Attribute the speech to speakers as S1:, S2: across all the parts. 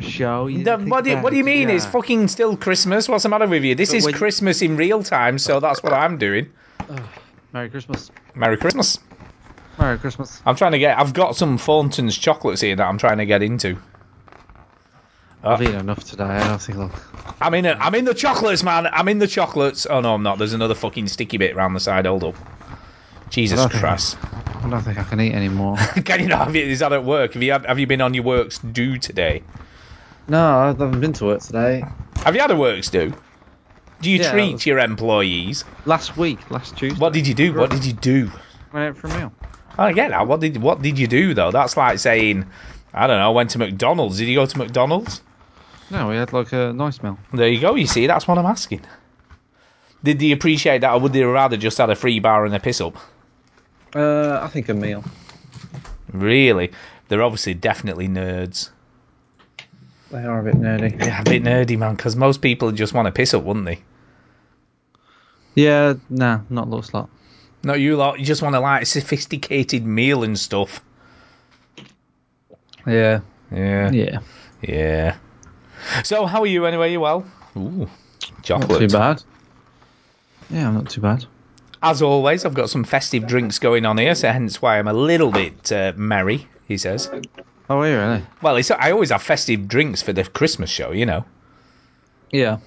S1: show. You
S2: The-
S1: didn't think
S2: what, do, you-
S1: about
S2: what do you
S1: it,
S2: mean? It's
S1: yeah.
S2: fucking still Christmas. What's the matter with you? This
S1: But
S2: is
S1: when you-
S2: Christmas in real time, so that's what I'm doing.
S1: Merry Christmas.
S2: Merry Christmas.
S1: Merry Christmas.
S2: I'm trying to get. I've got some Thornton's chocolates here that I'm trying to get into.
S1: I've eaten enough today. eh? I don't think I'll.
S2: I'm in. it. I'm in the chocolates, man. I'm in the chocolates. Oh no, I'm not. There's another fucking sticky bit round the side. Hold up. Jesus
S1: Okay.
S2: Christ.
S1: I don't think I can eat anymore.
S2: Can you not have it? Is that at work? Have you had, have you been on your works do today?
S1: no, I haven't been to work today.
S2: Have you had a works do? Do you
S1: Yeah, that
S2: treat
S1: was-
S2: your employees?
S1: Last week, last Tuesday,
S2: What did you do? What did you do?
S1: went out for a meal.
S2: I get that. What did what did you do though? That's like saying, I don't know. I went to McDonald's. Did you go to McDonald's?
S1: No, we had like a nice meal.
S2: There you go. You see, that's what I'm asking. Did they appreciate that, or would they rather just had a free bar and a piss up?
S1: Uh, I think a meal.
S2: Really, they're obviously definitely nerds.
S1: They are a bit nerdy.
S2: Yeah, a bit nerdy, man. Because most people just want to piss up, wouldn't they?
S1: Yeah, nah, not looks lot.
S2: Not you lot. You just want to like sophisticated meal and stuff.
S1: Yeah,
S2: Yeah.
S1: yeah,
S2: Yeah. So, how are you anyway? You well? Ooh,
S1: not
S2: chocolate.
S1: too bad. Yeah, not too bad.
S2: As always, I've got some festive drinks going on here, so hence why I'm a little bit uh, merry. He says.
S1: Oh, are you really?
S2: Well, it's, I always have festive drinks for the Christmas show, you know.
S1: Yeah.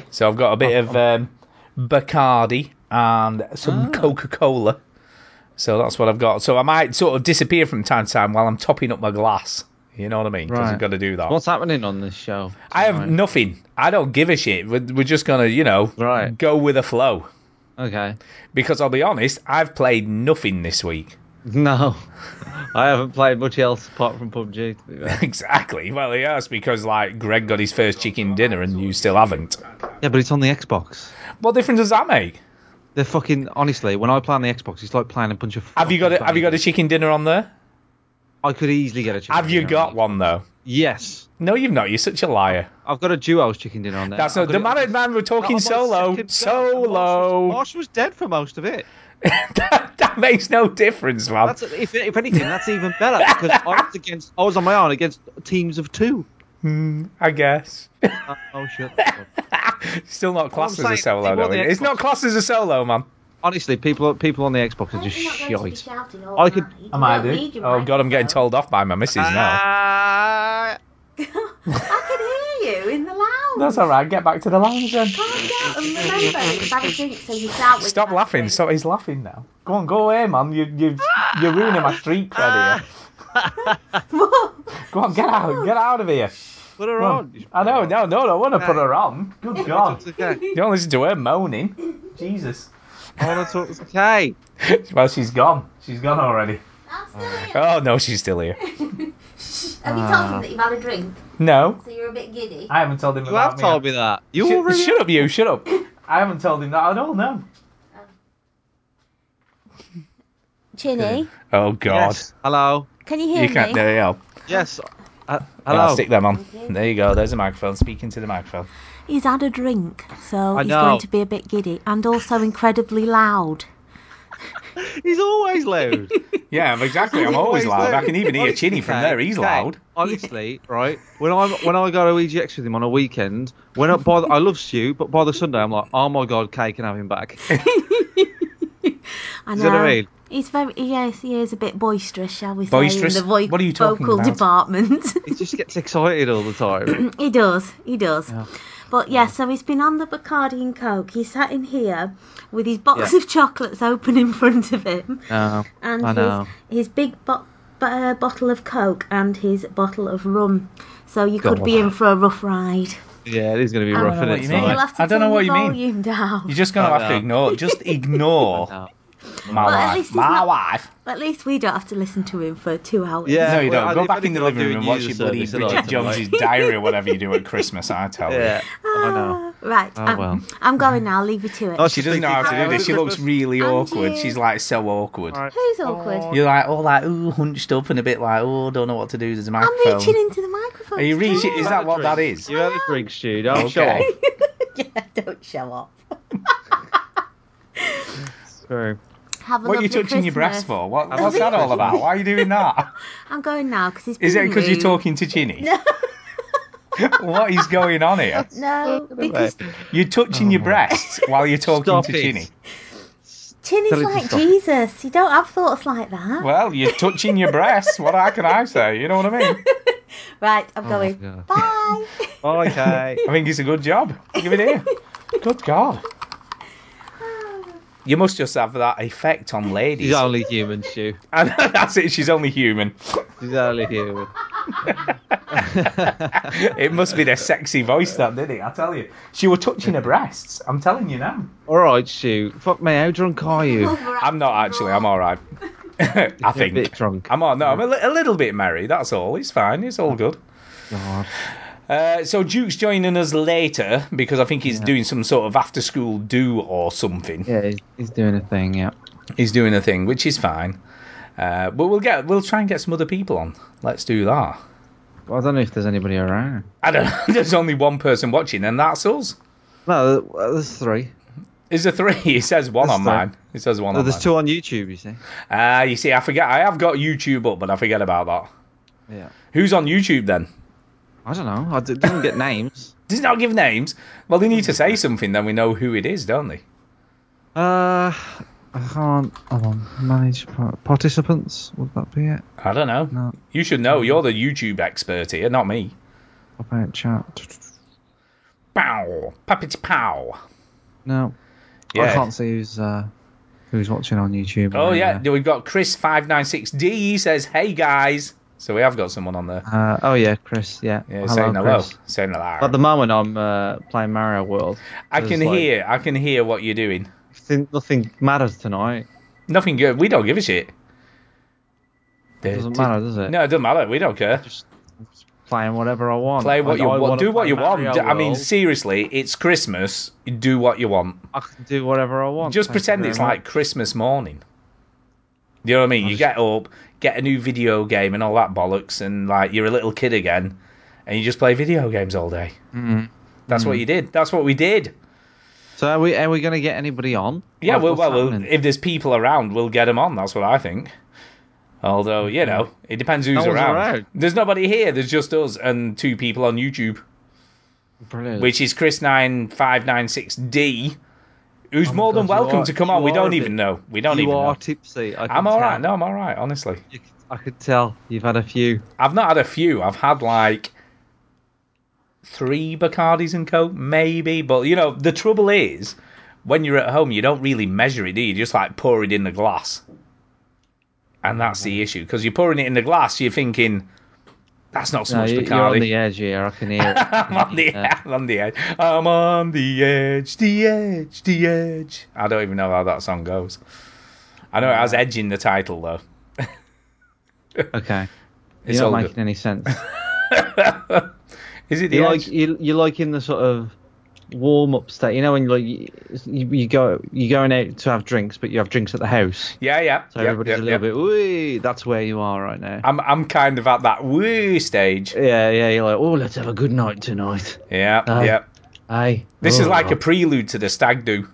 S1: Oh,
S2: So I've got a bit of um, Bacardi and some
S1: Ah.
S2: Coca Cola. So that's what I've got. So I might sort of disappear from time to time while I'm topping up my glass. You know what I mean? Because I've
S1: Right.
S2: got to do that.
S1: What's happening on this show?
S2: I have
S1: tonight?
S2: nothing. I don't give a shit. We're, we're just going to, you know,
S1: Right.
S2: go with the flow.
S1: Okay.
S2: Because I'll be honest, I've played nothing this week.
S1: No, I haven't played much else apart from PUBG. To be fair.
S2: exactly. Well, he asked because, like, Greg got his first chicken dinner and you still haven't.
S1: yeah, but it's on the Xbox.
S2: What difference does that make?
S1: They're fucking honestly. When I play on the Xbox, it's like playing a bunch of.
S2: Have you got a, have you got a chicken dinner on there?
S1: I could easily get a chicken.
S2: Have you
S1: dinner
S2: got
S1: on.
S2: one though?
S1: Yes,
S2: No, you've not. You're such a liar.
S1: I've got a duo's chicken dinner on there.
S2: That's not
S1: I've
S2: the
S1: got it-
S2: man. Man, we're
S1: Not on
S2: talking
S1: my
S2: solo,
S1: second go, and Marsh was,
S2: solo.
S1: Marsh was dead for most of it.
S2: that, that makes no difference, man.
S1: That's if, if anything, that's even better because I was against. I was on my own against teams of two.
S2: I guess.
S1: Oh, oh shit!
S2: Still not classed as
S1: saying,
S2: a solo,
S1: people
S2: though.
S1: on the
S2: It's not
S1: Xbox-
S2: classed as a solo, man.
S1: Honestly, people people on the Xbox are just shite. I could-
S2: Am I dude? Oh god, I'm getting told off by my missus now.
S3: I
S1: Ah,
S3: can hear you in the lounge.
S2: That's all right. Get back to the lounge then.
S3: Calm down and remember it was having drinks so you shout with
S2: Stop
S3: that
S2: laughing.
S3: drink.
S2: Stop. He's laughing now. Go on, go away, man. You, you, you're ruining my street cred here.
S1: Ah.
S2: Go on, get out. Get out of here.
S1: put her on. You should
S2: I
S1: put her
S2: know,
S1: on.
S2: no, no, I don't want to
S1: Okay.
S2: put her on. Good
S1: I
S2: God.
S1: thought it was okay.
S2: You don't listen to her moaning. Jesus.
S1: Oh, I thought it was okay.
S2: Well, she's gone. She's gone already.
S3: I'm still here.
S2: Oh, no, she's still here.
S3: Have you told him that you've had a drink?
S2: No,
S3: So you're a bit giddy.
S2: I haven't told him
S1: You
S2: about
S1: have told me that. You
S2: Shut-
S1: already.
S2: Shut up, you, shut up. I haven't told him that at all, no.
S3: Chinny,
S2: Oh, God.
S1: Yes. Hello.
S3: can you hear
S2: You can't, there you go.
S1: Yes. Uh,
S2: Yeah,
S1: hello.
S2: stick them on. There you go, there's a microphone. Speaking to the microphone.
S3: He's had a drink, so
S1: I
S3: he's
S1: know.
S3: going to be a bit giddy and also incredibly loud.
S1: He's always loud.
S2: Yeah, I'm exactly. I'm
S1: He's
S2: always loud. I can even hear
S1: Honestly,
S2: Chinny from
S1: Kate,
S2: there. He's
S1: Kate,
S2: loud.
S1: Honestly, right? When I when I go to EGX with him on a weekend, when I, by the, I love Stu, but by the Sunday I'm like, oh my god, Kay can have him back.
S3: I
S1: Is that what I
S3: know.
S1: mean?
S3: He's very yes, he is a bit boisterous, shall we
S2: Boisterous?
S3: say, in the vo-
S2: What are you talking
S3: vocal
S2: about?
S3: department.
S1: He just gets excited all the time.
S3: he does, he does.
S1: Yeah.
S3: But yeah, so he's been on the Bacardi and Coke. He's sat in here with his box
S1: Yeah.
S3: of chocolates open in front of him,
S1: No.
S3: and
S1: Oh, I know.
S3: his his big bo- b- uh, bottle of Coke and his bottle of rum. So you could
S2: God.
S3: be in for a rough ride.
S1: Yeah, it is going to be
S3: I
S1: rough,
S2: don't know what
S1: isn't it?
S2: you mean.
S3: You'll
S1: tonight?
S3: have to
S2: I don't know
S3: turn your
S2: what you mean. uh,
S3: volume down.
S2: You're just going to
S1: I
S2: have to
S1: know.
S2: ignore. Just ignore
S1: No.
S2: my
S3: Well, at
S2: wife.
S3: least he's
S2: My
S3: not-
S2: wife.
S3: At least we don't have to listen to him for two hours.
S1: Yeah.
S2: no, you
S1: well,
S2: don't.
S1: I-
S2: Go
S1: if
S2: back in the
S1: anything, I'm
S2: living
S1: doing
S2: room and watch
S1: user
S2: your bloody
S1: service a
S2: Bridget
S1: lot tonight.
S2: Jones's Diary or whatever you do at Christmas. I tell
S1: Yeah,
S2: you.
S1: I know.
S3: Right.
S1: Oh,
S3: I'm,
S1: well.
S3: I'm going now. Leave you to it.
S1: Nice
S2: Oh, She doesn't know
S1: speak
S2: how
S1: to
S2: to do
S1: you.
S2: this. She looks really
S3: And
S2: awkward.
S3: you-
S2: She's like so awkward.
S1: All right.
S3: Who's awkward?
S1: Oh,
S2: You're like all like ooh, hunched up and a bit like oh, don't know what to do. There's a
S3: I'm
S2: microphone.
S3: reaching into the microphone.
S2: Are you
S3: to talk.
S2: reaching- Is that what that is?
S1: You had a drink, Stu. Don't
S2: Okay.
S1: show off.
S3: yeah, don't show off.
S1: Sorry.
S3: Have a
S2: What are you
S3: lovely
S2: touching your
S3: Christmas.
S2: breast for? What,
S1: Have a
S2: what's that
S1: lovely
S2: all about? Why are you doing that?
S3: I'm going now because he's.
S2: Is it
S3: being
S2: because you're
S3: rude.
S2: talking to Ginny?
S3: No.
S2: what is going on here?
S3: No, because
S2: You're touching your breasts while you're talking
S1: Oh Stop
S2: to
S1: it.
S2: Chinny.
S1: Tell
S3: Chinny's
S1: him to
S3: like
S1: stop.
S3: Jesus. You don't have thoughts like that.
S2: Well, you're touching your breasts. What I- can I say? You know what I mean?
S3: Right, I'm
S1: Oh,
S3: going.
S1: God.
S3: Bye.
S2: Oh,
S1: Okay.
S2: I think it's a good job. Give it here. Good God. You must just have that effect on ladies.
S1: She's only human, Stu.
S2: And that's it. She's only human.
S1: She's only human.
S2: It must be their sexy voice that did it. I tell you, she was touching her breasts. I'm telling you now.
S1: All right, Stu. Fuck me. How drunk are you?
S2: I'm not Oh, actually. I'm all right. I
S1: You're a bit
S2: think
S1: drunk.
S2: I'm all. No, I'm a, li- a little bit merry. That's all. It's fine. It's all good.
S1: God.
S2: Uh, so Duke's joining us later because I think he's doing some sort of after-school do or something.
S1: Yeah, he's- he's doing a thing. Yeah.
S2: He's doing a thing, which is fine. Uh, but we'll get we'll try and get some other people on. Let's do that.
S1: Well, I don't know if there's anybody around.
S2: I don't know. There's only one person watching, and that's us.
S1: No, th- well, there's three.
S2: Is there three? It says one
S1: There's
S2: on
S1: three.
S2: mine. It says one
S1: No,
S2: on
S1: there's
S2: mine.
S1: two on YouTube. You see.
S2: Ah, you see, I forget. I have got YouTube up, but I forget about that.
S1: Yeah.
S2: Who's on YouTube then?
S1: I don't know. I d- didn't get names.
S2: Does it not give names? Well, they need to say something, then we know who it is, don't they?
S1: Uh, I can't. Hold on. Manage par- participants. Would that be it?
S2: I don't know.
S1: No.
S2: You should know. You're the YouTube expert here, not me.
S1: About chat.
S2: Pow, puppet pow.
S1: No. I
S2: Yeah.
S1: can't see who's uh, who's watching on YouTube.
S2: Oh
S1: or,
S2: yeah, we've got Chris five nine six D. He says, "Hey guys." So we have got someone on there.
S1: Uh, uh, oh yeah, Chris. Yeah.
S2: Yeah, saying hello,
S1: Chris.
S2: saying hello.
S1: At the moment, I'm uh, playing Mario World.
S2: I
S1: There's,
S2: can
S1: like,
S2: hear. I can hear what you're doing.
S1: Nothing, nothing matters tonight.
S2: Nothing good. We don't give a shit.
S1: It doesn't matter, does it?
S2: No, it doesn't matter. We don't care.
S1: Just, just playing whatever I want.
S2: Play what
S1: I-
S2: you
S1: I
S2: want.
S1: wanna
S2: Do what
S1: play
S2: you want.
S1: Mario
S2: D- I mean,
S1: World.
S2: seriously, it's Christmas. Do what you want.
S1: I can do whatever I want.
S2: Just
S1: thank you
S2: pretend
S1: very
S2: it's
S1: much.
S2: like Christmas morning. You know what I mean? You
S1: just-
S2: get up, get a new video game and all that bollocks, and like you're a little kid again, and you just play video games all day.
S1: Mhm.
S2: That's what you did. That's what we did.
S1: So are we? Are we going to get anybody on?
S2: Yeah,
S1: What-
S2: well,
S1: what's
S2: well, we'll
S1: happening?
S2: if there's people around, we'll get them on. That's what I think. Although, you know, it depends who's
S1: No one's
S2: around.
S1: around.
S2: There's nobody here. There's just us and two people on YouTube,
S1: Brilliant.
S2: which is Chris9596D, who's
S1: Oh my
S2: more than
S1: God, you
S2: welcome
S1: are-
S2: to come
S1: you
S2: on. We
S1: are
S2: don't
S1: a
S2: even
S1: bit-
S2: know. We don't
S1: you
S2: even
S1: are
S2: know.
S1: tipsy. I can
S2: I'm all
S1: tell.
S2: right. No, I'm all right, honestly.
S1: You c- I could tell you've had a few.
S2: I've not had a few. I've had like three Bacardis and Coke, maybe. But you know, the trouble is, when you're at home, you don't really measure it. Do you? you just like pour it in the glass, and that's the issue because you're pouring it in the glass. You're thinking that's not so
S1: No,
S2: much
S1: you, are on
S2: Bacardi.
S1: the edge here. I can hear. It.
S2: I'm on the
S1: Yeah.
S2: I'm on the edge. I'm on the edge, the edge, the edge. I don't even know how that song goes. I know it has edge in the title though.
S1: Okay. You're
S2: It's
S1: not
S2: all
S1: making
S2: good.
S1: any sense.
S2: Is it the
S1: you
S2: edge?
S1: like you you like in the sort of warm up state. You know when you like you, you go you're going out to have drinks, but you have drinks at the house,
S2: yeah, yeah.
S1: so
S2: yeah,
S1: everybody's
S2: yeah,
S1: a
S2: yeah.
S1: little bit. Wee, that's where you are right now.
S2: I'm I'm kind of at that woo stage.
S1: yeah, yeah. You're like, oh, let's have a good night tonight.
S2: Yeah,
S1: Uh,
S2: yeah.
S1: Hey.
S2: This is
S1: Oh.
S2: like a prelude to the stag do.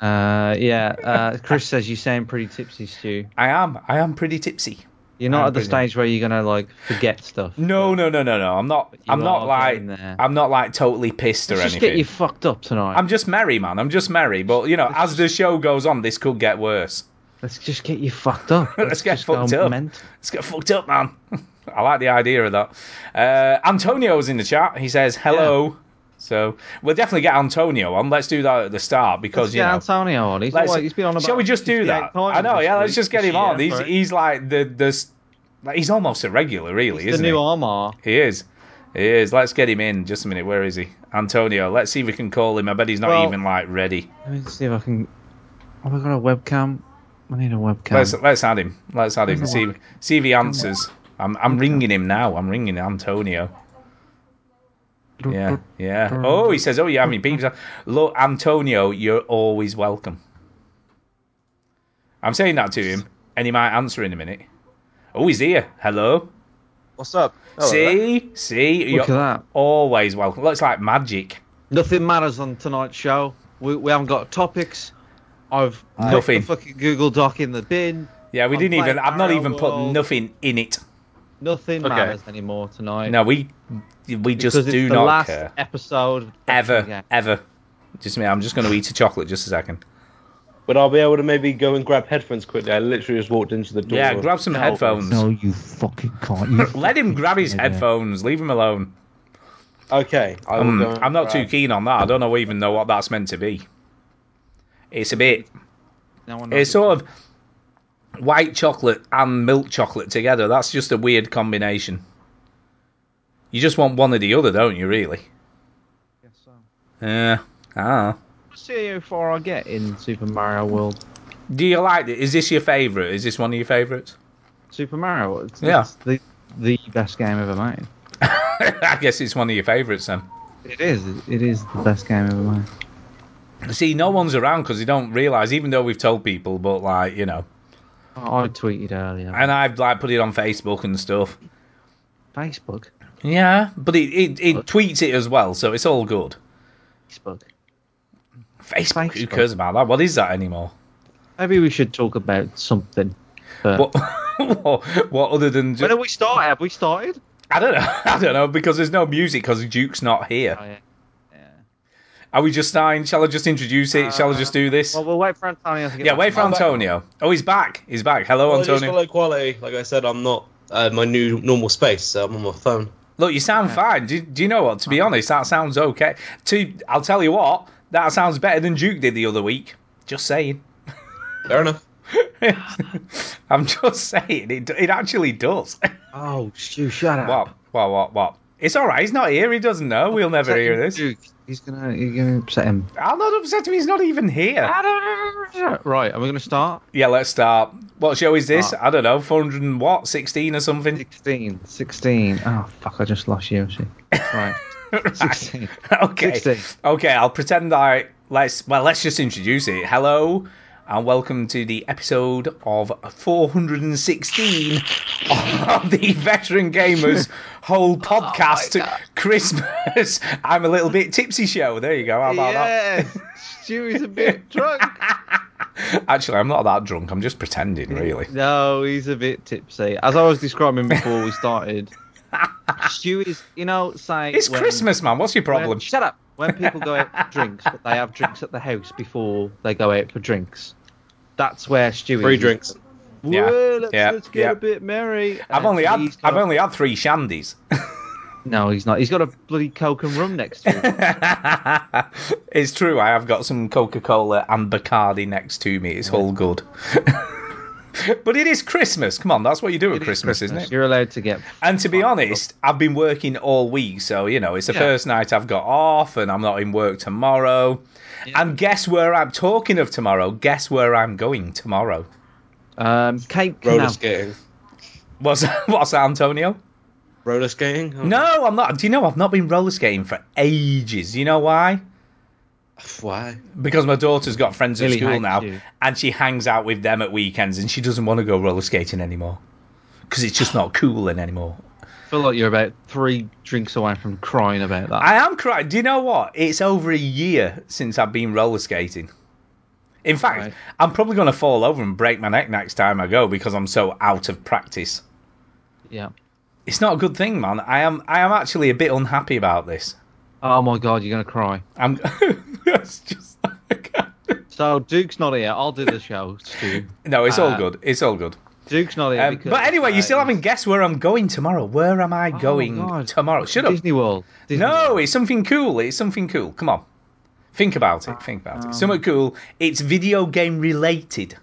S1: Uh, yeah. Uh, Chris says you sound pretty tipsy, Stu.
S2: I am. I am pretty tipsy.
S1: You're not
S2: I'm
S1: at the
S2: pretty-
S1: stage where you're gonna like forget stuff.
S2: No, no, no, no, no. I'm not.
S1: you
S2: I'm not
S1: are
S2: like.
S1: getting there.
S2: I'm not like totally pissed or
S1: Let's just
S2: anything.
S1: get you fucked up tonight.
S2: I'm just merry, man. I'm just merry. But you know, as the show goes on, this could get worse.
S1: Let's just get you fucked up.
S2: Let's get
S1: just go
S2: fucked up.
S1: mental.
S2: Let's get fucked up, man. I like the idea of that. Uh, Antonio's in the chat. He says hello. So we'll definitely get Antonio on. Let's do that at the start because
S1: Let's
S2: you
S1: get
S2: know.
S1: Antonio on. He's,
S2: Let's-
S1: like, he's been on about.
S2: Shall we just do
S1: 58
S2: that?
S1: times
S2: I know.
S1: this
S2: Yeah, let's
S1: week,
S2: just get
S1: this
S2: him on.
S1: year,
S2: He's
S1: right?
S2: he's like the the s- like, he's almost a regular, really,
S1: He's
S2: isn't
S1: the new
S2: he?
S1: Armar.
S2: He is. He is. Let's get him in. Just a minute. Where is he? Antonio. Let's see if we can call him. I bet he's not
S1: Well-
S2: even like ready.
S1: Let me see if I can. Have I got a webcam? I need a webcam.
S2: Let's let's add him. Let's add him.
S1: Doesn't
S2: See see if he answers. I'm I'm ringing him now. I'm ringing Antonio. Yeah, yeah. Oh, he says, "Oh, you having beams?" Look, Antonio, you're always welcome. I'm saying that to him, and he might answer in a minute. Oh, he's here. Hello.
S1: What's up?
S2: see, see,
S1: Look
S2: you're
S1: at that.
S2: always welcome. Looks like magic.
S1: Nothing matters on tonight's show. We, we haven't got topics. I've put
S2: Nothing.
S1: the fucking Google Doc in the bin.
S2: Yeah, we
S1: I'm
S2: didn't even.
S1: playing
S2: I've not
S1: Mario
S2: even put
S1: World.
S2: nothing in it.
S1: Nothing matters anymore tonight.
S2: No, we We just
S1: because it's
S2: do
S1: the
S2: not
S1: last
S2: care
S1: episode of
S2: ever,
S1: Bachelor Gang.
S2: ever. Just me. I'm just going to eat a chocolate. Just a second.
S4: Would I be able to maybe go and grab headphones quickly? I literally just walked into the door.
S2: Yeah, grab some headphones.
S5: No, you fucking can't. You
S2: Let him grab his
S5: Yeah.
S2: headphones. Leave him alone.
S4: Okay, I will
S2: Mm,
S4: go and
S2: I'm not too
S4: grab-
S2: keen on that. I don't know even know what that's meant to be. It's a bit.
S1: No one
S2: It's
S1: knows.
S2: sort of white chocolate and milk chocolate together. That's just a weird combination. You just want one or the other, don't you? Really?
S1: Yes, so.
S2: Yeah. Ah.
S1: Let's see how far I get in Super Mario World.
S2: Do you like it? Is this your favourite? Is this one of your favourites?
S1: Super Mario, it's,
S2: Yeah.
S1: it's the the best game ever made.
S2: I guess it's one of your favourites then.
S1: It is. It is the best game ever made.
S2: See, no one's around because they don't realise, even though we've told people, but like, you know.
S1: I I tweeted earlier.
S2: And I've like put it on Facebook and stuff.
S1: Facebook.
S2: Yeah, but it, it, it tweets it as well, so it's all good.
S1: Facebook.
S2: Facebook, who
S1: Facebook.
S2: cares about that? What is that anymore?
S1: Maybe we should talk about something. But
S2: What, what, what other than
S1: when
S2: ju-
S1: have we started? Have we started?
S2: I don't know. I don't know because there's no music because Duke's not here.
S1: Oh, yeah. Yeah. Uh,
S2: Are we just signed? Shall I just introduce it? Shall I just do this?
S1: Well, we'll wait for Antonio to get
S2: yeah,
S1: back
S2: wait for
S1: on.
S2: Antonio. Oh, he's back. He's back. Hello,
S4: Apologies
S2: Antonio.
S4: for low quality. Like I said, I'm not uh, my new normal space. So I'm on my phone.
S2: Look, you sound fine. Do, do you know what? To be honest, that sounds okay. To I'll tell you what, that sounds better than Duke did the other week. Just saying.
S4: Fair enough.
S2: I'm just saying. It it actually does.
S1: Oh, shoot, shut up.
S2: what? What? What? What? It's all right. He's not here. He doesn't know. We'll never
S1: Upset
S2: hear
S1: him,
S2: this.
S1: Duke. He's gonna, you're gonna upset him.
S2: I'm not upset him. He's not even here.
S1: Right, are we gonna start? Ah.
S2: Yeah, let's start. What show is this?
S1: Start.
S2: I don't know. 400 and what? 16 or something?
S1: 16, 16. Oh fuck, I just lost you. see. Right,
S2: Right.
S1: 16.
S2: okay.
S1: 16.
S2: Okay, I'll pretend I let's well let's just introduce it. Hello and welcome to the episode of 416 of the Veteran Gamers
S1: Oh
S2: whole podcast Christmas. I'm a little bit tipsy show. There you go. How about
S1: Yes, Stu is a bit drunk.
S2: that? Actually, I'm not that drunk. I'm just pretending, really.
S1: No, he's a bit tipsy. As I was describing before we started, Stu is, you know, say
S2: It's
S1: when-
S2: Christmas, man. What's your
S1: when-
S2: problem?
S1: shut up. When people go out for drinks, but they have drinks at the house before they go out for drinks. That's where Stu
S4: Free
S1: is.
S4: drinks.
S2: Yeah,
S1: Woo, let's,
S2: yeah,
S1: let's get
S2: yeah.
S1: a bit merry.
S2: I've
S1: And
S2: only had
S1: he's got-
S2: I've only had three shandies.
S1: No, he's not. He's got a bloody coke and rum next to him.
S2: it's true. I have got some Coca Cola and Bacardi next to me. It's all good. but it is Christmas. Come on, that's what you do at
S1: It is
S2: Christmas, isn't it?
S1: You're allowed to get.
S2: And to be
S1: Fuck.
S2: honest, I've been working all week, so you know it's the
S1: Yeah.
S2: first night I've got off, and I'm not in work tomorrow. And guess where I'm talking of tomorrow? Guess where I'm going tomorrow?
S1: Um, cake.
S4: Roller
S1: canal.
S4: skating.
S2: What's what's that, Antonio?
S4: Roller skating. Oh,
S2: No, I'm not. Do you know I've not been roller skating for ages? You know why?
S4: Why?
S2: because my daughter's got friends at
S1: Really
S2: school
S1: hates
S2: now,
S1: you.
S2: and she hangs out with them at weekends, and she doesn't want to go roller skating anymore because it's just not cool in anymore.
S1: I feel like you're about three drinks away from crying about that.
S2: I am crying. Do you know what? It's over a year since I've been roller skating. In fact,
S1: Right.
S2: I'm probably going to fall over and break my neck next time I go because I'm so out of practice.
S1: yeah.
S2: It's not a good thing, man. I am I am actually a bit unhappy about this.
S1: Oh my god, you're gonna cry.
S2: I'm it's just
S1: So Duke's not here. I'll do the show, Stu.
S2: No, it's all
S1: Uh,
S2: good. It's all good.
S1: Duke's not here.
S2: Um,
S1: because,
S2: but anyway, you
S1: uh,
S2: still haven't guessed where I'm going tomorrow. Where am I
S1: Oh my
S2: going
S1: God.
S2: tomorrow? Shut up.
S1: Disney World. Disney
S2: No,
S1: World.
S2: it's something cool. It's something cool. Come on. Think about it. Think about it.
S1: Um.
S2: Something cool. It's video game related.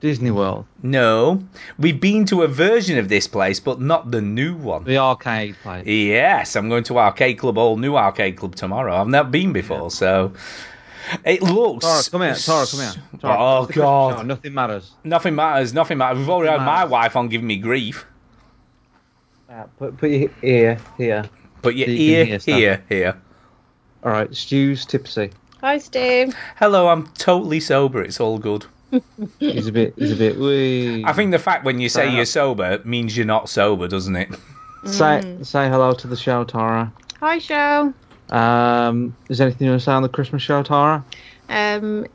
S1: Disney World.
S2: No. We've been to a version of this place, but not the new one.
S1: The arcade place.
S2: Yes, I'm going to Arcade Club, all new Arcade Club tomorrow. I've never been before, so. It looks.
S1: Tara, come here. Tara, come here. Tara,
S2: Oh,
S1: it's the Christmas
S2: God.
S1: show, Nothing matters.
S2: Nothing matters. Nothing matters. We've already had my
S1: matters.
S2: wife on giving me grief.
S1: Uh, put, put your ear here.
S2: But you're
S1: So you
S2: here,
S1: can hear stuff.
S2: here, here.
S1: All right, Stu's tipsy.
S6: Hi, Steve.
S2: Hello, I'm totally sober. It's all good.
S1: He's a bit. He's a bit. Wee.
S2: I think the fact when you say
S1: Fair
S2: you're
S1: enough.
S2: sober means you're not sober, doesn't it?
S1: Say
S6: Mm.
S1: say hello to the show, Tara.
S6: Hi, show.
S1: Um, is there anything you want to say on the Christmas show, Tara?
S6: Um,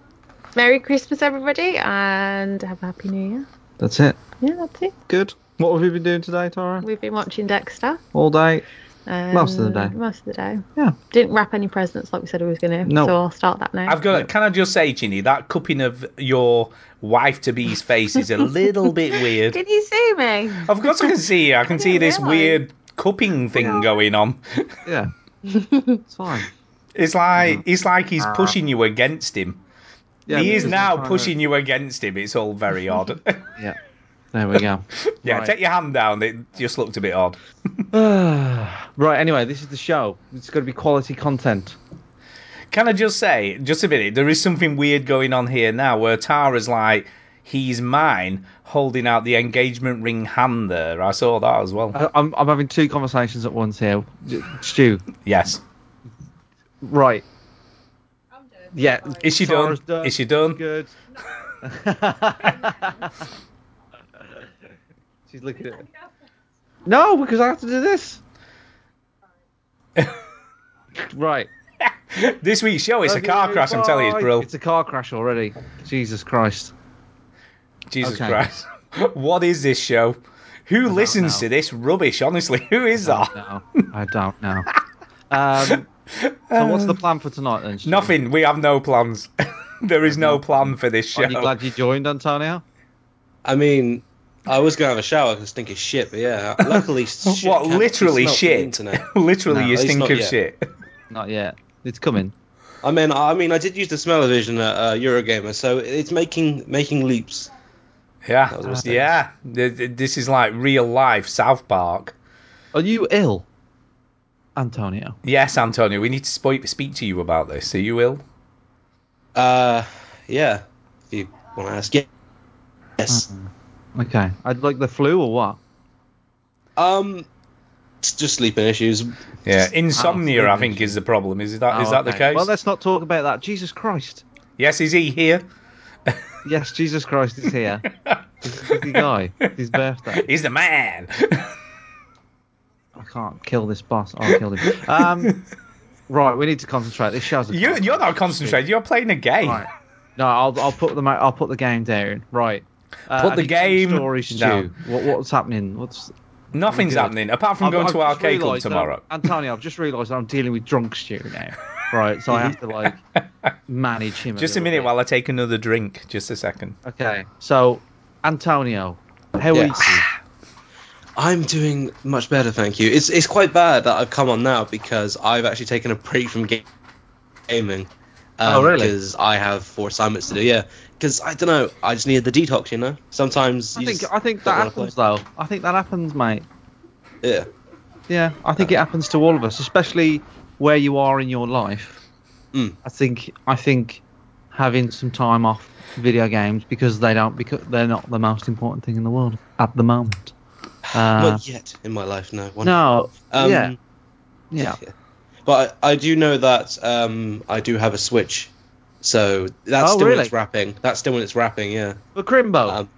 S6: Merry Christmas, everybody, and have a Happy New Year.
S1: That's it.
S6: Yeah, that's it.
S1: Good. What have you been doing today, Tara?
S6: We've been watching Dexter.
S1: All day.
S6: Um,
S1: Most of the day.
S6: Most of the day.
S1: Yeah.
S6: Didn't wrap any presents like we said we was going to.
S1: No.
S6: So I'll start that now.
S2: I've got. Can I just say, Ginny, that cupping of your wife to be's face is a little bit weird.
S6: Can you see me?
S2: Of course, I can see you. I can see
S6: didn't
S2: this
S6: realise.
S2: weird cupping thing going on.
S1: Yeah. it's fine. Uh,
S2: It's like it's like he's
S6: Ah.
S2: pushing you against him.
S1: Yeah,
S2: he is
S1: because I'm
S2: now
S1: trying
S2: pushing
S1: to-
S2: you against him. It's all very odd.
S1: Yeah. There we go.
S2: yeah,
S1: Right.
S2: take your hand down. It just looked a bit odd.
S1: right. Anyway, this is the show. It's got to be quality content.
S2: Can I just say, just a minute, there is something weird going on here now where Tara's like, he's mine, holding out the engagement ring hand there. I saw that as well.
S1: I, I'm I'm having two conversations at once here. J- Stu.
S2: yes.
S1: Right. Yeah.
S2: Is she
S1: Tara's
S2: done? Is she done?
S1: Good. She's looking at. No, because I have to do this. right.
S2: This week's show is a car crash, I'm telling you, it's bro.
S1: It's a car crash already. Jesus Christ.
S2: Jesus
S1: okay.
S2: Christ. what is this show? Who listens
S1: know.
S2: to this rubbish, honestly? Who is that?
S1: No, I don't know. Um, so what's the plan for tonight then? Stu?
S2: Uh, Nothing. We have no plans. there is no plan for this show.
S1: Are you glad you joined, Antonio?
S4: I mean, I was going to have a shower because stink of shit, but yeah, luckily shit
S2: what?
S4: can't be smelt from
S2: Literally
S4: the
S2: shit.
S4: internet.
S2: literally,
S1: No,
S2: you
S4: at least
S2: stink
S4: not
S2: of
S4: yet.
S2: shit.
S1: Not yet. It's coming.
S4: I mean, I mean, I did use the smell vision at uh, Eurogamer, so it's making making leaps.
S2: Yeah,
S4: was a mistake.
S2: yeah. Th- th- This is like real life South Park.
S1: Are you ill, Antonio?
S2: Yes, Antonio, we need to spo- speak to you about this. Are you ill?
S4: Uh, yeah. If you want to ask, yeah. yes.
S1: Okay. Hmm. I'd like the flu or what?
S4: Um, it's just sleeping issues.
S2: Yeah, insomnia. I
S1: absolutely.
S2: think is the problem. Is that is
S1: Oh,
S2: that the
S1: okay.
S2: case?
S1: Well, let's not talk about that. Jesus Christ.
S2: yes, is he here?
S1: Yes, Jesus Christ is here. this is the guy. It's his birthday.
S2: He's the man.
S1: I can't kill this boss. I'll kill him. Um, right, we need to concentrate. This show's a
S2: you, you're not concentrated. You're playing a game.
S1: Right. No, I'll I'll put the ma- I'll put the game down. Right. Uh,
S2: Put the
S1: addiction
S2: game
S1: stories Stu.
S2: down.
S1: What what's happening? What's
S2: Nothing's
S1: Good.
S2: happening apart from going
S1: I've-
S2: to
S1: I've
S2: our
S1: just
S2: K club
S1: realised that-
S2: tomorrow.
S1: Antonio, I've just realised that I'm dealing with drunk Stu now. Right, so I have to like manage him.
S2: Just a
S1: little
S2: minute
S1: bit.
S2: while I take another drink. Just a second.
S1: Okay, so Antonio, how
S4: Yeah.
S1: are you?
S4: I'm doing much better, thank you. It's it's quite bad that I've come on now because I've actually taken a break from ga- gaming. Um,
S1: Oh, really?
S4: Because I have four assignments to do. Yeah. Because I don't know. I just needed the detox. You know. Sometimes.
S1: I
S4: you
S1: think
S4: just
S1: I think
S4: don't
S1: that
S4: wanna
S1: happens though. I think that happens, mate.
S4: play. Yeah.
S1: Yeah, I think it happens to all of us, especially where you are in your life.
S4: Mm.
S1: I think I think having some time off video games because they don't because they're not the most important thing in the world at the moment. Uh,
S4: Not yet in my life. No. One.
S1: no,
S4: Um,
S1: yeah, yeah.
S4: But I, I do know that um, I do have a Switch, so that's
S1: Oh,
S4: still
S1: really?
S4: when it's wrapping. That's still when it's wrapping. Yeah.
S1: But Crimbo,
S4: Um,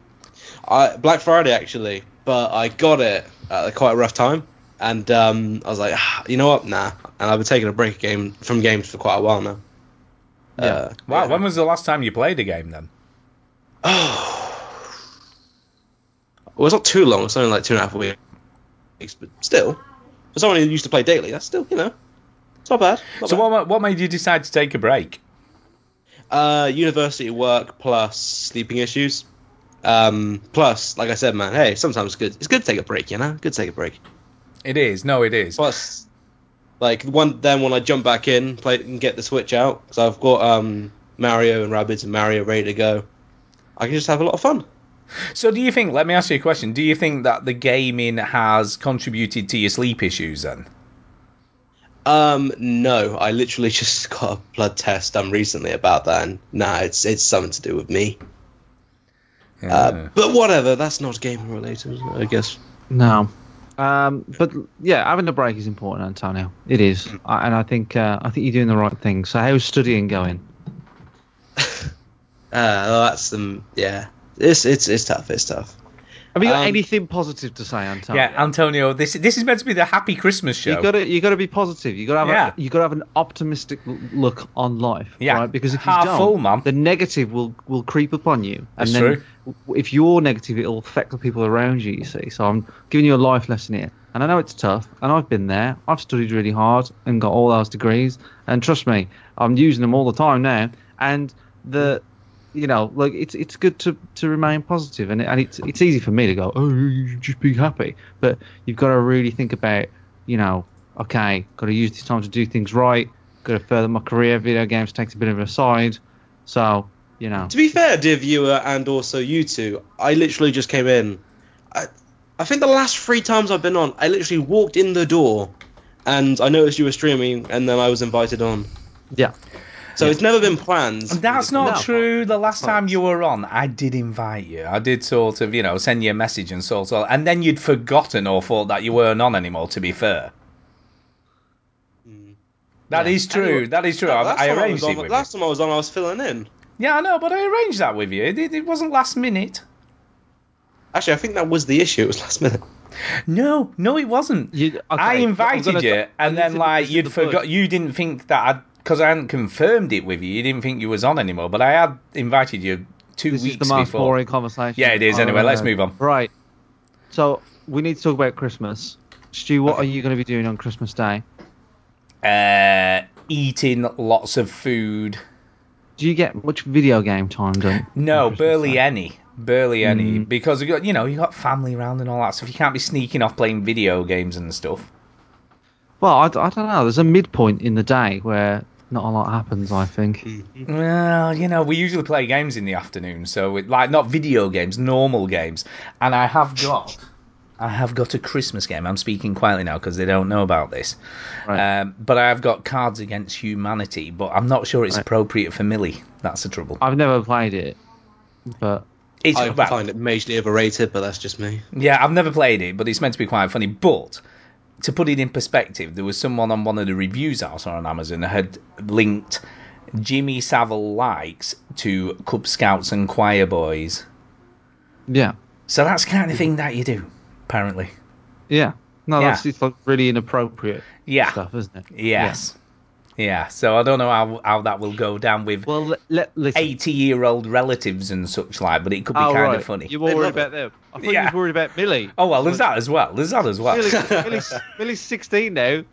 S4: I, Black Friday actually, but I got it at a quite a rough time, and um, I was like, "Ah, you know what, nah. And I've been taking a break game from games for quite a while now.
S1: Yeah.
S4: Uh,
S2: Wow,
S4: yeah.
S2: when was the last time you played a game then?
S4: Well, it's not too long. It's only like two and a half weeks, but still, for someone who used to play daily, that's still you know, it's not bad. Not
S2: So
S4: bad.
S2: what, ma- what made you decide to take a break?
S4: Uh, university work plus sleeping issues. Um, plus, like I said, man, hey, sometimes it's good. It's good to take a break, you know. Good to take a break.
S2: It is. No, it is.
S4: Plus, like one then when I jump back in, play and get the switch out because I've got um Mario and Rabbids and Mario ready to go. I can just have a lot of fun.
S2: So do you think, let me ask you a question, do you think that the gaming has contributed to your sleep issues then?
S4: Um, no, I literally just got a blood test done recently about that, and nah, it's it's something to do with me. Uh, but whatever, that's not gaming related, I guess.
S1: no. Um, but yeah, having a break is important, Antonio. It is, I, and I think uh, I think you're doing the right thing. So how's studying going?
S4: Uh, well, that's um, yeah. It's it's it's tough. It's tough.
S1: Have you got
S4: Um,
S1: anything positive to say, Antonio?
S2: Yeah, Antonio, this this is meant to be the happy Christmas show.
S1: You gotta, you gotta be positive. You gotta have,
S2: Yeah.
S1: a, you gotta have an optimistic l- look on life,
S2: Yeah.
S1: right? Because if
S2: Half
S1: you don't,
S2: full, man.
S1: the negative will will creep upon you,
S2: That's
S1: and then
S2: true.
S1: w if you're negative, it'll affect the people around you. You see, so I'm giving you a life lesson here, and I know it's tough, and I've been there. I've studied really hard and got all those degrees, and trust me, I'm using them all the time now, and the. You know, like it's it's good to, to remain positive, and it, and it's it's easy for me to go, oh, you should just be happy, but you've got to really think about you know, okay, got to use this time to do things right. Got to further my career. Video games takes a bit of a side, so you know.
S4: To be fair, dear viewer, and also you two, I literally just came in. I, I think the last three times I've been on, I literally walked in the door, and I noticed you were streaming, and then I was invited on.
S1: Yeah.
S4: So it's never been planned.
S2: That's not
S1: No.
S2: true. The last
S1: Of course.
S2: time you were on, I did invite you. I did sort of, you know, send you a message and sort of, and then you'd forgotten or thought that you weren't on anymore. To be fair, that
S1: Yeah.
S2: is true.
S4: Anyway,
S2: that is true.
S4: No,
S2: I,
S4: last
S2: I
S4: time I was
S2: arranged
S4: on-
S2: it with
S4: Last time I was on, I was filling in.
S2: you. Yeah, I know, but I arranged that with you. It, it, it wasn't last minute.
S4: Actually, I think that was the issue. It was last minute.
S2: No, no, it wasn't.
S1: You- okay,
S2: I
S1: I'm
S2: invited
S1: gonna-
S2: you, and
S1: Is
S2: then
S1: it-
S2: like
S1: is it
S2: you'd
S1: the bug?
S2: forgot. You didn't think that I because I hadn't confirmed it with you. You didn't think you was on anymore. But I had invited you two
S1: This
S2: weeks
S1: is the most
S2: before.
S1: boring conversation.
S2: Yeah, it is.
S1: I've
S2: Anyway,
S1: ever
S2: let's
S1: heard.
S2: move on.
S1: Right. So we need to talk about Christmas. Stu, what are you going to be doing on Christmas Day?
S2: uh, eating lots of food.
S1: Do you get much video game time done?
S2: No,
S1: on Christmas Mm.
S2: barely
S1: Day?
S2: any, barely any, because you got you know you got family around and all that stuff. You can't be sneaking off playing video games and stuff.
S1: Well, I, d- I don't know. There's a midpoint in the day where not a lot happens. I think.
S2: Mm-hmm. Well, you know we usually play games in the afternoon, so it, like not video games, normal games. And I have got, I have got a Christmas game. I'm speaking quietly now because they don't know about this.
S1: Right.
S2: Um, but I have got Cards Against Humanity, but I'm not sure it's
S1: Right.
S2: appropriate for Millie. That's the trouble.
S1: I've never played it, but
S2: It's
S1: Oh.
S4: I
S2: well,
S4: find it majorly overrated, but that's just me.
S2: Yeah, I've never played it, but it's meant to be quite funny. But to put it in perspective, there was someone on one of the reviews I saw on Amazon that had linked Jimmy Savile likes to Cub Scouts and Choir Boys.
S1: yeah,
S2: So that's the kind of thing that you do, apparently.
S1: yeah. No,
S2: Yeah.
S1: that's it's like really inappropriate
S2: Yeah.
S1: stuff, isn't it?
S2: Yes. Yeah. So I don't know how how that will go down with
S1: Well, let, let listen.
S2: eighty year old relatives and such like, but it could be
S1: Oh,
S2: kind
S1: right.
S2: of funny.
S1: You're
S4: They
S1: worried
S4: love it.
S1: about them. I thought you
S2: Yeah.
S1: were worried about Millie.
S2: Oh well, there's that as well. There's that as well.
S1: Millie, Millie's, Millie's 16 now.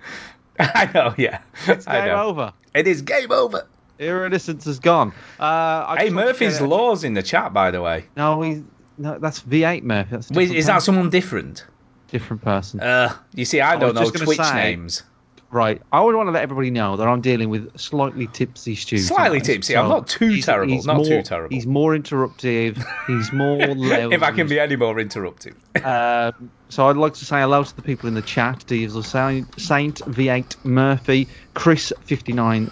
S2: I know. Yeah.
S1: It's
S2: I
S1: game
S2: know.
S1: over.
S2: It is game over.
S1: Her innocence is gone. Uh, I
S2: Hey,
S1: just want to
S2: Murphy's
S1: get-
S2: Law's in the chat, by the way.
S1: No, we, no, that's V8 Murphy. That's a
S2: Wait,
S1: different
S2: is that
S1: person.
S2: someone different?
S1: different person?
S2: Uh, you see, I
S1: was
S2: don't know
S1: just gonna
S2: Twitch
S1: say-
S2: names.
S1: right. I would want to let everybody know that I'm dealing with slightly tipsy Stu.
S2: Slightly
S1: tonight.
S2: tipsy. I'm not too terrible, not
S1: more,
S2: too terrible.
S1: He's more interruptive. He's more.
S2: if I can
S1: loud.
S2: be any more interruptive.
S1: Um, so I'd like to say hello to the people in the chat: Diesel Saint, Saint V8 Murphy, Chris 59,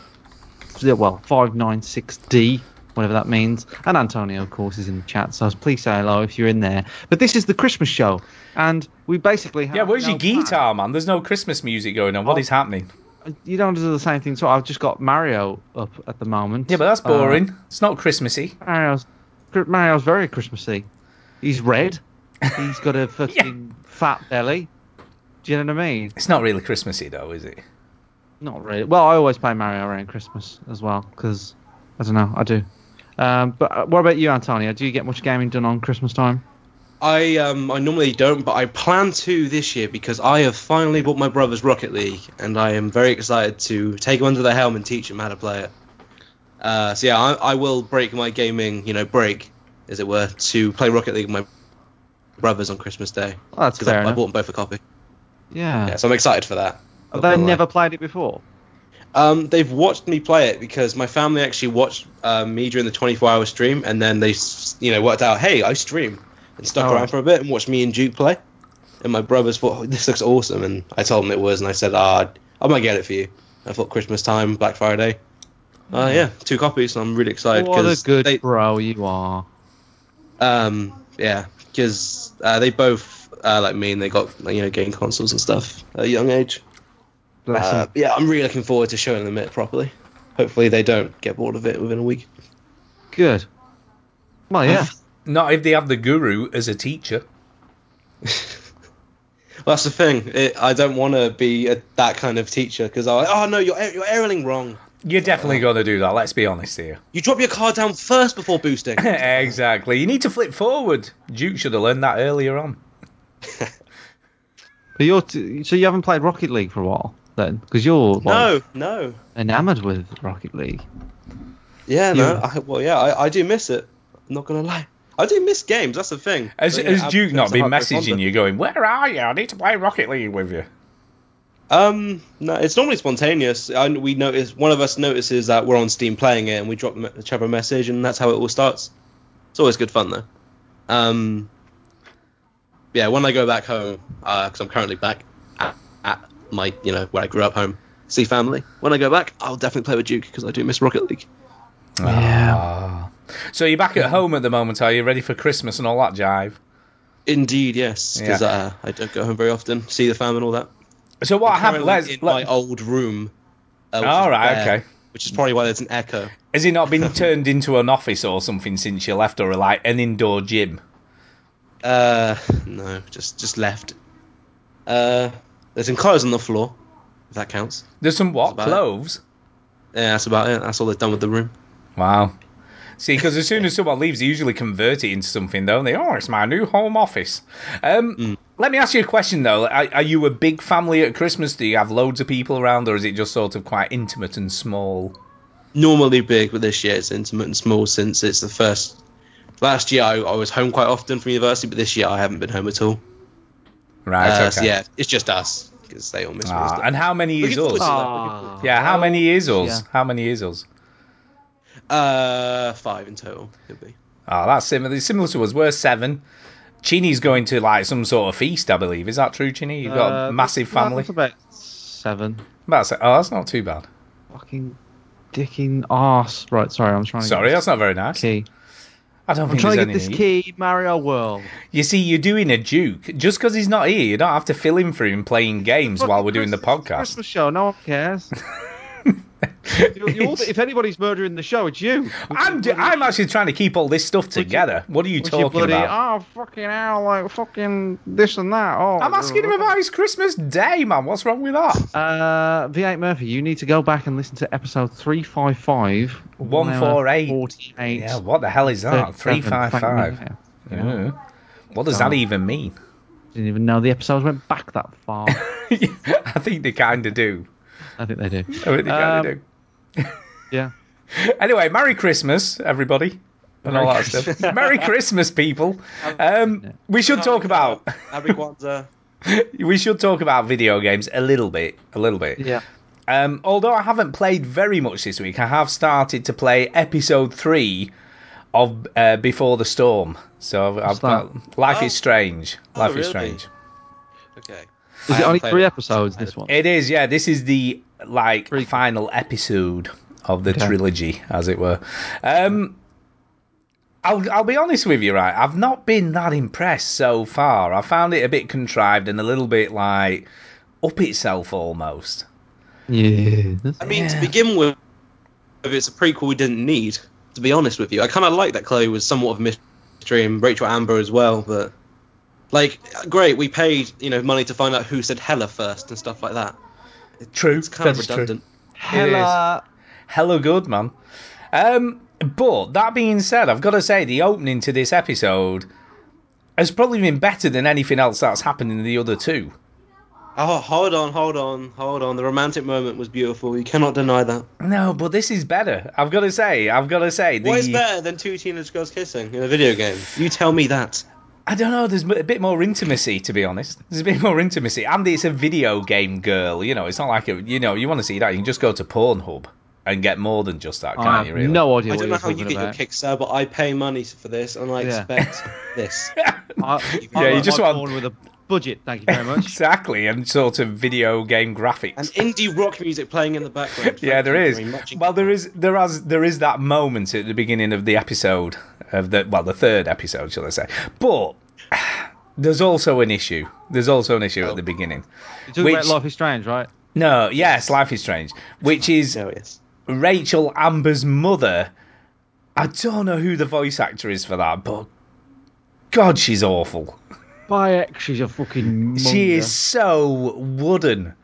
S1: well 596D, whatever that means, and Antonio, of course, is in the chat. So please say hello if you're in there. But this is the Christmas show, and we basically have
S2: Yeah, where's
S1: no
S2: your
S1: plan.
S2: guitar, man? There's no Christmas music going on. What
S1: Oh.
S2: is happening?
S1: You don't do the same thing. So I've just got Mario up at the moment.
S2: Yeah, but that's
S1: Uh,
S2: boring. it's not Christmassy.
S1: Mario's Mario's very Christmassy. He's red. He's got a fucking fat belly. Do you know what I mean?
S2: It's not really Christmassy, though, is it?
S1: Not really. Well, I always play Mario around Christmas as well because I don't know, I do. Um, but uh, what about you, Antonio? Do you get much gaming done on Christmas time?
S4: I um I normally don't, but I plan to this year because I have finally bought my brother's Rocket League, and I am very excited to take him under the helm and teach him how to play it. Uh, so yeah, I, I will break my gaming, you know, break, as it were, to play Rocket League with my brothers on Christmas Day
S1: Well, that's
S4: because
S1: fair
S4: I, I
S1: enough. Ah.
S4: bought them both a copy.
S1: yeah.
S4: Yeah, so I'm excited for that. Not
S1: Have they
S4: gonna lie.
S1: never played it before?
S4: Um, they've watched me play it because my family actually watched uh, me during the 24-hour stream, and then they, s- you know, worked out, hey, I stream, and stuck
S1: Oh,
S4: around
S1: right.
S4: for a bit and watched me and Duke play. And my brothers thought, oh, this looks awesome, and I told them it was, and I said, ah, I might get it for you. I thought Christmas time, Black Friday. Uh, yeah, two copies, and I'm really excited.
S1: Hmm. What a
S4: 'cause
S1: good
S4: they-
S1: bro you are.
S4: um, yeah, because uh, they both, uh, like me, and they got, you know, game consoles and stuff at a young age.
S1: Bless
S4: Uh,
S1: him.
S4: yeah, I'm really looking forward to showing them it properly. Hopefully, they don't get bored of it within a week.
S1: Good. Well, yeah.
S2: Not if they have the guru as a teacher.
S4: Well, that's the thing. It, I don't want to be a, that kind of teacher because I'm like, oh no, you're air- you're aerialing wrong.
S2: You're definitely going to do that. Let's be honest here.
S4: You drop your car down first before boosting.
S2: exactly. You need to flip forward. Duke should have learned that earlier on.
S1: But you're t- so you haven't played Rocket League for a while then, because you're like,
S4: no, no.
S1: enamored with Rocket League.
S4: Yeah, no.
S1: You-
S4: I, well, yeah, I, I do miss it. I'm not gonna lie. I do miss games. That's the thing.
S2: Has,
S4: But, yeah,
S2: has
S4: I've-
S2: Duke
S4: it's
S2: not
S4: a
S2: been
S4: hard to
S2: messaging
S4: respond
S2: you going, Where are you? I need to play Rocket League with you?
S4: to. Um, no, it's normally spontaneous. I, we notice one of us notices that we're on Steam playing it, and we drop me- each other a message, and that's how it all starts. It's always good fun though. Um, yeah, when I go back home, because I'm currently back at, at my, you know, where I grew up home, see family. When I go back, I'll definitely play with Duke because I do miss Rocket League.
S2: Ah. So you're back at home at the moment, are you? Ready for Christmas and all that jive?
S4: Indeed, yes, because
S2: Yeah.
S4: uh, I don't go home very often, see the fam and all that.
S2: So what happened?
S4: Currently
S2: Let's,
S4: in
S2: let-
S4: my old room. Uh, which
S2: All
S4: is
S2: Oh, right,
S4: bare,
S2: okay.
S4: Which is probably why there's an echo.
S2: Has it not been turned into an office or something since you left, or like an indoor gym?
S4: Uh, no, just just left. Uh, there's some clothes on the floor, if that counts.
S2: There's some what
S4: That's about it.
S2: clothes?
S4: Yeah, that's about it. That's all they've done with the room.
S2: Wow. See, because as soon as someone leaves, they usually convert it into something, don't they? Oh, it's my new home office. Um,
S4: Hmm.
S2: Let me ask you a question though. Are, are you a big family at Christmas? Do you have loads of people around, or is it just sort of quite intimate and small?
S4: Normally big, but this year it's intimate and small since it's the first. Last year I, I was home quite often from university, but this year I haven't been home at all.
S2: Right.
S4: Uh,
S2: okay.
S4: so yeah, it's just us because they all miss me. and
S2: Ah,
S4: stuff.
S2: and how many
S4: Look
S2: is
S4: at the
S2: us?
S4: whistle.
S2: Yeah, how many is us?
S1: Oh, yeah.
S2: How many is us?
S4: Uh, five in total could be.
S2: Oh, that's similar. Similar to us. We're seven. Chini's going to like some sort of feast, I believe. Is that true, Chini? You've got
S1: Uh,
S2: a massive
S1: that's-
S2: family.
S1: That's about seven.
S2: That's oh, that's not too bad.
S1: Fucking dicking arse. Right, sorry, I'm trying to.
S2: Sorry,
S1: get
S2: that's not very nice.
S1: this key.
S2: I don't
S1: I'm
S2: think
S1: trying to
S2: there's any
S1: get this
S2: need.
S1: key. Mario World.
S2: You see, you're doing a Duke. Just because he's not here, you don't have to fill him for him playing games while we're doing the
S1: Christmas-
S2: podcast.
S1: Christmas show. No one cares. You- you all- if anybody's murdering the show, it's you.
S2: I'm, do- I'm actually trying to keep all this stuff together. What are you
S1: Which
S2: talking
S1: bloody,
S2: about?
S1: Oh fucking hell! Like fucking this and that. Oh,
S2: I'm asking him about his Christmas day, man. What's wrong with that?
S1: Uh, V8 Murphy, you need to go back and listen to episode 355.
S2: 148.
S1: 48.
S2: Yeah, what the hell is that? 355. Yeah. What does that even mean?
S1: Didn't even know the episodes went back that far.
S2: I think they kind of do.
S1: I think they do.
S2: I think they kind of
S1: Um, Yeah.
S2: do. Anyway, Merry Christmas, everybody. And all that stuff. Merry Christmas, people. Um, we should talk about
S4: Happy Kwanzaa.
S2: we should talk about video games a little bit, a little bit.
S1: Yeah.
S2: Um, although I haven't played very much this week, I have started to play episode three of uh, Before the Storm. So I've, I've
S1: What's that?
S2: got Life
S4: Oh.
S2: is Strange.
S4: Oh,
S2: Life is
S4: really?
S2: Strange.
S4: Okay. I
S1: Is it
S4: haven't
S1: only
S4: played
S1: three
S4: it.
S1: episodes, this one?
S2: It is, yeah. This is the like
S1: Prequel.
S2: final episode of the
S1: Okay.
S2: trilogy, as it were. Um, I'll I'll be honest with you, right? I've not been that impressed so far. I found it a bit contrived and a little bit like up itself almost.
S1: Yeah.
S4: I mean,
S2: Yeah.
S4: to begin with, if it's a prequel we didn't need, to be honest with you. I kind of like that Chloe was somewhat of a mystery and Rachel Amber as well, but. Like, great, we paid, you know, money to find out who said Hella first and stuff like that.
S2: True,
S4: It's kind
S2: that's
S4: of redundant.
S2: Hella. Hello, good man. Um, but that being said, I've got to say the opening to this episode has probably been better than anything else that's happened in the other two.
S4: Oh, hold on, hold on, hold on. The romantic moment was beautiful. You cannot deny that.
S2: No, but this is better. I've got to say, I've got to say. The,
S4: What is better than two teenage girls kissing in a video game? You tell me that.
S2: I don't know. There's a bit more intimacy, to be honest. There's a bit more intimacy, and it's a video game girl. You know, it's not like a. You know, you want to see that, you can just go to Pornhub and get more than just that,
S1: I
S2: can't
S1: have
S2: you? Really?
S1: no idea
S4: I
S1: what
S4: don't
S1: you're
S4: know how you
S1: talking
S4: get your
S1: about.
S4: kicks out, but I pay money for this and I
S1: Yeah.
S4: expect this.
S1: I,
S4: Yeah,
S1: I
S4: you
S1: like
S2: just
S1: my
S2: want-
S1: porn with a budget, thank you very much.
S2: Exactly, and sort of video game graphics.
S4: and indie rock music playing in the background.
S2: yeah,
S4: Thank
S2: there
S4: you
S2: is.
S4: very much.
S2: Well, there is there has there is that moment at the beginning of the episode of the well, the third episode, shall I say? But there's also an issue. There's also an issue at the beginning.
S1: You're talking
S2: Which-
S1: about Life is Strange, right?
S2: No, yes, life is strange, which is
S4: Oh, yes.
S2: Rachel Amber's mother. I don't know who the voice actor is for that, but God, she's awful.
S1: Bayek, she's a fucking. Monger.
S2: She is so wooden.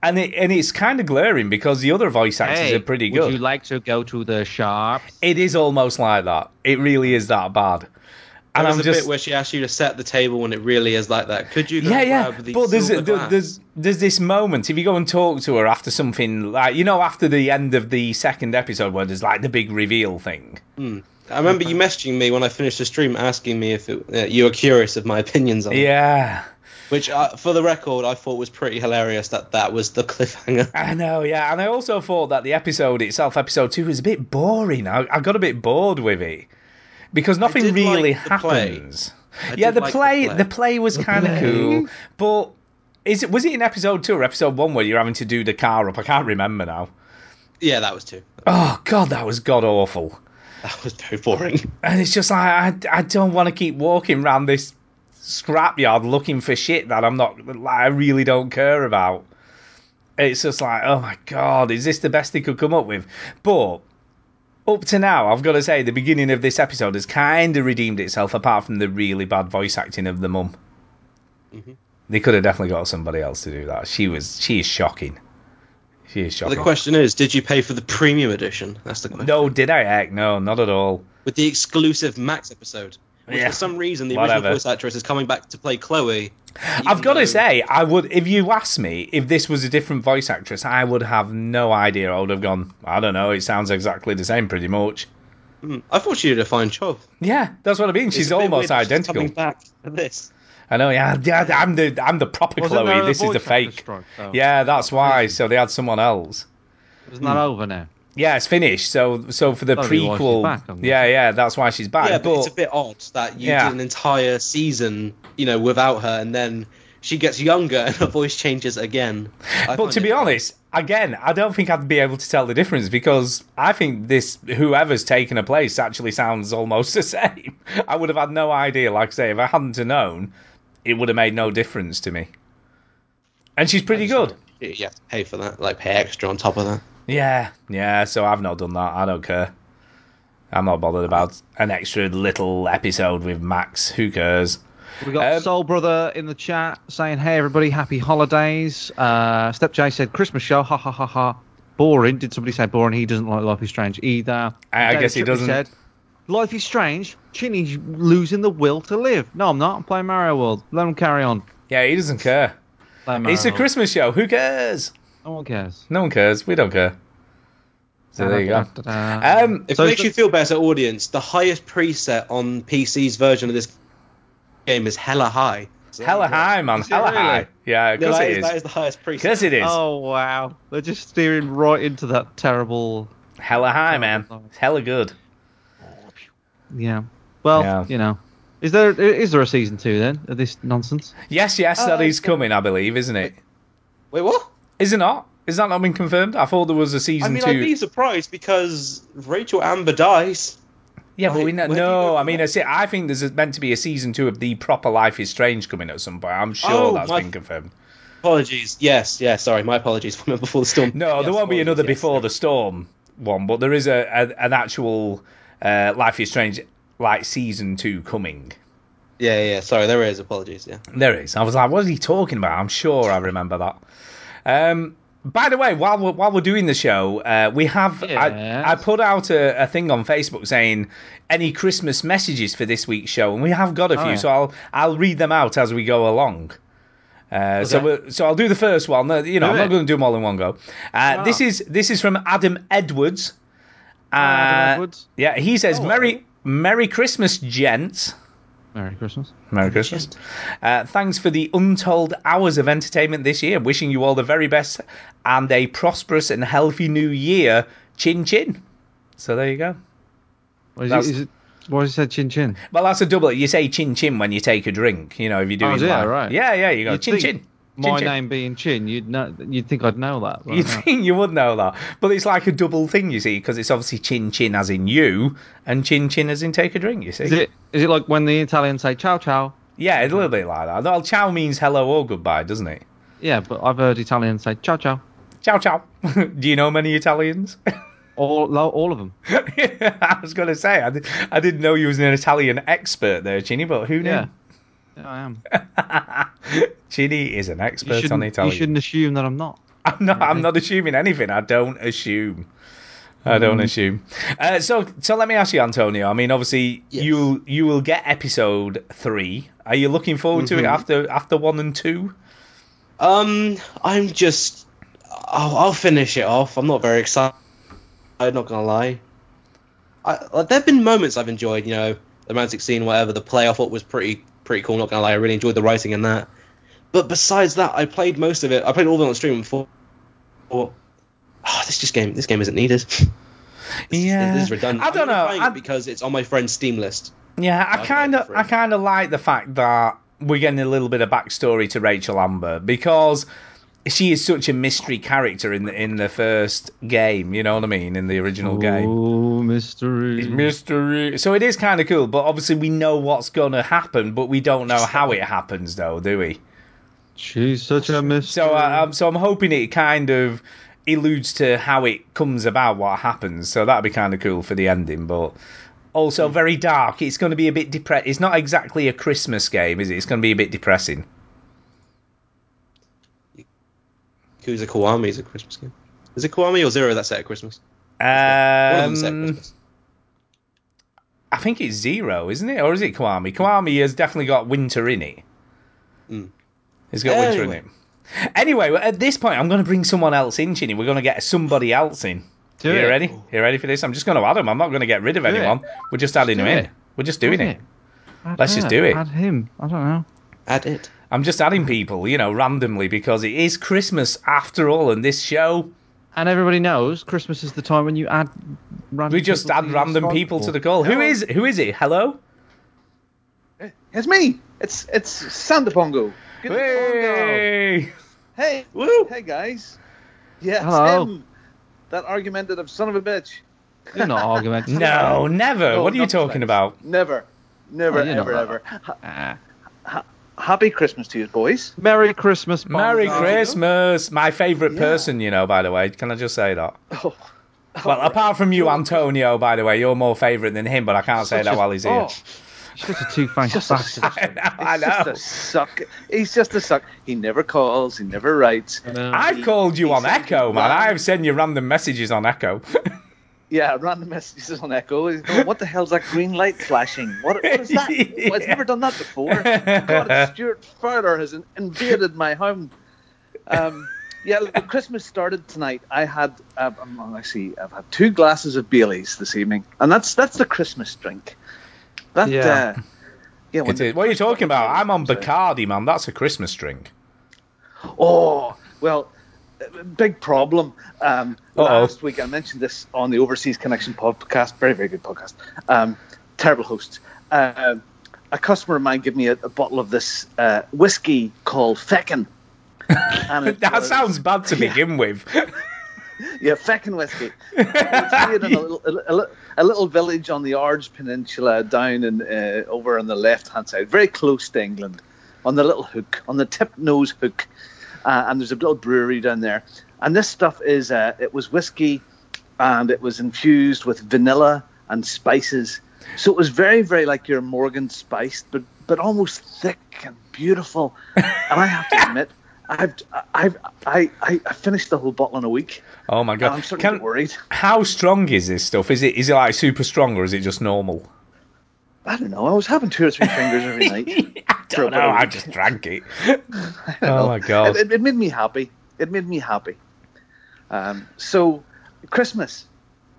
S2: And it, and it's kind of glaring because the other voice actors
S1: Hey,
S2: are pretty
S1: Would
S2: good.
S1: you like to go to the shops?
S2: It is almost like that. It really is that bad.
S4: And
S2: And
S4: there's
S2: I'm
S4: a
S2: just
S4: bit where she asks you to set the table when it really is like that. Could you? Go
S2: yeah, yeah.
S4: grab the
S2: But there's,
S4: silver
S2: there-
S4: glass?
S2: there's there's this moment if you go and talk to her after something like you know after the end of the second episode where there's like the big reveal thing.
S4: Hmm. I remember you messaging me when I finished the stream, asking me if it, uh, you were curious of my opinions on it.
S2: Yeah,
S4: Which, uh, for the record, I thought was pretty hilarious that that was the cliffhanger.
S2: I know. Yeah, and I also thought that the episode itself, episode two, was a bit boring. I, I got a bit bored with it because nothing
S4: did
S2: really
S4: like the play.
S2: happens.
S4: I
S2: Yeah,
S4: did
S2: the
S4: like
S2: play, the play was kind of cool, but is it was it in episode two or episode one where you're having to do the car up? I can't remember now.
S4: Yeah, that was too.
S2: Oh god, that was god awful.
S4: That was very boring.
S2: And it's just like I, I don't want to keep walking around this scrapyard looking for shit that I'm not like I really don't care about. It's just like, oh my god, is this the best they could come up with? But up to now, I've got to say, the beginning of this episode has kind of redeemed itself, apart from the really bad voice acting of the mum.
S4: Mm-hmm.
S2: They could have definitely got somebody else to do that. She was, she is shocking. She is
S4: The
S2: shocking.
S4: question is, did you pay for the premium edition? That's the question.
S2: no, did I? Heck, no, not at all.
S4: With the exclusive Max episode. Which
S2: Yeah.
S4: for some reason the
S2: Whatever.
S4: original voice actress is coming back to play Chloe.
S2: I've
S4: even
S2: got
S4: though-
S2: to say, I would. If you asked me if this was a different voice actress, I would have no idea. I would have gone. I don't know. It sounds exactly the same, pretty much.
S4: Mm, I thought she did a fine job.
S2: Yeah, that's what I mean.
S4: It's
S2: She's
S4: a bit weird
S2: almost
S4: that she's
S2: identical.
S4: Coming back to this.
S2: I know. Yeah, yeah. I'm the I'm the proper
S1: Wasn't there
S2: Chloe.
S1: a
S2: This is
S1: voice
S2: the
S1: actor
S2: fake.
S1: strike, though?
S2: Yeah, that's why. So they had someone else.
S1: Isn't that over now?
S2: Yeah, it's finished. So so for the
S1: That'll be why she's
S2: prequel.
S1: back, I'm
S2: yeah, yeah. That's why she's back.
S4: yeah,
S2: but
S4: but it's a bit odd that you
S2: Yeah.
S4: did an entire season, you know, without her, and then she gets younger and her voice changes again. I
S2: But
S4: find
S2: to
S4: it
S2: be
S4: odd.
S2: honest, again, I don't think I'd be able to tell the difference because I think this whoever's taken a place actually sounds almost the same. I would have had no idea. Like I say, if I hadn't have known, it would have made no difference to me. And she's pretty good.
S4: you have to pay for that, like pay extra on top of that.
S2: Yeah, yeah. So I've not done that. I don't care. I'm not bothered about an extra little episode with Max. Who cares?
S1: We got
S2: Um,
S1: Soul Brother in the chat saying, "Hey everybody, happy holidays." Uh, Step J said, "Christmas show, ha ha ha ha." Boring. Did somebody say boring? He doesn't like Life is Strange either.
S2: I- I
S1: David
S2: guess he
S1: Chipley
S2: doesn't.
S1: Life is Strange. Chinny's losing the will to live. No, I'm not. I'm playing Mario World. Let him carry on.
S2: Yeah, he doesn't care.
S1: Play Mario
S2: It's a
S1: World.
S2: Christmas show. Who cares?
S1: No one cares.
S2: No one cares. We don't care. So there you go.
S1: Da-da-da-da.
S2: Um,
S4: If
S1: So
S4: it makes
S1: the-
S4: you feel better, audience, the highest preset on PC's version of this game is hella high. So there
S2: Hella
S4: you go.
S2: high, man.
S1: it
S2: Hella
S1: really?
S2: high. Yeah, of
S4: No,
S2: course
S4: that,
S2: it
S4: is, that is
S2: is.
S4: the highest preset.
S2: Of course it is.
S1: oh wow! They're just steering right into that terrible.
S2: Hella high, man.
S1: Oh.
S2: It's hella good.
S1: Yeah. Well,
S2: Yeah.
S1: you know, is there is there a season two then of this nonsense?
S2: Yes,
S4: Oh,
S2: yes, that is coming, I believe, isn't it?
S4: Wait, what?
S2: Is it not? Is that not been confirmed? I thought there was a
S4: I
S2: season
S4: mean,
S2: two.
S4: I'd be surprised because Rachel Amber dies.
S2: yeah, but we know.
S4: Where do you go
S2: No, I
S4: from
S2: mean, I, see, I think there's meant to be a season two of the proper Life is Strange coming at some point. I'm sure
S4: Oh,
S2: that's
S4: my-
S2: been confirmed.
S4: Apologies. Yes, yes. Sorry, my apologies. Before the storm.
S2: No,
S4: Yes,
S2: there won't be
S4: apologies,
S2: another
S4: yes.
S2: before the storm one, but there is a, a an actual uh, Life is Strange like season two coming.
S4: Yeah, yeah. yeah, Sorry, there is. Apologies. Yeah.
S2: There it is. I was like, what is he talking about? I'm sure I remember that. Um, by the way, while we're, while we're doing the show, uh, we have
S1: Yes.
S2: I, I put out a, a thing on Facebook saying any Christmas messages for this week's show, and we have got a few.
S1: Oh, yeah.
S2: So I'll I'll read them out as we go along. Uh, So
S1: Okay.
S2: we'll, so I'll do the first one. No, Uh, You know,
S1: Do
S2: I'm not
S1: it.
S2: going to do them all in one go. Uh,
S1: Wow.
S2: This is this is from Adam Edwards.
S1: Adam
S2: Uh,
S1: Edwards.
S2: Yeah, he says,
S1: Oh,
S2: "Merry Merry Christmas, gents."
S1: Merry Christmas.
S2: Merry Christmas. Uh, thanks for the untold hours of entertainment this year. Wishing you all the very best and a prosperous and healthy new year. Chin chin. So there you go.
S1: What is it,
S2: That's-
S1: is it, why is it said chin chin?
S2: Well, that's a double. You say chin chin when you take a drink. You know, if you're doing
S1: Oh, yeah,
S2: like-
S1: right.
S2: Yeah, yeah. You go
S1: You'd
S2: chin
S1: think
S2: chin.
S1: My
S2: chin.
S1: name being Chin, you'd know. You'd think I'd know that. but I
S2: You'd
S1: don't.
S2: think you would know that, but it's like a double thing, you see, because it's obviously chin chin as in you, and chin chin as in take a drink. You see,
S1: Is it is it like when the Italians say ciao ciao?
S2: yeah, it's a little bit like that. Well, ciao means hello or goodbye, doesn't it?
S1: Yeah, but I've heard Italians say ciao ciao.
S2: Ciao ciao. Do you know many Italians?
S1: All lo- all of them.
S2: I was going to say, I, did, I didn't know you was an Italian expert there, Chinny, but who knew?
S1: Yeah. Yeah, I am.
S2: Chinny is an
S1: You
S2: expert on
S1: shouldn't, you
S2: Italian.
S1: shouldn't assume that I'm not.
S2: I'm not. I'm not assuming anything. I don't assume. I don't assume. Uh, so, so let me ask you, Antonio. I mean, obviously,
S4: Yes.
S2: you you will get episode three. Are you looking forward to it
S4: Mhm.
S2: after after one and two?
S4: Um, I'm just. I'll, I'll finish it off. I'm not very excited. I'm not gonna lie. I, like, there've been moments I've enjoyed. You know, the romantic scene, whatever. The play I thought was pretty pretty cool. Not gonna lie, I really enjoyed the writing in that. But besides that, I played most of it. I played all of it on stream before. Oh, this just game. This game isn't needed. This is-
S2: Yeah.
S4: it is redundant.
S2: I don't
S4: I'm only
S2: know,
S4: playing
S2: I-
S4: it because it's on my friend's Steam list.
S2: Yeah, I
S4: I'd
S2: kind
S4: like
S2: of
S4: three.
S2: I kind of like the fact that we're getting a little bit of backstory to Rachel Amber because she is such a mystery character in the in the first game. You know what I mean? In the original game.
S1: Oh, mystery.
S2: Mystery. So it is kind of cool, but obviously we know what's going to happen, but we don't know how it happens, though, do we?
S1: She's such a mystery.
S2: So I, I'm so I'm hoping it kind of alludes to how it comes about, what happens. So that'd be kind of cool for the ending, but also very dark. It's going to be a bit depressed. It's not exactly a Christmas game, is it? It's going to be a bit depressing.
S4: Who's a Kiwami? Is a Christmas game. Is it Kiwami or Zero that's set at Christmas? One of them's set at
S2: Um,
S4: Christmas.
S2: I think it's zero, isn't it, or is it Kwame? Kwame has definitely got winter in it.
S4: Mm.
S2: It's got winter in
S4: Anyway.
S2: it. Anyway, at this point, I'm going to bring someone else in, Chinny. We're going to get somebody else in.
S1: Do
S2: you
S1: it.
S2: ready? You ready for this? I'm just going to add them. I'm not going to get rid of
S1: Do it.
S2: anyone. We're just adding
S1: do
S2: them in.
S1: it.
S2: We're just doing
S1: Add
S2: it.
S1: Add
S2: Let's just
S1: her.
S2: do it.
S1: Add him. I don't know.
S4: Add it.
S2: I'm just adding people, you know, randomly because it is Christmas after all, and this show
S1: And everybody knows Christmas is the time when you add random
S2: we just
S1: people
S2: add
S1: to your
S2: random
S1: side
S2: people to
S1: pool.
S2: the call. Who is who is it? Hello.
S7: It's me. It's it's Sander Bongo. Good
S2: Hey.
S7: Hey.
S4: Woo!
S7: Hey guys. Yeah,
S1: Hello.
S7: it's him. That argumentative son of a bitch.
S1: You're not arguing.
S2: No, never.
S7: No,
S2: what are you
S7: not
S2: talking
S7: thanks.
S2: about?
S7: Never. Never,
S1: Oh, you know
S7: ever,
S1: that.
S7: ever. Ha-
S1: Ah.
S7: happy Christmas to you, boys.
S1: Merry Christmas. Bob.
S2: Merry Christmas. My favourite
S7: Yeah.
S2: person, you know, by the way. Can I just say that?
S7: Oh,
S2: Well, apart from you, Antonio, by the way, you're more favourite than him, but I can't say that while he's here.
S7: oh,
S1: You're such a two-faced
S7: Just a
S1: bastard.
S2: I
S7: he's just
S2: know.
S7: a suck. He's just a suck. He never calls. He never writes.
S2: I've
S7: He-
S2: called you
S7: he
S2: on
S7: sends
S2: Echo,
S7: you
S2: man.
S7: random-
S2: I've sent you random messages on Echo.
S7: Yeah, random messages on Echo. He's going, what the hell's that green light flashing? What, what is that? Well, I've never done that before. God, Stuart Fowler has in- invaded my home. Um, yeah, look, Christmas started tonight. I had, uh, um, actually, I've had two glasses of Bailey's this evening, and that's that's the Christmas drink. That,
S1: Yeah.
S7: Uh, yeah. when
S2: It
S7: the
S2: is. What are you
S7: first
S2: talking about? I'm on
S7: comes out-
S2: Bacardi, man. That's a Christmas drink.
S7: Oh, well, uh, big problem. Um,
S2: Uh-oh.
S7: last week, I mentioned this on the Overseas Connection podcast. Very, very good podcast. Um, terrible hosts. Um a customer of mine gave me a, a bottle of this uh, whiskey called Feckin. And it
S2: That
S7: was-
S2: sounds bad to begin with.
S7: yeah, feckin' whiskey. It's made in a little, a, li- a little village on the Ards Peninsula, down in uh, over on the left hand side, very close to England, on the little hook, on the tip nose hook, uh, and there's a little brewery down there. And this stuff is uh, it was whiskey, and it was infused with vanilla and spices, so it was very very like your Morgan spiced, but but almost thick and beautiful. And I have to admit. I've, I've I, I I finished the whole bottle in a week.
S2: Oh my
S7: And I'm
S2: god!
S7: starting to
S2: Can-
S7: get worried.
S2: how strong is this stuff? Is it is it like super strong or is it just normal?
S7: I don't know. I was having two or three fingers every night. for
S2: don't
S7: about a
S2: know. I
S7: week.
S2: just drank it.
S7: I don't
S2: Oh
S7: know.
S2: my god!
S7: It, it, it made me happy. It made me happy. Um, so, Christmas.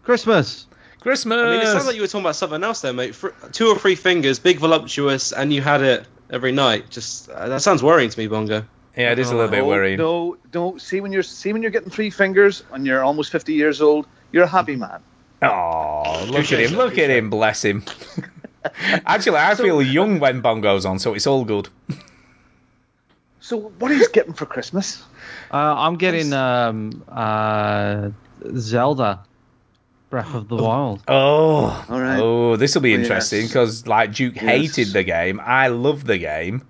S1: Christmas.
S2: Christmas.
S4: I mean, it sounds like you were talking about something else there, mate. Fr- two or three fingers, big voluptuous, and you had it every night. Just uh, that sounds worrying to me, Bongo.
S2: yeah, it is a little bit
S7: no,
S2: worrying.
S7: Oh, No, no. See when you're see when you're getting three fingers and you're almost fifty years old, you're a happy man.
S2: Oh, look at
S4: Touche,
S2: him! Look at him! Bless him. Actually, I feel young when Bongo's on, so it's all good.
S7: So, what are you getting for Christmas?
S1: Uh, I'm getting um, uh, Zelda Breath of the Wild.
S2: Oh,
S7: All right.
S2: Oh, this will be
S7: Yes.
S2: interesting because like Duke hated
S7: Yes.
S2: the game. I love the game.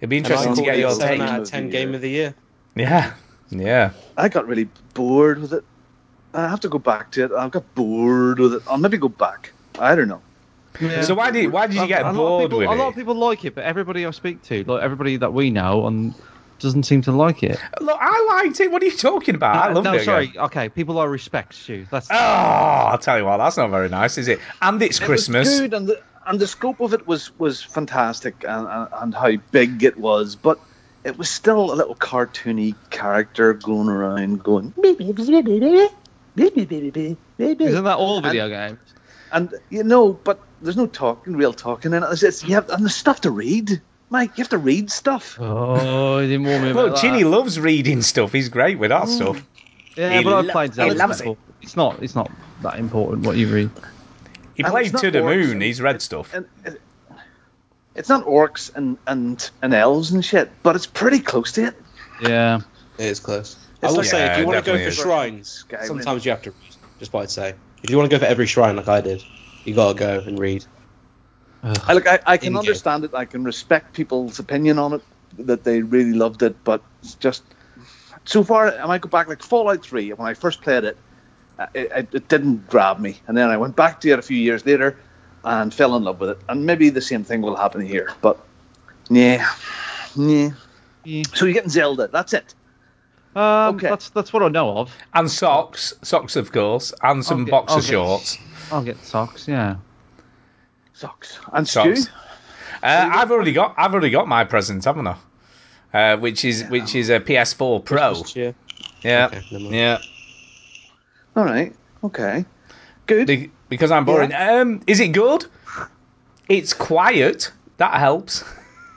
S2: It'd be
S4: And I
S2: interesting to
S4: called
S2: get
S4: it
S2: your
S4: seven
S2: take.
S4: out of ten game of the year.
S2: Yeah, yeah.
S7: I got really bored with it. I have to go back to it. I got bored with it. I'll maybe go back. I don't know.
S2: So why did why did you get
S1: Um, a, lot
S2: bored
S1: of people,
S2: with
S1: a lot
S2: it?
S1: of people like it, but everybody I speak to, like everybody that we know, on doesn't seem to like it.
S2: Look, I liked it. What are you talking about? I
S1: Uh,
S2: loved
S1: no,
S2: it. again.
S1: sorry. Okay, people I respect, Stu. That's
S2: Oh, I'll tell you what, that's not very nice, is it? And it's Christmas.
S7: It was good, and the, and the scope of it was was fantastic, and, and and how big it was, but. It was still a little cartoony character going around, going,
S1: isn't that all video games?
S7: and you know, but there's no talking, real talking, and it's, it's you have and there's stuff to read, Mike. You have to read stuff.
S1: Oh, it didn't warm me. about
S2: Look,
S1: that. Mm.
S2: Ginny loves reading stuff. He's great with that stuff.
S1: Yeah,
S2: He
S1: but
S2: lo-
S1: I've played
S2: he
S1: Zelda
S2: loves it.
S1: before. It's not. It's not that important what you read.
S2: He
S7: And
S2: played
S7: it's not
S2: To the
S7: orcs
S2: Moon.
S7: and-
S2: He's read stuff.
S7: and it- it's not orcs and, and and elves and shit, but it's pretty close to it.
S1: Yeah.
S4: It is close.
S7: It's
S4: I will
S7: like-
S4: say,
S2: Yeah,
S4: if you want to go
S2: definitely
S4: for
S2: is.
S4: shrines,
S7: Skyrim.
S4: sometimes you have to read. Just what I'd say. If you want to go for every shrine like I did, you gotta go and read.
S7: I look, I, I can
S4: In-game.
S7: understand it. I can respect people's opinion on it that they really loved it, but it's just so far. I might go back like Fallout Three when I first played it. uh, It, it, it didn't grab me, and then I went back to it a few years later and fell in love with it. And maybe the same thing will happen here, but yeah, yeah.
S1: Yeah.
S7: So you're getting Zelda. That's it.
S1: Um,
S7: Okay.
S1: That's that's what I know of.
S2: And socks. Socks, of course. And some
S1: Okay,
S2: boxer
S1: okay.
S2: shorts.
S1: I'll get socks. Yeah.
S7: Socks and
S2: Socks.
S7: Stu.
S2: Uh, I've already got I've already got my present, haven't I? Uh, which is which is a PS4 Pro.
S4: Just, yeah.
S2: Yeah,
S4: Okay, never mind.
S2: yeah.
S7: All right. Okay. Good.
S2: Be- because I'm boring. Um, is it good? It's quiet. That helps.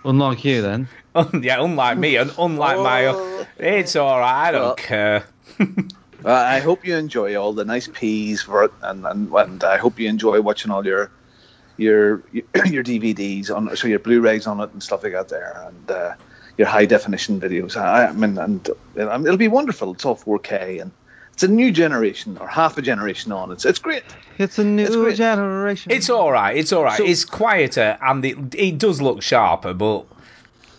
S1: Unlike you, then.
S2: yeah, unlike me and unlike my, it's all right. I don't
S7: Oh. Well-
S2: care.
S7: Uh, I hope you enjoy all the nice peas for it, and, and, and I hope you enjoy watching all your your your DVDs on, so your Blu-rays on it and stuff like that there, and uh, your high definition videos. I, I mean, and um, it'll be wonderful. It's all 4K, and it's a new generation or half a generation on. It's it's great.
S1: It's a new
S7: It's great.
S1: generation.
S2: It's all right. It's all right.
S7: So-
S2: it's quieter and it it does look sharper, but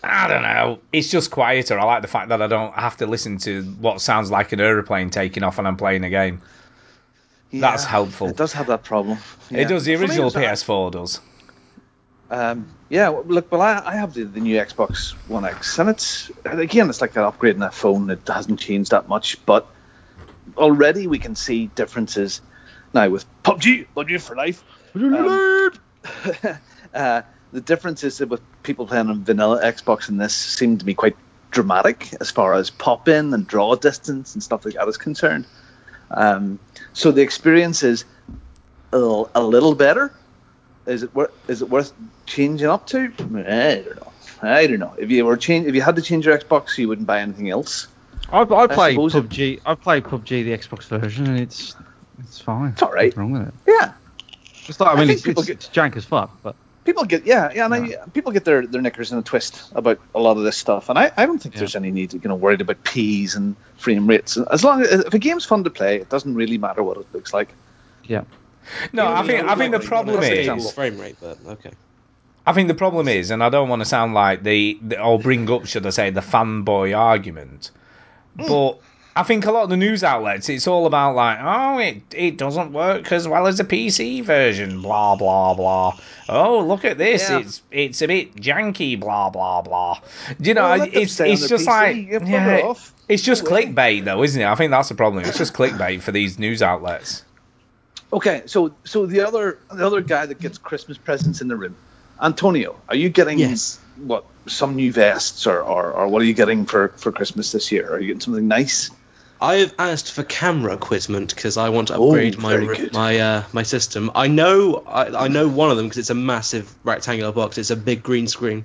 S2: I don't know. It's just quieter. I like the fact that I don't have to listen to what sounds like an aeroplane taking off and I'm playing a game. That's helpful.
S7: It does have that problem. Yeah.
S2: It does. The
S7: For me,
S2: original
S7: it's-
S2: PS4 does.
S7: Um, yeah, well, look, well, I, I have the, the new Xbox One X, and it's again, it's like an upgrade in a phone. It hasn't changed that much, but already we can see differences now with PUBG, PUBG for life. Um, uh, the differences with people playing on vanilla Xbox and this seem to be quite dramatic as far as pop in and draw distance and stuff like that is concerned. Um, so the experience is a little, a little better. Is it worth? Is it worth changing up to? I don't know. I don't know. If you were change, if you had to change your Xbox, you wouldn't buy anything else.
S1: I, I played
S7: suppose it-
S1: PUBG. I played PUBG the Xbox version, and it's it's fine. It's
S7: all right.
S1: wrong with it?
S7: Yeah,
S1: It's like, I
S7: I
S1: mean,
S7: think
S1: it's,
S7: people
S1: it's, it's jank as fuck, but
S7: people get yeah, yeah. And I, people get their, their knickers in a twist about a lot of this stuff, and I, I don't think
S1: Yeah.
S7: there's any need to you know worried about P's and frame rates. As long as if a game's fun to play, it doesn't really matter what it looks like.
S1: yeah.
S2: No, I think I think the
S4: Like,
S2: problem
S4: that's
S2: is
S4: the game's frame rate, but okay.
S2: I think the problem is, and I don't want to sound like the, the or bring up, should I say, the fanboy argument, but I think a lot of the news outlets, it's all about like, oh, it it doesn't work as well as the PC version, blah blah blah. Oh, look at this,
S7: Yeah.
S2: it's it's a bit janky, blah blah blah. Do you know,
S7: Well, let them
S2: it's
S7: stay on
S2: it's
S7: their
S2: just
S7: PC,
S2: like
S7: yeah, bugger off.
S2: it's just clickbait though, isn't it? I think that's the problem. It's just clickbait for these news outlets.
S7: Okay, so so the other the other guy that gets Christmas presents in the room, Antonio, are you getting
S4: Yes.
S7: what some new vests or, or, or what are you getting for, for Christmas this year? Are you getting something nice?
S4: I have asked for camera equipment because I want to upgrade my
S7: Oh, very
S4: r-
S7: good.
S4: my uh, my system. I know I, I know one of them because it's a massive rectangular box. It's a big green screen.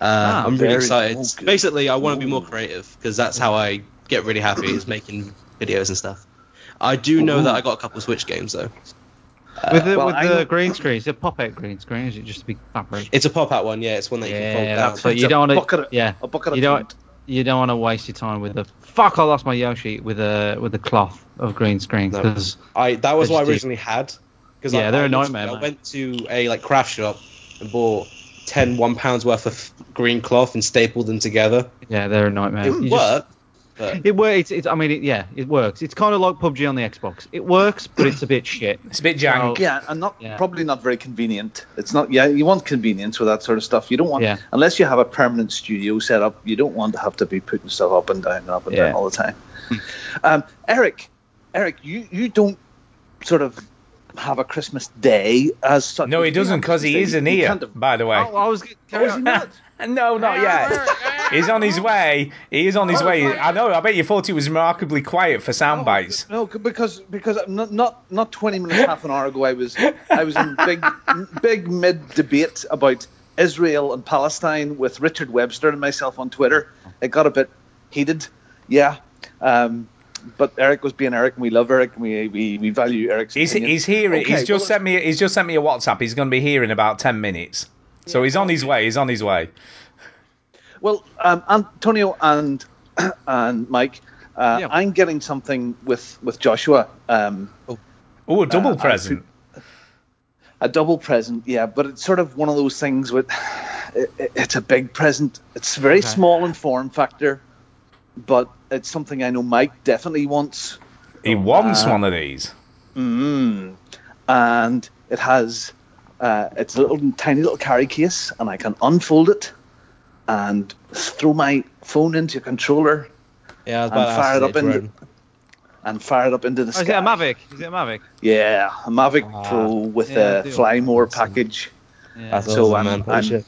S4: Uh,
S1: Ah,
S4: I'm really
S7: very-
S4: excited.
S7: oh, good.
S4: Basically, I want to be more creative because that's how I get really happy is making videos and stuff. I do know that I got a couple of Switch games though.
S1: with
S4: Uh,
S1: the,
S7: well,
S1: with
S7: I
S1: the
S7: know-
S1: green screen, is it pop out green screen? or Is it just a big fabric?
S4: It's a pop-out one, yeah. It's one that you can fold
S1: Yeah,
S4: down.
S1: that's what
S7: It's
S1: you
S7: a
S1: don't want
S7: bucket
S1: to.
S7: of-
S1: Yeah,
S7: a bucket of
S1: you don't.
S7: paint.
S1: You don't want to waste your time with the fuck. I lost my Yoshi with a with a cloth of green screen
S4: No.
S1: 'cause-
S4: I that was
S1: They
S4: what I
S1: just do-
S4: originally had. Cause
S1: Yeah,
S4: I,
S1: they're
S4: I
S1: a
S4: literally-
S1: nightmare,
S4: I
S1: man.
S4: went to a like craft shop and bought 10 one pounds worth of green cloth and stapled them together.
S1: yeah, they're a nightmare.
S4: It
S1: You just-
S4: worked, But
S1: It works. It's, it's, I mean, it, yeah, it works. It's kind of like PUBG on the Xbox. It works, but it's a bit shit.
S2: It's a bit jank.
S1: So-
S7: Yeah, and not
S1: Yeah.
S7: probably not very convenient. It's not. Yeah, you want convenience with that sort of stuff. You don't want
S1: Yeah.
S7: unless you have a permanent studio set up. You don't want to have to be putting stuff up and down and up and
S1: Yeah.
S7: down all the time. um, Eric, Eric, you you don't sort of have a Christmas day as such.
S2: No, he doesn't because he is in here, by the way.
S1: Oh, I was. g-
S7: Oh, is he not?
S2: No, not yet. He's on his way. He is on his way. I know. I bet you thought it was remarkably quiet for sound bites.
S7: No, c- because because not not not twenty minutes, half an hour ago, I was I was in big big mid debate about Israel and Palestine with Richard Webster and myself on Twitter. It got a bit heated, yeah. Um, but Eric was being Eric, and we love Eric, and we we, we value Eric's.
S2: He's
S7: opinion.
S2: he's here.
S7: Okay,
S2: he's just
S7: well,
S2: sent me. He's just sent me a WhatsApp. He's going to be here in about ten minutes. So he's on his way. He's on his way.
S7: Well, um, Antonio and and Mike, uh,
S1: Yeah.
S7: I'm getting something with with Joshua. Um,
S2: Oh, a double
S7: Uh, I
S2: present.
S7: a double present, yeah, but it's sort of one of those things with it, it- it's a big present. It's very small in form factor, but it's something I know Mike definitely wants,
S2: He
S7: Oh,
S2: wants
S7: uh,
S2: one of these.
S7: Mm-hmm. and it has uh, it's a little tiny little carry case, and I can unfold it and throw my phone into a controller
S4: yeah, I was
S7: and
S4: about to
S7: fire
S4: ask
S7: it up
S4: you,
S7: in
S4: Jordan.
S7: and fire it up into the
S1: Oh,
S7: sky.
S1: is it a Mavic? Is it a Mavic?
S7: Yeah, a Mavic Pro with
S1: yeah, I
S7: a
S1: do.
S7: fly more package.
S1: Yeah.
S4: That's
S7: So
S4: awesome,
S7: I'm-
S4: man.
S7: I'm-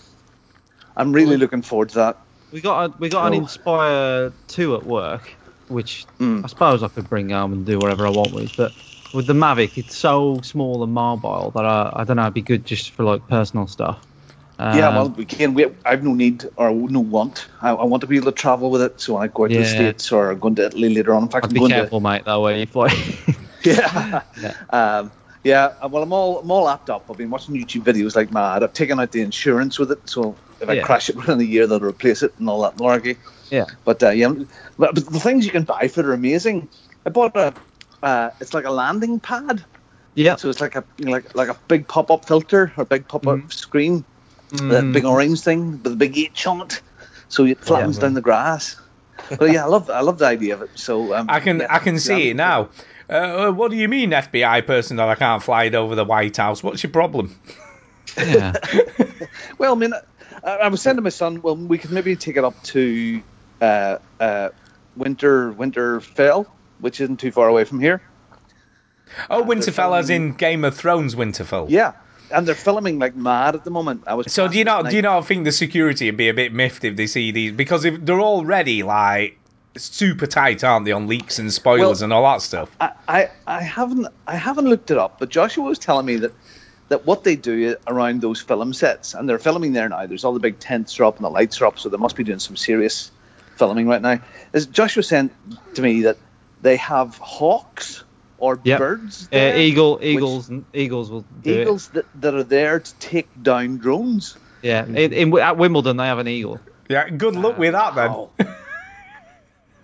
S7: I'm really looking forward to that.
S1: We got a, we got an
S7: Oh.
S1: Inspire two at work, which
S7: Mm.
S1: I suppose I could bring home and do whatever I want with. But with the Mavic, it's so small and mobile that I, I don't know. It'd be good just for like personal stuff.
S7: Yeah,
S1: Um,
S7: well, we can. We, I've no need or no want. I, I want to be able to travel with it. So when I go out to the
S1: Yeah.
S7: states or go to Italy later on, in fact,
S1: I'd
S7: I'm
S1: be
S7: going
S1: careful, mate. That way, if like,
S7: to. Yeah. Um, yeah. uh, Well, I'm all I'm all lapped up. I've been watching YouTube videos like mad. I've taken out the insurance with it, so if I
S1: Yeah.
S7: crash it within a year, they'll replace it and all that malarkey.
S1: yeah,
S7: But uh, yeah, but but the things you can buy for it are amazing. I bought a. Uh, it's like a landing pad.
S1: yeah.
S7: So it's like a you know, like like a big pop up filter or big pop up screen, that big orange thing with a big H on it. So it flattens down the grass. But yeah, I love I love the idea of it. So um,
S2: I can
S7: yeah,
S2: I can see
S7: yeah.
S2: it now. Uh, uh, what do you mean, FBI person, that I can't fly it over the White House? What's your problem?
S1: yeah.
S7: Well, I mean, I, I was saying to my son, well, we could maybe take it up to uh, uh, Winter Winterfell, which isn't too far away from here.
S2: Oh,
S7: they're
S2: Winterfell, as
S7: filming-
S2: in Game of Thrones, Winterfell.
S7: Yeah, and they're filming like mad at the moment. I was
S2: So do you
S7: passing
S2: not do you not think the security would be a bit miffed if they see these because if they're already like super tight, aren't they, on leaks and spoilers
S7: Well-
S2: and all that stuff?
S7: I, I, I haven't I haven't looked it up, but Joshua was telling me that that what they do around those film sets, and they're filming there now. There's all the big tents are up and the lights are up, so they must be doing some serious filming right now. Is Joshua saying to me that they have hawks or
S1: Yep.
S7: birds,
S1: Uh,
S7: there,
S1: eagle,
S7: which-
S1: eagles, eagles will do
S7: eagles that, that are there to take down drones?
S1: It. Yeah, in, in, at Wimbledon they have an eagle.
S2: Yeah, good luck with that then.
S7: Wow.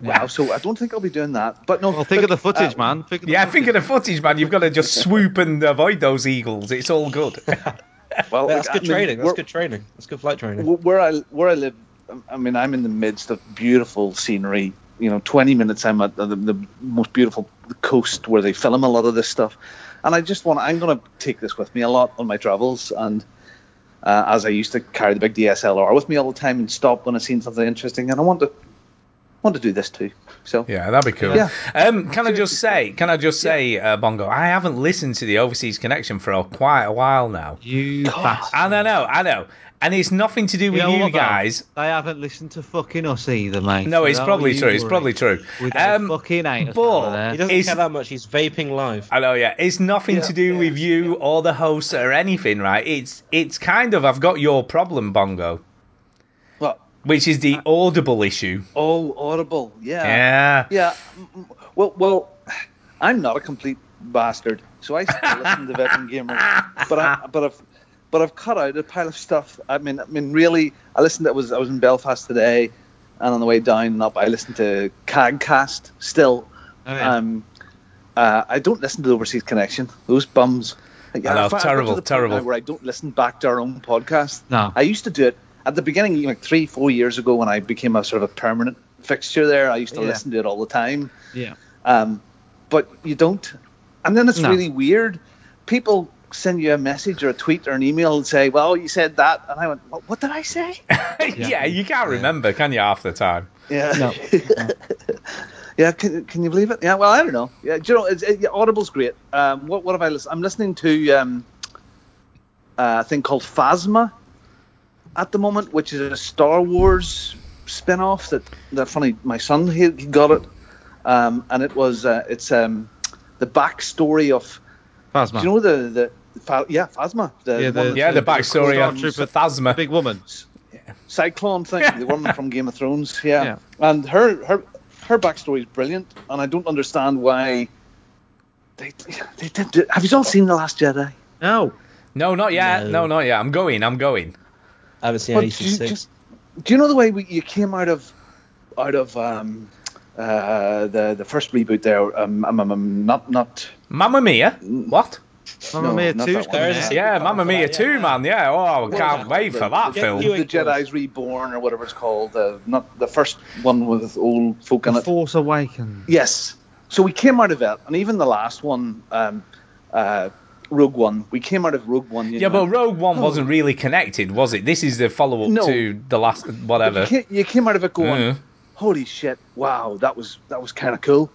S7: wow. So I don't think I'll be doing that. But no,
S1: Well, think of the
S7: look,
S1: footage,
S7: uh,
S1: man. Think of the
S2: Yeah, think of the footage, man. You've got to just swoop and avoid those eagles. It's all good.
S7: Well,
S4: That's
S7: look, I
S4: good
S7: mean,
S4: training. That's
S7: we're-
S4: good training. That's good flight training.
S7: Wh- where I where I live, um, I mean, I'm in the midst of beautiful scenery. You know, 20 minutes I'm at the, the most beautiful coast where they film a lot of this stuff, and I just want I'm going to take this with me a lot on my travels, and uh, as I used to carry the big DSLR with me all the time and stop when I seen something interesting, and I want to want to do this too. So
S2: Yeah, that'd be cool.
S7: Yeah.
S2: Um, can I just say? Can I just say, uh, Bongo? I haven't listened to the Overseas Connection for a, quite a while now.
S1: You bastard.
S2: And I know, I know, and it's nothing to do with
S1: know
S2: you
S1: what, though?
S2: guys.
S1: They haven't listened to fucking us either, mate.
S2: No,
S1: So
S2: it's
S1: don't
S2: probably
S1: you
S2: true. It's
S1: worry.
S2: probably true.
S1: We don't
S2: Um,
S1: fucking hate us
S2: but-
S1: over there.
S4: He doesn't
S2: Is-
S4: care that much. He's vaping live.
S2: I know, yeah. It's nothing to do with you or the host or anything, right? It's it's kind of I've got your problem, Bongo,
S7: well,
S2: which is the audible issue.
S7: oh, Audible, yeah,
S2: Yeah.
S7: Yeah, m- m- Well, well, I'm not a complete bastard, so I still listen to Veteran Gamer, but I, but I've but I've cut out a pile of stuff. I mean, I mean, really, I listened. I was I was in Belfast today, and on the way down and up, I listened to Cagcast still.
S1: Oh, yeah.
S7: Um, uh, I don't listen to the Overseas Connection. Those bums. Like,
S2: I know,
S7: I've got to
S2: terrible,
S7: the point
S2: terrible.
S7: now Where I don't listen back to our own podcast.
S1: No.
S7: I used to do it at the beginning, like three, four years ago, when I became a sort of a permanent fixture there. I used to
S1: Yeah.
S7: listen to it all the time.
S1: Yeah.
S7: Um, but you don't. And then it's
S1: No.
S7: really weird. People send you a message or a tweet or an email and say, "Well, you said that," and I went, "What, what did I say?"
S2: yeah. you can't remember, can you, half the time?
S7: Yeah.
S1: No.
S7: yeah. Can, can you believe it? Yeah. Well, I don't know. Yeah. Do you know? It's, it, yeah, Audible's great. Um, what What have I listened? I'm listening to um, uh, a thing called Phasma at the moment, which is a Star Wars spin-off that that funny my son he, he got it, um, and it was uh, it's um, the backstory of
S1: Phasma.
S7: do you know the the, Pha- yeah Phasma
S4: uh,
S7: the,
S1: Yeah, the-
S7: one that's
S2: Yeah, the
S1: the
S2: backstory
S1: Star
S2: of
S1: Trooper-
S2: Phasma.
S1: big woman.
S7: Cyclone thing, the woman from Game of Thrones. Yeah.
S1: Yeah.
S7: And her her her backstory is brilliant, and I don't understand why they they did. it. Have you all seen the Last Jedi?
S1: No.
S2: No, not yet. No.
S4: No.
S2: not yet. I'm going. I'm going.
S4: I haven't seen
S7: But
S4: any
S7: do you
S4: since six.
S7: just- do you know the way we, you came out of out of um, uh, the the first reboot there? Um, um, um, um, not not Mm.
S2: Mamma Mia. What?
S1: Mamma
S7: No,
S1: Mia
S7: not
S1: 2's
S7: that one. eh?
S1: coming
S4: There is a
S1: out.
S4: sequel.
S2: Yeah, Mamma Mia
S4: Yeah.
S2: too, man. Yeah. Oh, I can't
S7: the-
S2: wait for that
S4: Get
S2: film.
S4: you
S7: the Jedi's Reborn or whatever it's called. The not the first one with old folk in
S1: The
S7: it.
S1: Force Awakens.
S7: Yes. So we came out of that, and even the last one, um, uh, Rogue One, we came out of Rogue One. You
S2: Yeah,
S7: know, Oh,
S2: but Rogue One wasn't really connected, was it? This is the follow up
S7: No.
S2: to the last
S7: you
S2: whatever.
S7: came, you came out of it going,
S2: Yeah.
S7: "Holy shit! Wow, that was that was kind of cool."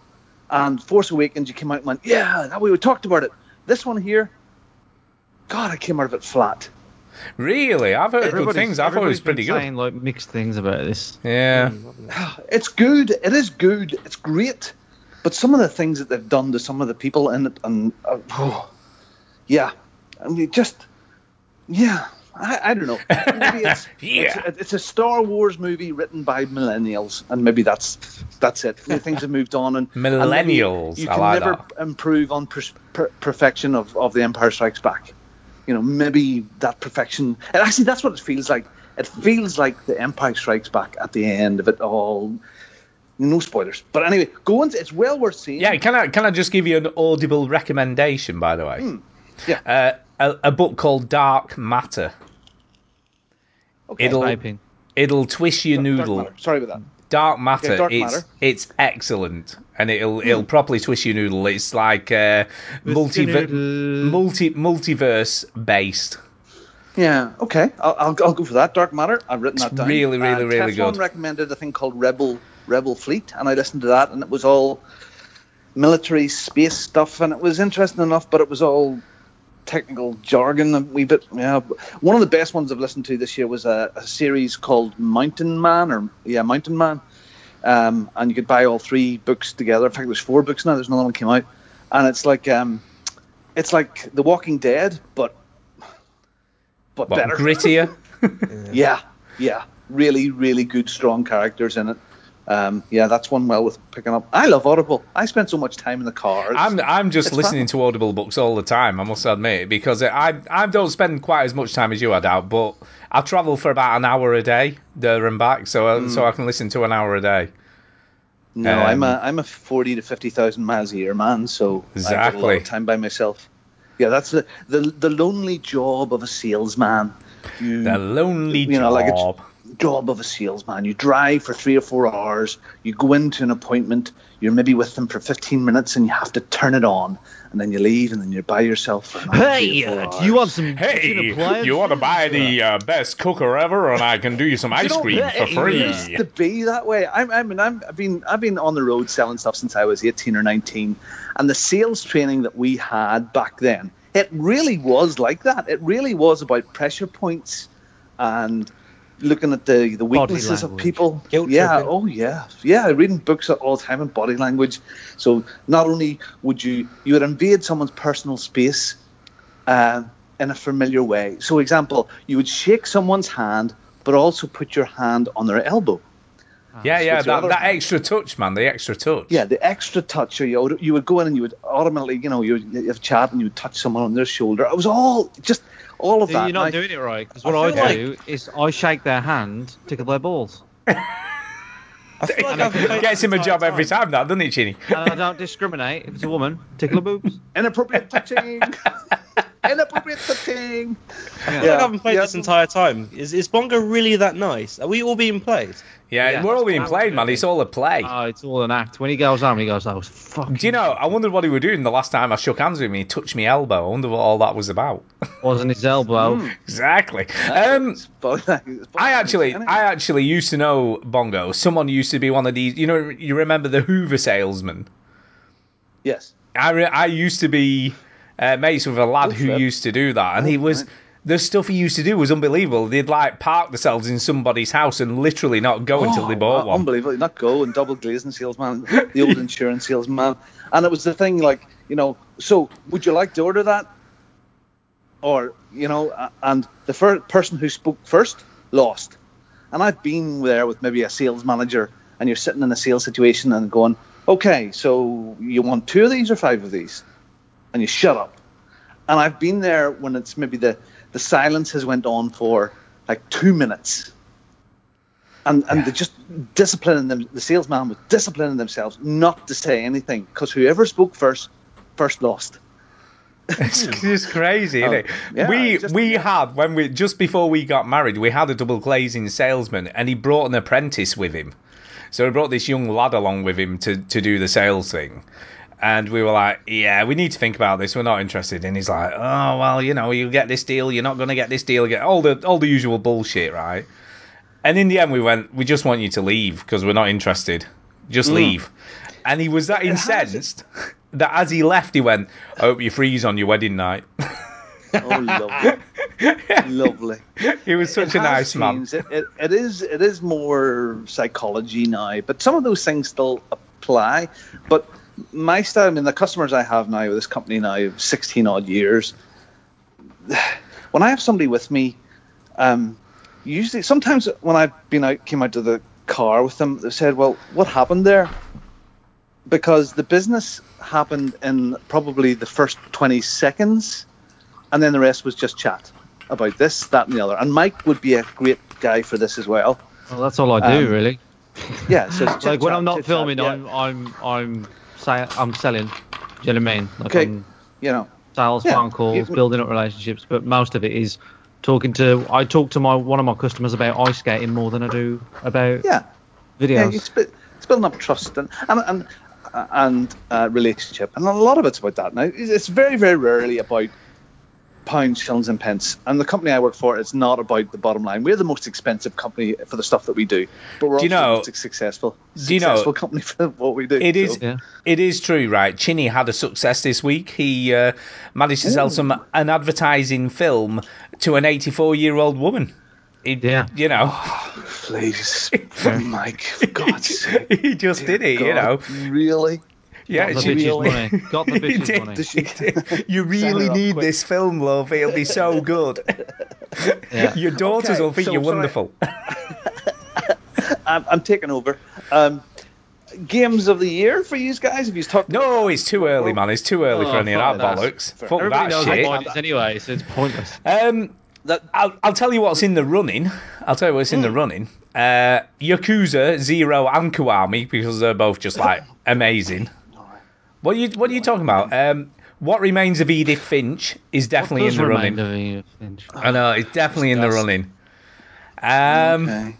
S7: And Force Awakens, you came out and went, "Yeah, that we talked about it." This one here, God, I came out of it flat.
S2: Really, I've heard good
S1: Everybody's-
S2: things. I thought it was
S1: everybody's been
S2: pretty good.
S1: Saying like mixed things about this.
S2: Yeah.
S7: It's good. It is good. It's great. But some of the things that they've done to some of the people in it, and uh, oh, yeah, I mean, just yeah, I, I don't know. Maybe it's,
S2: Yeah.
S7: it's, it's a Star Wars movie written by millennials, and maybe that's that's it. The Things have moved on, and and maybe
S2: Mm, Millennials,
S7: you
S2: I
S7: can
S2: like
S7: never improve on pers- per- perfection of, of the Empire Strikes Back. You know, maybe that perfection. And actually, that's what it feels like. It feels like the Empire Strikes Back at the end of it all. No spoilers, but anyway, go and it's well worth seeing.
S2: Yeah, can I can I just give you an audible recommendation, by the way?
S7: Hmm. Yeah.
S2: Uh, a, a book called Dark Matter.
S7: Okay.
S2: It'll
S1: Vaping.
S2: it'll twist your
S7: Dark
S2: noodle.
S7: Matter. Sorry about that.
S2: Dark Matter.
S7: Yeah, Dark
S2: it's
S7: Matter. Hmm.
S2: it's excellent, and it'll it'll properly twist your noodle. It's like uh, multiver-
S1: noodle.
S2: multi multiverse based.
S7: Yeah. Okay. I'll, I'll, I'll go for that. Dark Matter. I've written that down.
S2: really, really, really
S7: Teflon
S2: good.
S7: recommended a thing called Rebel Rebel Fleet, and I listened to that, and it was all military space stuff, and it was interesting enough, but it was all technical jargon a wee bit. Yeah. One of the best ones I've listened to this year was a, a series called Mountain Man, or yeah, Mountain Man, um, and you could buy all three books together. In fact, there's four books now. There's another one came out, and it's like um, it's like The Walking Dead, but but
S2: What,
S7: better.
S2: grittier?
S7: Yeah, yeah. Really, really good, strong characters in it. Um, yeah, that's one well with picking up. I love Audible. I spend so much time in the car.
S2: I'm I'm just
S7: It's
S2: listening to audible books all the time. I must admit because I I don't spend quite as much time as you, I doubt, but I travel for about an hour a day there and back, so uh, so I can listen to an hour a day.
S7: Hmm. no, I'm
S2: um,
S7: a I'm a forty to fifty thousand miles a year man, so I get a lot
S2: Exactly.
S7: of time by myself. Yeah, that's the the, the lonely job of a salesman. You,
S2: The lonely
S7: You
S2: job.
S7: know, like it's- job of a salesman. You drive for three or four hours, you go into an appointment, you're maybe with them for 15 minutes and you have to turn it on, and then you leave and then you're by yourself. For another three
S1: Hey,
S7: or four
S1: uh,
S7: hours.
S1: do you want some kitchen
S2: Hey,
S1: appliances?
S2: you want to buy the uh, best cooker ever, and I can do you some ice
S1: know,
S2: cream for
S1: hey,
S2: free.
S1: it's
S7: to be that way. I'm, I mean, I'm, I've been I've been on the road selling stuff since I was 18 or 19, and the sales training that we had back then, it really was like that. It really was about pressure points and looking at the the weaknesses of
S1: language.
S7: people.
S4: Guilt
S7: yeah.
S4: tripping.
S7: Oh yeah. Yeah. Reading books at all the time and body language. So not only would you you would invade someone's personal space uh, in a familiar way. So, example, you would shake someone's hand, but also put your hand on their elbow.
S2: Yeah, yeah,
S7: With your
S2: that,
S7: other
S2: that
S7: hand.
S2: extra touch, man, the extra touch.
S7: Yeah, the extra touch. Or you, would, you would go in and you would automatically, you know, you would you have chat and you would touch someone on their shoulder. It was all just all of that.
S1: You're not
S7: And I-
S1: doing it right. Because
S7: I
S1: what I,
S7: feel like-
S1: do is I shake their hand, tickle their balls,
S4: I feel like I've played
S2: Gets him a
S4: this
S2: job
S4: entire
S2: every
S4: time.
S2: time, that doesn't it, Chinny?
S1: and I don't discriminate. If it's a woman, tickle her boobs.
S7: Inappropriate touching. Inappropriate It's a thing.
S4: I haven't played
S7: yeah.
S4: this entire time. Is, is Bongo really that nice? Are we all being played?
S2: Yeah,
S1: Yeah.
S2: we're all being played, man.
S1: Absolutely.
S2: It's all a play.
S1: Oh, it's all an act. When he goes home, he goes, "That was fucking."
S2: Do you know? I wondered what he was doing the last time I shook hands with him. He touched my elbow. I wonder what all that was about.
S1: wasn't his elbow.
S2: exactly. Um,
S7: It's Hmm. both- it's both
S2: I actually,
S7: things, isn't it?
S2: I actually used to know Bongo. Someone used to be one of these. You know, you remember the Hoover salesman?
S7: yes.
S2: I re- I used to be uh, mates with a lad who
S7: fair.
S2: used to do that, and he was
S7: right.
S2: the stuff he used to do was unbelievable. They'd like park themselves in somebody's house and literally not go until they bought
S7: Uh,
S2: one.
S7: Unbelievable. Not go and double glazing salesman, the old insurance salesman. And it was the thing, like, you know, so would you like to order that? Or, you know, a- and the first person who spoke first lost. And I've been there with maybe a sales manager, and you're sitting in a sales situation and going, okay, so you want two of these or five of these? And you shut up. And I've been there when it's maybe the, the silence has went on for like two minutes and and they just disciplining them. The salesman was disciplining themselves not to say anything because whoever spoke first, first lost.
S2: It's just crazy, isn't it?
S7: Hmm. Oh, yeah,
S2: we
S7: it's just-
S2: we
S7: yeah.
S2: had when we just before we got married, we had a double glazing salesman, and he brought an apprentice with him. So he brought this young lad along with him to to do the sales thing. And we were like, yeah, we need to think about this. We're not interested. And he's like, oh well, you know, you get this deal, you're not going to get this deal. Get all the all the usual bullshit, right? And in the end, we went, we just want you to leave because we're not interested. Just leave. And he was that incensed that as he left, he went, I hope you freeze on your wedding night.
S7: Oh, lovely, lovely.
S2: he was such
S7: It
S2: a nice
S7: has
S2: man.
S7: changed. It, it, it is it is more psychology now, but some of those things still apply. But my style, I mean, the customers I have now with this company now, sixteen odd years. When I have somebody with me, um, usually sometimes when I've been out, came out to the car with them, they said, "Well, what happened there?" Because the business happened in probably the first twenty seconds and then the rest was just chat about this, that, and the other. And Mike would be a great guy for this as well.
S1: Well, that's all I do,
S7: Um,
S1: really.
S7: Yeah, so it's
S1: Like when
S7: chit-chat,
S1: I'm not
S7: chit-chat,
S1: filming,
S7: yeah,
S1: I'm I'm I'm say, I'm selling. Do you know what I mean? Like
S7: Okay.
S1: I'm
S7: you know,
S1: sales,
S7: Yeah,
S1: phone calls,
S7: you-
S1: building up relationships, but most of it is talking to. I talk to my one of my customers about ice skating more than I do about
S7: yeah, yeah,
S1: videos.
S7: it's, bu- it's building up trust and and and, and uh, relationship, and a lot of it's about that. Now it's it's very very rarely about pounds, shillings, and pence. And the company I work for, it's not about the bottom line. We're the most expensive company for the stuff that we do, but we're
S2: Do
S7: also
S2: you know-
S7: the most successful,
S2: do you know-
S7: successful company for what we do.
S2: It is,
S7: so-
S1: Yeah.
S2: it is true, right? Chinny had a success this week. He uh, managed to sell some an advertising film to an 84 year old woman. He,
S1: Yeah.
S2: you know,
S7: Oh, please, Mike, for God's sake.
S2: he just did it. You know,
S7: God, really?
S2: yeah.
S1: Got the
S2: she-
S1: bitch's
S7: really-
S1: money. Got the
S2: He
S1: bitch's
S2: did.
S1: money.
S7: She-
S2: You really
S7: her up
S2: need
S7: quick.
S2: this film, love. It'll be so good.
S1: Yeah.
S2: Your daughters
S7: Okay,
S2: will think
S7: so
S2: you're
S7: sorry.
S2: wonderful.
S7: I'm, I'm taking over. Um, games of the year for you guys? Have you talked?
S2: No, Oh, it's too early, man. It's too early
S1: Oh,
S2: for any of
S1: fuck
S2: that
S1: that.
S2: bollocks.
S7: Fair.
S2: Fuck
S1: Everybody
S2: that
S1: knows
S2: shit.
S1: what mine is anyway, so it's pointless.
S2: Um,
S7: That-
S2: I'll, I'll tell you what's in the running. I'll tell you what's
S7: Mm.
S2: in the running. Uh, Yakuza Zero and Kiwami because they're both just like amazing. What are you What are you talking about? Um, what remains of Edith Finch is definitely in
S1: Does
S2: the running.
S1: remind me of Finch.
S2: I know it's definitely in the running. Um,
S7: Okay.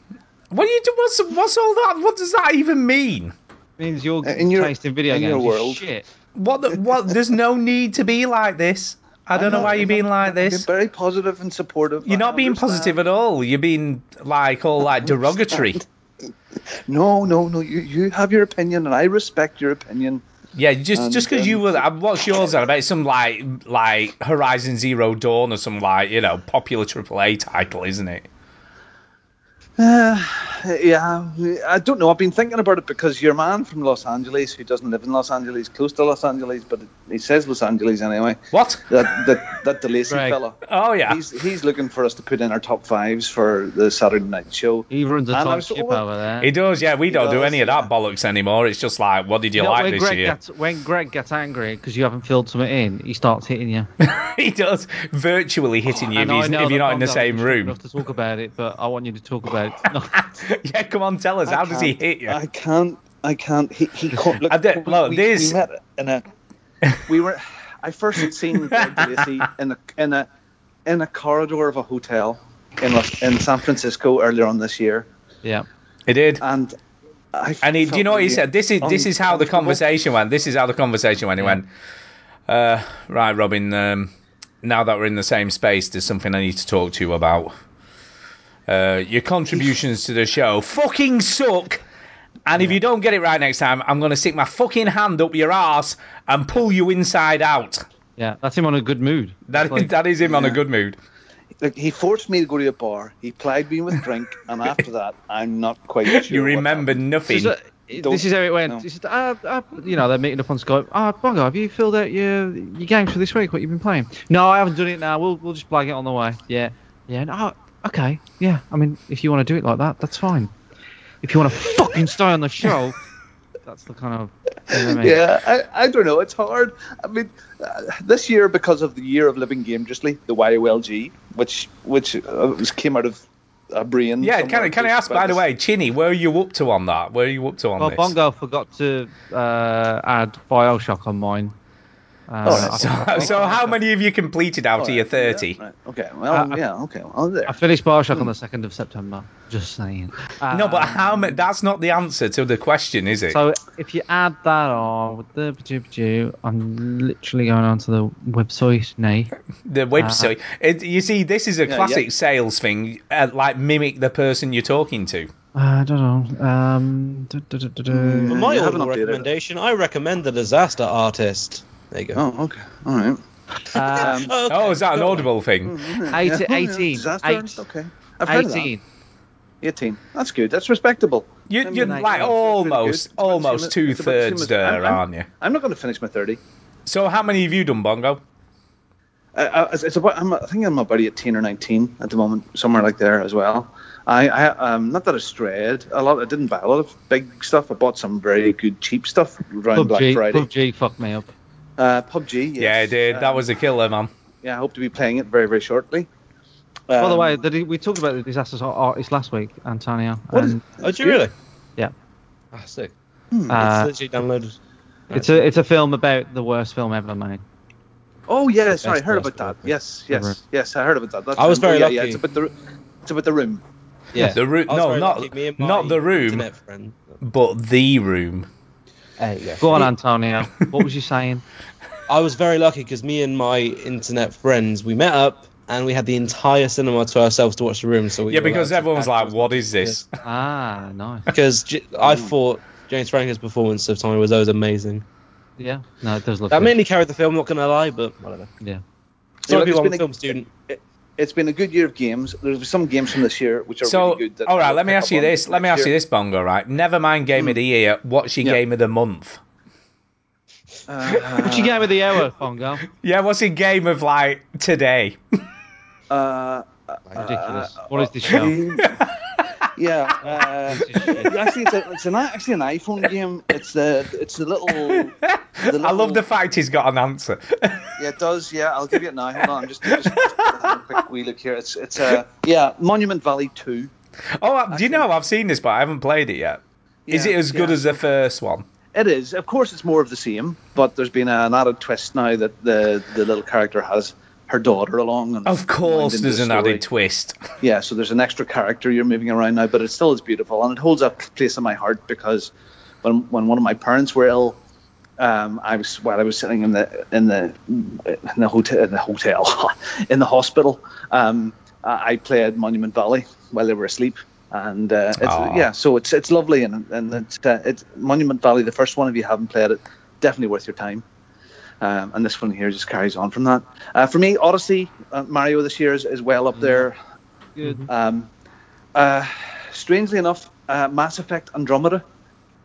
S2: what do you do? What's What's all that? What does that even mean?
S1: means your
S7: In your-
S1: taste in video
S7: in
S1: games
S7: your
S1: is
S7: world.
S1: shit.
S2: What? The, what? There's no need to be like this. I don't know why you're being like
S7: You're
S2: this.
S7: very positive and supportive.
S2: You're not
S7: I
S2: being
S7: understand.
S2: positive at all. You're being like all like derogatory.
S7: No, no, no. You you have your opinion, and I respect your opinion.
S2: Yeah, just
S7: And,
S2: just because you
S7: um,
S2: were, I watched yours out about some like like Horizon Zero Dawn or some like you know popular AAA title, isn't it?
S7: Uh, yeah, I don't know. I've been thinking about it because your man from Los Angeles, who doesn't live in Los Angeles, close to Los Angeles, but he says Los Angeles anyway.
S2: What?
S7: That that that DeLacy
S1: Greg.
S7: fellow.
S2: Oh yeah,
S7: He's he's looking for us to put in our top fives for the Saturday night show.
S1: He runs a
S7: And I
S1: tight
S7: was sort
S1: ship
S7: of-
S1: over there.
S2: he does. Yeah, we don't do
S7: does,
S2: any of that bollocks anymore. It's just like, what did you
S1: You know,
S2: like
S1: when,
S2: this
S1: Greg
S2: year?
S1: gets, when Greg gets angry because you haven't filled something in, he starts hitting you.
S2: he does virtually hitting you if,
S1: And Oh, I
S2: he's,
S1: know
S2: if you're
S1: that
S2: not in the
S1: Bongo
S2: same
S1: isn't strong
S2: room.
S1: Enough to talk about it, but I want you to talk about it. No.
S2: yeah, come on, tell us. how does he
S7: can't-
S2: hit you?
S7: I can't. I can't. He, he caught. Look,
S2: I don't-
S7: we,
S2: look,
S7: we,
S2: this-
S7: we met in a. We were. I first had seen Greg Lacey in a in a in a corridor of a hotel in Los- in San Francisco earlier on this year,
S1: Yeah.
S2: He did.
S7: and I
S2: And he, do you
S7: felt
S2: know what he
S7: really
S2: said? This is this is how the
S7: uncomfortable.
S2: conversation went. This is how the conversation went. He went, uh, right, Robin. Um, now that we're in the same space, there's something I need to talk to you about. Uh, your contributions to the show fucking suck. And if you don't get it right next time, I'm going to stick my fucking hand up your ass and pull you inside out.
S1: Yeah. That's him on a good mood.
S2: That,
S1: Like-
S2: that is him on a
S7: Yeah.
S2: good mood.
S7: Like, he forced me to go to a bar. He plied me with drink, and after that, I'm not quite sure.
S2: You
S7: what
S2: remember
S1: This
S2: nothing.
S1: is, uh, this is how it went.
S7: No.
S1: He said, "Ah, ah," you know, they're meeting up on Skype. Ah, bugger, have you filled out your your games for this week? What you've been playing? No, I haven't done it now. We'll we'll just blag it on the way. Yeah, yeah. No, okay, yeah. I mean, if you want to do it like that, that's fine. If you want to fucking stay on the show, that's the kind of you know what I mean?
S7: Yeah, I, I don't know. It's hard. I mean, uh, this year because of the year of living dangerously, the YOLG, which which uh, was, came out of a brain.
S2: yeah, can,
S7: somewhere,
S2: I- can I
S7: just
S2: ask, by the
S7: this-
S2: way, Chinny, where are you up to on that? Where are you up to on
S1: Well,
S2: this?
S1: Bongo forgot to uh, add Bioshock on mine. Uh,
S7: Oh,
S1: I-
S2: So, so how many of you completed out
S7: Oh,
S2: of your
S7: yeah,
S2: 30?
S7: right. Okay. Well,
S1: Uh,
S7: Oh, yeah. Okay. Well, I'm there.
S1: I finished Bioshock on the second of September. Just saying.
S2: No, but
S1: Um,
S2: how many? That's not the answer to the question, is it?
S1: So if you add that on with the ba-doo-ba-doo, I'm literally going onto the website now.
S2: the
S1: uh,
S2: website. it, you see, this is a
S7: Yeah,
S2: classic
S7: yeah.
S2: sales thing. Uh, like, mimic the person you're talking to.
S1: Uh, I don't know. Um, duh, duh, duh, duh, duh.
S4: Well,
S7: Mm.
S4: my
S7: you haven't
S4: honorable
S7: updated it.
S4: recommendation, I recommend The Disaster Artist. There you go.
S7: Oh, okay. All right.
S1: Um,
S4: Oh, okay.
S2: Oh, is that an
S4: Go on.
S2: audible thing?
S1: Eight-
S7: Yeah, oh, yeah,
S1: 18,
S7: Disaster
S1: eight-
S7: artist, Okay. I've heard of that.
S1: 18.
S7: 18. That's good. That's respectable.
S2: You,
S7: I'm
S2: you're
S7: nineteen.
S2: like
S7: It's really good.
S2: almost,
S7: It's about the same
S2: almost
S7: as-
S2: two
S7: it's about the same
S2: thirds
S7: as-
S2: there,
S7: I'm- I'm-
S2: aren't you?
S7: I'm not going to finish my 30.
S2: So how many have you done, Bongo?
S7: I, I, Uh, it's- it's about. I'm, I think I'm about 18 or 19 at the moment, somewhere like there as well. I, I um, not that I strayed a lot. I didn't buy a lot of big stuff. I bought some very good cheap stuff around Black
S1: PUBG,
S7: Friday.
S1: PUBG fucked me up.
S7: Uh, PUBG. Yes.
S2: Yeah, dude, that
S7: Um,
S2: was a killer, man.
S7: Yeah, I hope to be playing it very very shortly.
S1: By the
S7: Um,
S1: way, the, we talked about the disaster artist last week, Antonio.
S7: What is- Hmm,
S1: and,
S4: Oh, do you really?
S1: Yeah.
S4: Ah, sick.
S1: uh,
S4: it's literally downloaded.
S1: it's a it's a film about the worst film ever made.
S7: oh yeah, sorry, I
S4: best
S7: heard
S4: last
S7: about that.
S4: week.
S7: Yes,
S1: Right.
S7: yes, yes, I heard about that. That's
S4: I was
S7: right. Oh,
S4: very
S7: yeah,
S4: lucky.
S7: Yeah, it's about the, it's about the room.
S4: Yeah.
S2: The room,
S4: I was
S2: no,
S4: very
S2: not
S4: lucky. Me and my
S2: not the room,
S4: internet friend.
S2: but the room.
S4: There you go.
S1: Go on, Antonio. what was you saying?
S4: I was very lucky because me and my internet friends, we met up and we had the entire cinema to ourselves to watch the room. So we
S2: Yeah,
S4: were
S2: because
S4: allowed to
S2: everyone's
S4: act
S2: like,
S4: as
S2: "What
S4: much
S2: is
S4: as
S2: this?"
S1: Ah, nice.
S4: we did. Because J- I
S2: Mm.
S4: thought James Franco's performance of Tommy Wiseau was amazing.
S1: Yeah. No, it does look.
S4: That
S1: good.
S4: mainly carried the film. Not gonna lie, but whatever.
S1: Yeah.
S7: Yeah,
S4: So yeah,
S7: it's
S4: people, I'm
S7: been
S4: a
S7: a-
S4: film student.
S7: It's been a good year of games. There's some games from this year which are
S2: So,
S7: really good. that
S2: all right,
S7: I'll
S2: let me
S7: pick
S2: ask
S7: up
S2: you
S7: on
S2: this. Let me
S7: next
S2: ask you
S7: year. Hmm.
S2: this, Bongo. Right, never mind game of the year. What's your
S7: Yeah.
S2: game of the month?
S7: Uh,
S1: What's your game of the hour, Bongo?
S2: Yeah, what's your game of like today?
S7: uh,
S1: Ridiculous. what is this show?
S7: yeah.
S1: This is shit.
S7: Uh, actually, it's, a, it's an actually an iPhone game. It's the it's the little. The little
S2: I love the fact he's got an answer.
S7: Yeah, it does. Yeah, I'll give you it now. Hold on, just, just have a quick wee look here. It's it's uh, yeah, Monument Valley Two.
S2: oh, I- do you know I've seen this, but I haven't played it yet. Is
S7: Yeah,
S2: it as good
S7: yeah.
S2: as the first one?
S7: It is. Of course, it's more of the same, but there's been an added twist now that the the little character has her daughter along. And
S2: Of course,
S7: into the
S2: there's an
S7: story.
S2: added twist.
S7: yeah, so there's an extra character you're moving around now, but it still is beautiful, and it holds a place in my heart because when when one of my parents were ill, um, I was while I was sitting in the in the in the hotel in the hotel in the hospital, um, I I played Monument Valley while they were asleep, and uh, it's,
S2: Aw.
S7: yeah, so it's it's lovely, and and it's, uh, it's Monument Valley, the first one. If you haven't played it, definitely worth your time. Um, and this one here just carries on from that. Uh, for me, Odyssey, uh, Mario this year is, is well up there.
S1: Good.
S7: Um, uh, strangely enough, uh, Mass Effect Andromeda,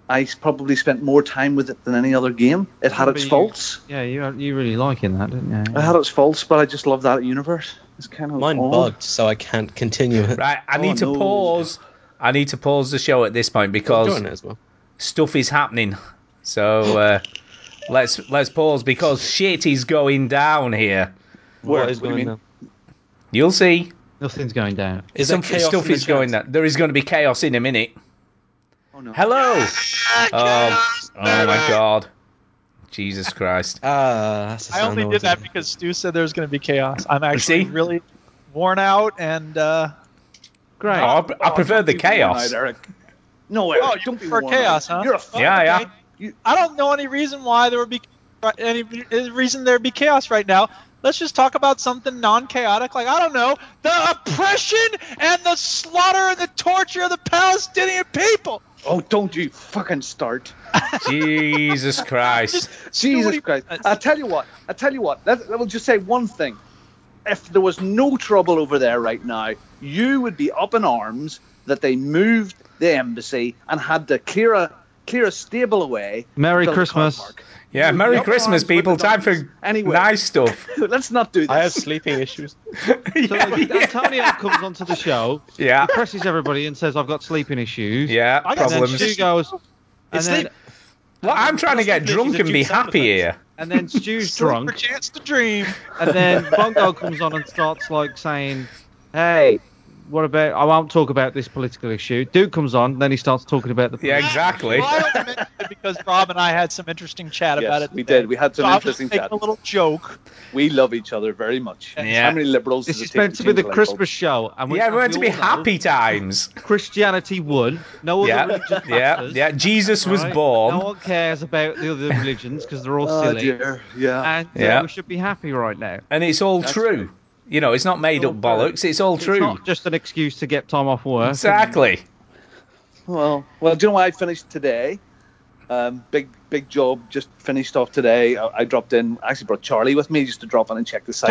S7: I s- probably spent more time with it than any other game. It had
S1: Yeah,
S7: its
S1: but you-
S7: faults.
S1: Yeah, you you really liking that, didn't you?
S7: It had its faults, but I just love that universe. It's kind of
S4: Mine
S7: odd.
S4: bugged, so I can't continue it.
S2: Right, I
S7: Oh,
S2: need to
S7: no.
S2: pause. I need to pause the show at this point
S4: I'm
S2: because
S4: enjoying it as well.
S2: stuff is happening. So uh, let's let's pause because shit is going down here.
S7: Where?
S4: What is
S7: What do you
S4: going
S7: mean?
S4: on?
S2: You'll see.
S1: Nothing's going down.
S4: Is
S2: Some
S4: there chaos
S2: stuff
S4: in the
S2: is going
S4: chat?
S2: down. There is going to be chaos in a minute.
S7: Oh, no.
S2: Hello. Oh, oh my god. Jesus Christ.
S4: Ah, that's a
S8: I only
S4: sound
S8: did that
S4: wasn't
S8: because Stu said there was going to be chaos. I'm actually
S2: See?
S8: really worn out and uh,
S2: Great. I,
S7: Oh,
S2: I prefer the chaos.
S7: Out, Eric. No, Eric,
S8: Oh, you
S7: don't be
S8: prefer
S7: worn
S8: chaos,
S7: out.
S8: huh?
S7: You're a fuck.
S2: Yeah, yeah.
S8: Okay. I don't know any reason why there would be any any reason there'd be chaos right now. Let's just talk about something non-chaotic, like I don't know, the oppression and the slaughter and the torture of the Palestinian people.
S7: Oh, don't you fucking start.
S2: Jesus Christ.
S7: Jesus
S8: Nobody-
S7: Christ! I tell you what. I tell you what. Let, let me just say one thing. If there was no trouble over there right now, you would be up in arms that they moved the embassy and had to clear a clear a stable away.
S1: Merry
S7: Build a car
S1: Christmas.
S7: park.
S2: Yeah,
S7: You'd
S2: Merry
S7: be up in
S2: Christmas,
S7: arms with
S2: people.
S7: the
S2: Time for
S7: donkeys. Anyway.
S2: nice stuff.
S7: Let's not do
S9: I have
S7: this.
S9: sleeping issues.
S1: So like, Antonio comes onto the show,
S2: Yeah.
S1: presses everybody, and says, "I've got sleeping issues."
S2: Yeah,
S8: I got
S1: And then
S2: problems.
S1: Stu goes, and
S9: It's
S1: then,
S9: sleep.
S2: Well, I'm trying to get
S9: Sleep
S2: drunk
S9: is a
S2: and be
S9: huge sound
S2: happy here.
S1: and then Stu's
S8: For
S1: drunk,
S8: chance to dream.
S1: and then Bongo comes on and starts like saying, "Hey, what about? I won't talk about this political issue." Duke comes on, then he starts talking about the.
S2: Yeah, exactly.
S8: Well, I only mentioned it because Rob and I had some interesting chat
S7: Yes,
S8: about it.
S7: we
S8: today.
S7: did. We had some
S8: So I was
S7: interesting
S8: making
S7: chat.
S8: A little joke.
S7: We love each other very much.
S2: Yeah.
S7: How many liberals?
S1: This
S7: does it
S1: is
S7: take
S1: meant to be the
S7: change a light
S1: Christmas show, and we,
S2: Yeah, we're
S1: and
S2: meant to
S1: we
S2: be
S1: all know
S2: happy times.
S1: Christianity won. No other
S2: Yeah,
S1: religion
S2: yeah,
S1: matters,
S2: yeah. Jesus was
S1: right? No
S2: born.
S1: one cares about the other religions because they're all
S7: bulb? Oh
S1: silly.
S7: dear. Yeah.
S1: And uh,
S2: Yeah.
S1: we should be happy right now.
S2: And it's all
S7: That's
S2: true. You know, it's not made
S1: all
S2: up
S1: true.
S2: bollocks. It's all
S1: It's
S2: true.
S1: not just an excuse to get time off work.
S2: Exactly.
S7: Well, well. Do you know what I finished today? Um, big big job just finished off today. I, I dropped in. I actually brought Charlie with me just to drop in and check the site.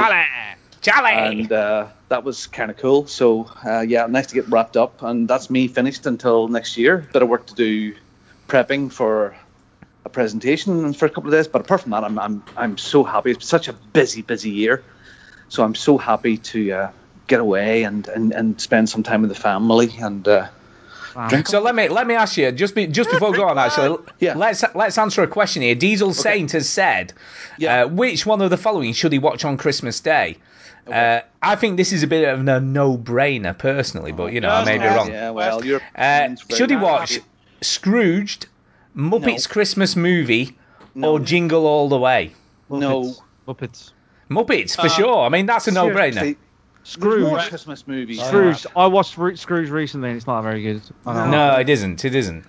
S2: Charlie.
S7: and uh, that was kind of cool. So uh, yeah, nice to get wrapped up, and that's me finished until next year. Bit of work to do, prepping for a presentation for a couple of days. But apart from that, I'm I'm I'm so happy. It's been such a busy busy year, so I'm so happy to uh, get away and, and and spend some time with the family and. Uh,
S2: So let me let me ask you just be, just before we go on actually
S7: Yeah.
S2: let's let's answer a question here. Diesel Saint has said,
S7: Yeah.
S2: uh, which one of the following should he watch on Christmas Day? Uh, I think this is a bit of a no-brainer personally, but you know I may be
S8: Yes.
S2: wrong.
S7: Yeah, well, you're
S2: Uh, should he
S8: very
S2: watch
S8: happy.
S2: Scrooged, Muppets Christmas Movie, or Jingle All the Way?
S7: No, Uh,
S1: Muppets.
S2: Muppets for sure. I mean that's a no-brainer.
S7: Seriously, more
S1: Scrooge.
S7: Christmas movies.
S1: Scrooge. I watched Ru- Scrooge recently, and it's not very good. I don't know.
S2: No, it isn't. It isn't.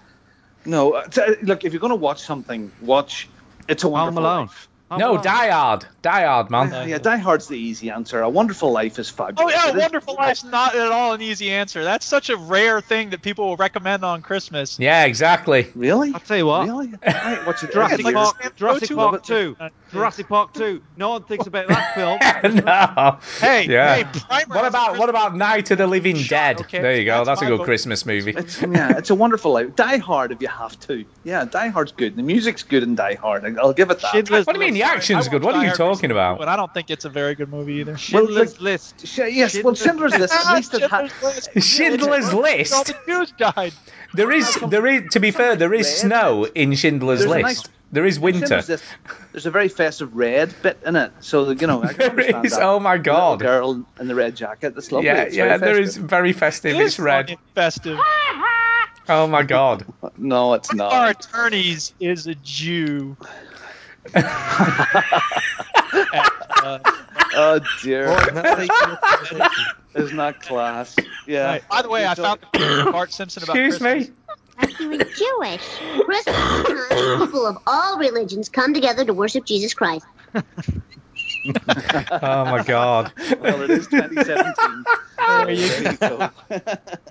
S7: No, uh, t- look, if you're going to watch something, watch It's a
S1: Home
S7: Wonderful
S1: Alone.
S7: Life.
S1: Home
S2: No,
S1: Alone.
S2: Die Hard. Die Hard, man.
S7: Uh, yeah, Die Hard's the easy answer. A Wonderful Life is
S8: Oh
S7: fabulous.
S8: yeah,
S7: It is-
S8: Wonderful Life's not at all an easy answer. That's such a rare thing that people will recommend on Christmas.
S2: Yeah, exactly.
S7: Really?
S1: I'll tell you what.
S7: Really? Right, what's your
S1: Jurassic
S8: like
S1: Park,
S8: the same
S1: Jurassic
S8: go-to
S1: Park
S8: movie.
S1: Two, Jurassic Park Two. No one thinks about that film.
S2: no.
S8: Hey,
S2: Yeah.
S8: hey, Primer
S2: What
S8: has a
S2: about
S8: Christmas-
S2: what about Oh, Night of the Living Dead?
S8: okay.
S2: There you go.
S8: That's
S2: That's, a
S8: my
S2: good
S8: vote.
S2: Christmas movie.
S7: It's, yeah, it's a wonderful life. Die Hard if you have to. Yeah, Die Hard's good. The music's good in Die Hard. I- I'll give it that.
S1: Schindler's
S2: What do you mean the
S1: List.
S2: action's
S8: I
S2: good? What
S8: watched
S2: are you
S8: Die Hard
S2: talking
S8: But
S2: about?
S8: I don't think it's a very good movie either.
S1: Schindler's List.
S7: Sh- yes, well, Schindler's List at least it had.
S8: Schindler's List.
S2: Schindler's
S8: All
S2: List.
S8: the Jews died.
S2: There is there is to be fair there is
S7: red.
S2: snow in Schindler's
S7: There's a
S2: List.
S7: nice-
S2: There is winter.
S7: Schindler's List, there's a very festive red bit in it, so you know. I can
S2: There
S7: understand
S2: is.
S7: that.
S2: Oh my
S7: The little
S2: God.
S7: girl in the red jacket. That's lovely.
S2: Yeah,
S7: It's very
S2: yeah. There is
S7: festive.
S2: very festive.
S8: It
S2: It's
S8: is
S2: red.
S8: fucking festive.
S2: Oh my God.
S7: No, it's not.
S8: Our attorneys is a Jew.
S1: Uh,
S7: Oh dear.
S4: that.
S7: Isn't that class? Yeah.
S8: Right. By the way, I found the picture of Bart Simpson about
S2: Excuse
S8: Christmas.
S2: me.
S10: As he was Jewish, Christmas time, people of all religions come together to worship Jesus Christ.
S2: Oh my God.
S7: Well, it is 2017.
S8: There you
S7: There you go.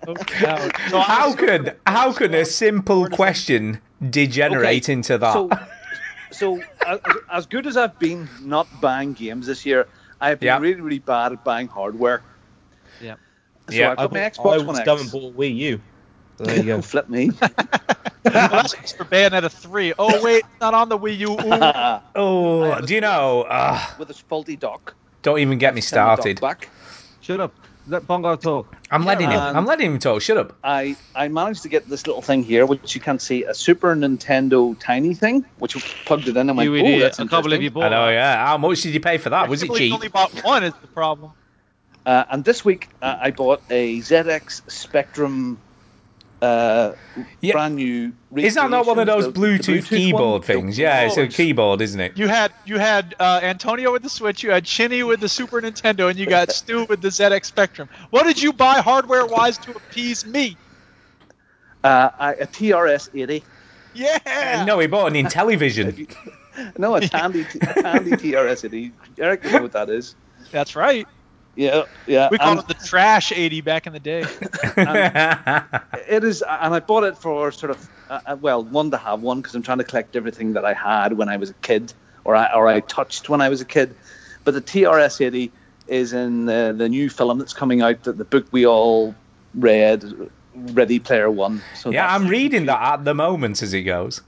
S8: go. So I
S2: How
S8: was-
S2: could how could a simple question degenerate
S7: Okay,
S2: into that?
S7: So, so as, as good as I've been not buying games this year, I've been
S2: Yeah.
S7: really, really bad at buying hardware.
S1: Yeah.
S7: So
S2: Yeah.
S7: I've
S9: I,
S7: got my
S9: bought-
S7: Xbox
S9: I
S7: One
S9: was
S7: X.
S9: dumb and bought a Wii U. So there you
S7: Don't
S9: go.
S7: flip me.
S8: That's just for Bayonetta 3. Oh, wait, it's not on the Wii U. Ooh.
S2: oh, do you know? Uh,
S7: With its faulty dock.
S2: don't even get me
S7: Send my dock
S2: started.
S7: Back.
S1: Shut up. Let Bongo talk.
S2: I'm letting him.
S7: Um,
S2: I'm letting him talk. Shut up.
S7: I, I managed to get this little thing here, which you can't see, a Super Nintendo tiny thing, which plugged it in and went,
S1: you
S7: oh,
S1: idiot!
S7: that's
S1: I can't believe
S7: interesting."
S1: you bought.
S2: I know.
S1: that.
S2: Yeah. How much did you pay for that? Was it
S8: People
S2: cheap?
S8: only bought one is the problem.
S7: Uh, and this week, uh, I bought a ZX Spectrum uh, brand new.
S2: Is that not one of those
S7: recreations, the- the
S2: Bluetooth,
S7: one?
S2: keyboard things? Yeah, it's a
S7: keyboards.
S2: keyboard, isn't it?
S8: You had you had uh, Antonio with the Switch, you had Chinny with the Super Nintendo, and you got Stu with the ZX Spectrum. What did you buy hardware wise to appease me?
S7: Uh, I, a TRS 80.
S8: Yeah.
S2: No, he bought an Intellivision.
S7: No, a Tandy, t- a Tandy TRS 80. Eric, you know what that is.
S8: That's right.
S7: Yeah, yeah.
S8: We called
S7: and-
S8: it the Trash 80 back in the day.
S7: Um, it is, and I bought it for sort of, uh, uh, well, one to have one because I'm trying to collect everything that I had when I was a kid, or I or I touched when I was a kid. But the TRS 80 is in the, the new film that's coming out that the book we all read, Ready Player One. So
S2: yeah,
S7: that's-
S2: I'm reading that at the moment as it goes.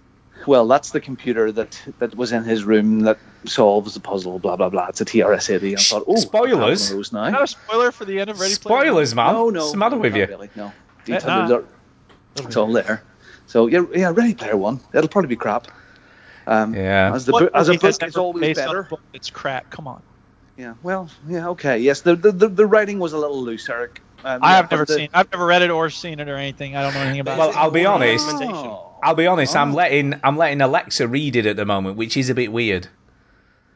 S7: well, that's the computer that that was in his room that solves the puzzle. Blah blah blah. It's a TRS 80. I thought, oh, I have one of
S2: Spoilers.
S7: those
S8: Is
S7: now.
S8: that a spoiler for the end of Ready Player One?
S2: Spoilers, man.
S7: No, no,
S2: What's the matter with
S7: not
S2: you?
S7: Really, no.
S8: Eh,
S7: Details
S8: nah.
S7: are, it's all there. So yeah, yeah, Ready Player One. It'll probably be crap. Um,
S2: Yeah.
S7: As the
S8: What
S7: bo- as a
S8: movie has
S7: book,
S8: ever
S7: it's always
S8: based on a
S7: better.
S8: book that's crap. Come on.
S7: Yeah. Well. Yeah. Okay. Yes. The the, the, the writing was a little loose, Eric. Um,
S8: I
S7: yeah,
S8: have
S7: but
S8: never
S7: the-
S8: seen. I've never read it or seen it or anything. I don't know anything about
S2: Well,
S8: it.
S2: I'll be honest.
S7: Oh.
S2: I'll be honest. I'm
S7: Oh.
S2: letting I'm letting Alexa read it at the moment, which is a bit weird.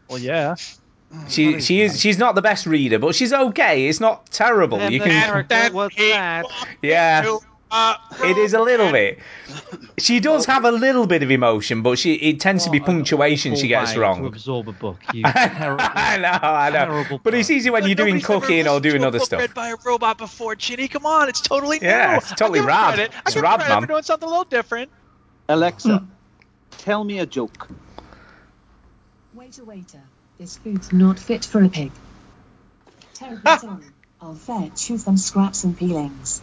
S8: Well, yeah.
S2: She she is she's not the best reader, but she's okay. It's not terrible. you can
S1: what's that?
S2: yeah.
S7: uh,
S2: It is a little bit. She does have a little bit of emotion, but she it tends to be punctuation she gets
S1: To
S2: wrong.
S1: absorb a book, you
S2: I know, I know.
S1: Terrible
S2: But it's
S1: person.
S2: easy when you're doing cooking or doing other stuff.
S8: Read by a robot before, Chinny. Come on, it's totally new.
S2: Yeah, it's totally
S8: I give her
S2: rad.
S8: Credit. I
S2: It's
S8: give her
S2: rad,
S8: credit
S2: man.
S8: for doing something a little different. Hmm.
S7: Alexa, tell me a joke.
S11: Waiter, waiter, this food's not fit for a pig. Terribly sorry. I'll fetch you some scraps and peelings.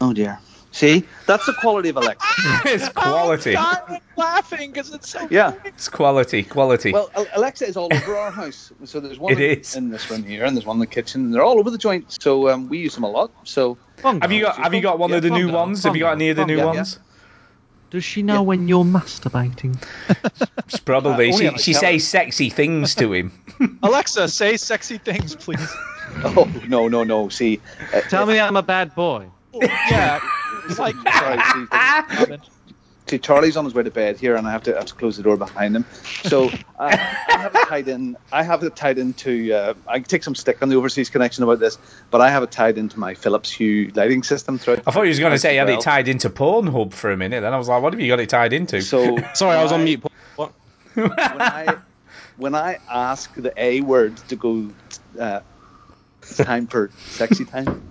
S7: Oh dear. See, that's the quality of Alexa. Oh,
S2: it's quality.
S8: I was laughing because it's so.
S7: Yeah.
S2: It's quality, quality.
S7: Well, Al- Alexa is all over our house. So there's one
S2: It is.
S7: in this room here, and there's one in the kitchen. and They're all over the joint. So um, we use them a lot. So
S2: have you got have you got one of the new ones? Have you got any of the new
S7: Yeah, yeah.
S2: ones?
S1: Does she know when you're masturbating?
S2: It's probably
S7: Uh, only
S2: she
S7: on the
S2: she
S7: counter.
S2: says sexy things to him.
S8: Alexa, say sexy things, please.
S7: oh no no no. See, uh,
S1: Tell me I'm a bad boy.
S8: yeah. It's like.
S7: sorry, see, See, Charlie's on his way to bed here, and I have to, I have to close the door behind him. So I, I have it tied in. I have it tied into. Uh, I can take some stick on the overseas connection about this, but I have it tied into my Philips Hue lighting system throughout.
S2: I thought he was going to say had
S7: Well,
S2: it tied into Pornhub for a minute. Then I was like, what have you got it tied into?
S7: So
S9: Sorry, I was on
S7: when
S9: mute. What?
S7: When I, when I ask the A word to go, uh, it's time for sexy time.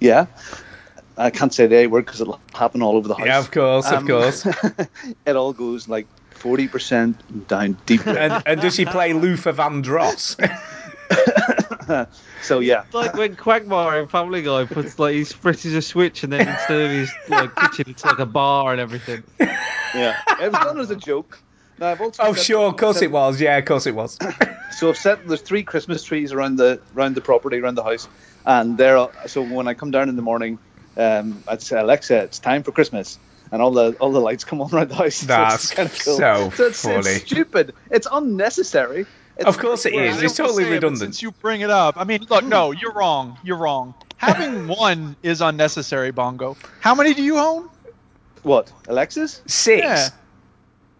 S7: Yeah, I can't say the A word because it'll happen all over the house.
S2: yeah, of course, of
S7: Um,
S2: course.
S7: it all goes like forty percent down deep.
S2: And, and does she play Luther Vandross?
S7: so yeah.
S1: It's like when Quagmire in Family Guy puts like he spritzes a switch and then instead of his like kitchen it's like a bar and everything.
S7: Yeah, it was done as a joke. Now, I've also
S2: oh,
S7: said-
S2: sure, of course
S7: said-
S2: it was. Yeah, of course it was.
S7: So I've set there's three Christmas trees around the around the property, around the house, and they're all- so when I come down in the morning, um, I'd say Alexa, it's time for Christmas, and all the all the lights come on around the house.
S2: That's
S7: so, it's kinda
S2: so
S7: cool. so it's,
S2: funny.
S7: It's stupid. It's unnecessary. It's
S2: Of course it
S7: like,
S2: is.
S7: well,
S2: It's
S8: I don't
S2: totally
S8: say it, but
S2: redundant.
S8: Since you bring it up, I mean, look, no, you're wrong. You're wrong. Having one is unnecessary, Bongo. How many do you own?
S7: What Alexis?
S2: Six.
S8: Yeah.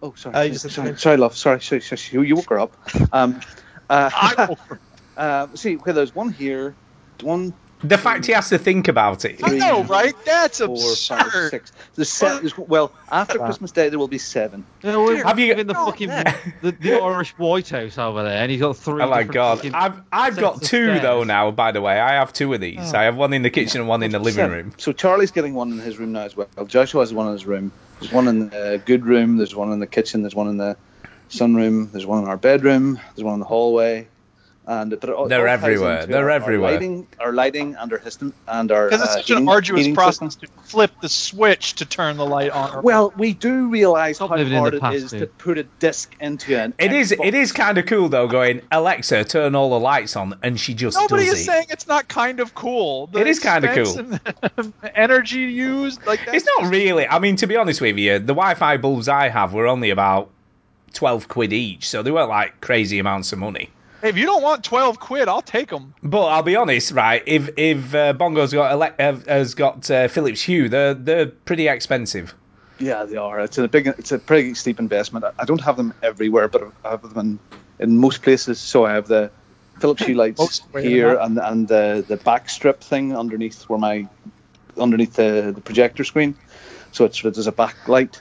S7: Oh, sorry,
S9: Uh,
S7: sorry,
S9: just-
S7: sorry, sorry, love, sorry, sorry, sorry, you, you woke her up. Um, uh,
S8: I will.
S7: uh, see, okay, there's one here, one
S2: The fact he has to think about it.
S8: I know, right? That's
S7: four,
S8: absurd.
S7: five, six. There's seven. there's- well, after Christmas Day there will be seven.
S1: You know, we're
S2: Uh, Have you-
S1: living in the
S2: Oh,
S1: fucking the, the Irish White House over there, and he's got three.
S2: Oh my
S1: different
S2: god!
S1: fucking-
S2: I've I've got
S1: sets of
S2: two though
S1: stairs. Oh.
S2: now. By the way, I have two of these. I have one in the kitchen and one in the living
S7: Seven.
S2: room.
S7: So Charlie's getting one in his room now as well. Joshua has one in his room. There's one in the good room. There's one in the kitchen. There's one in the sunroom. There's one in our bedroom. There's one in the hallway. And but it all,
S2: They're
S7: all ties
S2: everywhere.
S7: into
S2: They're
S7: our,
S2: everywhere.
S7: Our lighting, our lighting, and our system, and our
S8: Because it's
S7: uh,
S8: such an
S7: heating-
S8: arduous
S7: heating
S8: process
S7: system.
S8: to flip the switch to turn the light on. Or
S7: Well, we do realise how
S1: Stop living in
S7: hard
S1: the
S7: it
S1: past,
S7: is to
S1: dude.
S7: put a disc into an.
S2: It is
S7: Xbox.
S2: it is kind of cool though. Going Alexa, turn all the lights on, and she just
S8: nobody
S2: does
S8: is
S2: it.
S8: saying it's not kind of cool. The
S2: It is kind of
S8: expense And the energy used, like that's
S2: It's not really. I mean, to be honest with you, the Wi-Fi bulbs I have were only about twelve quid each, so they weren't like crazy amounts of money.
S8: Hey, if you don't want twelve quid, I'll take them.
S2: But I'll be honest, right? If if uh, Bongo's got ele- uh, has got uh, Philips Hue, they're they're pretty expensive.
S7: Yeah, they are. It's a big, it's a pretty steep investment. I- I don't have them everywhere, but I have them in, in most places. So I have the Philips Hue lights
S8: where they're
S7: here,
S8: not.
S7: and and the the back strip thing underneath where my underneath the, the projector screen. So it's there's a backlight,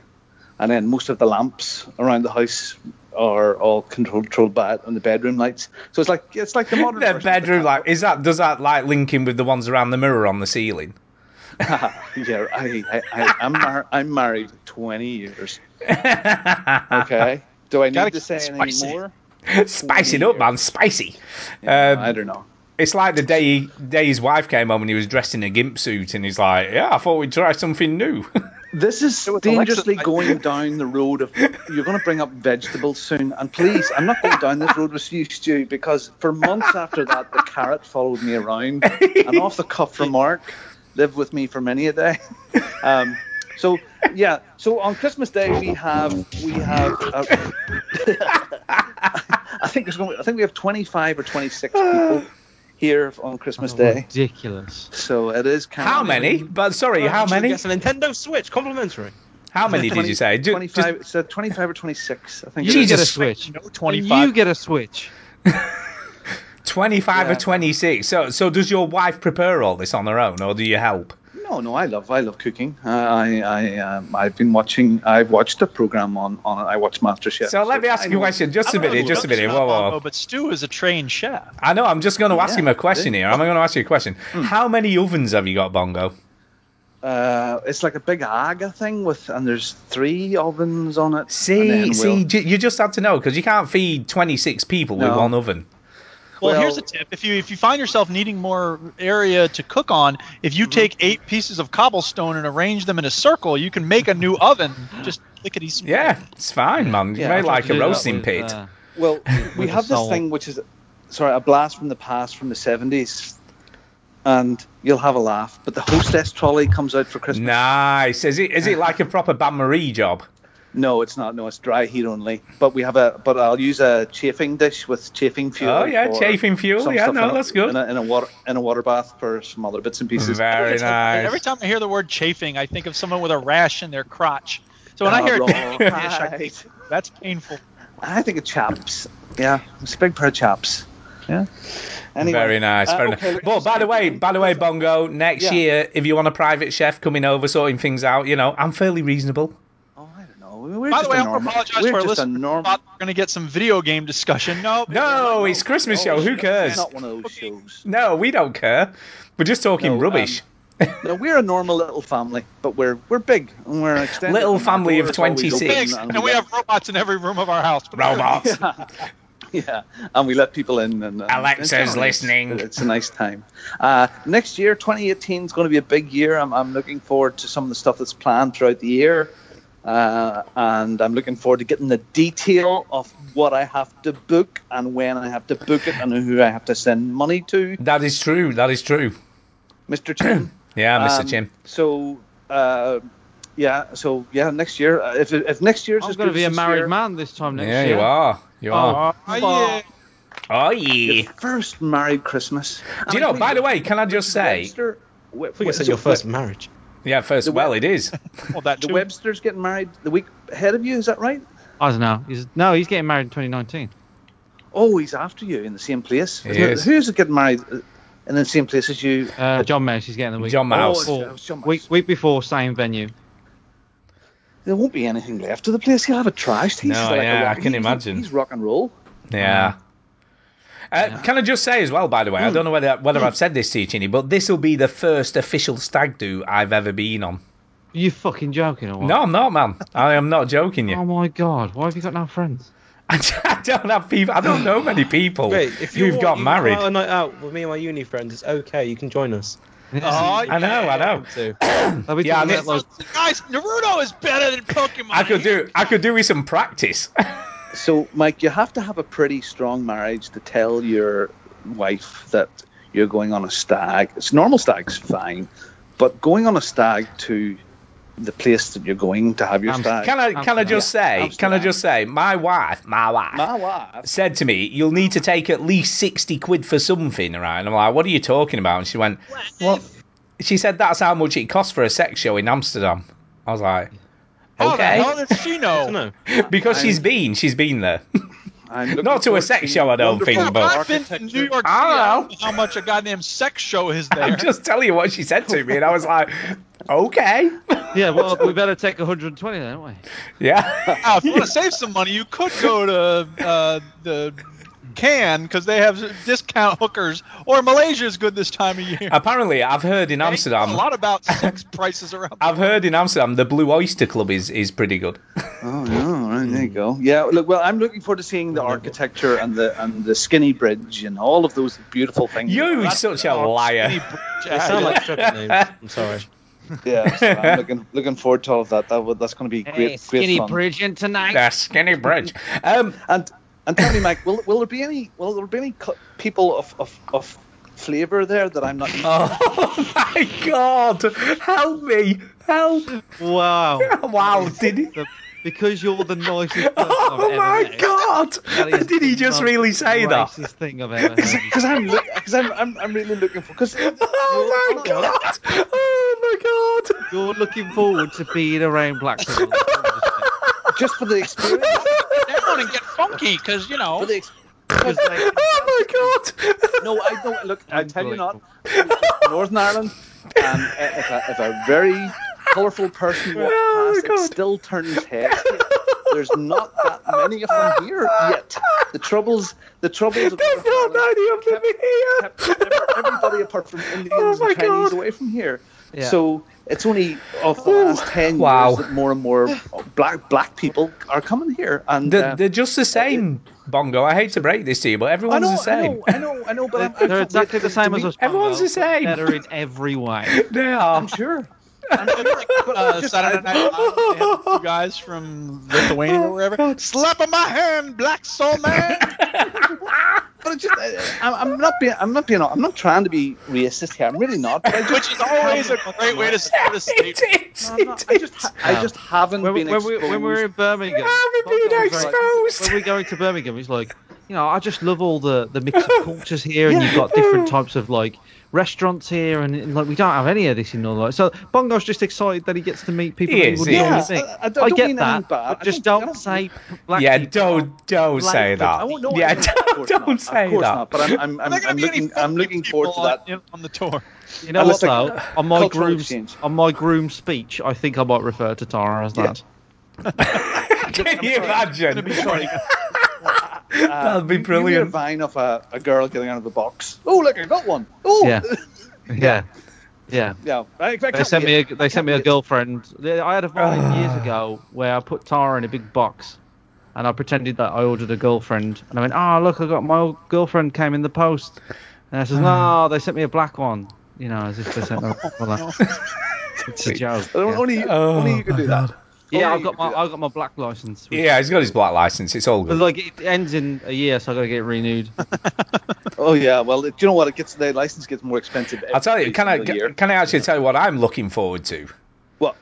S7: and then most of the lamps around the house are all controlled, controlled by it, and the bedroom lights. So it's like it's like the modern
S2: Their bedroom light is that does that light link in with the ones around the mirror on the ceiling?
S7: yeah, I, I, I, I'm, mar- I'm married 20 years. Okay. Do I need
S2: Gotta
S7: to
S2: keep
S7: say
S2: it
S7: anything
S2: spicy.
S7: more?
S2: Spice it up, man. Spicy. um, I
S7: don't know.
S2: It's like the day he, day his wife came home and he was dressed in a gimp suit and he's like, "Yeah, I thought we'd try something new."
S7: This is dangerously going down the road of you're going to bring up vegetables soon. And please, I'm not going down this road with you, Stu, because for months after that, the carrot followed me around. An off the cuff remark lived with me for many a day. Um, so yeah, so on Christmas Day we have we have. A, I think there's going. To, I think we have 25 or 26 people here on Christmas Day.
S1: Ridiculous.
S7: So it is. Kind
S2: How many? But sorry,
S7: Uh,
S2: how many? Gets
S4: a Nintendo Switch complimentary.
S2: How many did you say? Do-
S7: 25. It's uh, 25 or 26. I think.
S1: You
S7: it is.
S1: get a switch.
S7: No,
S1: You get a switch.
S2: 25 or
S7: Yeah.
S2: 26. So so does your wife prepare all this on her own or do you help?
S7: No, no, I love I love cooking. Uh, I I um, I've been watching. I've watched a program on on. I watch MasterChef.
S2: So let me ask
S7: I
S2: you a
S7: know-
S2: question. Just a minute, just a minute. Whoa, whoa.
S8: But Stu is a trained chef.
S2: I know, I'm just going to ask
S7: Yeah, Mm.
S2: him a question
S7: see?
S2: here. I'm going to ask you a question. How many ovens have you got, Bongo?
S7: Uh, it's like a big aga thing with, and there's three ovens on it. and
S2: See,
S7: then
S2: see,
S7: we'll-
S2: ju- you just have to know because you can't feed 26 people with
S7: No.
S2: one oven.
S8: Well,
S7: Well-
S8: here's a tip: if you if you find yourself needing more area to cook on, if you take eight pieces of cobblestone and arrange them in a circle, you can make a new oven. Just lickety split.
S2: Yeah, it's fine, man. You
S7: Yeah,
S2: made
S7: I'd
S2: like
S7: like to
S2: a
S7: do that
S2: roasting
S7: with,
S2: pit.
S1: uh,
S7: Well, we
S1: a
S7: have this
S1: soul.
S7: thing which is, sorry, a blast from the past from the 70s, and you'll have a laugh. But the hostess trolley comes out for Christmas.
S2: Nice. Is it is it like a proper Bain Marie job?
S7: No, it's not. No, it's dry heat only. But we have a. But I'll use a chafing dish with chafing fuel.
S2: Oh, yeah,
S7: or
S2: chafing fuel.
S7: some
S2: Yeah,
S7: stuff
S2: no,
S7: in a-
S2: that's good.
S7: In a, in a water in a water bath for some other bits and pieces.
S2: Very nice.
S8: Every time I hear the word chafing, I think of someone with a rash in their crotch. So when I hear
S7: Oh,
S8: chafing dish, I
S7: right.
S8: think that's painful.
S7: I think of chaps. Yeah, it's a big pair of chaps. Yeah. Anyway,
S2: very nice.
S7: uh,
S2: Very
S7: okay,
S2: nice. Well, by the way, by the way, Bongo, next
S7: Yeah.
S2: year if you want a private chef coming over sorting things out, you know, I'm fairly reasonable.
S7: No, we're
S8: By the
S7: just
S8: way, I
S7: a
S8: want to
S7: normal-
S8: apologize
S7: we're
S8: for our
S7: just a
S8: listeners.
S7: normal-
S8: thought we We're going to get some video game discussion. No,
S2: No, it's Christmas show. Who cares?
S7: It's Oh, not one of those shows.
S2: No, we don't care. We're just talking
S7: No, um,
S2: rubbish.
S7: No, we're a normal little family, but we're we're big and we're extended.
S2: Little
S7: and our
S2: family of
S7: door is always
S2: 26.
S7: open
S8: and we have robots in every room of our house.
S2: Robots.
S7: Yeah, and we let people in. And, and
S2: Alexa's
S7: and generally it's-
S2: listening.
S7: It's a nice time. Uh, next year, 2018 is going to be a big year. I'm, I'm looking forward to some of the stuff that's planned throughout the year, uh, and I'm looking forward to getting the detail of what I have to book and when I have to book it and who I have to send money to,
S2: That is true. That is true.
S7: Mr. Chin.
S2: Yeah, Mr.
S7: Um,
S2: Jim.
S7: So. Uh, yeah, so yeah, next year. uh, If, if next year's
S1: I'm
S7: as
S1: going
S7: good
S1: to be
S7: as
S1: a
S7: this
S1: married
S7: year-
S1: man this time next
S2: Yeah,
S1: year. Ah.
S2: you are. You are.
S8: Oh, yeah.
S2: Oh, yeah.
S7: First married Christmas.
S2: Do you know? By the way, can I just say?
S7: Webster, we-
S4: I think it's
S7: so-
S4: your first marriage.
S2: Yeah, first. Well, it is.
S8: Well, that
S7: The
S8: too.
S7: Webster's getting married the week ahead of you. Is that right?
S1: I don't know. He's, no, he's getting married in 2019.
S7: Oh, he's after you in the same place.
S2: He
S7: isn't it?
S2: is.
S7: Who's getting married uh, in the same place as you?
S1: Uh, John Mouse, he's getting the week.
S2: John Mouse.
S7: Oh, it's- it's-
S1: Week, week before, same venue.
S7: there won't be anything left of the place. He'll have it trashed. He's
S2: No,
S7: like a
S2: yeah,
S7: rock-
S2: I can
S7: he's-
S2: imagine.
S7: He's rock and roll. Uh-huh.
S2: Yeah. Uh, Can I just say as well, by the way,
S7: Hmm.
S2: I don't know whether whether I've said this to you, Chinny, but this will be the first official stag do I've ever been on.
S1: Are you fucking joking or what?
S2: No, I'm not, man. I am not joking you.
S1: Oh my god, why have you got no friends?
S2: I don't have people. I don't know many people
S4: Great. If you
S2: who've
S4: want,
S2: Oh, got
S4: you can go
S2: married.
S4: out a night out with me and my uni friends, it's okay. You can join us.
S8: Oh,
S2: I know, I know.
S4: Too.
S1: They'll be
S2: Yeah,
S1: talking
S2: I mean-
S1: about, like,
S8: Guys, Naruto is better than Pokemon.
S2: I could do. I could do with some practice.
S7: So, Mike, you have to have a pretty strong marriage to tell your wife that you're going on a stag. It's normal stag's fine, but going on a stag to the place that you're going to have your stag.
S2: Can I can I just say can I just say my wife my wife my
S7: wife
S2: said to me you'll need to take at least sixty quid for something right and I'm like what are you talking about and she went what she said that's how much it costs for a sex show in Amsterdam I was like
S7: Oh,
S8: How the
S2: okay
S8: hell does she know?
S2: because she's been she's been there
S7: I'm looking
S2: not to a
S7: forward
S2: sex
S7: to
S2: show I don't
S7: wonderful
S2: think but
S8: I've been to New York City. I don't know how much a goddamn sex show is there.
S2: I'm just telling you what she said to me and I was like okay
S1: yeah well we better take 120 then don't we
S2: yeah
S8: Wow, Ah, if you want to save some money, you could go to uh, the can because they have discount hookers. Or Malaysia is good this time of year.
S2: apparently I've heard in
S8: A
S2: Amsterdam
S8: lot about sex prices around.
S2: I've heard in Amsterdam the Blue Oyster Club is, is pretty good.
S7: Oh yeah, all right, there you go. Yeah, look, well, I'm looking forward to seeing the architecture and the and the skinny bridge and all of those beautiful things.
S2: You such a liar.
S8: They
S4: sound like stripper names. I'm sorry.
S7: Yeah, so I'm looking looking forward to all of that. That would that's going to be great. great fun.
S1: in tonight.
S2: The skinny bridge. Um,
S7: and and tell me, Mike, will will there be any will there be any co- people of of, of flavour there that I'm not?
S2: Oh my god! Help me! Help!
S1: Wow.
S2: wow, did he?
S1: because you're the nicest person I've
S2: Oh
S1: ever
S2: my
S1: met. That
S2: god!
S1: is
S2: Did he
S1: the
S2: just
S1: most
S2: really say that?
S1: racist thing I've ever heard.
S7: Because I'm because I'm, I'm I'm really looking for because
S2: Oh my god! Oh my god!
S1: You're looking forward to being around black people.
S7: just for the experience.
S8: They're going to get funky because, you know.
S7: For the ex-
S1: Because they,
S2: Oh my god!
S7: No, I don't. Look, I tell you not. Northern Ireland, and if a, if a very colourful person walks
S2: Oh,
S7: past,
S2: God.
S7: it still turns heads. There's not that many of them here yet. The troubles, the troubles of
S2: There's
S7: Northern Ireland
S2: not many of them here!
S7: kept every- everybody apart from Indians
S2: Oh, my
S7: and Chinese
S2: God.
S7: away from here.
S1: Yeah.
S7: So it's only of the
S2: Ooh,
S7: last ten
S2: wow.
S7: years that more and more oh, black black people are coming here, and
S2: They're,
S7: uh,
S2: they're just the same, Bongo. I hate to break this to you, but
S7: I
S2: everyone's
S7: know,
S2: the
S7: I
S2: same.
S7: know, I know, I know, but I'm, I'm
S1: they're exactly the same as us. Bongo,
S2: Everyone's the
S1: but
S2: same.
S1: Better in every way.
S2: They are.
S7: I'm sure.
S8: Uh, Saturday Night Live, they had two guys from Lithuania or
S7: Oh,
S8: wherever. Slap on my hand, black soul man.
S7: But it's just,
S8: uh,
S7: I, I'm I'm not being, I'm not being, I'm not trying to be racist here. I'm really not. But I just,
S8: Which is always a great way to start a
S2: It
S8: statement.
S2: is!
S7: I'm
S2: It
S7: not- I just,
S2: is!
S7: ha- I just haven't
S1: When, we-
S7: been
S1: when, we,
S7: exposed.
S1: when we were in Birmingham,
S2: haven't
S1: Bongo
S2: been
S1: was like-
S2: exposed.
S1: when we're going to Birmingham, he's like, you know, I just love all the, the mix of cultures here, and you've got different types of like restaurants here, and, and, like we don't have any of this in Northern Ireland. So Bongo's just excited that he gets to meet people
S2: He
S1: that he
S2: is,
S1: wouldn't
S2: yeah.
S1: normally
S7: Yeah,
S1: meet.
S7: I- I don't- I don't
S1: get
S7: mean anything
S1: that,
S7: bad.
S1: but
S7: I
S1: just
S7: don't- I
S1: don't,
S7: don't-
S1: say black
S2: yeah,
S1: people.
S2: don't don't
S1: Black
S2: say
S1: people.
S2: that.
S7: I won't know.
S2: yeah,
S7: I don't, of
S2: don't,
S7: course
S2: don't
S7: not.
S2: say
S7: Of course
S2: that.
S7: not. But I'm, I'm, I'm,
S8: Are there gonna
S7: I'm
S8: be any
S7: looking, I'm
S8: funky
S7: looking forward to
S8: people
S7: that.
S8: on, on the tour.
S1: You know
S7: Unless
S1: what
S7: I-
S1: though? on my
S7: cultural
S1: groom's
S7: exchange.
S1: on my groom's speech, I think I might refer to Tara as that.
S2: Can you
S8: Gonna
S2: imagine?
S8: be funny.
S2: That'd be
S7: Uh, You- You hear a
S2: brilliant.
S7: vine of a, a girl getting out of the box. Oh, look, I got one. Oh,
S1: Yeah. Yeah. Yeah.
S7: yeah. I, I
S1: They
S7: can't
S1: sent me
S7: wait.
S1: a, they sent me a girlfriend. They- I had a
S7: Ah.
S1: vibe years ago where I put Tara in a big box and I pretended that I ordered a girlfriend and I went, "Oh, look, I got my old girlfriend came in the post." And I says,
S7: Ah.
S1: "No, they sent me a black one." You know, as if they sent me a black one. It's a joke.
S7: Only,
S1: Yeah,
S7: only,
S2: Oh,
S7: only you can
S2: my
S7: do that.
S1: yeah
S7: Only
S1: I've
S7: Oh, you
S1: got
S7: can
S1: my
S7: do
S1: I've got my black license. which-
S2: Yeah, he's got his black license. It's all
S1: But
S2: good.
S1: like it ends in a year, so I gotta get it renewed.
S7: that. Oh yeah. Well, do you know what? It gets the license gets more expensive.
S2: I'll tell you.
S7: every
S2: Can I
S7: single year.
S2: can I actually tell you what I'm looking forward to?
S7: What?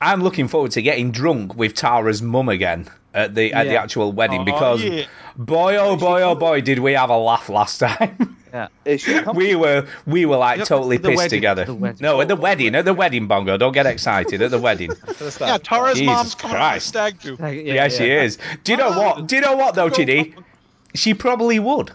S2: I'm looking forward to getting drunk with Tara's mum again at the at the
S1: Yeah.
S2: actual wedding
S8: Oh,
S2: because
S8: yeah.
S2: boy oh boy oh boy did we have a laugh last time.
S1: Yeah.
S7: Is she coming?
S2: we were we were like
S1: Yeah,
S2: totally
S1: the
S2: pissed
S1: wedding,
S2: together.
S1: the wedding.
S2: No, at the wedding, at the wedding, Bongo. Don't get excited at the wedding.
S8: Yeah, Tara's
S2: Jesus
S8: mom's coming on the
S2: Christ.
S8: stag do.
S1: Yeah,
S2: yeah, she is. Do you
S1: Oh,
S2: know what? Do you know what though, Chidi? She probably would.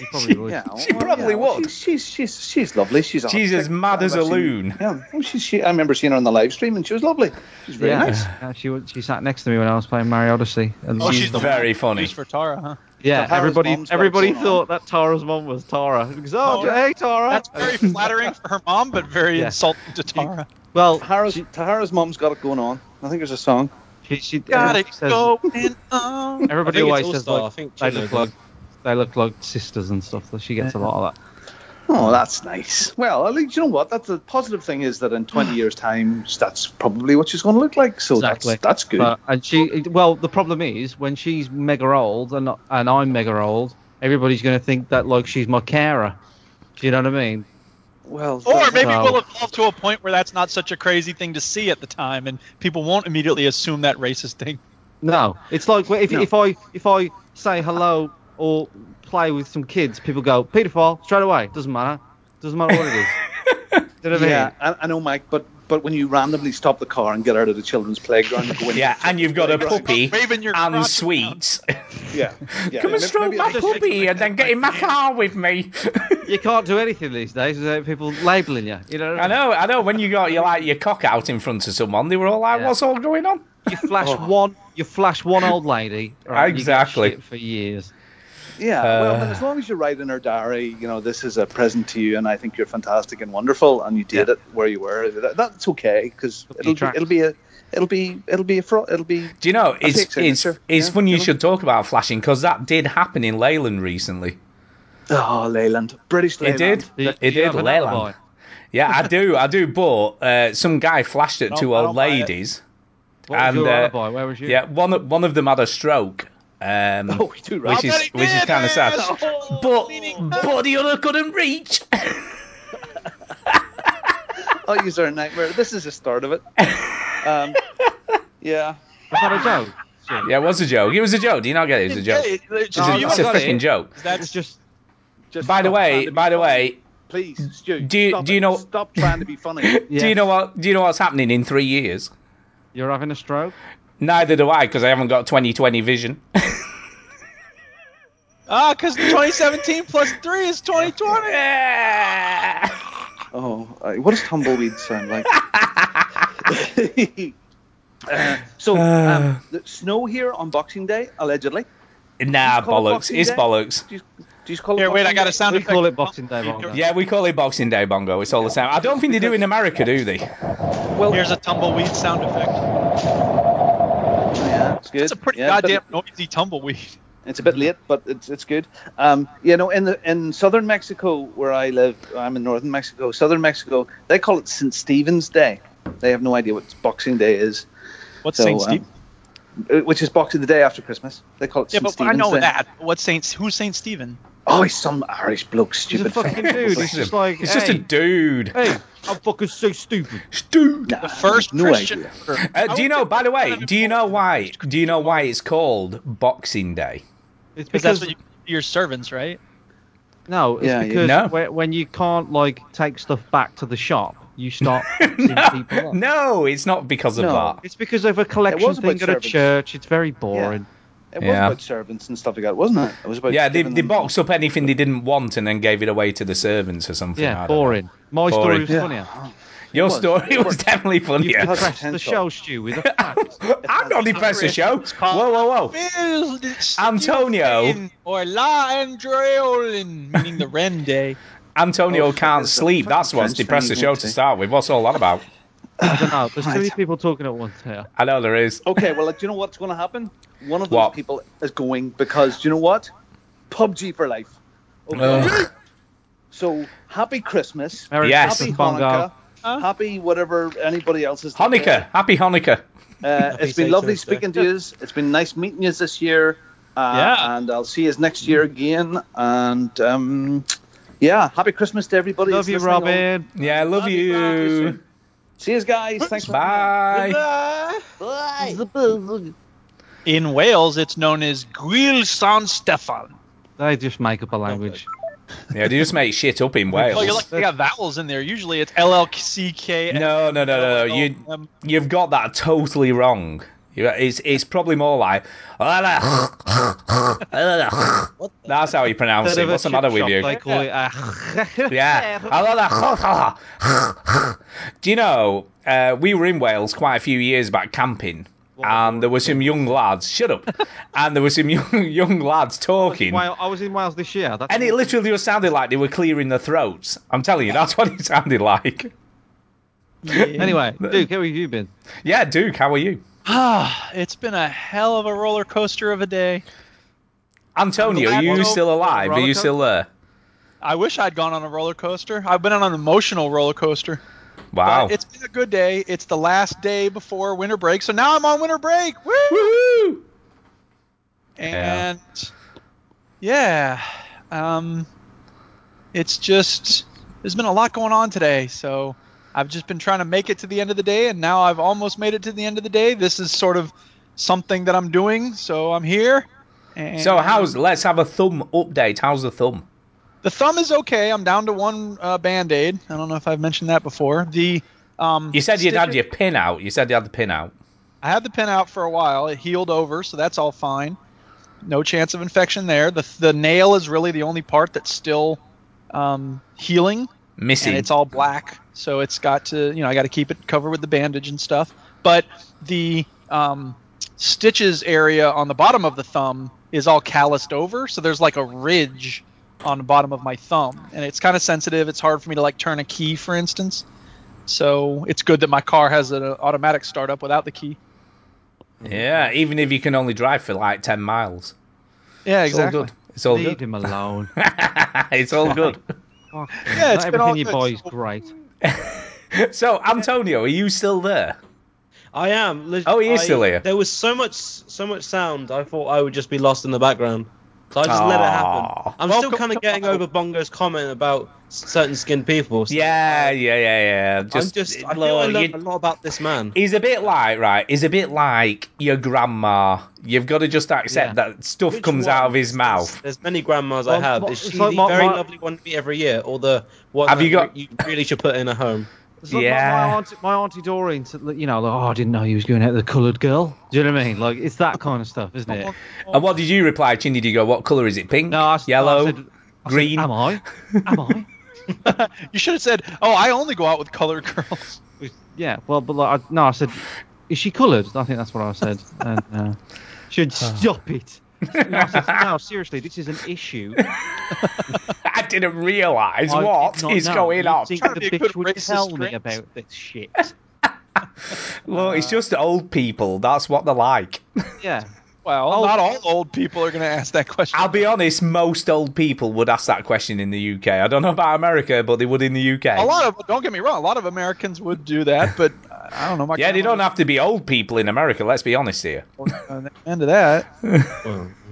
S1: She probably would.
S7: Yeah,
S2: She probably would.
S7: She's she's she's, she's lovely. She's
S2: She's as
S7: artistic.
S2: mad as
S7: I've
S2: a
S7: seen-
S2: loon.
S7: Yeah, well, she, she, I remember seeing her on the live stream, and she was lovely. She's very
S1: yeah.
S7: nice.
S1: Yeah, she was- she sat next to me when I was playing Mario Odyssey. And
S8: Oh,
S1: she-
S8: she's the
S2: very
S8: one
S2: funny.
S8: used for Tara, huh?
S1: yeah,
S7: Tara's
S1: everybody
S7: mom's got
S1: everybody
S7: it going
S1: thought that Tara's mom was Tara. Because, oh,
S8: Oh,
S1: hey Tara.
S8: That's very flattering for her mom, but very
S1: Yeah.
S8: insulting to Tara.
S1: well.
S7: Tahara's,
S1: she,
S7: Tahara's mom's got it going on. I think there's a song.
S1: she, she
S8: Got it
S1: everybody says-
S8: going
S7: Uh,
S8: on.
S1: Everybody
S4: I think
S1: always
S4: it's
S1: says
S4: All-Star.
S1: like
S4: I think
S1: they
S4: Chino
S1: look
S4: does.
S1: like they look like sisters and stuff. So she gets a lot of that.
S7: Oh, that's nice. Well, at least you know what. That's the positive thing is that in 20 years' time, that's probably what she's going to look like. So
S1: Exactly.
S7: that's that's good.
S1: But, and she well, the problem is when she's mega old and and I'm mega old, everybody's going to think that like she's my carer. Do you know what I mean?
S7: Well,
S8: Or
S7: that's
S8: maybe
S7: how-
S8: we'll evolve to a point where that's not such a crazy thing to see at the time, and people won't immediately assume that racist thing.
S1: No, it's like if,
S8: No.
S1: if I if I say hello or play with some kids, people go paedophile straight away. Doesn't matter. Doesn't matter what it is. Do you know what I
S7: yeah,
S1: mean?
S7: I, I know, Mike, but but when you randomly stop the car and get out of the children's playground, and go in,
S2: Yeah, and you've got a puppy and sweets.
S7: yeah, yeah.
S2: Come and stroke my puppy and then get in my car with me.
S1: You can't do anything these days without people labelling you. You know.
S2: I know, I know. When you got your like your cock out in front of someone, they were all like, "What's all going on?" Oh.
S1: You flash one. You flash one old lady. right, you get
S2: Exactly.
S1: shit for years.
S7: Yeah, well,
S1: Uh.
S7: but as long as you write in her diary, you know, this is a present to you, and I think you're fantastic and wonderful, and you did it where you were. that- that's okay because it'll be,
S2: tracks.
S7: it'll be a it'll be it'll be a fraud. It'll be.
S2: Do you know?
S7: a
S2: It's
S7: fake
S2: it's
S7: signature,
S2: it's
S7: yeah,
S2: funny you
S7: know?
S2: should talk about flashing because that did happen in Leyland recently.
S7: Oh, Leyland, British Leyland.
S2: It did. It did. Leyland. Yeah, I do. I do. But uh, some guy flashed at
S1: No,
S2: two
S1: I don't
S2: old
S1: buy it.
S2: ladies. uh,
S1: What was your alibi? Where was you?
S2: Yeah, one of- one of them had a stroke. Um,
S7: do,
S1: right?
S2: which
S1: I
S2: is
S1: bet he
S2: which is
S1: did,
S2: kind of sad.
S6: Oh,
S8: But
S2: but the other couldn't reach.
S7: Oh, you are a nightmare. This is the start of it. Um, yeah.
S1: Was that a joke?
S2: Yeah, it was a joke. It was a joke. Do you not get it? It was a joke.
S7: It- it-
S2: It's a,
S7: you
S2: it's a
S7: got it.
S2: freaking joke.
S7: That's just. just
S2: By the
S7: stop trying
S2: way,
S7: to be
S2: by the
S7: funny.
S2: way,
S7: please, Stu,
S2: do you,
S7: stop
S2: do you know
S7: Stop trying to be funny.
S2: do you know what do you know what's happening in three years?
S1: You're having a stroke.
S2: Neither do I because I haven't got 2020 vision.
S8: Ah, because 2017 plus three is 2020.
S7: Oh, uh, what does tumbleweed sound like? Uh, so, um, the snow here on Boxing Day, allegedly. Do
S2: Nah,
S7: you call it
S2: bollocks.
S7: Boxing
S2: It's
S7: Day?
S2: bollocks.
S7: Do you, do you call it
S8: Here, wait,
S7: Boxing
S8: I got a
S7: Day?
S8: sound
S1: We
S8: effect.
S1: call it Boxing Day. Bongo.
S2: Yeah, we call it Boxing Day, Bongo. It's all the same. I don't think they do in America, do they?
S7: Well,
S8: here's a tumbleweed sound effect.
S7: Yeah, it's good.
S8: It's a pretty
S7: Yeah, but
S8: goddamn noisy tumbleweed.
S7: It's a bit late, but it's it's good. Um, you know, in the in southern Mexico where I live, I'm in northern Mexico. Southern Mexico, they call it St. Stephen's Day. They have no idea what Boxing Day is.
S8: What's
S7: So,
S8: Saint
S7: um,
S8: Stephen?
S7: uh, which is Boxing the day after Christmas. They call it
S8: yeah,
S7: St.
S8: but I
S7: Stephen's
S8: know
S7: Day.
S8: that. What's Saint? Who's Saint Stephen?
S7: Oh, he's some Irish bloke,
S1: He's a
S7: stupid.
S1: fucking
S7: fuck.
S1: dude. He's just like,
S2: It's just a
S1: hey,
S2: dude.
S1: hey, I'm fucking so stupid.
S2: Dude.
S7: Nah,
S8: First
S7: no
S8: Christian.
S7: idea.
S2: Uh, do you know? By the way, do you know why? Do you know why it's called Boxing Day?
S1: It's
S8: Because that's
S1: because
S8: what you do to your servants, right?
S1: no, it's
S7: Yeah, yeah.
S1: because
S2: No.
S1: whe- when you can't like take stuff back to the shop, you start boxing people up.
S2: No, it's not because of
S7: No.
S2: that.
S1: It's because of a collection
S7: about
S1: thing at a
S7: servants.
S1: church. It's very boring.
S7: It was
S2: Yeah.
S7: about servants and stuff like that, wasn't it? It was about
S2: Yeah, they,
S7: giving
S2: they
S7: them-
S2: boxed up anything they didn't want and then gave it away to the servants or something.
S1: Yeah,
S2: I don't know.
S1: boring. My story
S2: Boring.
S1: was
S7: Yeah.
S1: funnier.
S7: Oh,
S2: Your
S7: was.
S2: story was definitely
S1: You
S2: funnier.
S1: depressed the
S7: potential.
S1: show, Stu, with a fact.
S2: I'm not depressed the show. Whoa, whoa, whoa. Antonio.
S8: Or La Andreolin, meaning the Ren Day.
S2: Antonio
S7: Oh, fuck,
S2: can't
S7: it's a
S2: sleep.
S7: fucking
S2: That's what's
S7: French
S2: depressed the
S7: thing,
S2: show
S7: isn't
S2: to
S7: it?
S2: start with. What's all that about?
S1: I don't know. There's three
S7: Right.
S1: people talking at once here.
S2: I know there is.
S7: Okay, well, like, do you know what's going to happen? One of those
S2: What?
S7: people is going because do you know what? PUBG for life. Okay.
S2: Ugh.
S7: So happy Christmas.
S1: Merry
S2: Oh. Yes.
S7: Happy
S1: Christmas, Bongo.
S7: Hanukkah. Happy whatever anybody else is.
S2: Hanukkah. Happy Hanukkah.
S7: Uh, it's been
S9: Satan's
S7: lovely
S9: Day.
S7: speaking to you. It's been nice meeting you this year. Uh,
S8: Yeah.
S7: And I'll see you next year again. And um, yeah, happy Christmas to everybody.
S1: Love
S7: that's
S1: you,
S7: listening on.
S1: Robin.
S2: Yeah, I love you.
S7: See you guys. Thanks. for
S2: Bye.
S7: Bye.
S2: Oh,
S8: In Wales, it's known as Gwyl San Stefan.
S1: They just make up a language.
S2: Yeah, they just make shit up in Wales.
S8: Oh, you like they got vowels in there. Usually, it's L L C K.
S2: No, no, no, no, no. You,
S8: Um,
S2: you've got that totally wrong. You- It's, it's probably more like. That's how you pronounce
S1: Instead
S2: it.
S1: of a
S2: What's the
S1: chip
S2: matter with
S1: shop,
S2: you?
S1: They call it a.
S2: Yeah. I love that. Do you know, uh, we were in Wales quite a few years back camping, and there were some young lads. Shut up. and there were some young, young lads talking.
S1: Well, I was in Wales this year. That's
S2: And it literally just sounded like they were clearing their throats. I'm telling you, that's what it sounded like.
S1: Anyway, Duke, how have you been?
S2: Yeah, Duke, how are you?
S8: Ah, it's been a hell of a roller coaster of a day.
S2: Antonio, are you
S8: Hello.
S2: still alive? Are you
S1: Rollercoaster?
S2: still there?
S8: I wish I'd gone on a roller coaster. I've been on an emotional roller coaster.
S2: Wow.
S8: But it's been a good day. It's the last day before winter break, so now I'm on winter break. Woo!
S2: Woohoo!
S8: And yeah, um, it's just there's been a lot going on today, so I've just been trying to make it to the end of the day, and now I've almost made it to the end of the day. This is sort of something that I'm doing, so I'm here. and-
S2: So how's let's have a thumb update. How's the thumb?
S8: the thumb is okay. I'm down to one uh, band aid. I don't know if I've mentioned that before. The um,
S2: You said you'd
S8: stitcher-
S2: had your pin out. You said you had the pin out.
S8: I had the pin out for a while. It healed over, so that's all fine. No chance of infection there. The the nail is really the only part that's still um, healing.
S2: Missing.
S8: And it's all black, so it's got to you know I got to keep it covered with the bandage and stuff. But the um, stitches area on the bottom of the thumb is all calloused over, so there's like a ridge on the bottom of my thumb, and it's kind of sensitive. It's hard for me to like turn a key, for instance. So it's good that my car has an uh, automatic startup without the key.
S2: Mm-hmm. Yeah, even if you can only drive for like ten miles.
S8: Yeah,
S2: It's all
S8: exactly.
S2: good. It's all
S1: Leave
S2: good.
S1: him alone.
S2: it's all good.
S8: Yeah, it's
S1: Not
S8: been
S1: everything
S8: all
S1: you
S8: good.
S1: buy is great.
S2: So Antonio, are you still there?
S4: I am. lit-
S2: Oh, he is
S4: I-
S2: still here.
S4: There was so much, so much sound. I thought I would just be lost in the background. So I just let it happen.
S2: Aw.
S4: I'm still kind of getting over Bongo's comment about s- certain skinned people. So
S2: Yeah, yeah, yeah, yeah.
S4: I'm
S2: Just,
S4: just. I feel I
S2: look,
S4: learned
S2: you-
S4: a lot about this man.
S2: He's a bit like right. He's a bit like your grandma. You've got to just accept
S4: Yeah.
S2: that stuff
S4: Which
S2: comes out of his
S4: ones?
S2: mouth.
S4: There's many grandmas I
S1: Well,
S4: have.
S1: well,
S4: Is
S1: it's
S4: she
S1: like
S4: the
S1: my-
S4: very
S1: my-
S4: lovely one to be every year, or the one
S2: Have
S4: that
S2: you got-
S4: re- you really should put in a home?
S1: It's like my-
S2: Yeah.
S1: my, auntie, my auntie Doreen, said, you know, like, oh, I didn't know he was going out with a coloured girl. Do you know what I mean? Like, it's that kind of stuff, isn't it?
S2: And what did you reply, Chindy? Did you go, what colour is it? Pink?
S1: No, I, s-
S2: yellow?
S1: I said, I said,
S2: green?
S1: Am I? Am I?
S8: You should have said, "Oh, I only go out with colored girls."
S1: Yeah. Well, but like, I, no, I said, is she coloured? I think that's what I said. And, uh, she said, stop it. No, I said, no, seriously, this is an issue.
S2: I didn't realise
S1: I did
S2: what
S1: not
S2: is
S1: know.
S2: going
S1: You'd
S2: on.
S1: Think
S8: Trying
S1: the
S8: to be a good
S1: bitch would
S8: racist
S1: tell me
S8: grinch.
S1: about this shit.
S2: Look, it's just old people. That's what they're like.
S1: Yeah.
S8: Well, not all old people are going to ask that question.
S2: I'll be honest, most old people would ask that question in the UK. I don't know about America, but they would in the UK.
S8: A lot of don't get me wrong. A lot of Americans would do that, but uh, I don't know. My
S2: yeah, they don't
S8: grandma
S2: have to be old people in America, let's be honest here.
S8: was on the End of that.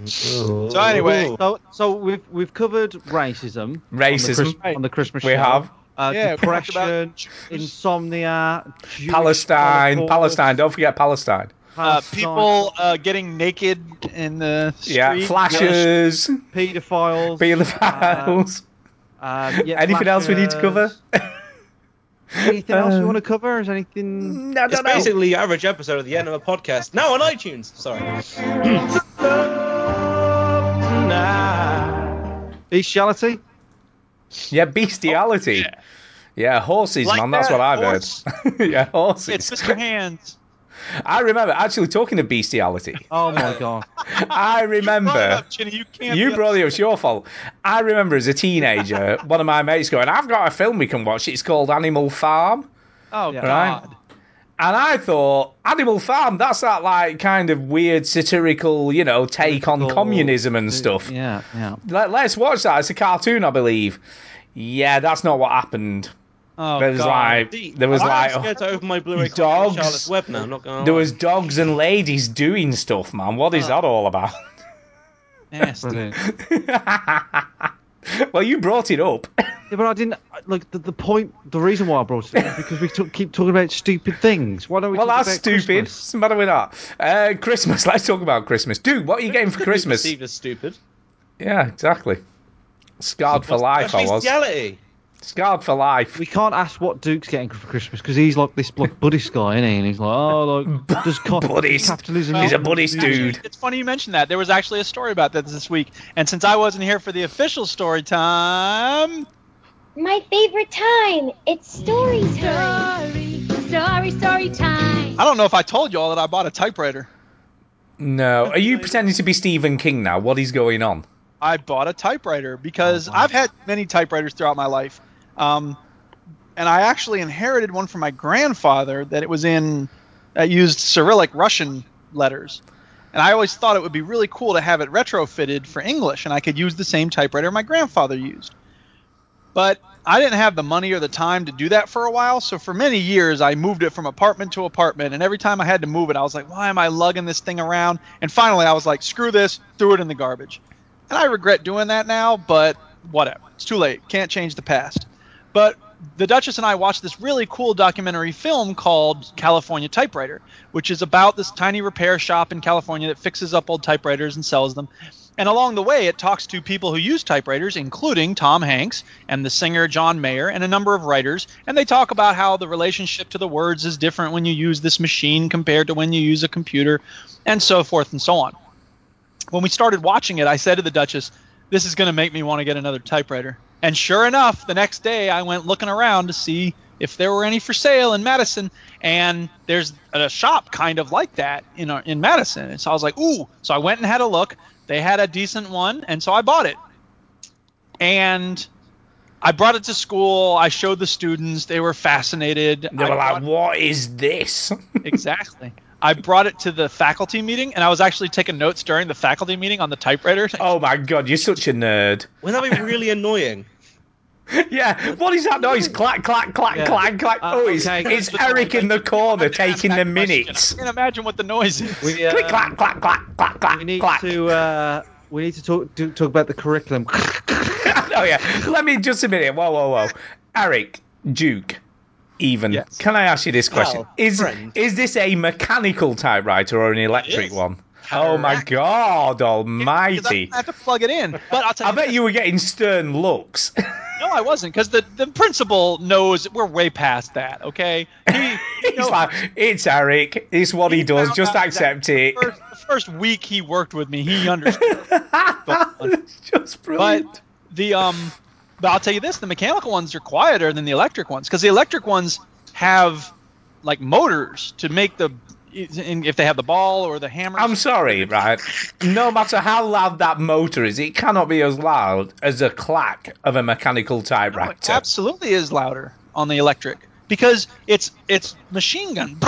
S8: So anyway,
S1: So, so we've we've covered racism, on the,
S2: Racism.
S1: Chris- on the Christmas
S2: We
S1: show.
S2: have.
S1: uh,
S8: Yeah, we talked about
S1: depression, insomnia, Jewish
S2: Palestine,
S1: Holocaust,
S2: Palestine. Don't forget Palestine.
S8: uh,
S1: Palestine,
S8: people uh, getting naked in the street.
S2: Yeah, flashes,
S1: pedophiles,
S2: pedophiles.
S1: uh, uh, yeah,
S2: Anything else we need to cover?
S1: flashers. Anything else you want to cover? Is anything?
S2: No,
S4: It's basically your average episode of the end of a podcast. Now on iTunes. Sorry.
S1: Bestiality.
S2: Yeah, bestiality. yeah. horses,
S8: Oh, Like
S2: man. That's
S8: that,
S2: what I've
S8: horse.
S2: heard. yeah,
S8: It's
S2: horses.
S8: Mr. Hands.
S2: I remember actually talking of bestiality.
S1: Oh my god.
S8: Brought
S2: I
S8: it
S2: remember.
S8: up, Ginny, you can't.
S2: You
S8: be
S2: brought it. It's your fault. I remember as a teenager, one of my mates going, "I've got a film we can watch. It's called Animal Farm."
S8: Oh
S1: Yeah.
S2: Right.
S8: God.
S2: And I thought, Animal Farm, that's that like kind of weird satirical, you know, take on
S1: Political-
S2: communism and stuff.
S1: Yeah, yeah.
S2: Let, let's watch that. It's a cartoon, I believe. Yeah, that's not what happened.
S8: Oh
S2: there was
S8: God.
S2: like, there was
S4: I'm
S2: like,
S4: scared to open my Blu-ray copy
S2: Dogs.
S4: of Charlotte's Web now. I'm not going.
S1: Oh.
S2: there was dogs and ladies doing stuff, man. What is that all about?
S8: Nasty.
S2: well, you brought it up.
S1: Yeah, but I didn't like the, the point. The reason why I brought it up is because we t- keep talking about stupid things. Why don't we?
S2: well,
S1: talk
S2: that's
S1: about
S2: stupid.
S1: Christmas?
S2: What's the matter with that? Uh, Christmas. Let's talk about Christmas, dude. What are you getting for Christmas?
S4: Perceived as stupid.
S2: Yeah, exactly. Scarred for life,
S4: That's
S2: I was.
S4: bestiality.
S2: Scarred for life.
S1: We can't ask what Duke's getting for Christmas because he's like this like Buddhist guy, isn't he? And he's like, oh, like does co-
S2: Buddhist.
S1: capitalism?
S2: He's a Buddhist dude.
S8: It's funny you mentioned that. There was actually a story about that this week, and since I wasn't here for the official story time,
S10: My favorite time. It's story time. Story, story, story time.
S8: I don't know if I told you all that I bought a typewriter.
S2: No, are you pretending to be Stephen King now? What is going on?
S8: I bought a typewriter because I've had many typewriters throughout my life. Um, and I actually inherited one from my grandfather that it was in that used Cyrillic Russian letters. And I always thought it would be really cool to have it retrofitted for English and I could use the same typewriter my grandfather used. But I didn't have the money or the time to do that for a while, so for many years I moved it from apartment to apartment and every time I had to move it I was like, "Why am I lugging this thing around?" And finally I was like, "Screw this, threw it in the garbage." And I regret doing that now, but whatever. It's too late. Can't change the past. But the Duchess and I watched this really cool documentary film called California Typewriter, which is about this tiny repair shop in California that fixes up old typewriters and sells them. And along the way, it talks to people who use typewriters, including Tom Hanks and the singer John Mayer and a number of writers. And they talk about how the relationship to the words is different when you use this machine compared to when you use a computer, and so forth and so on. When we started watching it, I said to the Duchess, This is going to make me want to get another typewriter. And sure enough, the next day I went looking around to see if there were any for sale in Madison, and there's a shop kind of like that in our, in Madison. And so I was like, ooh. So I went and had a look. They had a decent one, and so I bought it. And I brought it to school. I showed the students. They were fascinated.
S2: They were
S8: I
S2: like, "What is this?"
S8: exactly. I brought it to the faculty meeting, and I was actually taking notes during the faculty meeting on the typewriter.
S2: Oh my god, you're such a nerd.
S4: Wouldn't that be really annoying?
S2: yeah, what is that noise? Clack, clack, clack,
S8: Yeah.
S2: clack, clack.
S8: Uh,
S2: oh, it's,
S8: okay.
S2: it's Eric in the corner taking the minutes.
S8: I can't imagine what the noise is.
S1: We, uh,
S8: Click,
S2: clack, clack, clack, clack, clack.
S1: We need to uh, we need to talk to, talk about the curriculum.
S2: oh yeah. Let me just a minute. Whoa, whoa, whoa. Eric Duke. Even can I ask you this question?
S4: Well,
S2: is is this a mechanical typewriter or an electric one? Oh my God
S1: E
S2: Almighty!
S8: I have to plug it in. But I'll tell
S2: I bet you were getting stern looks.
S8: No, I wasn't, because the, the principal knows we're way past that, okay? He,
S2: He's like, it's Eric. It's what he, does.
S8: found
S2: Just
S8: out
S2: accept
S8: that
S2: it.
S8: The first, the first week he worked with me, he understood.
S2: just brilliant.
S8: But the um, but I'll tell you this: the mechanical ones are quieter than the electric ones because the electric ones have like motors to make the if they have the ball or the hammer.
S2: I'm sorry, right? No matter how loud that motor is, it cannot be as loud as a clack of a mechanical typewriter.
S8: It absolutely is louder on the electric because it's it's machine gun.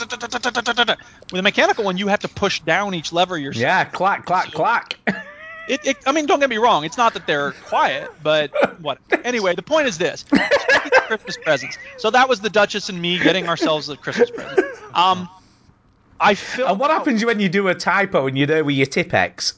S8: With a mechanical one, you have to push down each lever yourself.
S2: Yeah, clack, clack, clack.
S8: It, it, I mean, don't get me wrong. It's not that they're quiet, but what? Anyway, the point is this: Christmas presents. So that was the Duchess and me getting ourselves a Christmas present. Um, I feel.
S2: And what happens when you do a typo and you're there with your Tipex?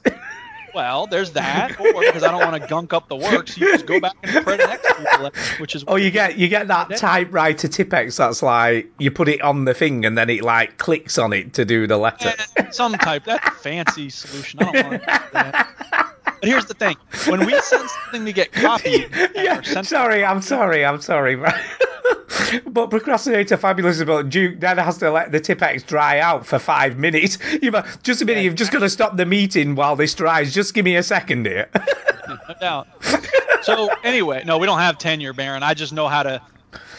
S8: Well, there's that, or because I don't want to gunk up the works, you just go back and print an extra letter, which is
S2: Or you get you get that typewriter Tipex that's like you put it on the thing and then it like clicks on it to do the letter.
S8: some type. That's a fancy solution. I don't want that. But here's the thing: when we send something to get copied,
S2: yeah, sorry, I'm sorry, I'm sorry. but procrastinator fabulous about Duke then has to let the Tipex dry out for five minutes. You mu- just a minute, you've just got to stop the meeting while this dries. Just give me a second here.
S8: no doubt. So anyway, no, we don't have tenure, Baron. I just know how to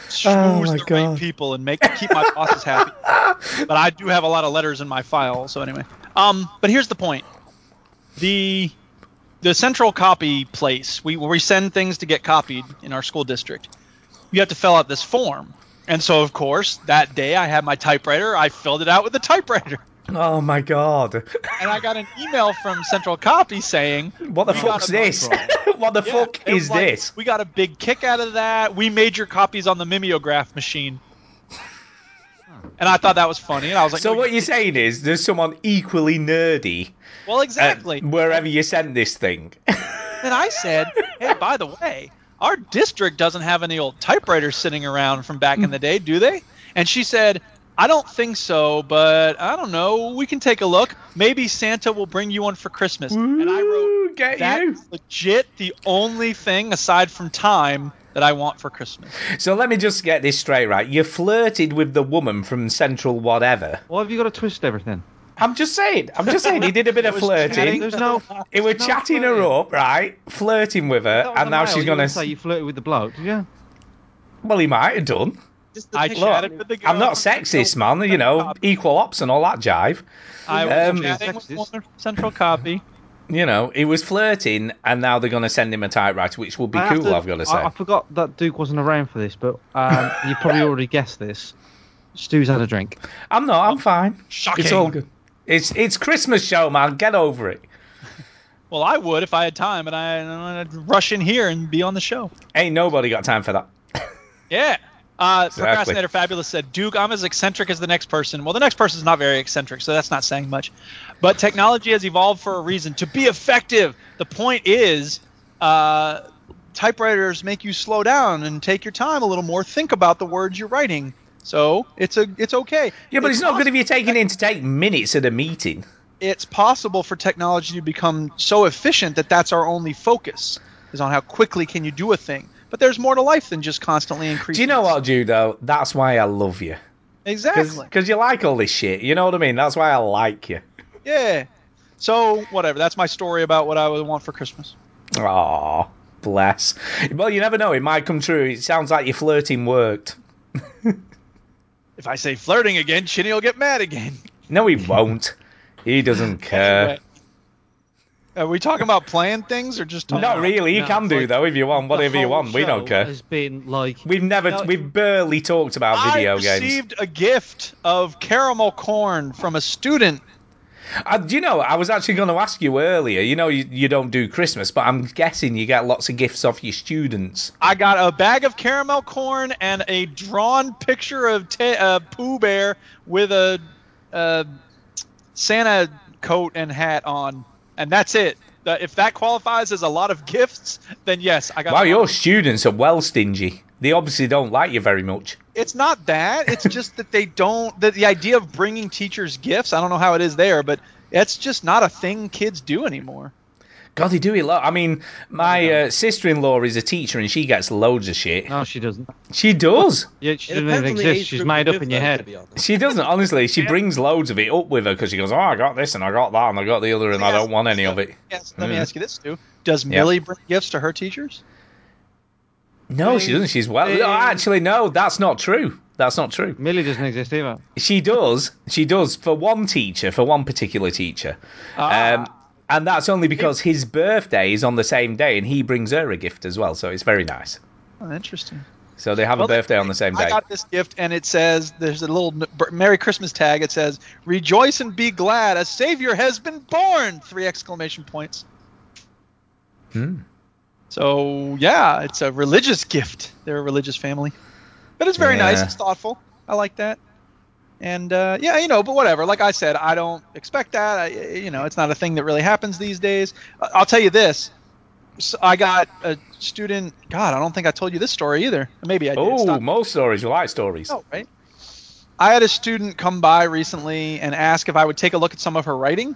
S8: choose
S2: Oh, my
S8: the right people and make keep my bosses happy. But I do have a lot of letters in my file. So anyway, um, but here's the point: the the central copy place we where we send things to get copied in our school district. You have to fill out this form, and so of course that day I had my typewriter. I filled it out with the typewriter,
S2: oh my god.
S8: and I got an email from central copy saying,
S2: What the
S8: "We got
S2: fuck's
S8: a-
S2: this? what the fuck
S8: it was
S2: is
S8: like,
S2: this?
S8: We got a big kick out of that. We made your copies on the mimeograph machine. And I thought that was funny, and I was like,
S2: so
S8: no,
S2: what you're saying is there's someone equally nerdy
S8: well,
S2: uh,
S8: exactly.
S2: wherever you sent this thing.
S8: And I said, hey, by the way, our district doesn't have any old typewriters sitting around from back in the day, do they? And she said, I don't think so, but I don't know. We can take a look. Maybe Santa will bring you one for Christmas. and I wrote,
S2: get
S8: "That's legit the only thing aside from time that I want for Christmas.
S2: So let me just get this straight, right? You flirted with the woman from Central whatever.
S1: Why have you got to twist everything?
S2: I'm just saying. I'm just saying. He did a bit of flirting.
S1: There's no.
S2: He was chatting her up, right? Flirting with her, and now she's gonna.
S1: say you flirted with the bloke. Yeah.
S2: Well, he might have done.
S8: I chatted with the girl.
S2: I'm not sexist, man. You know, equal ops and all that jive.
S8: I was
S2: Um,
S8: chatting with the woman from Central Copy.
S2: You know, he was flirting, and now they're gonna send him a typewriter, which will be
S1: I have
S2: cool.
S1: to-
S2: I've got to say.
S1: I, I forgot that Duke wasn't around for this, but um, you probably already guessed this. Stu's had a drink.
S2: I'm not. I'm fine.
S8: Shocking.
S2: It's all good. It's it's Christmas show, man. Get over it.
S8: Well, I would if I had time, and I, I'd rush in here and be on the show.
S2: Ain't nobody got time for that.
S8: Yeah. Uh,
S2: Exactly.
S8: Procrastinator Fabulous said, Duke, I'm as eccentric as the next person. Well, the next person's not very eccentric, so that's not saying much. But technology has evolved for a reason to be effective. The point is, uh, typewriters make you slow down and take your time a little more, think about the words you're writing. So it's a it's okay.
S2: Yeah, but it's, not good if you're taking in to take minutes at a meeting.
S8: It's possible for technology to become so efficient that that's our only focus is on how quickly can you do a thing. But there's more to life than just constantly
S2: Do
S8: increasing.
S2: you know what, Judo? That's why I love you.
S8: Exactly.
S2: Because you like all this shit. You know what I mean? That's why I like you.
S8: Yeah. So whatever. That's my story about what I would want for Christmas.
S2: Aw, bless. Well, you never know. It might come true. It sounds like your flirting worked.
S8: If I say flirting again, Chinny will get mad again.
S2: No, he won't. he doesn't
S1: Uh.
S2: care.
S8: Are we talking about playing things or just talking
S2: Not
S8: about-
S2: really. You
S1: No,
S2: can
S1: it's
S2: do
S1: like
S2: though if you want, whatever you
S1: whole
S2: want. We don't
S1: show
S2: care.
S1: Has been like
S2: We've never,
S1: No,
S2: we've barely talked about video
S8: I
S2: games.
S8: received a gift of caramel corn from a student.
S2: Uh, do you know? I was actually going to ask you earlier. You know, you, you don't do Christmas, but I'm guessing you get lots of gifts off your students.
S8: I got a bag of caramel corn and a drawn picture of te- uh, Pooh Bear with a uh, Santa coat and hat on, and that's it. That- if that qualifies as a lot of gifts, then yes, I got. a
S2: Wow,
S8: lot
S2: your
S8: of-
S2: students are well stingy. They obviously don't like you very much.
S8: it's not that. It's just that they don't. That the idea of bringing teachers gifts, I don't know how it is there, but that's just not a thing kids do anymore.
S2: God, they do it. Lo- I mean, my uh, sister-in-law is a teacher, and she gets loads of shit.
S1: No, she doesn't.
S2: She does.
S1: Yeah, she doesn't even exist. She's made up in your head.
S2: She doesn't. Honestly, she brings loads of it up with her because she goes, "Oh, I got this, and I got that, and I got the other, and I don't want any of it."
S8: Yes, let me
S2: Mm.
S8: ask you this too: Does
S2: Yeah.
S8: Millie bring gifts to her teachers?
S2: No, she doesn't. She's well. no, actually, no, that's not true. That's not true.
S1: Millie doesn't exist either.
S2: She does. She does for one teacher, for one particular teacher,
S8: Ah.
S2: um, and that's only because his birthday is on the same day, and he brings her a gift as well. So it's very nice.
S8: Oh, interesting.
S2: So they have
S8: Well,
S2: a birthday on the same
S8: I
S2: day.
S8: got this gift, and it says there's a little n- b- Merry Christmas tag. It says "Rejoice and be glad, a Savior has been born!" Three exclamation points.
S2: Hmm.
S8: So yeah, it's a religious gift. They're a religious family, but it's very nice.
S2: Yeah.
S8: It's thoughtful. I like that. And uh, yeah, you know, but whatever. Like I said, I don't expect that. I, you know, it's not a thing that really happens these days. I- I'll tell you this. So I got a student. God, I don't think I told you this story either. Maybe I did. Stop
S2: Oh, most stories. You like stories. Oh,
S8: no, Oh, right? I had a student come by recently and ask if I would take a look at some of her writing.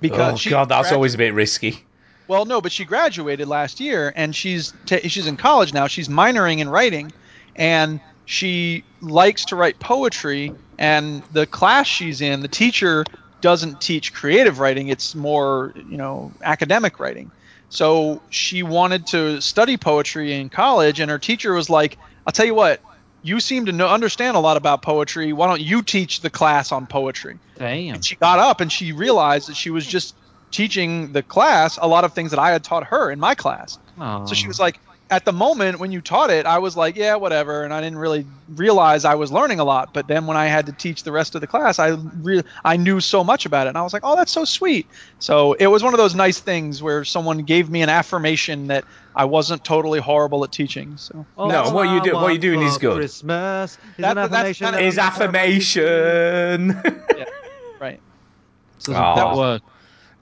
S8: Because
S2: oh
S8: she
S2: God, that's
S8: gradu-
S2: always a bit risky.
S8: Well, no, but she graduated last year and she's ta she's in college now. She's minoring in writing, and she likes to write poetry. And the class she's in, the teacher doesn't teach creative writing; it's more you know academic writing. So she wanted to study poetry in college, and her teacher was like, "I'll tell you what." You seem to know, understand a lot about poetry. Why don't you teach the class on poetry?
S1: Damn.
S8: And she got up and she realized that she was just teaching the class a lot of things that I had taught her in my class.
S1: Aw.
S8: So she was like, at the moment when you taught it, I was like, yeah, whatever, and I didn't really realize I was learning a lot. But then when I had to teach the rest of the class, I re- I knew so much about it, and I was like, oh, that's so sweet. So it was one of those nice things where someone gave me an affirmation that I wasn't totally horrible at teaching. So
S2: no, what you do, what you doing is
S1: for
S2: good.
S1: Christmas is
S8: That-
S1: an
S8: that's
S1: affirmation.
S8: kinda-
S1: that
S2: Is
S1: I'm
S2: affirmation.
S8: right,
S1: doesn't
S2: Aw.
S1: that work?
S2: Oh.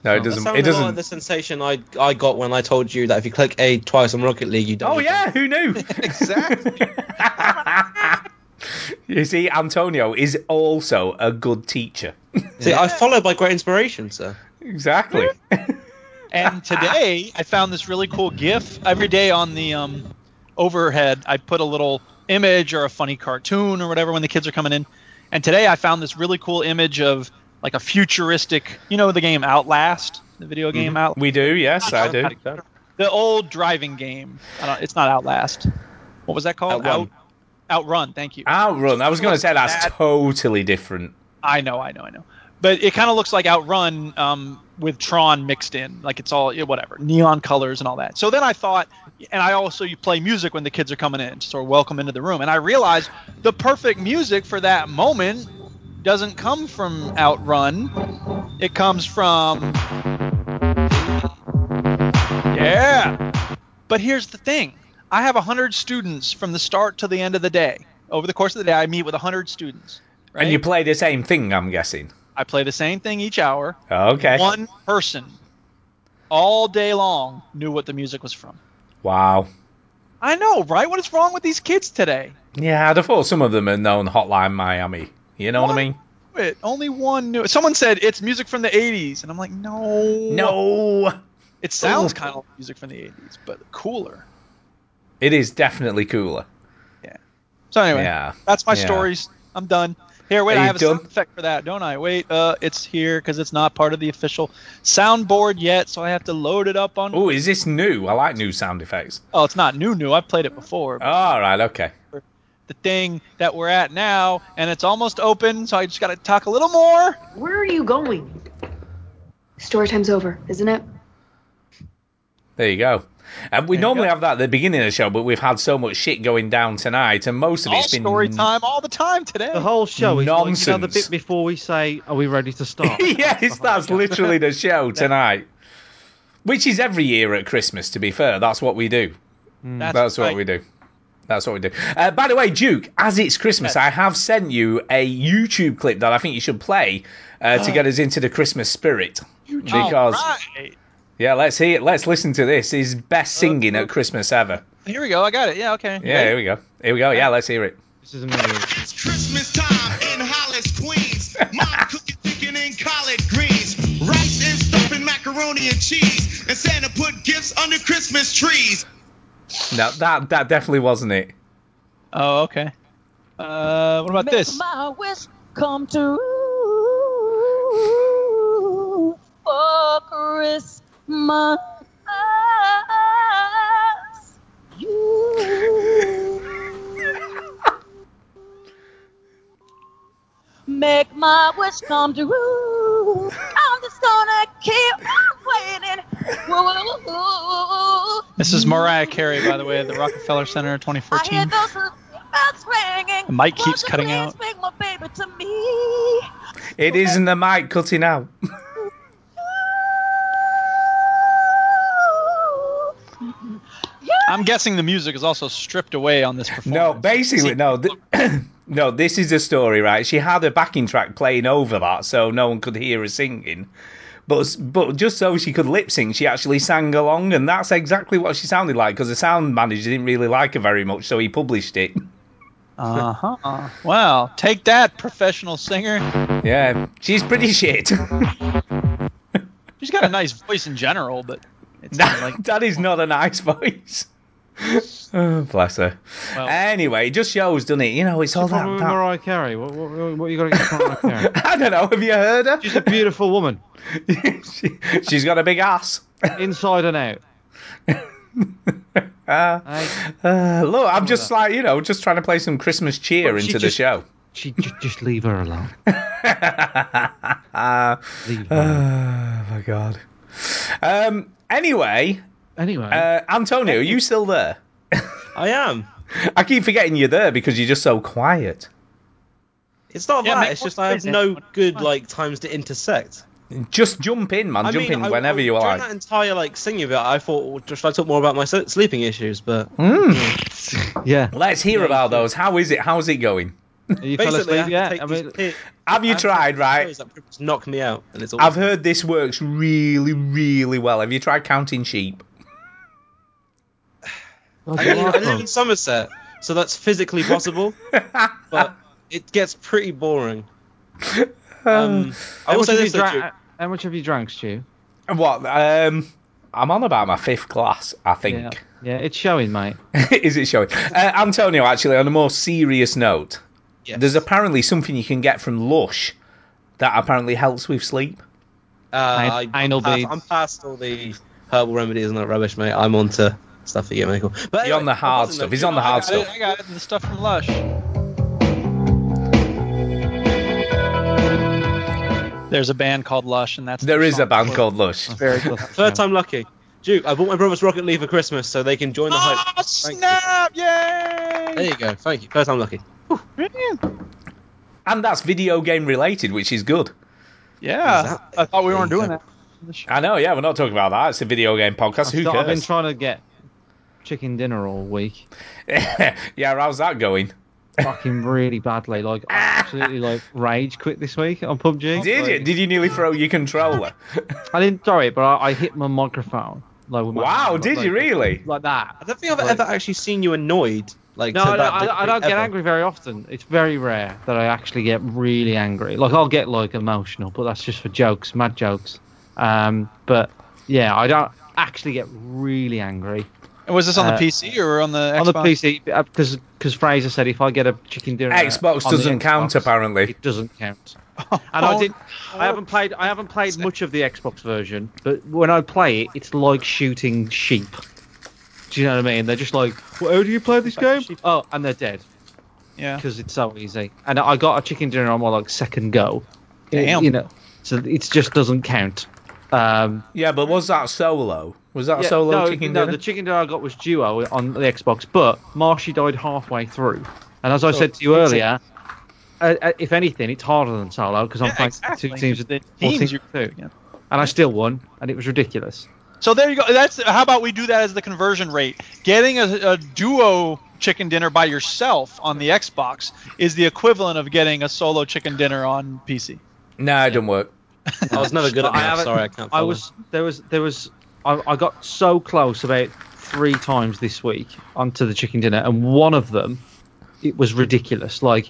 S2: no, it
S1: That
S2: doesn't.
S4: sounded
S2: It
S4: a lot like
S2: doesn't.
S4: the sensation I I got when I told you that if you click A twice on Rocket League, you don't.
S2: Oh yeah, who knew?
S8: exactly.
S2: you see, Antonio is also a good teacher.
S4: See, I followed by great inspiration, sir.
S2: Exactly.
S8: And today I found this really cool GIF. Every day on the um, overhead, I put a little image or a funny cartoon or whatever when the kids are coming in. And today I found this really cool image of like a futuristic, you know, the game Outlast, the video game Outlast,
S2: We do. Mm-hmm. Oh, Yes, I do.
S8: the old driving game. I don't, it's not Outlast. What was that called?
S4: Outrun.
S8: Out, Outrun. Thank you.
S2: Outrun. I was going to say that's
S8: That-
S2: totally different.
S8: I know, I know, I know. But it kind of looks like Outrun um, with Tron mixed in, like it's all yeah, whatever neon colors and all that. So then I thought, and I also you play music when the kids are coming in, sort of welcome into the room, and I realized the perfect music for that moment doesn't come from Outrun, it comes from yeah. But here's the thing. I have 100 students from the start to the end of the day. Over the course of the day, I meet with 100 students.
S2: And you play the same thing, I'm guessing.
S8: I play the same thing each hour.
S2: Okay.
S8: One person all day long knew what the music was from.
S2: Wow.
S8: I know, right? What is wrong with these kids today?
S2: Yeah, I'd have thought some of them had known Hotline Miami. You know what, I mean?
S8: It. Only one knew. it. Someone said it's music from the '80s, and I'm like, no,
S2: No.
S8: It sounds kind of like music from the '80s, but cooler.
S2: It is definitely cooler.
S8: So anyway,
S2: Yeah.
S8: that's my
S2: Yeah.
S8: stories. I'm done. Here, wait,
S2: Are
S8: I
S2: you
S8: have a
S2: done?
S8: sound effect for that, don't I? Wait, uh, it's here because it's not part of the official soundboard yet, so I have to load it up on.
S2: Oh, is this new? I like new sound effects.
S8: Oh, it's not new, new. I've played it before.
S2: All right, okay.
S8: The thing that we're at now, and it's almost open, so I just got to talk a little more.
S12: Where are you going? Story time's over, isn't it?
S2: There you go. And we normally have that at the beginning of the show, but we've had so much shit going down tonight, and most of
S8: All
S2: it's been
S8: story time, all the time today.
S1: The whole show is like, you know, the
S2: Nonsense.
S1: bit before we say, "Are we ready to start?"
S2: yes, that's literally the show tonight. Which is every year at Christmas, to be fair. That's what we do.
S8: That's
S1: Hmm.
S2: That's, what we do. That's what we do. Uh, by the way, Duke, as it's Christmas, I have sent you a YouTube clip that I think you should play uh, to get us into the Christmas spirit. Because,
S8: All right.
S2: yeah, let's hear it. Let's listen to this. His best singing at Christmas ever.
S8: Here we go. I got it. Yeah, okay.
S2: Yeah, here we go. Here we go. Yeah, let's hear it.
S1: This is amazing.
S13: Christmas time in Hollis, Queens. Mom cooking chicken and collard greens, rice and stuffing macaroni and cheese, and Santa put gifts under Christmas trees.
S2: No, that that definitely wasn't it.
S8: Oh, okay. Uh, what about
S14: Make
S8: this?
S14: My wish come true for Christmas. You make my wish come true. I'm just gonna keep on waiting. Woo-woo-woo.
S8: This is Mariah Carey, by the way, at the Rockefeller Center in
S14: I hear
S8: 2014.
S14: those little bells ringing.
S8: The mic keeps
S14: Won't you
S8: cutting
S14: please
S8: out.
S14: Bring my baby to me.
S2: It isn't the mic cutting out.
S8: I'm guessing the music is also stripped away on this performance.
S2: No, basically, no. th- no, this is the story, right? She had a backing track playing over that, so no one could hear her singing. But, s- but just so she could lip sync, she actually sang along, and that's exactly what she sounded like because the sound manager didn't really like her very much, so he published it.
S8: Uh huh. Wow. Take that, professional singer.
S2: Yeah, she's pretty shit.
S8: She's got a nice voice in general, but it's
S2: That- that is not a nice voice. Oh, bless her. anyway, it just shows, doesn't it? You know, it's all that.
S1: Problem with
S2: that-
S1: Mariah Carey. What, what, what you got against Mariah Carey?
S2: I don't know. Have you heard her?
S1: She's a beautiful woman.
S2: she, has got a big ass.
S1: Inside and out.
S2: Uh, uh, look, I'm just like you know, just trying to play some Christmas cheer
S1: But she
S2: into the
S1: just-
S2: show.
S1: She j- just leave her alone.
S2: Uh, oh my god. Um. Anyway.
S1: Anyway.
S2: Uh, Antonio, are you still there?
S4: I am.
S2: I keep forgetting you're there because you're just so quiet.
S4: It's not
S2: Yeah,
S4: that.
S2: make
S4: It's
S2: more
S4: just I have
S2: space,
S4: no
S2: everyone.
S4: good like times to intersect.
S2: Just jump in, man.
S4: I
S2: jump
S4: mean,
S2: in
S4: I-
S2: whenever
S4: I-
S2: you
S4: during
S2: like.
S4: that entire like singing bit, I thought, well, should I talk more about my s- sleeping issues? But
S1: Mm. yeah.
S2: Let's hear about those. How is it? How's it going?
S1: You
S4: fell Basically, I asleep have to yet?
S1: I mean,
S2: have you tried? Right.
S4: knock me out, and it's all.
S2: I've heard this works really, really well. Have you tried counting sheep?
S4: I live, I live in Somerset, so that's physically possible, but it gets pretty boring. Um, I
S1: how,
S4: will say
S1: much have you
S4: this though,
S1: dra-
S4: Duke.
S1: how much have you drank, Stu?
S2: What? Um, I'm on about my fifth glass, I think.
S1: Yeah, it's showing, mate.
S2: Is it showing? Uh, Antonio, actually, on a more serious note, there's apparently something you can get from Lush that apparently helps with sleep.
S4: Uh,
S2: An-
S4: I,
S2: anal
S4: I'm past-
S2: beads.
S4: I'm past all the herbal remedies and that rubbish, mate. I'm on to stuff that you make. But anyway,
S2: on the hard stuff. He's on the hard
S8: I got, it,
S2: stuff.
S8: I got it. The stuff from Lush. There's a band called Lush, and that's
S2: There is a band called Lush.
S8: Very good.
S4: Third time lucky. Duke, I bought my brothers Rocket League for Christmas, so they can join the hype.
S2: Ah,
S8: Oh snap!
S4: There
S8: Yay!
S4: you go. Thank you. First time lucky.
S2: And that's video game related, which is good.
S8: Yeah, I thought we weren't doing that.
S2: I know, yeah, we're not talking about that. It's a video game podcast. Who
S1: I've, I've been
S2: cares?
S1: trying to get chicken dinner all week.
S2: yeah, how's that going?
S1: Fucking really badly. Like, I absolutely, like, rage quit this week on PUBG.
S2: Did you? Did you nearly throw your controller?
S1: I didn't throw it, but I, I hit my microphone. Like with my
S2: Wow,
S1: hand,
S2: did
S1: like-
S2: you really?
S1: Like that.
S4: I don't think I've
S1: Like-
S4: ever actually seen you annoyed. Like
S1: No,
S4: to
S1: I don't,
S4: that
S1: I, I
S4: degree
S1: don't get
S4: ever.
S1: angry very often. It's very rare that I actually get really angry. Like I'll get like emotional, but that's just for jokes, mad jokes. Um, but yeah, I don't actually get really angry.
S8: And was this on
S1: Uh,
S8: the PC or on the Xbox?
S1: on the PC because because Fraser said if I get a chicken dinner, uh,
S2: Xbox
S1: on the
S2: doesn't count, apparently. Oh,
S1: It doesn't count. And
S4: Oh.
S1: I did. I haven't played. I haven't played much of the Xbox version, but when I play it, it's like shooting sheep. Do you know what I mean? They're just like, well, how do you play this game? Oh, and they're dead.
S8: Yeah.
S1: Because it's so easy. And I got a chicken dinner on my like second go.
S8: Damn.
S1: You know, so it just doesn't count. Um,
S2: Yeah, but was that solo? Was that
S1: yeah,
S2: solo
S1: no,
S2: chicken
S1: no,
S2: dinner?
S1: the chicken dinner I got was duo on the Xbox, but Marshy died halfway through.
S2: Oh,
S1: And as I said to you
S2: it's a-
S1: earlier, uh, uh, if anything, it's harder than solo because I'm playing two teams of four
S8: teams
S1: teams
S8: you're
S1: of two, and I still won, and it was ridiculous.
S8: So there you go. That's how about we do that as the conversion rate. Getting a, a duo chicken dinner by yourself on the Xbox is the equivalent of getting a solo chicken dinner on PC.
S2: Nah, it didn't work.
S4: I was never good at
S1: But I
S4: math.
S1: haven't-
S4: Sorry, I can't.
S1: I
S4: follow.
S1: was there was there was I, I got so close about three times this week onto the chicken dinner, and one of them, it was ridiculous. Like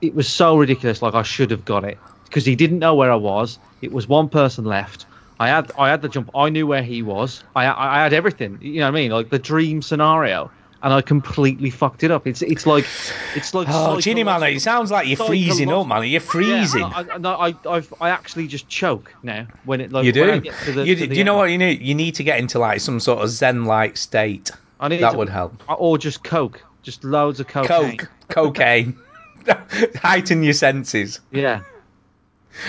S1: it was so ridiculous. Like I should have got it because he didn't know where I was. It was one person left. I had I had the jump. I knew where he was. I I I had everything. You know what I mean? Like the dream scenario, and I completely fucked it up. It's it's like it's like
S2: Oh, Ginny man,
S1: psychological-
S2: it sounds like you're freezing up, man. You're freezing.
S1: yeah, I, I, no, I, I've, I actually just choke now when it like
S2: you
S1: When I
S2: do.
S1: get to the,
S2: you
S1: to
S2: do,
S1: the
S2: do you know
S1: end.
S2: what you need? You need to get into like some sort of zen-like state.
S1: I need
S2: that
S1: to-
S2: would help.
S1: Or just coke, just loads of coke.
S2: Coke, cocaine, heighten your senses.
S1: Yeah.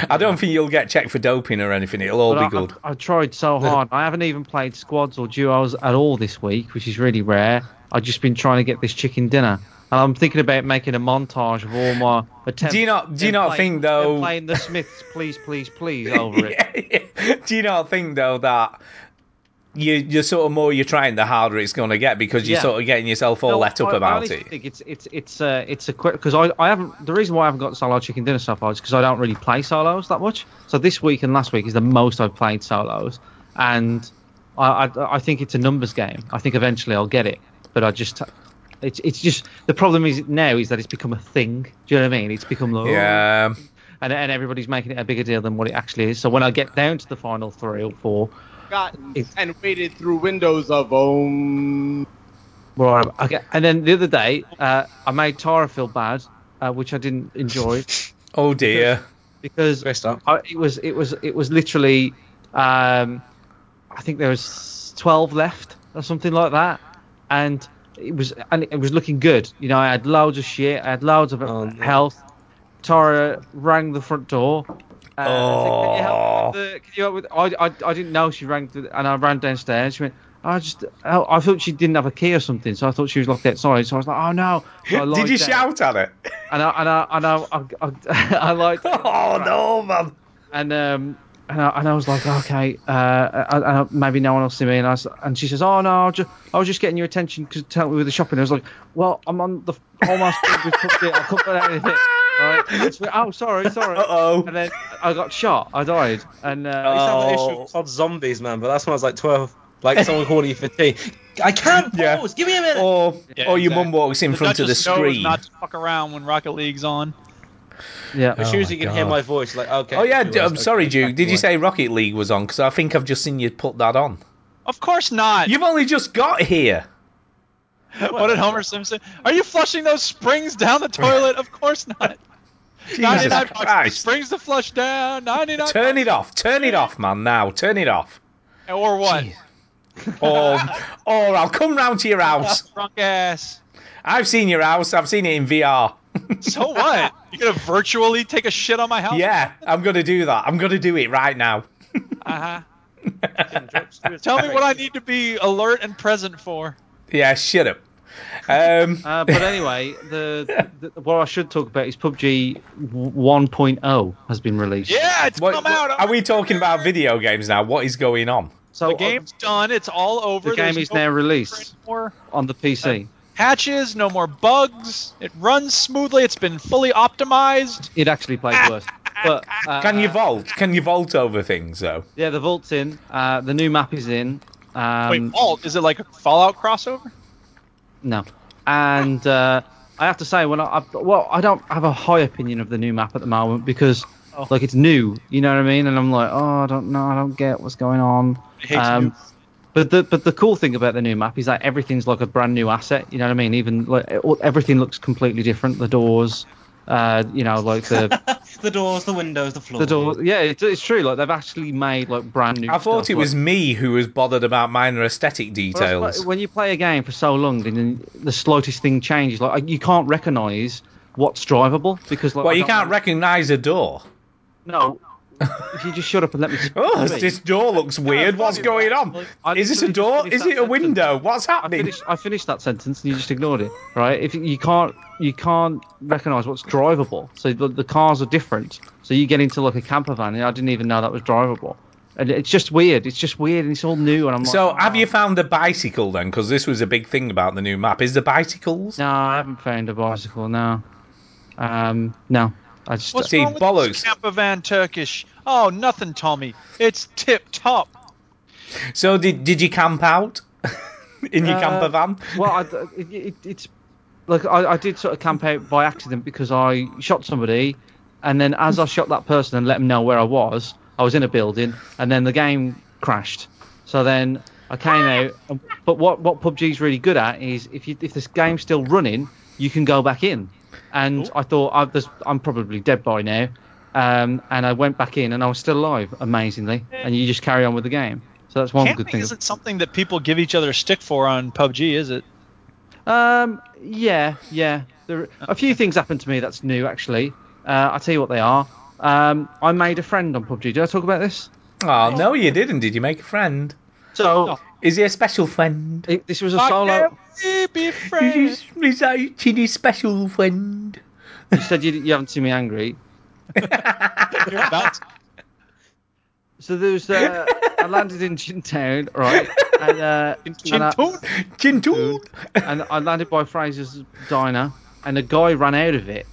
S2: I don't think you'll get checked for doping or anything. It'll all
S1: But I,
S2: be good.
S1: I, I tried so hard. I haven't even played squads or duos at all this week, which is really rare. I've just been trying to get this chicken dinner, and I'm thinking about making a montage of all my attempts.
S2: Do you not- do you
S1: and
S2: not
S1: playing-
S2: think, though-
S1: and Playing the Smiths, please, please, please, over it.
S2: Do you not think though that you you sort of more you're trying, the harder it's going to get because you're
S1: Yeah.
S2: sort of getting yourself all
S1: No,
S2: let up
S1: I- I
S2: about
S1: honestly
S2: it.
S1: think it's it's it's uh, it's a quick because I, I haven't the reason why I haven't got solo chicken dinner so far is because I don't really play solos that much. So this week and last week is the most I've played solos, and I I, I think it's a numbers game. I think eventually I'll get it, but I just it's it's just the problem is now is that it's become a thing. Do you know what I mean? It's become like oh,
S2: Yeah.
S1: and and everybody's making it a bigger deal than what it actually is. So when I get down to the final three or four,
S15: Gotten
S1: It's-
S15: and waited through windows of um.
S1: Well, all right, okay. And then the other day, uh, I made Tara feel bad, uh, which I didn't enjoy.
S2: oh dear.
S1: Because I, it was it was it was literally, um, I think there was twelve left or something like that, and it was and it was looking good. You know, I had loads of shit, I had loads of
S2: Oh,
S1: health. Tara rang the front door. Uh, and said, "Can you help me with the- can you help with-" I, I, I didn't know she rang, th- and I ran downstairs. She went, "Oh, I just, I, I thought she didn't have a key or something, so I thought she was locked outside. So I was like, oh no. So I lied
S2: Did you
S1: down.
S2: shout at it?
S1: And I, and I, and I, I, I, I lied.
S2: Oh no, man.
S1: And um, and I, and I was like, okay, uh, I, I, maybe no one will see me. And I was, and she says, oh no, I, ju- I was just getting your attention because tell me with the shopping. I was like, well, I'm on the almost we cooked it. I couldn't put anything. All right. And she went, oh, sorry, sorry. Uh
S2: oh.
S1: And then I got shot. I died. And uh,
S4: I used to have an issue
S2: Oh.
S4: with odd zombies, man, but that sounds like twelve. Like someone calling you for tea. I can't pause. Give me a minute.
S2: Or,
S8: Yeah,
S2: or your
S8: exactly.
S2: mum walks in
S8: The
S2: front of the
S8: Duchess knows
S2: screen.
S8: Not to fuck around when Rocket League's on.
S1: Yeah.
S4: As soon as you can hear my voice, like okay.
S2: Oh yeah,
S4: she
S2: d-
S4: was,
S2: I'm sorry,
S4: okay,
S2: Duke.
S4: back
S2: Did you
S4: away.
S2: say Rocket League was on? Because I think I've just seen you put that on.
S8: Of course not.
S2: You've only just got here.
S8: what did Homer Simpson? Are you flushing those springs down the toilet? Of course not.
S2: Jesus
S8: 99
S2: Christ!
S8: Springs to flush down. 99.
S2: Turn it off. Turn it off, man. Now, turn it off.
S8: Or what?
S2: Or, or I'll come round to your house.
S8: Drunk ass.
S2: I've seen your house. I've seen it in VR.
S8: So what? You're gonna virtually take a shit on my house?
S2: Yeah, I'm gonna do that. I'm gonna do it right now.
S8: Uh huh. Tell me what I need to be alert and present for.
S2: Yeah, shut up. Um,
S1: Uh, but anyway, the, the what I should talk about is PUBG 1.0 has been released.
S8: Yeah, it's
S2: come out. Are we talking about video games now? What is going on?
S1: So uh,
S8: the game's done. It's all over.
S1: The game
S8: There's
S1: is
S8: no
S1: now released
S8: more
S1: on the PC.
S8: patches. No more bugs. It runs smoothly. It's been fully optimized.
S1: It actually plays worse. But uh,
S2: Can you vault? Can you vault over things though?
S1: Yeah, the vault's in. Uh, the new map is in. Um,
S8: Wait, Vault? Is it like a Fallout crossover?
S1: No. And uh, I have to say, when I, I well, I don't have a high opinion of the new map at the moment because
S8: Oh.
S1: like it's new, you know what I mean? And I'm like, oh, I don't know, I don't get what's going on. Um,
S8: I hate new.
S1: but the but the cool thing about the new map is that everything's like a brand new asset. You know what I mean? Even like it- all- everything looks completely different. The doors, uh, you know, like the
S16: The doors, the windows, the floor.
S1: the doors. Yeah, it's, it's true. Like they've actually made like brand new.
S2: I thought
S1: stuff,
S2: it
S1: like-
S2: was me who was bothered about minor aesthetic
S1: Well, that's
S2: details.
S1: what- when you play a game for so long, then- then the slightest thing changes. Like you can't recognise what's drivable because like
S2: well,
S1: I
S2: you
S1: don't
S2: can't recognise a door.
S1: No. if you just shut up and let me.
S2: Oh,
S1: speak.
S2: this door looks weird. What's going on? Is this a door? Is it a window? What's
S1: I
S2: happening?
S1: finished, I finished that sentence and you just ignored it, right? If you- you can't, you can't recognise what's drivable. So the, the cars are different. So you get into like a camper van, and I didn't even know that was drivable. And it's just weird. It's just weird, and it's all new. And I'm like, "Oh,
S2: So, have you found the bicycle then? Because this was a big thing about the new map. Is the bicycles?
S1: No, I haven't found a bicycle. No, um, no. I just
S8: What's wrong with this camper van Turkish? Oh, nothing, Tommy. It's tip top.
S2: So, did did you camp out in your
S1: Uh,
S2: camper van?
S1: Well, I, it, it, it's like I, I did sort of camp out by accident because I shot somebody, and then as I shot that person and let them know where I was, I was in a building, and then the game crashed. So then I came out. And, but what what PUBG's really good at is if you if this game's still running, you can go back in. And I thought I've, there's- I'm probably dead by now. Um, and I went back in, and I was still alive, amazingly. And you just carry on with the game. So that's one good
S8: Camping
S1: thing.
S8: isn't something that people give each other a stick for on PUBG, is it?
S1: Um, yeah, yeah. There, a few things happened to me that's new, actually. Uh, I'll tell you what they are. Um, I made a friend on PUBG. Did I talk about this?
S2: Oh no, you didn't. Did you make a friend?
S1: So,
S2: is he a special friend?
S1: this was a
S8: I
S1: solo.
S8: can't be friends.
S2: Is that your special friend?
S1: You said you, you haven't seen me angry.
S8: You're about to-
S1: So there was. Uh, I landed in Chintown, right? And, uh,
S2: Chintown? Chintown.
S1: And I landed by Fraser's diner, and a guy ran out of it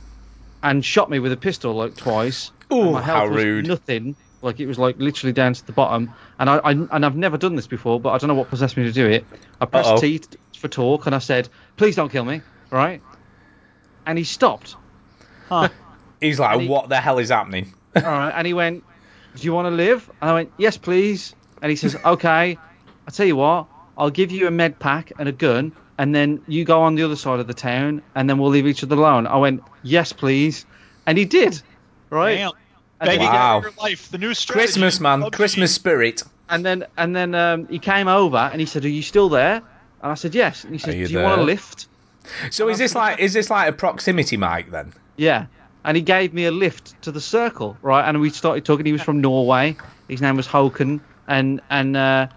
S1: and shot me with a pistol like twice.
S2: Ooh,
S1: And my health
S2: how
S1: was
S2: rude.
S1: Nothing. Like it was like literally down to the bottom, and I, I and I've never done this before, but I don't know what possessed me to do it. I pressed
S2: Uh-oh.
S1: T t- for talk, and I said, "Please don't kill me," right? And he stopped.
S8: Huh.
S2: He's like,
S1: And he-
S2: what the hell is happening?
S1: All right, and he went, "Do you want to live?" And I went, "Yes, please." And he says, "Okay, I tell you what, I'll give you a med pack and a gun, and then you go on the other side of the town, and then we'll leave each other alone." I went, "Yes, please," and he did. Right?
S8: Damn.
S1: And
S8: Begging
S1: then-
S2: Wow.
S8: out of your life. The new strategy.
S2: Christmas, man.
S8: PUBG.
S2: Christmas spirit.
S1: And then and then um, he came over and he said, "Are you still there?" And I said, "Yes." And he said,
S2: Are you
S1: "Do you want to
S2: there?"
S1: lift?"
S2: So is this like is this like a proximity mic then?
S1: Yeah. And he gave me a lift to the circle, right? And we started talking. He was from Norway. His name was Håkan, and and uh,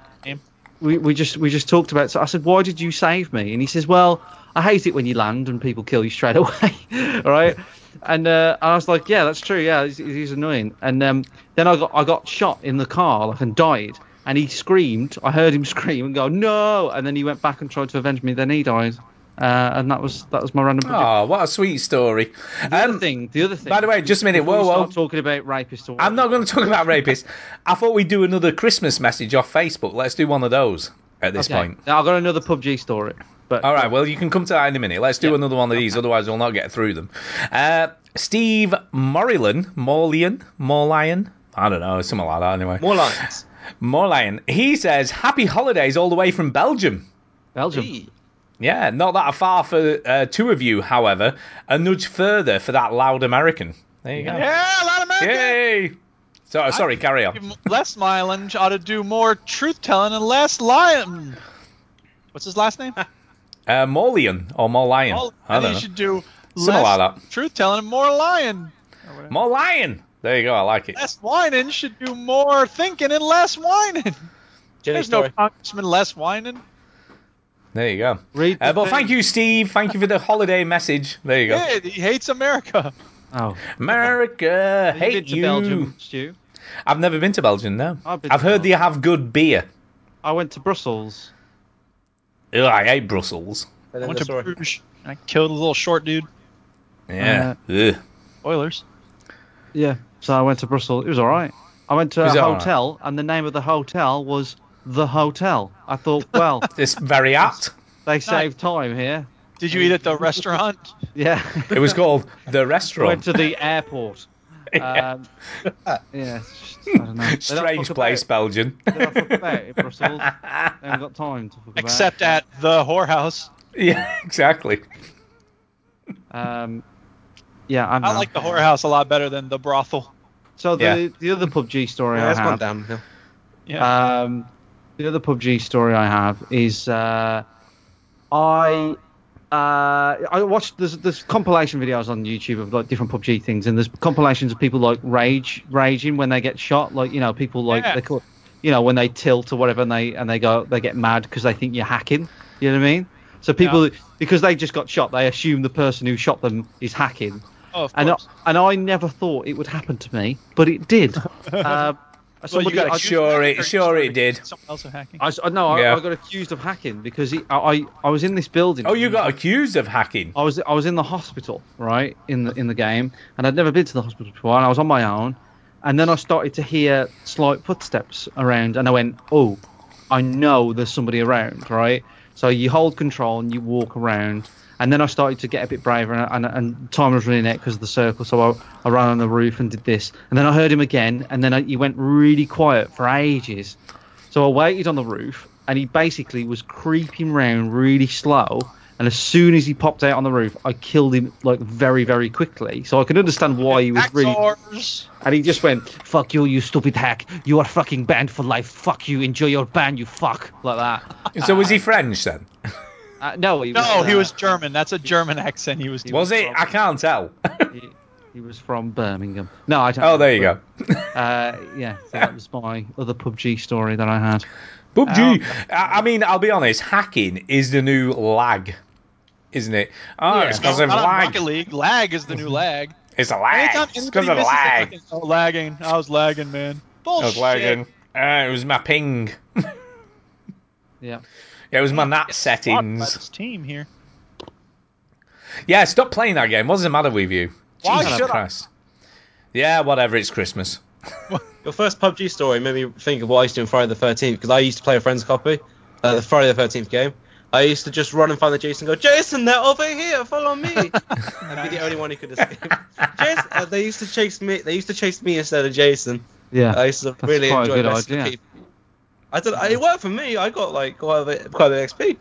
S1: we, we just we just talked about. So I said, "Why did you save me?" And he says, "Well, I hate it when you land and people kill you straight away, right?" And uh, I was like, "Yeah, that's true. Yeah, he's, he's annoying." And um, then I got I got shot in the car like, and died. And he screamed. I heard him scream and go, "No!" And then he went back and tried to avenge me. Then he died. Uh, and that was that was my random. project.
S2: Oh, what a sweet story. Um,
S1: The other thing, the other thing.
S2: By the way, just a minute.
S1: Before we
S2: Whoa, whoa.
S1: start talking about rapists or
S2: I'm not going to talk about rapists. I thought we'd do another Christmas message off Facebook. Let's do one of those at this
S1: Okay.
S2: point.
S1: Now, I've got another PUBG story. But
S2: All right, well, you can come to that in a minute. Let's do another one of these, otherwise, we'll not get through them. Uh, Steve Morlyan, Morlyan, Morlyan, I don't know, something like that anyway.
S16: Morlions.
S2: Morlyan, he says, Happy holidays all the way from Belgium.
S1: Belgium.
S2: Yeah, not that far for uh, two of you, however. A nudge further for that loud American. There you go.
S8: Yeah, a lot of American.
S2: Yay! So, sorry, carry on.
S8: Less Mylan ought to do more truth telling and less lying. What's his last name?
S2: Uh, Morlyan, or Morlyan.
S8: Well,
S2: I
S8: I think
S2: don't know.
S8: you should do
S2: Something
S8: less
S2: like
S8: truth telling and more lying.
S2: that. Morlyan! There you go, I like it.
S8: Less whining should do more thinking and less whining. There's no congressman less whining.
S2: There you go.
S1: Read
S2: Uh,
S1: the
S2: but
S1: thing.
S2: thank you, Steve. Thank you for the holiday message. There you go.
S8: Yeah, he hates America.
S1: Oh,
S2: America,
S1: Have you
S2: hate
S1: been to
S2: you.
S1: Belgium, Stu?
S2: I've never been to Belgium. No,
S1: I've been
S2: I've
S1: to
S2: heard they have good beer.
S1: I went to Brussels.
S2: Ugh, I hate Brussels.
S8: I went to Bruges and I killed a little short dude.
S2: Yeah.
S8: Uh,
S2: Ugh.
S8: Oilers.
S1: Yeah. So I went to Brussels. It was all right. I went to
S2: Is
S1: a
S2: it all right?
S1: hotel, and the name of the hotel was the hotel. I thought, well,
S2: it's very apt.
S1: They save time here.
S8: Did you eat at the restaurant?
S1: Yeah,
S2: It was called the restaurant.
S1: Went to the airport. Um, yeah, it's just- I don't know. They don't
S2: Strange
S1: fuck
S2: place, Belgium.
S8: Uh,
S1: about- fuck about it, Brussels. They haven't got time to fuck about.
S8: Except at the whorehouse.
S2: Yeah, exactly.
S1: Um, yeah, I,
S8: I like the whorehouse a lot better than the brothel.
S1: So the
S8: Yeah.
S1: the other PUBG story
S4: Yeah,
S1: I
S4: that's gone
S1: have.
S4: downhill.
S1: Yeah. Um, the other PUBG story I have is uh, I uh, I watched there's there's compilation videos on YouTube of like different PUBG things, and there's compilations of people like rage raging when they get shot, like you know people like
S8: Yeah.
S1: they call, you know when they tilt or whatever, and they and they go they get mad because they think you're hacking. You know what I mean? So people because they just got shot, they assume the person who shot them is hacking.
S8: Oh, of
S1: And I,
S8: course.
S1: and I never thought it would happen to me, but it did. Um, somebody- I-
S2: sure it, sure it did.
S8: Someone else of hacking.
S1: I, s- I- no, I,
S2: Yeah.
S1: I got accused of hacking because he, I, I I was in this building.
S2: Oh, you got accused of hacking.
S1: I was I was in the hospital, right, in the in the game, and I'd never been to the hospital before, and I was on my own, and then I started to hear slight footsteps around, and I went, oh, I know there's somebody around, right? So you hold control and you walk around, and then I started to get a bit braver, and, and, and time was running out because of the circle, so I, I ran on the roof and did this, and then I heard him again, and then I, he went really quiet for ages, so I waited on the roof, and he basically was creeping round really slow. And as soon as he popped out on the roof, I killed him like very, very quickly. So I can understand why he was really.
S8: Axors.
S1: And he just went, "Fuck you, you stupid hack! You are fucking banned for life. Fuck you. Enjoy your ban, you fuck." Like that.
S2: So was he French then?
S1: Uh, no, he was,
S8: No, he
S1: uh,
S8: was German. That's a German accent he was doing.
S2: Was it? I can't tell.
S1: He, he was from Birmingham. No, I don't.
S2: Oh,
S1: know,
S2: there you
S1: but,
S2: go.
S1: Uh, yeah, so that was my other PUBG story that I had. Um,
S2: PUBG. I I mean, I'll be honest. Hacking is the new lag, isn't it? Oh, it's because of
S8: Not on
S2: lag.
S8: Rocket League. Lag is the new lag.
S2: It's a lag.
S8: Anytime
S2: It's
S8: anybody
S2: because of
S8: misses the
S2: lag.
S8: fucking- oh, lagging. I was lagging, man.
S2: I
S8: Bullshit.
S2: was lagging. Ah, it was my ping.
S1: Yeah.
S2: Yeah, it was my NAT
S8: Blocked by
S2: settings.
S8: this team here.
S2: Yeah, stop playing that game. What's the matter with you?
S8: Why should I?
S2: Christ. Yeah, whatever. It's Christmas.
S4: Your first PUBG story made me think of what I used to do on Friday the 13th because I used to play a friend's copy, uh, the Friday the 13th game. I used to just run and find the Jason and go, Jason, they're over here, follow me. I'd be the only one who could escape. Jason, uh, they used to chase me. They used to chase me instead of Jason.
S1: Yeah,
S4: I used to
S1: that's
S4: really
S1: quite a
S4: enjoy
S1: good
S4: messing
S1: idea.
S4: people. I don't. It worked for me. I got like quite a bit, quite a bit of XP.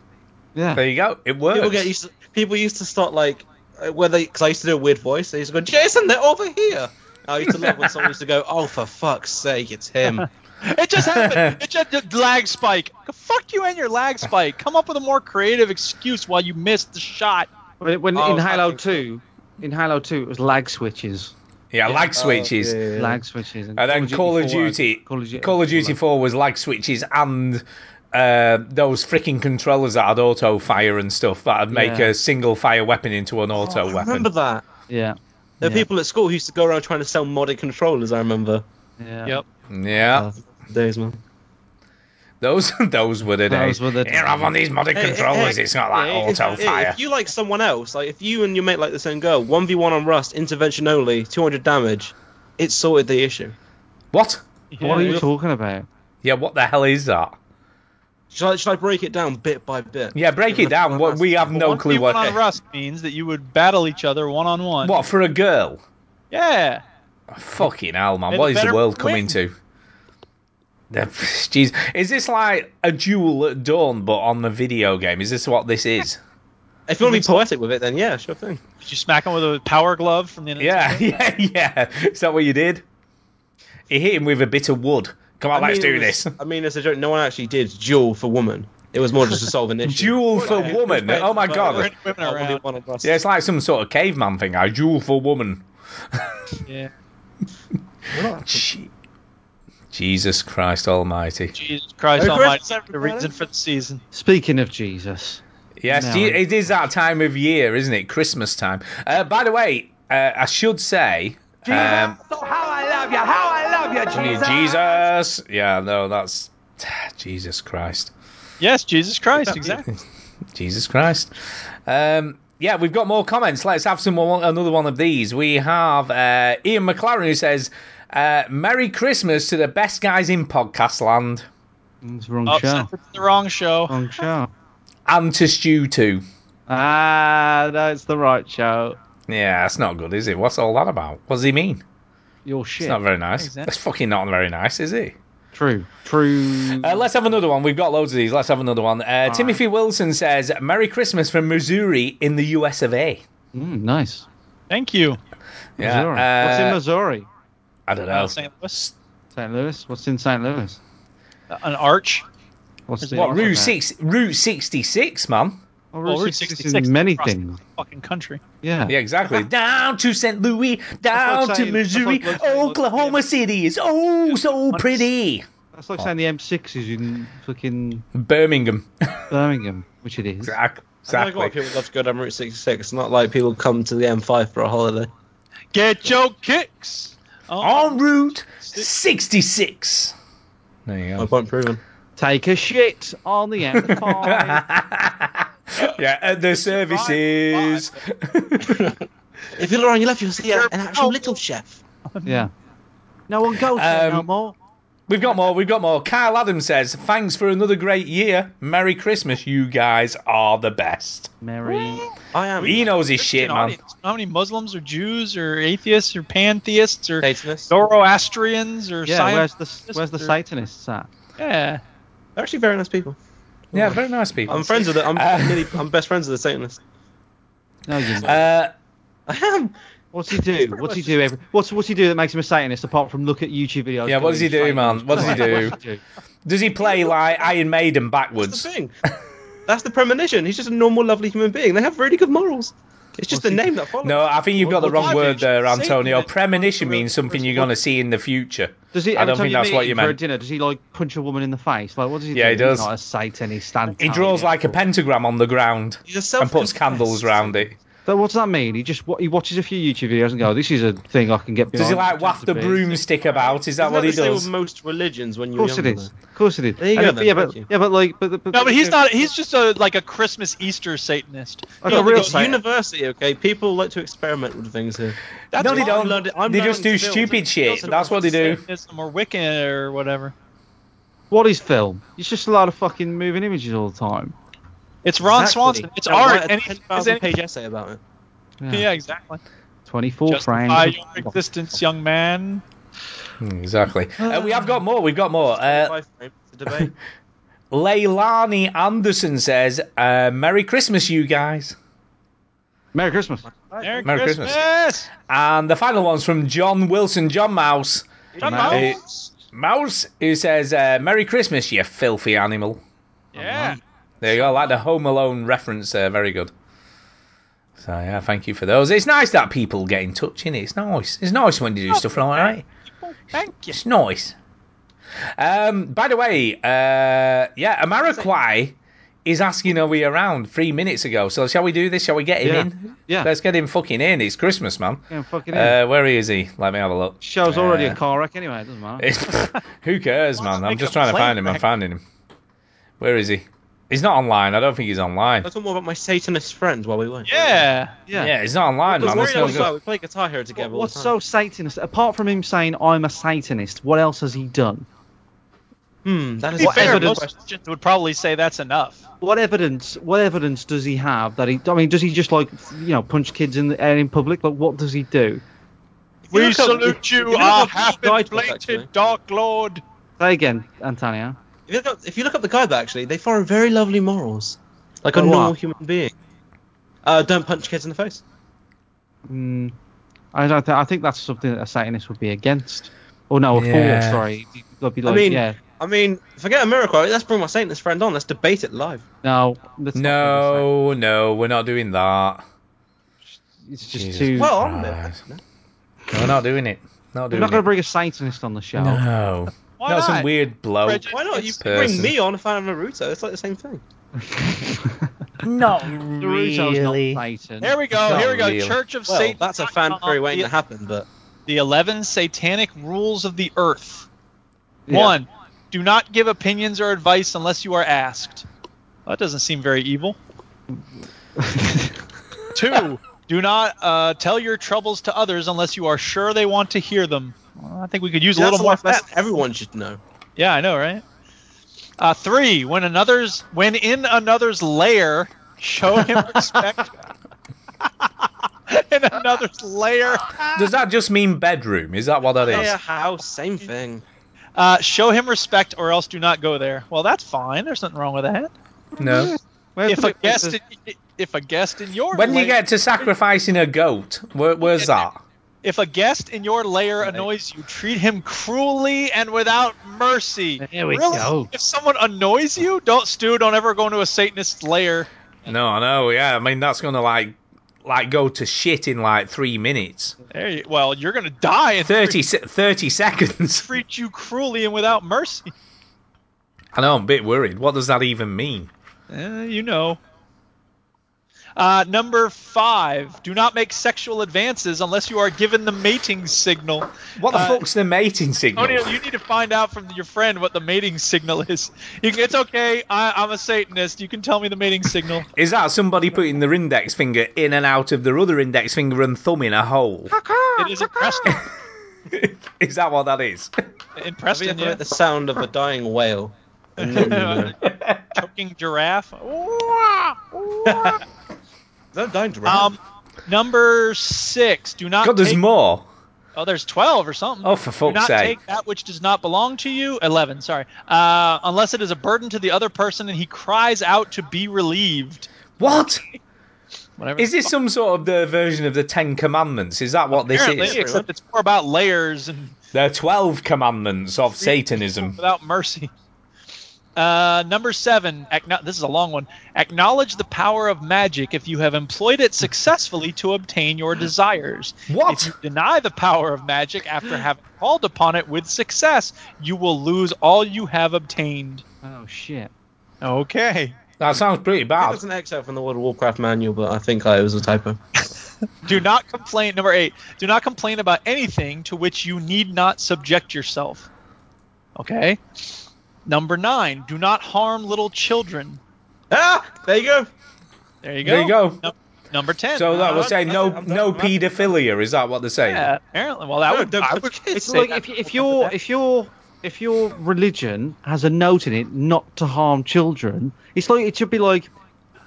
S1: Yeah.
S2: There you go. It works.
S4: People get used. To, people used to start like uh, where they because I used to do a weird voice. They used to go, Jason, they're over here. I used to love when someone used to go, oh for fuck's sake, it's him.
S8: It just happened. It just a lag spike. Fuck you and your lag spike. Come up with a more creative excuse why you missed the shot.
S1: When, when
S4: Oh,
S1: in Halo
S4: fucking-
S1: Two, in Halo Two, it was lag switches.
S2: Yeah, lag
S4: Oh,
S2: switches.
S4: yeah, yeah, yeah.
S1: lag switches.
S2: And then Call of
S1: 4 was-
S2: Duty,
S1: Call of Duty,
S2: Call of Duty 4 was lag switches and uh, those freaking controllers that had auto fire and stuff that would make
S1: Yeah.
S2: a single fire weapon into an
S4: Oh,
S2: auto
S4: I
S2: weapon.
S4: remember that.
S1: Yeah,
S4: There were
S1: Yeah.
S4: people at school who used to go around trying to sell modded controllers. I remember
S1: yeah.
S8: Yep.
S2: Yeah,
S1: Uh,
S4: days, man.
S2: those those were the
S1: Those
S2: days.
S1: were the
S2: Here, I've on these modded
S4: Hey,
S2: controllers.
S4: hey,
S2: it's not like
S4: hey, if-
S2: auto
S4: hey,
S2: fire.
S4: If you like someone else, like if you and your mate like the same girl, one v one on Rust, intervention only, two hundred damage, it sorted the issue.
S2: What?
S1: What are you
S4: Yeah.
S1: talking about?
S2: Yeah, what the hell is that?
S4: Should I, should I break it down bit by bit?
S2: Yeah, break it down. What we have no
S8: one
S2: clue
S8: one on
S2: what.
S8: Rust means that you would battle each other one on one.
S2: What for a girl?
S8: Yeah.
S2: Fucking hell, man!
S8: They're
S2: What
S8: the
S2: is the
S8: better
S2: world coming
S8: wing.
S2: to? The- Jeez, is this like a duel at dawn, but on the video game? Is this what this is?
S4: If you want to be poetic with it, then yeah, sure thing.
S8: Did you smack him with a power glove from the Nintendo?
S2: Yeah, yeah, yeah. Is that what you did? He hit him with a bit of wood. Come on,
S4: I
S2: let's
S4: mean,
S2: do
S4: it was-
S2: this.
S4: I mean, it's a joke. No one actually did duel for woman. It was more just to solve an issue.
S2: Duel for woman. Oh my god.
S8: Women
S4: Uh,
S8: around.
S4: 1v1 on Rust.
S2: Yeah, it's like some sort of caveman thing. I duel for woman.
S8: Yeah.
S2: Je- Jesus Christ Almighty.
S8: Jesus Christ
S4: Merry
S8: Almighty.
S4: Christmas,
S8: The reason for the season.
S1: Speaking of Jesus,
S2: Yes,
S1: No.
S2: gee- it is that time of year, isn't it? Christmas time. Uh, by the way, uh, I should say. Um, Jesus. Yeah, no, that's. Jesus Christ.
S8: Yes, Jesus Christ, exactly.
S2: Jesus Christ. Um, yeah, we've got more comments. Let's have some more, another one of these. We have uh, Ian McLaren who says, uh, "Merry Christmas to the best guys in podcast land."
S1: It's the wrong
S8: Oh,
S1: show.
S8: Sanford's the wrong show.
S1: Wrong show.
S2: And to Stew too.
S1: Ah, that's the right show.
S2: Yeah, that's not good, is it? What's all that about? What does he mean?
S1: Your shit.
S2: It's not very nice.
S1: Exactly.
S2: That's fucking not very nice, is it?
S1: True. True.
S2: Uh, let's have another one. We've got loads of these. Let's have another one. Uh, Timothy Wilson says, "Merry Christmas from Missouri in the U.S. of A."
S1: Mm, nice.
S8: Thank you.
S2: Yeah.
S1: Missouri. What's in
S2: uh,
S1: Missouri?
S2: I don't
S8: Uh,
S2: know.
S8: St. Louis.
S1: St. Louis. What's in St. Louis?
S8: Uh, An arch.
S1: Oh, What's the
S2: What
S1: what's
S2: Route
S1: that?
S2: six? Route sixty-six, man.
S1: Oh,
S8: Well, Route 66
S1: in many
S8: across the
S1: things.
S8: Fucking country.
S1: Yeah.
S2: Yeah, exactly. down to St. Louis, down
S1: That's
S2: to
S1: like saying-
S2: Missouri, Oh.
S1: that's like- that's like-
S2: Oklahoma City is oh so pretty.
S1: That's like saying the M6 is in fucking
S2: Birmingham.
S1: Birmingham, which it is.
S2: Exactly.
S4: I know a lot of people love to go down Route 66. It's not like people come to the M5 for a holiday.
S8: Get your kicks.
S2: On route sixty-six. There you go.
S4: My point proven.
S1: Take a shit on the M5.
S2: yeah, at the services.
S4: If you look on your left, you'll see a- an actual little chef.
S1: yeah. No one goes there no more.
S2: Um, We've got more. We've got more. Kyle Adams says, "Thanks for another great year. Merry Christmas. You guys are the best."
S1: Merry.
S4: I am.
S2: He knows his
S8: Christian
S2: shit, man.
S8: audience. How many Muslims or Jews or atheists or pantheists or
S4: Satanists.
S8: Zoroastrians or
S1: Yeah,
S8: Scientists?
S1: where's the where's the
S8: or-
S1: Satanists at?
S8: Yeah.
S4: They're actually very nice people.
S2: Yeah, very nice people.
S4: I'm friends with the. I'm,
S2: Uh,
S4: nearly, I'm best friends with the Satanists.
S1: No, you're not.
S2: Uh,
S4: I am.
S1: What's he do? What's he do? Every, what's what's he do that makes him a Satanist apart from look at YouTube videos?
S2: Yeah, what does he do, man? What does he do? Does he play like Iron Maiden
S4: That's
S2: backwards?
S4: the thing. That's the premonition. He's just a normal, lovely human being. They have really good morals. It's just the name that follows.
S2: No, I think you've got the
S4: Well,
S2: wrong
S4: why
S2: word
S4: did
S2: there,
S4: you say
S2: Antonio.
S4: that?
S2: Premonition means something you're going to see in the future.
S1: Does he?
S2: I
S1: Every
S2: don't
S1: time
S2: think that's
S1: meet
S2: what
S1: him
S2: you
S1: for a
S2: meant.
S1: dinner, does he like punch a woman in the face? Like, what does he
S2: Yeah,
S1: do?
S2: he does.
S1: He's not a Satanist. Stand
S2: He draws like a pentagram on the ground
S4: He's a
S2: and puts
S4: self-confessed-
S2: candles round it.
S1: So what does that mean? He just wa- he watches a few YouTube videos and go, "This is a thing I can get."
S2: Does he like
S1: behind,
S2: waft
S1: pretend to
S2: a
S1: be."
S2: broomstick about? Is that
S4: Isn't
S2: what he
S4: the same
S2: does?
S4: with most religions when
S1: Of
S4: you're
S1: course it
S4: younger,
S1: is.
S4: though?
S1: Of course it is.
S4: There you
S1: And
S4: go
S1: if-
S4: then,
S1: yeah,
S4: thank
S1: but
S4: you.
S1: yeah, but like, but, the- but
S8: No, but he's
S1: the-
S8: not. He's just a like a Christmas Easter Satanist.
S1: Like
S8: You
S1: a
S8: know,
S1: real
S8: he goes-
S1: Satan.
S4: University, okay? People like to experiment with things here.
S8: That's
S2: No, they
S8: why
S2: don't.
S4: learning- I'm
S2: They just do
S4: learning to build.
S2: stupid shit.
S8: Doesn't
S2: That's what they do.
S8: Satanism or Wiccan or whatever.
S1: What is film? It's just a lot of fucking moving images all the time.
S8: It's Ron
S4: Exactly.
S8: Swanson. It's
S4: Now
S8: art.
S4: write a
S8: and it- is
S4: 10,000
S8: any-
S4: page essay about it.
S8: yeah, exactly.
S1: Twenty-four
S8: Justify
S1: frames.
S8: your existence, young man.
S2: Hmm, Exactly. Uh, we have got more. We've got more. Uh,
S4: Five frames to debate.
S2: Leilani Anderson says, uh, "Merry Christmas, you guys."
S1: Merry Christmas.
S8: Merry,
S2: Merry Christmas.
S8: Christmas.
S2: And the final one's from John Wilson, John Mouse.
S8: John
S2: Mouse.
S8: Mouse.
S2: Mouse, who says, uh, Merry Christmas, you filthy animal.
S8: Yeah.
S2: There you go, like the Home Alone reference there. Very good. So, yeah, thank you for those. It's nice that people get in touch, innit? It's nice. It's nice when you do stuff like that.
S8: Thank you.
S2: It's nice. Um, by the way, uh, yeah, Amaraquai is asking, are we around three minutes ago? So, shall we do this? Shall we get him
S1: Yeah.
S2: in?
S1: Yeah.
S2: Let's get him fucking in. It's Christmas, man.
S1: Yeah, fucking hell.
S2: Uh, where is he? Let me have a look.
S1: Show's already a
S2: uh,
S1: car wreck anyway. It doesn't matter.
S2: It's- Who cares, man? I'm
S8: make
S2: just
S8: a
S2: trying to find him.
S8: plane
S2: I'm finding him. Where is he? He's not online. I don't think he's online.
S4: Let's talk more about my Satanist friend while we wait.
S8: Yeah.
S1: Yeah.
S2: Yeah, he's not online,
S4: Because
S2: man.
S4: we're
S2: That's
S4: in
S2: no
S4: as
S2: good.
S4: well, We play Guitar Hero together. all the
S1: What's
S4: time.
S1: so Satanist? Apart from him saying, "I'm a Satanist," what else has he done?
S4: Hmm, that
S8: To
S4: is
S8: be
S4: what
S8: fair,
S4: evidence
S8: most
S4: question.
S8: Christians would probably say that's enough.
S1: What evidence? What evidence does he have that he? I mean, does he just like you know punch kids in the air in public? Like, what does he do?
S8: We
S4: look up-
S8: salute
S4: if
S8: you,
S4: you look
S8: our
S4: up who
S8: half
S4: died for it, actually.
S8: inflated Dark Lord.
S1: Say again, Antonio.
S4: If you, look up, if you look up the guide, actually, they follow very lovely morals. Like a
S8: Oh,
S1: Like what?
S4: normal human being. Uh, don't punch kids in the face.
S1: Mm, I don't. Th- I think that's something that a Satanist would be against. Or no, a
S2: Yeah.
S1: for. Sorry, they'd be
S4: I
S1: like,
S4: mean,
S1: yeah,
S4: I mean, forget a miracle. Let's bring my Satanist friend on. Let's debate it live.
S1: no, that's Not
S2: No, no, we're not doing that.
S1: it's just
S2: Jesus
S1: too.
S4: Well, I'm there.
S2: Christ. We're not doing it. Not
S1: I'm
S2: doing
S1: not going
S2: it.
S1: to bring a Satanist on the show.
S2: No.
S8: Why
S2: That's some
S8: not?
S2: weird bloke.
S8: Prejudice.
S4: Why not? You bring
S2: Person.
S4: me on, a fan of Naruto. It's like the same thing.
S2: Not
S1: Naruto's not Satan.
S8: Here we go.
S2: Not
S8: Here we go.
S2: really.
S8: Church of
S4: Well,
S8: Satan.
S4: that's a fan theory waiting to happen, but
S8: The 11 satanic rules of the earth.
S1: Yeah.
S8: One, do not give opinions or advice unless you are asked. That doesn't seem very evil. Two, do not uh, tell your troubles to others unless you are sure they want to hear them. Well, I think we could use a
S4: that's
S8: little more.
S4: life
S8: of that.
S4: lesson everyone should know.
S8: Yeah, I know, right? Uh, three, when another's when in another's lair, show him respect. in another's lair.
S2: Does that just mean bedroom? Is that what that is?
S8: Ah. Yeah.
S4: house, same thing.
S8: Uh, show him respect or else do not go there. Well, that's fine. There's nothing wrong with that.
S2: No.
S8: if a guest, in, if a guest in your
S2: When do you
S8: lair-
S2: get to sacrificing a goat, where, where's that?
S8: If a guest in your lair annoys you, treat him cruelly and without mercy.
S2: There we
S8: Really?
S1: Oh.
S2: go.
S8: If someone annoys you, don't stew. Don't ever go into a Satanist lair.
S2: No, I know. Yeah, I mean that's gonna like like go to shit in like three minutes.
S8: There you, well, you're gonna die in
S2: 30, se- 30 seconds.
S8: Treat you cruelly and without mercy.
S2: I know. I'm a bit worried. What does that even mean?
S8: Eh, you know. Uh, number five. Do not make sexual advances unless you are given the mating signal.
S2: What the
S8: Uh,
S2: fuck's the mating signal?
S8: Antonio, you need to find out from your friend what the mating signal is. You can, it's okay. I, I'm a Satanist. You can tell me the mating signal.
S2: Is that somebody putting their index finger in and out of their other index finger and thumb in a hole?
S8: it is impressive.
S2: Is that what that is?
S8: In
S4: Have you
S8: Preston,
S4: ever
S8: yeah.
S4: heard the sound of a dying whale?
S8: Choking giraffe.
S4: Don't dying giraffe.
S8: um, number six. Do not.
S2: God, there's
S8: take-
S2: more.
S8: Oh, there's 12 or something.
S2: Oh, for
S8: Do
S2: fuck's
S8: not
S2: sake.
S8: take that which does not belong to you. 11, sorry. Uh, unless it is a burden to the other person and he cries out to be relieved.
S2: What?
S8: Whatever.
S2: Is this some sort of the version of the Ten Commandments? Is that what this
S8: Apparently,
S2: is?
S8: except it's more about layers and
S2: The Twelve Commandments of Satanism.
S8: without mercy. Uh, number seven. Acknow- this is a long one. Acknowledge the power of magic if you have employed it successfully to obtain your desires.
S2: What?
S8: If you deny the power of magic after having called upon it with success, you will lose all you have obtained.
S1: Oh shit.
S8: Okay.
S2: That sounds pretty bad.
S4: That's an excerpt from the World of Warcraft manual, but I think I was a typo.
S8: Do not complain. Number eight. Do not complain about anything to which you need not subject yourself. Okay. Number nine. Do not harm little children.
S4: Ah, there you go.
S8: There you go.
S2: There you go.
S8: Num- number ten.
S2: So that was
S8: Uh,
S2: saying no, no paedophilia. Is that what they're saying?
S8: Yeah, apparently. Well, that
S4: No,
S8: would.
S4: no,
S8: I
S4: but
S8: would
S1: It's
S8: say
S1: like
S8: that
S1: if if your if your if your religion has a note in it not to harm children, it's like it should be like,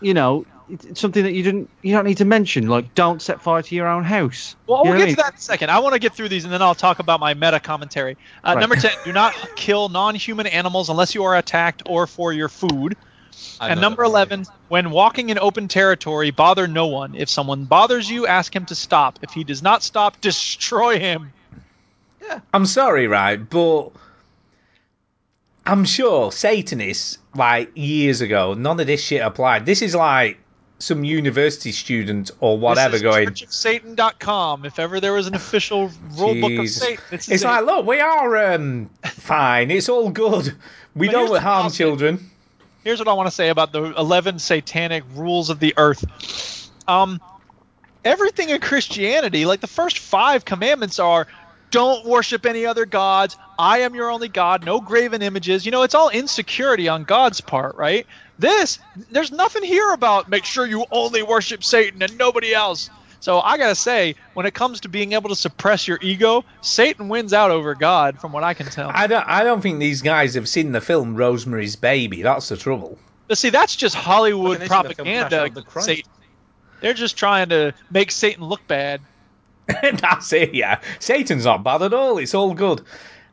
S1: you know, it's it's something that you didn't you don't need to mention, like don't set fire to your own house.
S8: Well,
S1: You
S8: we'll
S1: know what I
S8: get
S1: mean?
S8: to that in a second. I want to get through these, and then I'll talk about my meta commentary. Uh,
S1: Right.
S8: Number ten: Do not kill non-human animals unless you are attacked or for your food.
S4: I
S8: and
S4: know
S8: number
S4: that.
S8: eleven: When walking in open territory, bother no one. If someone bothers you, ask him to stop. If he does not stop, destroy him.
S2: I'm sorry, right, but I'm sure Satanists, like years ago, none of this shit applied. This is like some university student or whatever
S8: this is
S2: going.
S8: churchofsatan.com. If ever there was an official rule book of
S2: Jesus.
S8: Satan, this
S2: It's
S8: is it.
S2: like, look, we are um, fine. It's all good. We
S8: But here's
S2: don't
S8: the
S2: harm
S8: last bit.
S2: children.
S8: here's what I want to say about the 11 satanic rules of the earth. Um, everything in Christianity, like the first five commandments are don't worship any other gods, I am your only God, no graven images. You know, it's all insecurity on God's part, right? This, there's nothing here about make sure you only worship Satan and nobody else. So I gotta say, when it comes to being able to suppress your ego, Satan wins out over God, from what I can tell.
S2: I don't. I don't think these guys have seen the film Rosemary's Baby. That's the trouble.
S8: But see, that's just Hollywood
S4: Fucking issue, the film Passion
S8: propaganda.
S4: of the Christ.
S8: Satan. They're just trying to make Satan look bad.
S2: That's it. Yeah, Satan's not bad at all. It's all good.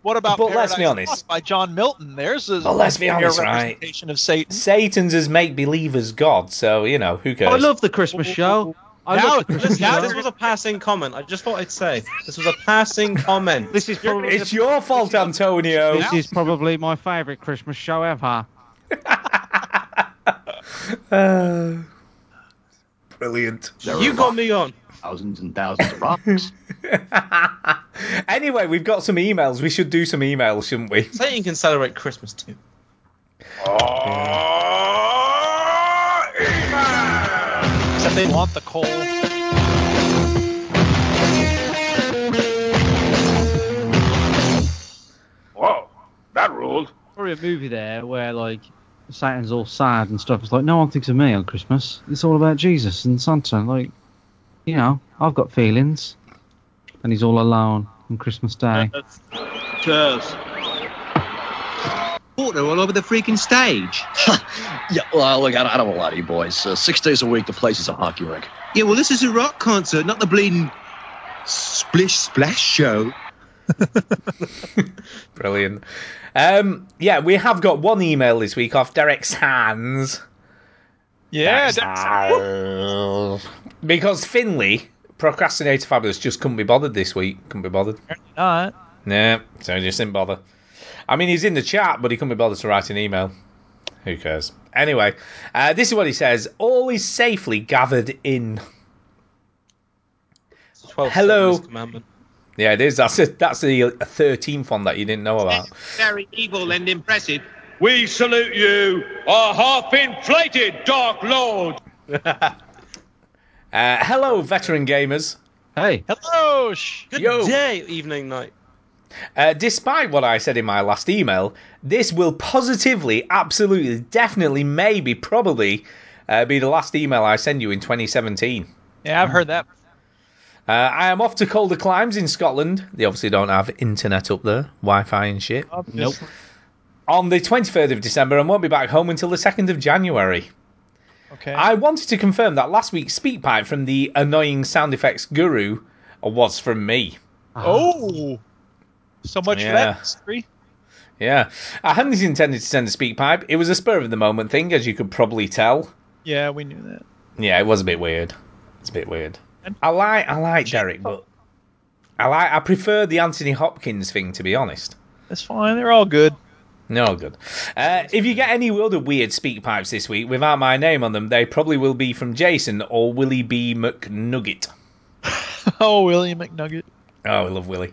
S8: What about
S2: But let's
S8: Paradise
S2: be honest.
S8: Lost by John Milton? There's a
S2: But let's be
S8: clear
S2: honest, right?
S8: representation of Satan.
S2: Satan's as make believers God. So you know who cares.
S1: Oh, I love the Christmas show. I
S8: Now-
S1: love the Christmas
S8: now
S1: show.
S4: this was a passing comment. I just thought I'd say this was a passing comment.
S1: This is probably
S2: It's your fault, Antonio.
S1: this is probably my favourite Christmas show ever.
S2: Brilliant.
S4: you got me on.
S9: Thousands and thousands of rocks.
S2: Anyway, we've got some emails. We should do some emails, shouldn't we?
S4: Satan can celebrate Christmas too.
S8: Except they want the coal.
S13: Whoa, that ruled.
S1: Probably a movie there where like Satan's all sad and stuff. It's like no one thinks of me on Christmas. It's all about Jesus and Santa. Like, you know, I've got feelings, and he's all alone on Christmas Day.
S7: Cheers.
S17: water Oh, all over the freaking stage.
S18: yeah, well, look, I I don't want to lie to you boys. Uh, six days a week, the place is a hockey rink.
S17: Yeah, well, this is a rock concert, not the bleeding splish splash show.
S2: Brilliant. Um, yeah, we have got one email this week off Derek's hands.
S8: Yeah,
S2: Derek's hands. because Finley, procrastinator fabulous, just couldn't be bothered this week. Couldn't be bothered.
S8: Alright.
S2: Nah, so he just didn't bother. I mean, he's in the chat, but he couldn't be bothered to write an email. Who cares? Anyway, uh, this is what he says: All is safely gathered in. Hello. Yeah, it is. That's a, that's the thirteenth one that you didn't know about.
S17: Very evil and impressive.
S19: We salute you, our half inflated Dark Lord.
S2: Uh, hello, veteran gamers. Hey.
S8: Hello. Sh-
S4: Good day, evening, night.
S2: Uh, despite what I said in my last email, this will positively, absolutely, definitely, maybe, probably uh, be the last email I send you in 2017.
S8: Yeah, I've heard that.
S2: Uh, I am off to colder climes in Scotland. They obviously don't have internet up there, Wi Fi and shit.
S8: Obviously.
S2: On the 23rd of December and won't be back home until the 2nd of January.
S8: Okay.
S2: I wanted to confirm that last week's speak pipe from the annoying sound effects guru was from me.
S8: Oh, so much for
S2: Yeah.
S8: that history.
S2: Yeah. I hadn't intended to send a speak pipe. It was a spur of the moment thing, as you could probably tell.
S8: Yeah, we knew that.
S2: Yeah, it was a bit weird. It's a bit weird. I like I like Derek, but I like I prefer the Anthony Hopkins thing to be honest.
S8: That's fine. They're all good.
S2: No good. Uh, if you get any world of weird speak pipes this week without my name on them, they probably will be from Jason or Willie B McNugget.
S8: oh, William McNugget.
S2: Oh, I love Willie.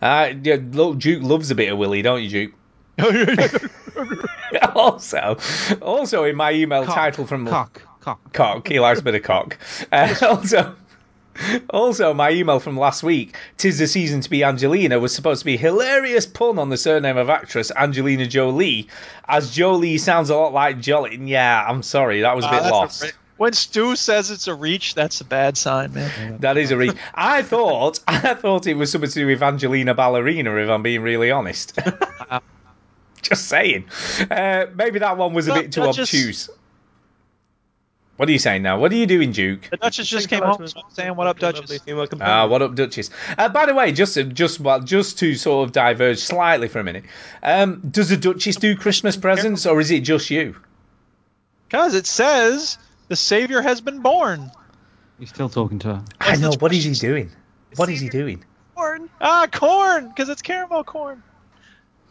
S2: Uh, yeah, look, Duke loves a bit of Willie, don't you, Duke? also, also in my email title from
S1: Cock, cock.
S2: cock. He likes a bit of cock. Uh, also, also, my email from last week, "Tis the season to be Angelina," was supposed to be hilarious pun on the surname of actress Angelina Jolie, as Jolie sounds a lot like Jolly. Yeah, I'm sorry, that was a
S8: Ah,
S2: bit
S8: that's
S2: lost.
S8: re- when Stu says it's a reach, that's a bad sign, man.
S2: That is a reach. I thought, I thought it was something to do with Angelina Ballerina. If I'm being really honest,
S8: Ah,
S2: just saying. Uh, maybe that one was a
S8: No,
S2: bit too
S8: that just-
S2: obtuse. What are you saying now? What are you doing, Duke?
S8: The Duchess just came home so I'm saying, "What up, Duchess?"
S2: Ah, what up, Duchess? Uh, by the way, just just well, just to sort of diverge slightly for a minute, um, does the Duchess do Christmas presents, or is it just you?
S8: Because it says the Savior has been born.
S1: You're still talking to her.
S2: I know. What is he doing? What is he doing?
S8: Corn. Ah, corn. Because it's caramel corn.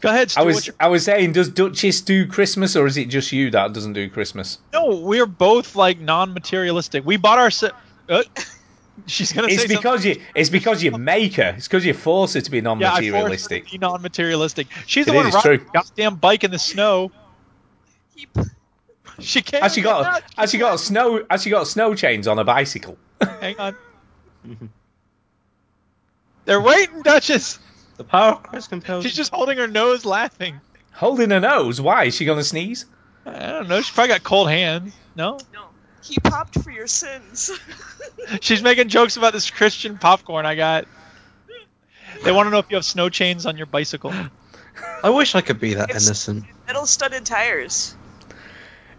S8: Go ahead, Stu.
S2: I
S8: what
S2: was
S8: you-
S2: I was saying, does Duchess do Christmas, or is it just you that doesn't do Christmas?
S8: No, we're both like non-materialistic. We bought our. Se- uh, she's gonna
S2: It's
S8: say something.
S2: because you it's because you make her. It's because you force her to be
S8: Yeah, I forced her to
S2: non-materialistic.
S8: be non-materialistic. She's
S2: It
S8: the one
S2: is,
S8: riding
S2: true.
S8: the goddamn bike in the snow. She can't.
S2: Has she got has she got snow has she got snow chains on a bicycle?
S8: Hang on. They're waiting, Duchess. The power of Christ compels. She's just holding her nose, laughing.
S2: Holding her nose. Why is she gonna sneeze?
S8: I don't know. She probably got cold hands. No.
S20: He popped for your sins.
S8: She's making jokes about this Christian popcorn I got. They want to know if you have snow chains on your bicycle.
S4: I wish I could be that
S20: It's-
S4: innocent.
S20: Metal studded tires.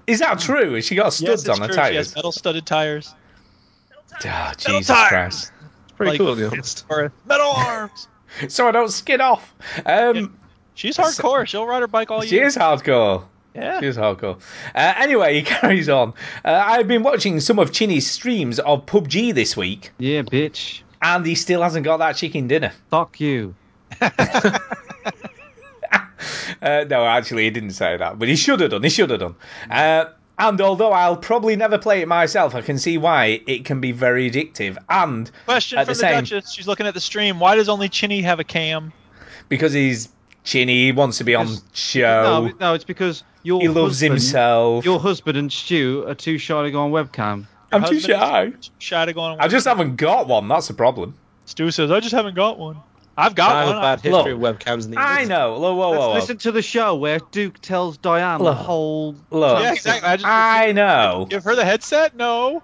S2: Is that true? Has she got studs
S8: yes, it's
S2: on her
S8: true. She has
S2: tires?
S8: metal studded tires.
S2: Oh,
S8: metal
S2: Jesus
S8: tires.
S2: Christ.
S8: It's
S2: pretty cool, to be
S8: honest. metal arms.
S2: So I don't skid off. Um,
S8: She's hardcore. She'll ride her bike all
S2: She
S8: year.
S2: is hardcore.
S8: Yeah.
S2: She is hardcore. Uh, anyway, he carries on. Uh, I've been watching some of Chinny's streams of PUBG this week.
S1: Yeah, bitch.
S2: And he still hasn't got that chicken dinner.
S1: Fuck you.
S2: Uh, no, actually, he didn't say that, but he should have done. He should have done. Uh, and although I'll probably never play it myself, I can see why it can be very addictive. And
S8: Question
S2: at
S8: from the,
S2: the same,
S8: Duchess. She's looking at the stream. Why does only Chinny have a cam?
S2: because he's chinny, he wants to be on show.
S1: No, no, it's because your
S2: He loves
S1: husband-
S2: himself.
S1: Your husband and Stu are too shy to go on webcam.
S2: I'm too
S8: husband is-
S2: shy.
S8: Shy to go on.
S2: I just haven't got one. Oh, That's the problem.
S8: Stu says, I just haven't got one. I've got
S4: I have
S8: one.
S4: a bad
S2: Look,
S4: history of webcams in the
S2: I know. Whoa, whoa, whoa.
S1: Let's
S2: whoa.
S1: listen to the show where Duke tells Diane the
S2: Look.
S1: whole.
S2: Look.
S8: Yeah, exactly. I just
S2: I know.
S8: give her the headset. No.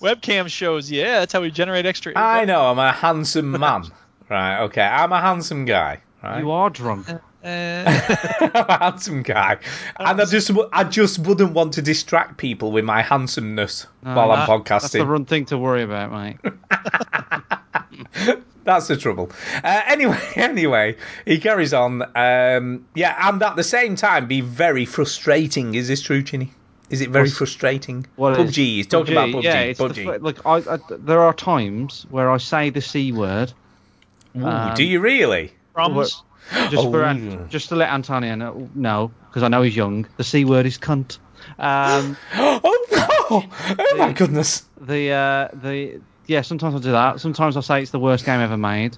S8: Webcam shows, yeah, that's how we generate extra.
S2: I know. I'm a handsome man. right. Okay. I'm a handsome guy. Right.
S1: You are drunk.
S8: Uh,
S2: I'm a handsome guy, and I just w- I just wouldn't want to distract people with my handsomeness
S1: No,
S2: while I'm
S1: that- That's the
S2: podcasting.
S1: wrong thing to worry about, mate.
S2: That's the trouble. Uh, anyway, anyway, he carries on. Um, yeah, and at the same time, be very frustrating. Is this true, Chinny? Is it very
S1: What's-
S2: frustrating?
S1: What
S2: PUBG.
S1: is-
S2: He's talking about PUBG.
S1: Yeah, it's the
S2: PUBG.
S1: fir- look, I, I, there are times where I say the c word. Um,
S2: Ooh, do you really?
S8: Promise?
S1: Just
S2: Oh.
S1: for Ant- just to let Antonio know, no, because I know he's young. The c word is cunt. Um,
S2: oh no! Oh my goodness!
S1: The uh, the yeah, sometimes I do that. Sometimes I say it's the worst game ever made.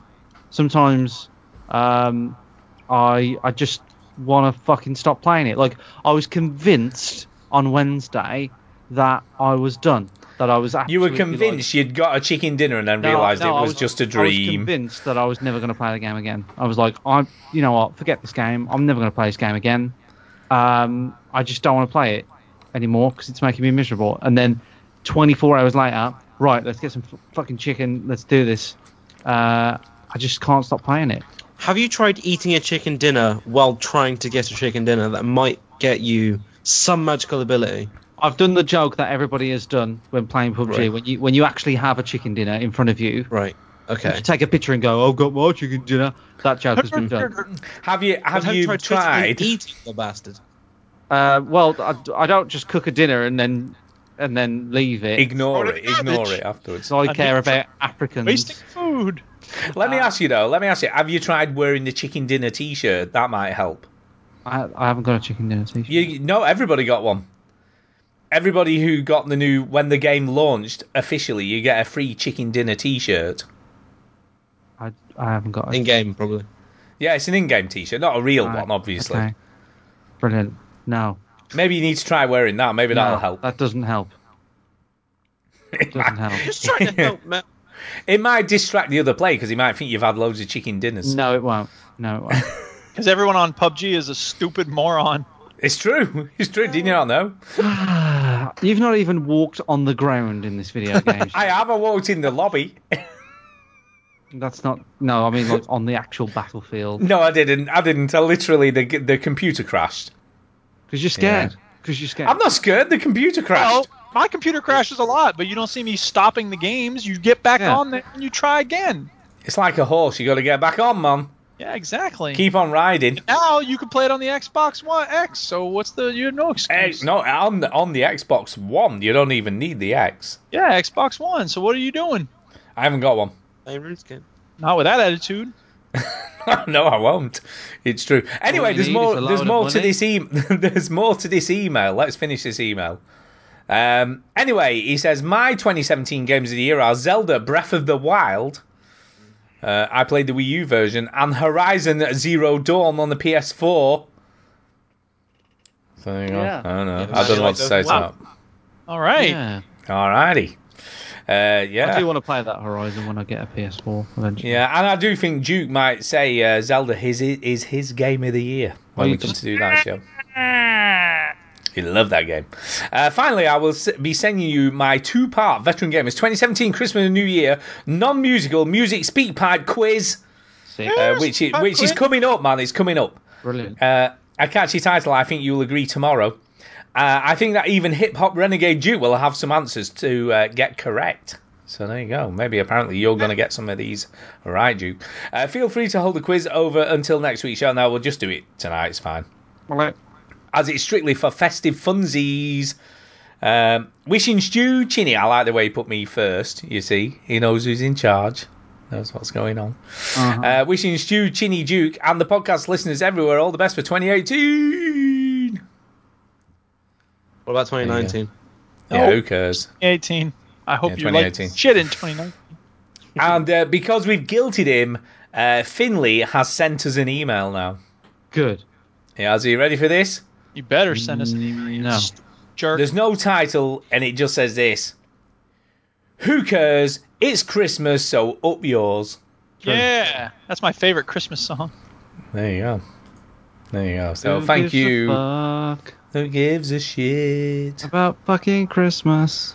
S1: Sometimes um, I I just want to fucking stop playing it. Like I was convinced on Wednesday that I was done. That I was
S2: You were
S1: absolutely, like,
S2: convinced you'd got a chicken dinner and then
S1: No,
S2: realised
S1: no,
S2: it
S1: I
S2: was, just a
S1: I was
S2: dream.
S1: convinced that I was never going to play the game again. I was like, I'm, you know what? Forget this game. I'm never going to play this game again. Um, I just don't want to play it anymore because it's making me miserable. And then 24 hours later, right? Let's get some f- fucking chicken. Let's do this. Uh, I just can't stop playing it.
S4: Have you tried eating a chicken dinner while trying to get a chicken dinner that might get you some magical ability?
S1: I've done the joke that everybody has done when playing PUBG.
S4: Right.
S1: When you when you actually have a chicken dinner in front of you,
S4: right?
S1: Okay. You take a picture and go, "I've got my chicken dinner." That joke has been done.
S2: Have you have
S4: But
S2: you
S4: tried, physically
S2: tried?
S4: eating the bastard?
S1: Uh, well, I, I don't just cook a dinner and then and then leave it.
S2: Ignore it. Ignore it afterwards.
S1: So I, care about Africans. Ah.
S8: food.
S2: Let me ask you though. Let me ask you. Have you tried wearing the chicken dinner T-shirt? That might help.
S1: I, I haven't got a chicken dinner t-shirt.
S2: You no, everybody got one. Everybody who got the new when the game launched officially, you get a free chicken dinner T-shirt.
S1: I, I haven't got a
S4: In game, probably.
S2: Yeah, it's an in-game T-shirt, not a real one, obviously.
S1: Okay. Brilliant. No,
S2: Maybe you need to try wearing that. Maybe
S1: no,
S2: that'll help.
S1: That doesn't help. It doesn't help.
S4: Just trying to help, Matt.
S2: It might distract the other player because he might think you've had loads of chicken dinners.
S1: No, it won't. No, it won't.
S8: Because everyone on PUBG is a stupid moron.
S2: It's true. It's true. Did you not know?
S1: You've not even walked on the ground in this video game.
S2: I have. I walked in the lobby.
S1: That's not. No, I mean like on the actual battlefield.
S2: No, I didn't. I didn't. I literally the the computer crashed.
S1: Because you're scared. Because you're scared.
S2: I'm not scared. The computer crashed.
S8: Well, my computer crashes a lot, but you don't see me stopping the games. You get back
S2: Yeah.
S8: on there and you try again.
S2: It's like a horse. You got to get back on, man.
S8: Yeah, exactly.
S2: Keep on riding.
S8: now you can play it on the Xbox One X. So what's the you have no
S2: Eh,
S8: excuse?
S2: no, on the, on the Xbox One, you don't even need the X.
S8: Yeah, Xbox One. So what are you doing?
S2: I haven't got one.
S4: Hey, Roots game.
S8: Not with that attitude.
S2: no, I won't. It's true. Anyway,
S1: you
S2: there's
S1: need
S2: more.
S1: is a
S2: There's
S1: load of
S2: more to
S1: money.
S2: this. E- there's more to this email. Let's finish this email. Um, anyway, he says my 2017 games of the year are Zelda: Breath of the Wild. Uh, I played the Wii U version and Horizon Zero Dawn on the PS4. So there you go.
S8: Yeah.
S2: I don't know.
S8: Yeah,
S2: I don't know what to say to
S8: wow. All right.
S1: Yeah.
S2: that. Alrighty. Uh,
S1: I do
S2: yeah.
S1: want to play that Horizon when I get a PS4 eventually.
S2: Yeah, and I do think Duke might say uh, Zelda his is his game of the year when
S1: Well,
S2: we
S1: you
S2: come
S1: just-
S2: to do that show. You love that game. Uh, finally, I will s- be sending you my two part veteran gamers 2017 Christmas and New Year non musical music speak pipe quiz, uh, which, is, which is coming up, man. It's coming up.
S1: Brilliant.
S2: Uh, a catchy title, I think you'll agree tomorrow. Uh, I think that even Hip Hop Renegade Duke will have some answers to uh, get correct. So there you go. Maybe apparently you're going to get some of these right, Duke. Uh, feel free to hold the quiz over until next week's show. Now we'll just do it tonight. It's fine
S1: Well,
S2: as it's strictly for festive funsies. Um, wishing Stu Chinny, I like the way he put me first. You see, he knows who's in charge. Knows what's going on. Uh, wishing Stu Chinny Duke and the podcast listeners everywhere all the best for 2018.
S4: What about 2019?
S2: Yeah,
S8: Oh.
S2: who cares?
S8: 2018. I hope
S2: Yeah,
S8: you like
S2: 2018.
S8: shit in 2019.
S2: and uh, because we've guilted him, uh, Finley has sent us an email now.
S1: Good.
S2: Yeah, is he ready for this?
S8: You better send us an email.
S1: No.
S8: Jerk.
S2: There's no title, and it just says this. Who cares? It's Christmas, so up yours.
S8: Yeah, that's my favorite Christmas song.
S2: There you go. There you go. So thank you.
S1: fuck
S2: Who gives a shit?
S1: about fucking Christmas.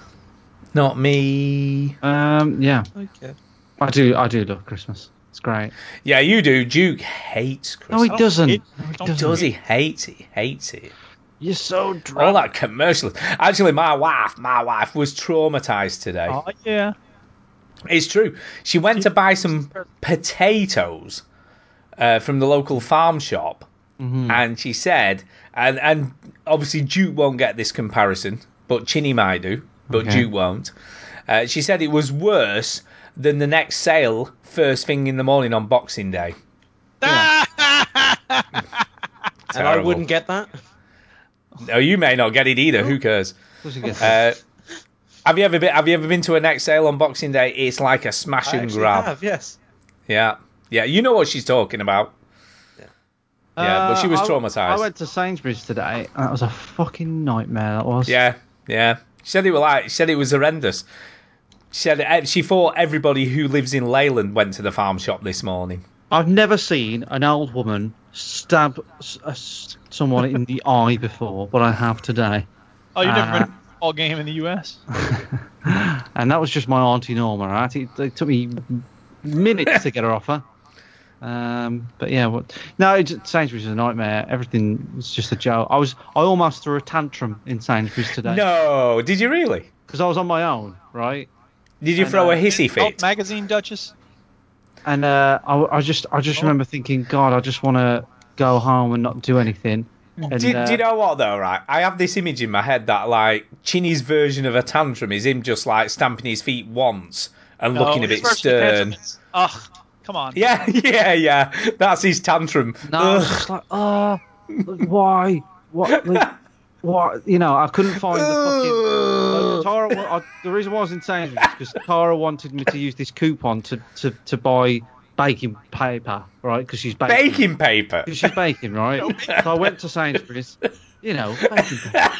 S2: Not me.
S1: Um, yeah,
S4: Okay.
S1: I do. I do love Christmas. It's great.
S2: Yeah, you do. Duke hates Christmas.
S1: No, he doesn't.
S2: Oh, It,
S1: No, he
S2: Does
S1: doesn't.
S2: he hate it? He hates it.
S1: You're so
S2: All that commercial. Actually, my wife, my wife was traumatized today.
S8: Oh yeah.
S2: It's true. She went to buy some potatoes uh, from the local farm shop,
S1: Mm-hmm.
S2: and she said, and and obviously Duke won't get this comparison, but Chinny might do, but
S1: Okay.
S2: Duke won't. Uh, she said it was worse than the next sale first thing in the morning on Boxing Day.
S4: And I wouldn't get that.
S2: No, you may not get it either. Who cares? Uh, have you ever been? Have you ever been to a next sale on Boxing Day? It's like a smash
S4: I
S2: and
S4: actually
S2: grab.
S4: have, yes.
S2: Yeah, yeah. You know what she's talking about. Yeah, but she was
S1: Uh, I-
S2: traumatized.
S1: I went to Sainsbury's today, and that was a fucking nightmare. That was.
S2: Yeah, yeah. She said it was like. She said it was horrendous. She said eh, she thought everybody who lives in Leyland went to the farm shop this morning.
S1: I've never seen an old woman stab s- a s- someone in the eye before, but I have today.
S8: Oh, you've
S2: Uh-huh.
S8: never
S1: Uh,
S8: been to a football game in the U.S.
S1: And that was just my auntie Norma. Right? It, it took me minutes to get her off her. Um, but yeah, what? No, it just, Sainsbury's was a nightmare. Everything was just a joke. I was, I almost threw a tantrum in Sainsbury's today.
S2: No, did you really?
S1: Because I was on my own, right?
S2: Did you throw a hissy fit?
S8: Oh, magazine Duchess.
S1: And uh, I, I just, I just remember thinking, God, I just want to go home and not do anything. And,
S2: do,
S1: uh,
S2: do you know what though? Right, I have this image in my head that like Chinny's version of a tantrum is him just like stamping his feet once and
S1: Oh,
S8: No,
S2: looking a
S8: his
S2: bit
S8: first tantrum
S2: stern.
S8: is, Ugh, come on.
S2: Yeah, yeah, yeah. That's his tantrum.
S1: No, I was
S2: Ugh.
S1: just like, oh, why? What? Like, what? You know, I couldn't find the fucking. Like, Tara, wa- I, the reason why I was in Sainsbury's because Tara wanted me to use this coupon to, to, to buy baking paper, right? Because she's baking.
S2: baking paper.
S1: 'Cause she's baking, right? so I went to Sainsbury's, you know, baking paper,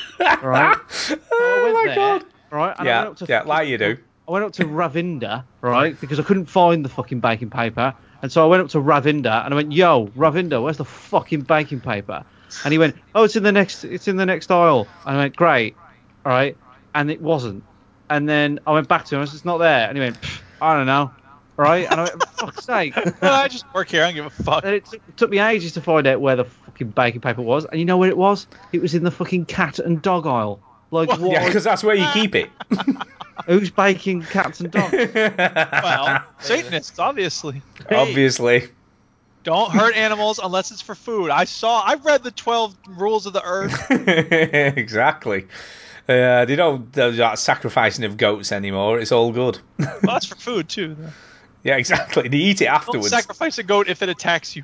S1: right? So I went there, right? And I
S2: yeah,
S1: went up to
S2: yeah, like you do.
S1: I went up to Ravinda, right? Because I couldn't find the fucking baking paper. And so I went up to Ravinda and I went, "Yo, Ravinda, where's the fucking baking paper?" And he went, "Oh, it's in the next it's in the next aisle." And I went, "Great." All right? And it wasn't. And then I went back to him. I was, "It's not there." And he went, "Pfft, "I don't know." All right? And I went, "For "Fuck's sake."
S8: Well, I just work here. I don't give a fuck.
S1: And it took- took me ages to find out where the fucking baking paper was. And you know where it was? It was in the fucking cat and dog aisle. Like what?
S2: Yeah, because that's where you keep it.
S1: Who's baking cats and dogs?
S8: Well, Satanists, obviously.
S2: Obviously.
S8: Don't hurt animals unless it's for food. I saw. I read the twelve rules of the earth.
S2: exactly. Uh, they don't do that sacrificing of goats anymore. It's all good.
S8: well, that's for food too. though.
S2: Yeah, exactly. They eat it
S8: Don't
S2: afterwards.
S8: sacrifice a goat if it attacks you.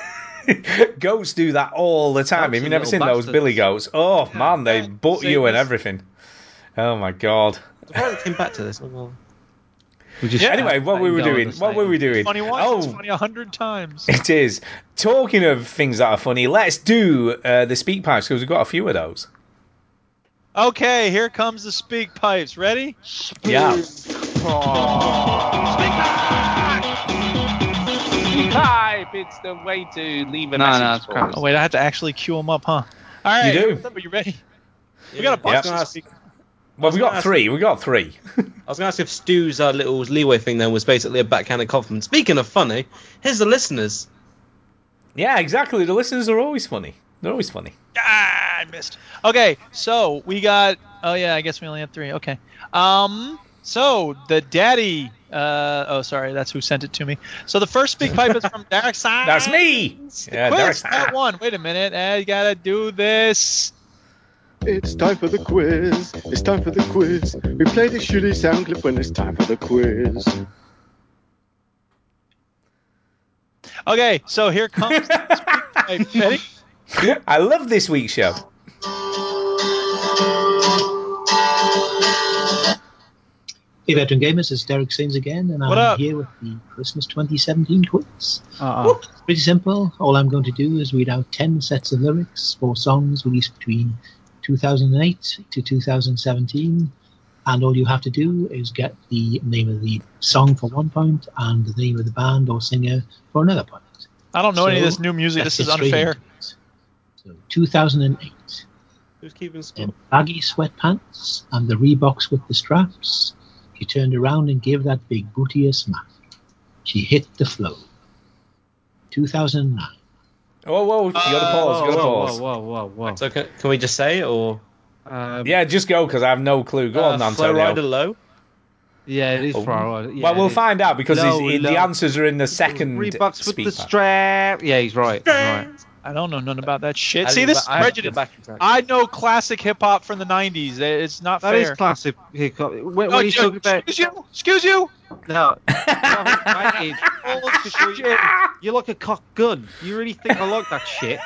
S2: goats do that all the time.
S8: Goats
S2: Have you
S8: are
S2: never
S8: little
S2: seen those
S8: bastards.
S2: billy goats? Oh man, they butt you and everything. Oh my god.
S4: Why came back to this? Well,
S2: anyway, what we were doing? What were we doing?
S8: Twenty-one.
S2: Oh,
S8: It's funny a hundred times.
S2: It is. Talking of things that are funny, let's do uh, the speak pipes because we've got a few of those.
S8: Okay, here comes the speak pipes. Ready?
S2: Yeah.
S21: Pipe, it's the way to leave a
S8: No,
S21: message.
S8: no, it's
S21: for
S8: crap.
S21: us.
S8: Oh, wait, I have to actually queue them up, huh? All right.
S2: You do.
S8: Are you ready? We got a bunch
S2: Yep.
S8: of speak-
S2: Well, we got
S4: ask-
S2: three. We got three.
S4: I was going to ask if Stu's uh, little leeway thing there was basically a backhanded compliment. Speaking of funny, here's the listeners.
S2: Yeah, exactly. The listeners are always funny. They're always funny.
S8: I missed. Okay, so we got. Oh yeah, I guess we only had three. Okay. Um. So the daddy. Uh. Oh, sorry, that's who sent it to me. So the first speak pipe is from Derek Sines.
S2: That's me. Yeah,
S8: Quiz,
S2: Derek's-
S8: that one. Wait a minute. I gotta do this.
S9: It's time for the quiz. It's time for the quiz. We play the shitty sound clip when it's time for the quiz.
S8: Okay, so here comes. the speak pipe. Ready?
S2: I love this week's show.
S22: Hey, veteran gamers, it's Derek Sains again, and I'm
S8: What up? Uh-uh.
S22: here with the Christmas 2017 quiz.
S1: Uh-oh.
S22: It's pretty simple. All I'm going to do is read out 10 sets of lyrics for songs released between 2008 to 2017, and all you have to do is get the name of the song for one point and the name of the band or singer for another point.
S8: I don't know any of
S22: So,
S8: this new music.
S22: let's
S8: This is
S22: get straight
S8: unfair.
S22: into it. So, 2008.
S4: Who's keeping score?
S22: In baggy sweatpants and the Reeboks with the straps, she turned around and gave that big booty a smack. She hit the flow. 2009.
S2: Oh, whoa! You gotta pause. you gotta pause.
S1: Uh, Whoa, whoa, whoa, whoa.
S4: So can, can we just say it or?
S1: Um,
S2: Yeah, just go because I have no clue. Go
S4: uh,
S2: on,
S4: Flow Rider
S2: Antonio.
S4: Low.
S1: yeah, it is
S2: Oh.
S1: oh. Farah. Yeah,
S2: well, we'll
S1: it is.
S2: find out because
S1: Low,
S2: he's- he-
S1: low.
S2: the answers are in the second
S1: Three bucks with
S2: speak
S1: the
S2: back.
S1: strap. Yeah, he's right. He's right.
S8: I don't know none about that shit.
S4: I
S8: See,
S4: did
S8: this
S4: the
S8: is
S4: ba- I did the
S8: prejudice.
S4: backing track.
S8: I know classic hip hop from the '90s. It's not
S1: That
S8: fair.
S1: is classic hip-hop. When,
S8: Oh,
S1: when he's
S8: yeah,
S1: talking about
S8: Excuse you. Excuse you.
S1: no, you haven't invited- Shit, you're like a cock gun. You really think I like that shit?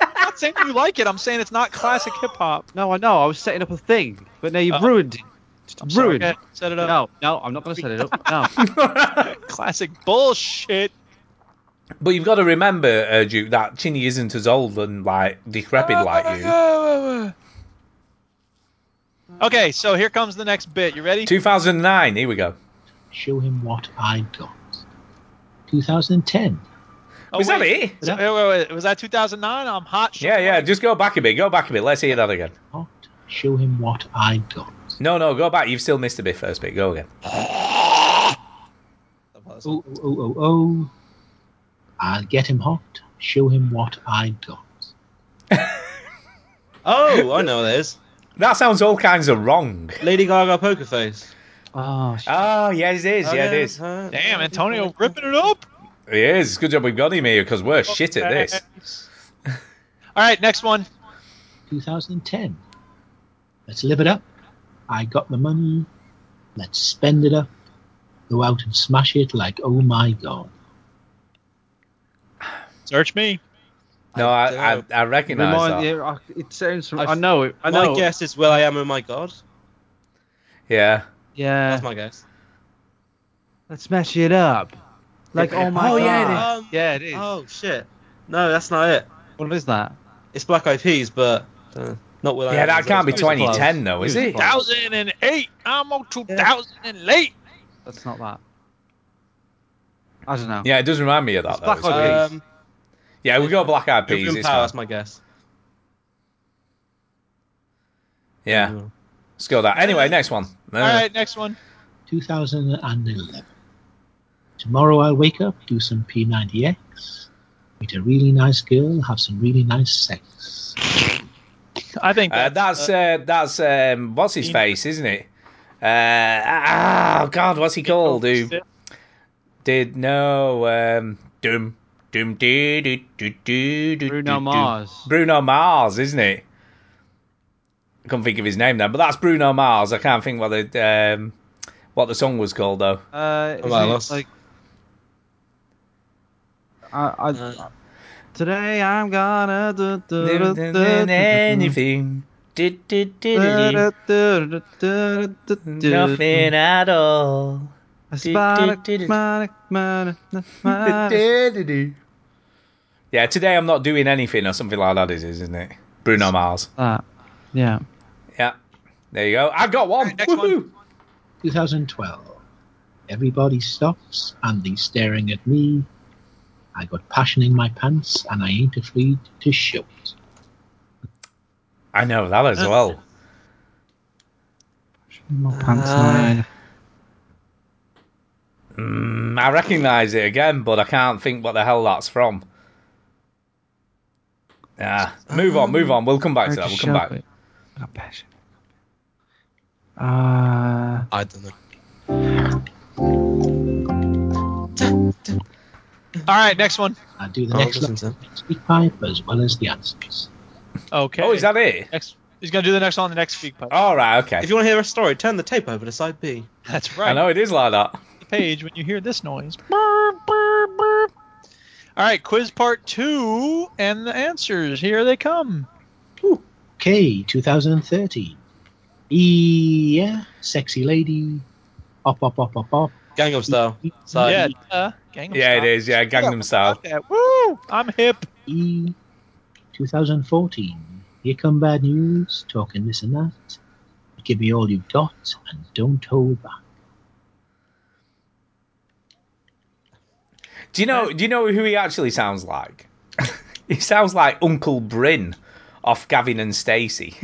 S8: I'm not saying you like it. I'm saying it's not classic hip hop.
S1: No, I know. I was setting up a thing, but now you've
S8: Oh.
S1: ruined it. Just
S8: I'm sorry.
S1: ruined.
S8: Okay,
S1: it.
S8: Set it up.
S1: No, no, I'm not going to set it up. No.
S8: Classic bullshit.
S2: But you've got to remember, uh, Duke, that Chinny isn't as old and like decrepit
S1: Oh,
S2: like you.
S8: Okay, so here comes the next bit. You ready?
S2: 2009. Here we go.
S22: Show him what I got. 2010.
S8: Oh,
S2: Was that
S8: wait.
S2: it?
S8: So- wait, wait, wait. Was that 2009? I'm hot. shit.
S2: Yeah, yeah. Just go back a bit. Go back a bit. Let's hear that again.
S22: Show him what I got.
S2: No, no. Go back. You've still missed a bit. First bit. Go again.
S22: Oh, oh, oh, oh, oh. I'll get him hot. Show him what I got.
S4: Oh, I know this.
S2: That sounds all kinds of wrong.
S4: Lady Gaga Poker Face.
S1: Oh, shit.
S2: Oh, yeah, it is. Yeah, it is.
S8: Damn, Antonio ripping it up.
S2: It is. Good job we've got him here because we're shit at this.
S8: All right, next one.
S22: 2010. Let's live it up. I got the money. Let's spend it up. Go out and smash it like oh my god.
S8: Search me.
S2: No, I I, I recognise
S1: Remind,
S2: that.
S1: yeah, I, it sounds. From,
S4: I-
S1: I know it. I know.
S4: My guess is Will I Am Oh My God.
S2: Yeah.
S1: Yeah.
S4: That's my guess.
S1: Let's smash it up. Like, oh my
S4: oh,
S1: god.
S4: yeah, it is.
S1: Yeah, it is.
S4: Oh shit. No, that's not it.
S1: What is that?
S4: It's Black Eyed Peas, but uh, not Will I
S2: Yeah,
S4: Am.
S2: that can't be
S1: close.
S2: 2010 though, is
S1: He was
S2: it?
S1: close.
S8: 2008. I'm on 2008.
S1: That's not
S2: Oh,
S1: that. I don't know.
S2: Yeah, it does remind me of that
S1: It's
S2: though.
S1: Black
S2: It's
S1: Eyed
S2: weird.
S1: Peas.
S4: Um,
S2: Yeah, we got Black Eyed Peas.
S4: European
S2: it's
S4: Power.
S2: fine.
S4: That's my guess.
S2: Yeah, let's go with that. Anyway, next one.
S8: All right, next one.
S22: 2011. Tomorrow I'll wake up, do some P90X, meet a really nice girl, have some really nice sex.
S8: I think
S2: Uh, that's uh, that's um, what's his face, isn't it? Uh, ah, oh God, what's he called? Who did no um, doom doom do do do do do
S1: Bruno
S2: do, do.
S1: Mars.
S2: Bruno Mars, isn't it? I couldn't think of his name then, but that's Bruno Mars. I can't think what the um, what the song was called though.
S1: Uh, isn't
S4: I
S1: it
S4: lost?
S1: Like, I, I,
S2: Uh.
S1: today I'm gonna do, do, do, do, do, do,
S2: Anything. Do, do, do, do, do.
S1: do, do, do, do, do, do.
S2: Nothing at all.
S1: I spotted
S2: do, do, do.
S1: my- my- my- my-
S2: Yeah, today I'm not doing anything or something like that. It is, isn't it? Bruno Mars.
S1: Ah, Yeah.
S2: Yeah, there you go. I got one.
S8: Right, next one.
S2: Woohoo!
S22: 2012. Everybody stops and they staring at me. I got passion in my pants and I ain't afraid to show it.
S2: I know that as well.
S1: My pants line.
S2: Mm, I recognise it again, but I can't think what the hell that's from. Yeah, move on, move on. We'll come back to that. We'll come back.
S1: I got passion. Uh,
S4: I don't know.
S8: All right, next one.
S22: I do the
S4: I'll
S22: next
S4: Oh, listen
S12: to
S22: lot next week pipe as well as the answers.
S8: Okay.
S2: Oh, is that it? Oh,
S8: next? He's gonna do the next one on the next speak pipe.
S2: All right, okay.
S4: If you want to hear a story, turn the tape over to side B.
S8: That's
S2: I
S8: right.
S2: know it is like that.
S8: The page when you hear this noise. Burr, burr, burr. All right, quiz part two and the answers. Here they come.
S22: Okay, 2013. Yeah, sexy lady. Op, op, op, op, op.
S4: Gangnam Style. So
S8: yeah, uh, Gangnam
S2: Yeah, it
S8: Style.
S2: is. Yeah, Gangnam Style.
S8: Yeah, woo! I'm hip.
S22: E 2014. Here come bad news, talking this and that. Give me all you've got and don't hold back.
S2: Do you know? Do you know who he actually sounds like? he sounds like Uncle Bryn off Gavin and Stacey.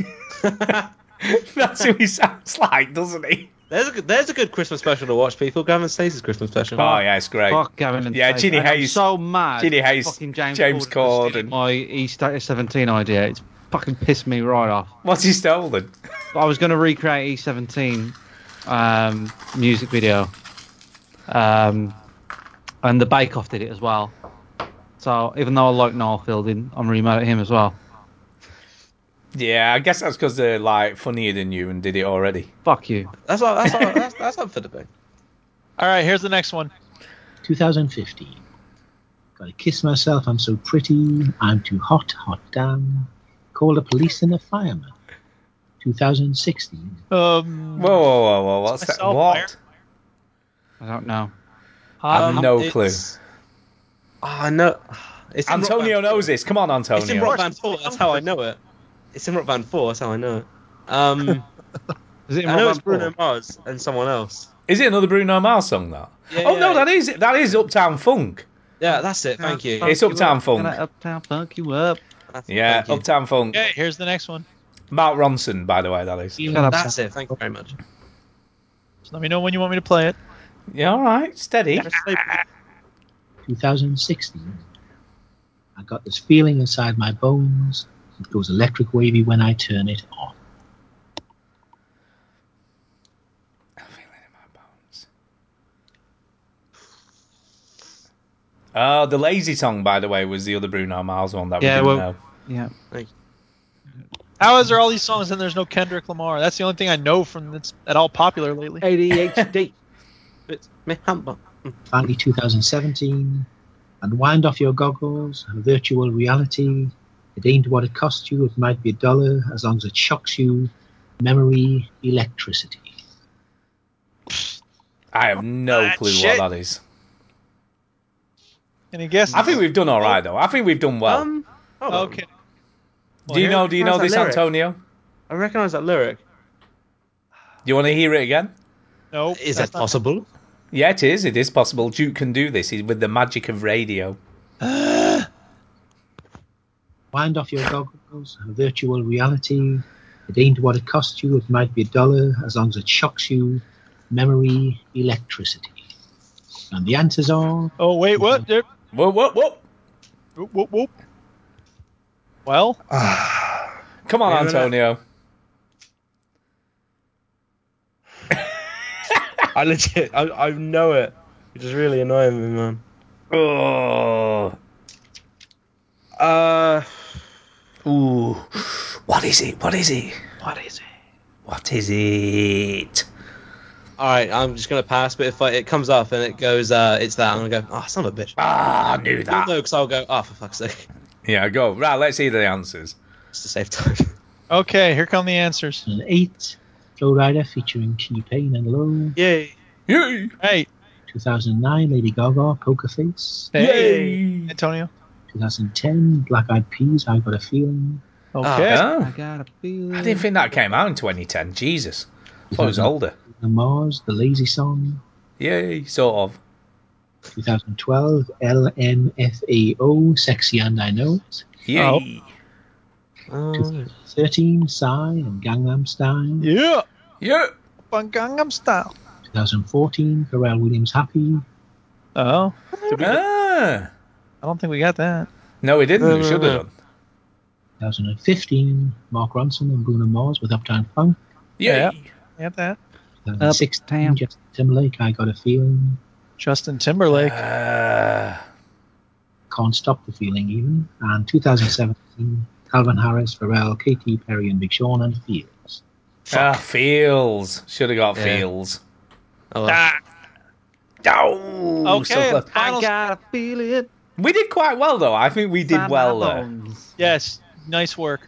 S2: That's who he sounds like, doesn't he?
S4: There's a good, there's a good Christmas special to watch, people. Gavin Stacey's Christmas special.
S2: Oh yeah, it's great.
S1: Fuck Gavin and
S2: yeah,
S1: Stacey.
S2: Ginny
S1: And I'm
S2: Hayes.
S1: so mad.
S2: Ginny Hayes.
S1: Fucking James,
S2: James
S1: Corden.
S2: Corden.
S1: My E Status 17 idea. It's fucking pissed me right off.
S2: What's he stolen?
S1: I was going to recreate E17 um, music video. Um, and the Bake Off did it as well. So even though I like Noel Fielding, I'm really mad at him as well.
S2: Yeah, I guess that's because they're like funnier than you and did it already.
S1: Fuck you.
S4: That's all, that's, all, that's, that's up for debate.
S8: All right, here's the next one.
S22: 2015. Gotta kiss myself, I'm so pretty. I'm too hot, hot damn. Call a police and a fireman. 2016.
S8: Um,
S2: whoa, whoa, whoa, whoa! What's that?
S8: myself,
S2: What?
S1: I don't know.
S2: I have
S4: Um,
S2: no
S4: it's-
S2: clue.
S4: Ah, no. It's in Rock
S2: Antonio
S4: Band-
S2: knows this. Come on, Antonio.
S4: It's in Rock Band 4, that's how I know it. It's in Rock Band 4, that's how I know it. Um,
S1: Is it in
S4: I know it's
S1: Rock Band 4?
S4: Bruno Mars and someone else.
S2: Is it another Bruno Mars song that?
S4: Yeah,
S2: oh no,
S4: yeah.
S2: that is that is Uptown Funk.
S4: Yeah, that's it, thank you.
S2: It's Uptown Funk.
S1: Gonna uptown funk you up.
S4: That's it,
S2: Yeah,
S4: thank you.
S2: Uptown Funk.
S8: Okay, here's the next one.
S2: Mark Ronson, by the way, that is.
S1: Shut up,
S4: That's it, thank you very much.
S8: Just let me know when you want me to play it.
S2: Yeah, all right, steady.
S22: 2016. I got this feeling inside my bones. It goes electric wavy when I turn it on.
S2: Oh, the lazy song, by the way, was the other Bruno Mars one that we
S1: Yeah,
S2: didn't
S1: well-
S2: know.
S1: Yeah.
S8: How is there all these songs and there's no Kendrick Lamar? That's the only thing I know from that's at all popular lately.
S4: ADHD. it's me humble.
S22: Finally, 2017. Unwind off your goggles, virtual reality. It ain't what it costs you, it might be a dollar, as long as it shocks you. Memory, electricity.
S2: I have no
S8: Ah,
S2: clue
S8: shit.
S2: what that is.
S8: Any guesses?
S2: I think we've done all right though. I think we've done well.
S4: Um, hold on.
S8: Okay.
S2: do you
S4: here-
S2: know? Do you know
S4: how's that
S2: this,
S4: lyric?
S2: Antonio? Do
S4: I recognise that lyric.
S2: you want to hear it again?
S8: No. that's
S4: Is that
S8: not-
S4: possible?
S2: Yeah, it is. It is possible. Duke can do this He's with the magic of radio.
S22: Wind off your goggles, virtual reality. It ain't what it costs you, it might be a dollar, as long as it shocks you. Memory, electricity. And the answers are
S8: Oh wait, what? There-
S2: Whoa, whoa, whoa!
S8: whoop, whoop, whoop. Well,
S2: Come on, Antonio.
S4: I legit, I, I know it, which is really annoying me, man.
S2: Oh,
S4: Uh,
S2: ooh, what is it? What is it?
S8: what is it?
S2: What is it?
S4: all right, I'm just gonna pass. But if I, it comes up and it goes, uh, it's that, I'm gonna go. Oh, son of a bitch.
S2: Ah, I knew
S4: You'll
S2: that.
S4: know, 'cause I'll go. Oh, for fuck's sake,
S2: Yeah, go right. Let's hear the answers.
S4: just to save time.
S8: Okay, here come the answers.
S22: an 8. Flowrider featuring Key Payne and Low.
S4: Yay!
S2: Yay!
S8: Hey,
S22: 2009, Lady Gaga, Poker Face.
S8: hey, Antonio.
S22: 2010, Black Eyed Peas, I Got a Feeling.
S8: Okay.
S1: I
S2: Oh,
S1: got a feeling.
S2: I didn't think that came out in 2010. Jesus, I thought it was older.
S22: The Mars, The Lazy Song.
S2: Yay, sort of.
S22: 2012, LMFAO, E Sexy and I Know It.
S2: Yay.
S4: Oh,
S22: 13, Psy and Gangnam Style.
S8: Yeah.
S2: Yeah.
S8: Fun Gangnam Style.
S22: 2014, Pharrell Williams, Happy.
S8: Oh, I
S2: Ah.
S8: don't think we got that.
S2: No, we didn't. we should have done.
S22: 2015, Mark Ronson and Bruno Mars with Uptown Funk.
S2: Yay.
S8: We got that.
S22: 2016,
S1: Uptown.
S22: Justin Timberlake, I Got a Feeling. Uh,
S8: Justin Timberlake.
S2: Ah.
S22: Can't Stop the Feeling even. And 2017, Calvin Harris, Pharrell, Katy Perry and Big Sean and Fields.
S2: Ah, feels. Should have got
S4: Yeah.
S2: feels.
S4: oh, well.
S8: Ah,
S2: Oh, so
S8: Okay,
S2: close.
S8: the final-
S1: got a feeling.
S2: We did quite well though. I think we did
S1: inside my
S2: well there.
S1: bones.
S8: yes, nice work.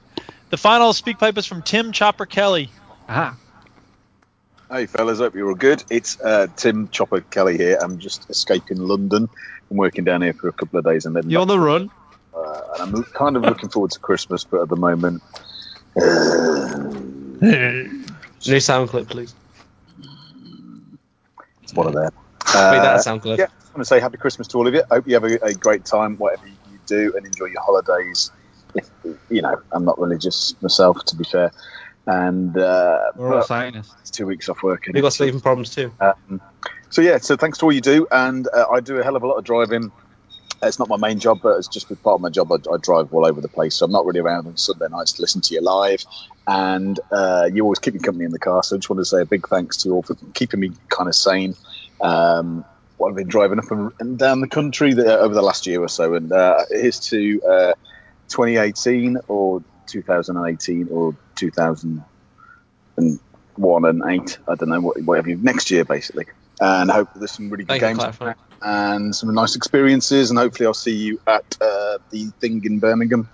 S8: The final speak pipe is from Tim Chopper Kelly.
S1: Ah,
S13: Hey fellas, hope you were good. It's uh, Tim Chopper Kelly here. I'm just escaping London. I'm working down here for a couple of days, and then
S1: you're on the run.
S13: uh, and I'm kind of looking forward to Christmas, but at the moment,
S4: New sound clip, please.
S13: it's one of them.
S4: Wait,
S13: Uh,
S4: that sound clip.
S13: yeah, I just want to say Happy Christmas to all of you. Hope you have a, a great time, whatever you do, and enjoy your holidays. If, you know, I'm not religious myself, to be fair. and uh,
S1: We're all
S13: but
S1: Satanists.
S13: it's two weeks off work. and
S4: We've got
S13: it's-
S4: sleeping problems too.
S13: Um, so yeah, so thanks to all you do, and uh, I do a hell of a lot of driving. It's not my main job, but it's just part of my job. I, I drive all over the place, so I'm not really around on Sunday nights to listen to you live. And uh, you always keep me company in the car, so I just want to say a big thanks to you all for keeping me kind of sane. Um, what I've been driving up and, and down the country the, over the last year or so, and uh, here's to uh, 2018 or 2018 or 2001 and eight. I don't know what whatever you next year basically. And I hope there's some really good games
S4: Thank you, Clive, for that.
S13: and some nice experiences. And hopefully, I'll see you at uh, the thing in Birmingham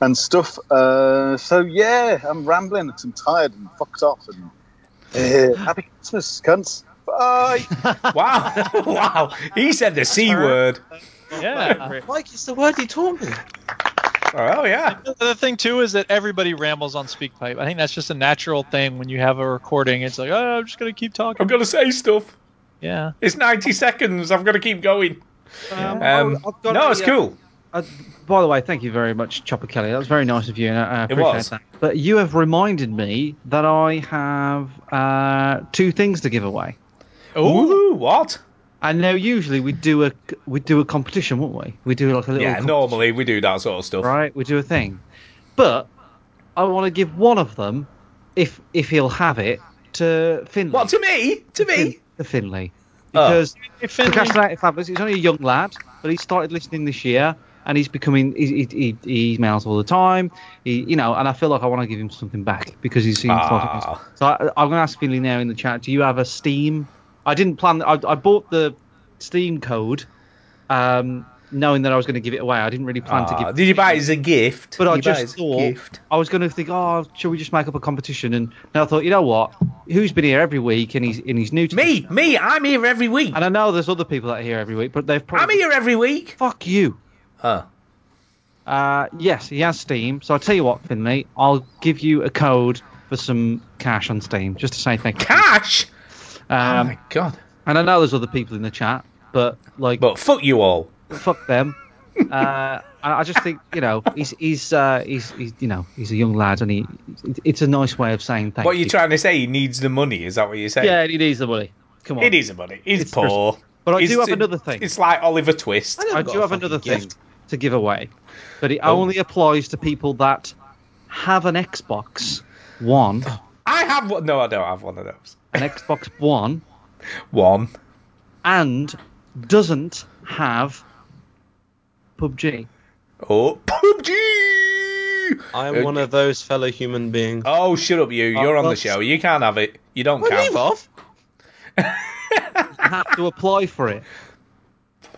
S13: and stuff. Uh, so yeah, I'm rambling. 'cause I'm tired and fucked off. And uh, happy Christmas, cunts. Bye.
S2: Wow, wow. He said the c word.
S8: Yeah.
S4: Mike, it's the word you taught me.
S2: Oh yeah.
S8: The other thing too is that everybody rambles on SpeakPipe. I think that's just a natural thing when you have a recording. It's like, oh, I'm just gonna keep talking.
S2: I'm gonna say stuff.
S8: Yeah.
S2: It's 90 seconds. I've got to keep going.
S1: Um,
S2: Um,
S1: I've got
S2: no,
S1: a,
S2: it's
S1: uh,
S2: cool.
S1: Uh, by the way, thank you very much, Chopper Kelly. That was very nice of you, and I, I
S2: It
S1: appreciate
S2: was.
S1: that. But you have reminded me that I have uh, two things to give away.
S2: Ooh, what?
S1: And now usually we do a we do a competition, wouldn't we? We do like a little
S2: Yeah, normally we do that sort of stuff.
S1: right? We do a thing, but I want to give one of them, if if he'll have it, to Finley.
S2: What to me? To me?
S1: To Finley,
S2: Oh.
S1: because
S8: Finley-
S1: procrastinated fabulous. He's only a young lad, but he started listening this year, and he's becoming he he, he, he emails all the time. He, you know, and I feel like I want to give him something back because he seems
S2: Ah.
S1: like. So I, I'm going to ask Finley now in the chat. Do you have a Steam? I didn't plan. I, I bought the Steam code, um, knowing that I was going to give it away. I didn't really plan to
S2: Ah,
S1: give.
S2: did you buy it as a gift?
S1: But
S2: You
S1: I
S2: buy it
S1: just
S2: as a
S1: thought
S2: gift.
S1: I was going to think, oh, should we just make up a competition? And then I thought, you know what? Who's been here every week and he's and he's new to
S2: Me, me, I'm here every week.
S1: And I know there's other people that are here every week, but they've
S2: I'm
S1: probably
S2: here every week.
S1: fuck you.
S2: Oh.
S1: Uh, yes, he has Steam. So I'll tell you what, Finley, I'll give you a code for some cash on Steam just to say thank you.
S2: Cash? oh
S1: Um,
S2: my god.
S1: and I know there's other people in the chat, but like,
S2: But fuck you all.
S1: fuck them. Uh, and I just think you know he's he's, uh, he's he's you know he's a young lad and he it's a nice way of saying thank
S2: what are
S1: you.
S2: you trying to say? He needs the money. Is that what you're saying?
S1: Yeah, and he needs the money. Come on.
S2: He needs the money. He's
S1: It's
S2: poor.
S1: But I
S2: He's-
S1: do have another thing.
S2: It's like Oliver Twist. Oh.
S1: I do have another thing to give away, but it only applies to people that have an Xbox One,
S2: I have one. No, I don't have one of those.
S1: an Xbox One,
S2: One.
S1: and doesn't have PUBG.
S2: Oh, PUBG!
S4: I'm one of those fellow human beings.
S2: Oh, shut up, you. You're on the show. You can't have it. You don't
S4: Well,
S2: count.
S4: leave off.
S1: You have to apply for it.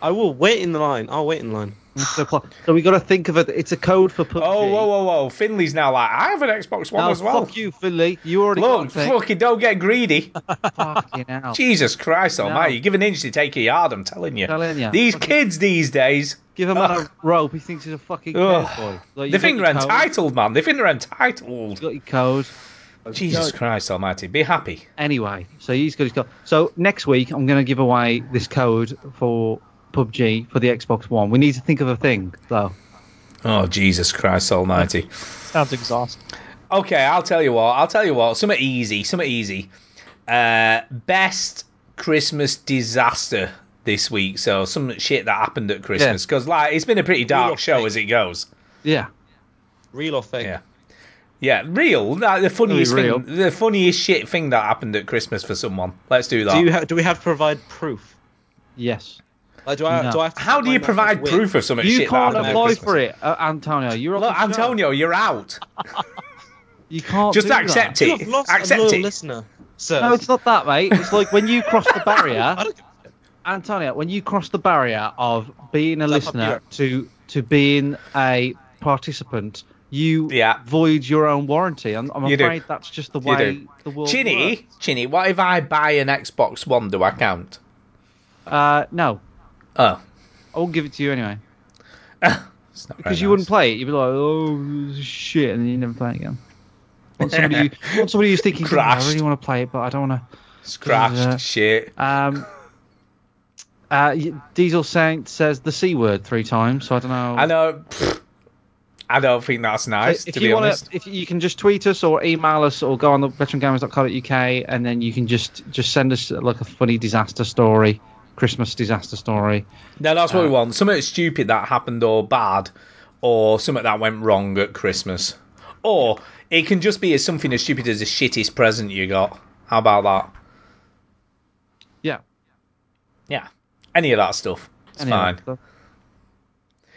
S4: I will wait in the line. I'll wait in line.
S1: You have to apply. So we got to think of it. It's a code for PUBG.
S2: Oh, whoa, whoa, whoa. Finley's now like, I have an Xbox One
S1: Now,
S2: as well.
S1: Oh, fuck you, Philly. You already
S2: Look,
S1: got it.
S2: fucking don't get greedy.
S1: Fucking hell.
S2: Jesus Christ almighty.
S1: No.
S2: You give an inch, they take a yard, I'm telling you.
S1: Telling ya.
S2: These
S1: Fucking-
S2: kids these days,
S1: Give him
S2: Ugh.
S1: a rope. He thinks he's a fucking
S2: Ugh.
S1: cowboy.
S2: they think they're entitled, man. They think they're entitled.
S1: He's got your code.
S2: Jesus Christ almighty. Be happy.
S1: Anyway, so he's got his code. So next week, I'm going to give away this code for PUBG for the Xbox One. We need to think of a thing, though.
S2: Oh, Jesus Christ almighty.
S8: Sounds exhausting.
S2: Okay, I'll tell you what. I'll tell you what. Something easy. Something easy. Uh, best Christmas disaster this week. So some shit that happened at Christmas because like it's been a pretty dark
S4: Real
S2: show
S4: fake.
S2: as it goes.
S1: Yeah.
S4: Real or fake?
S2: Yeah. Yeah, real. Like, the funniest
S1: real.
S2: thing, the funniest shit thing that happened at Christmas for someone. Let's do
S4: Do
S2: that.
S4: you ha- do we have to provide proof?
S1: Yes.
S4: Like, do I
S1: No.
S4: do I have to
S2: How do you
S4: find myself
S2: provide
S4: with-
S2: proof of something?
S1: You
S2: shit that
S1: can't
S2: happened at
S1: apply
S2: Christmas?
S1: for it, uh, Antonio. You're off
S2: Look,
S1: the show.
S2: Antonio, you're out.
S1: You can't
S2: Just
S1: do that.
S2: accept
S4: You
S2: it.
S4: have lost a
S2: accept
S4: loyal
S2: it.
S4: listener, sir.
S1: No, it's not that, mate. It's like when you cross the barrier,
S4: I don't give a shit.
S1: Antonio. When you cross the barrier of being a
S4: Like a
S1: listener
S4: beer.
S1: to to being a participant, you
S2: Yeah.
S1: void your own warranty. I'm, I'm
S2: You do.
S1: afraid that's just the
S2: You
S1: way
S2: do.
S1: the world works.
S2: Chinny, Chinny, what if I buy an Xbox One? Do I count?
S1: Uh, no,
S2: Oh,
S1: I won't give it to you anyway
S2: it's not very
S1: because you
S2: nice.
S1: wouldn't play it. You'd be like, oh shit, and then you never play it again. Want somebody, who, want somebody who's thinking, I
S2: Crashed.
S1: really want to play it, but I don't want to.
S2: Scratched
S1: Yeah.
S2: shit.
S1: Um, uh, y- Diesel Saint says the c word three times, so I don't know.
S2: I know. pfft. I don't think that's nice,
S1: if
S2: to
S1: you
S2: be
S1: wanna-
S2: honest.
S1: if you can just tweet us or email us or go on the veterangamers.co.uk and then you can just just send us like a funny disaster story, Christmas disaster story.
S2: No, that's
S1: Uh,
S2: what we want. Something stupid that happened or bad, or something that went wrong at Christmas. Or it can just be as something as stupid as the shittiest present you got. How about that?
S1: Yeah.
S2: Yeah. Any of that stuff. It's
S1: Any of
S2: fine.
S1: that stuff.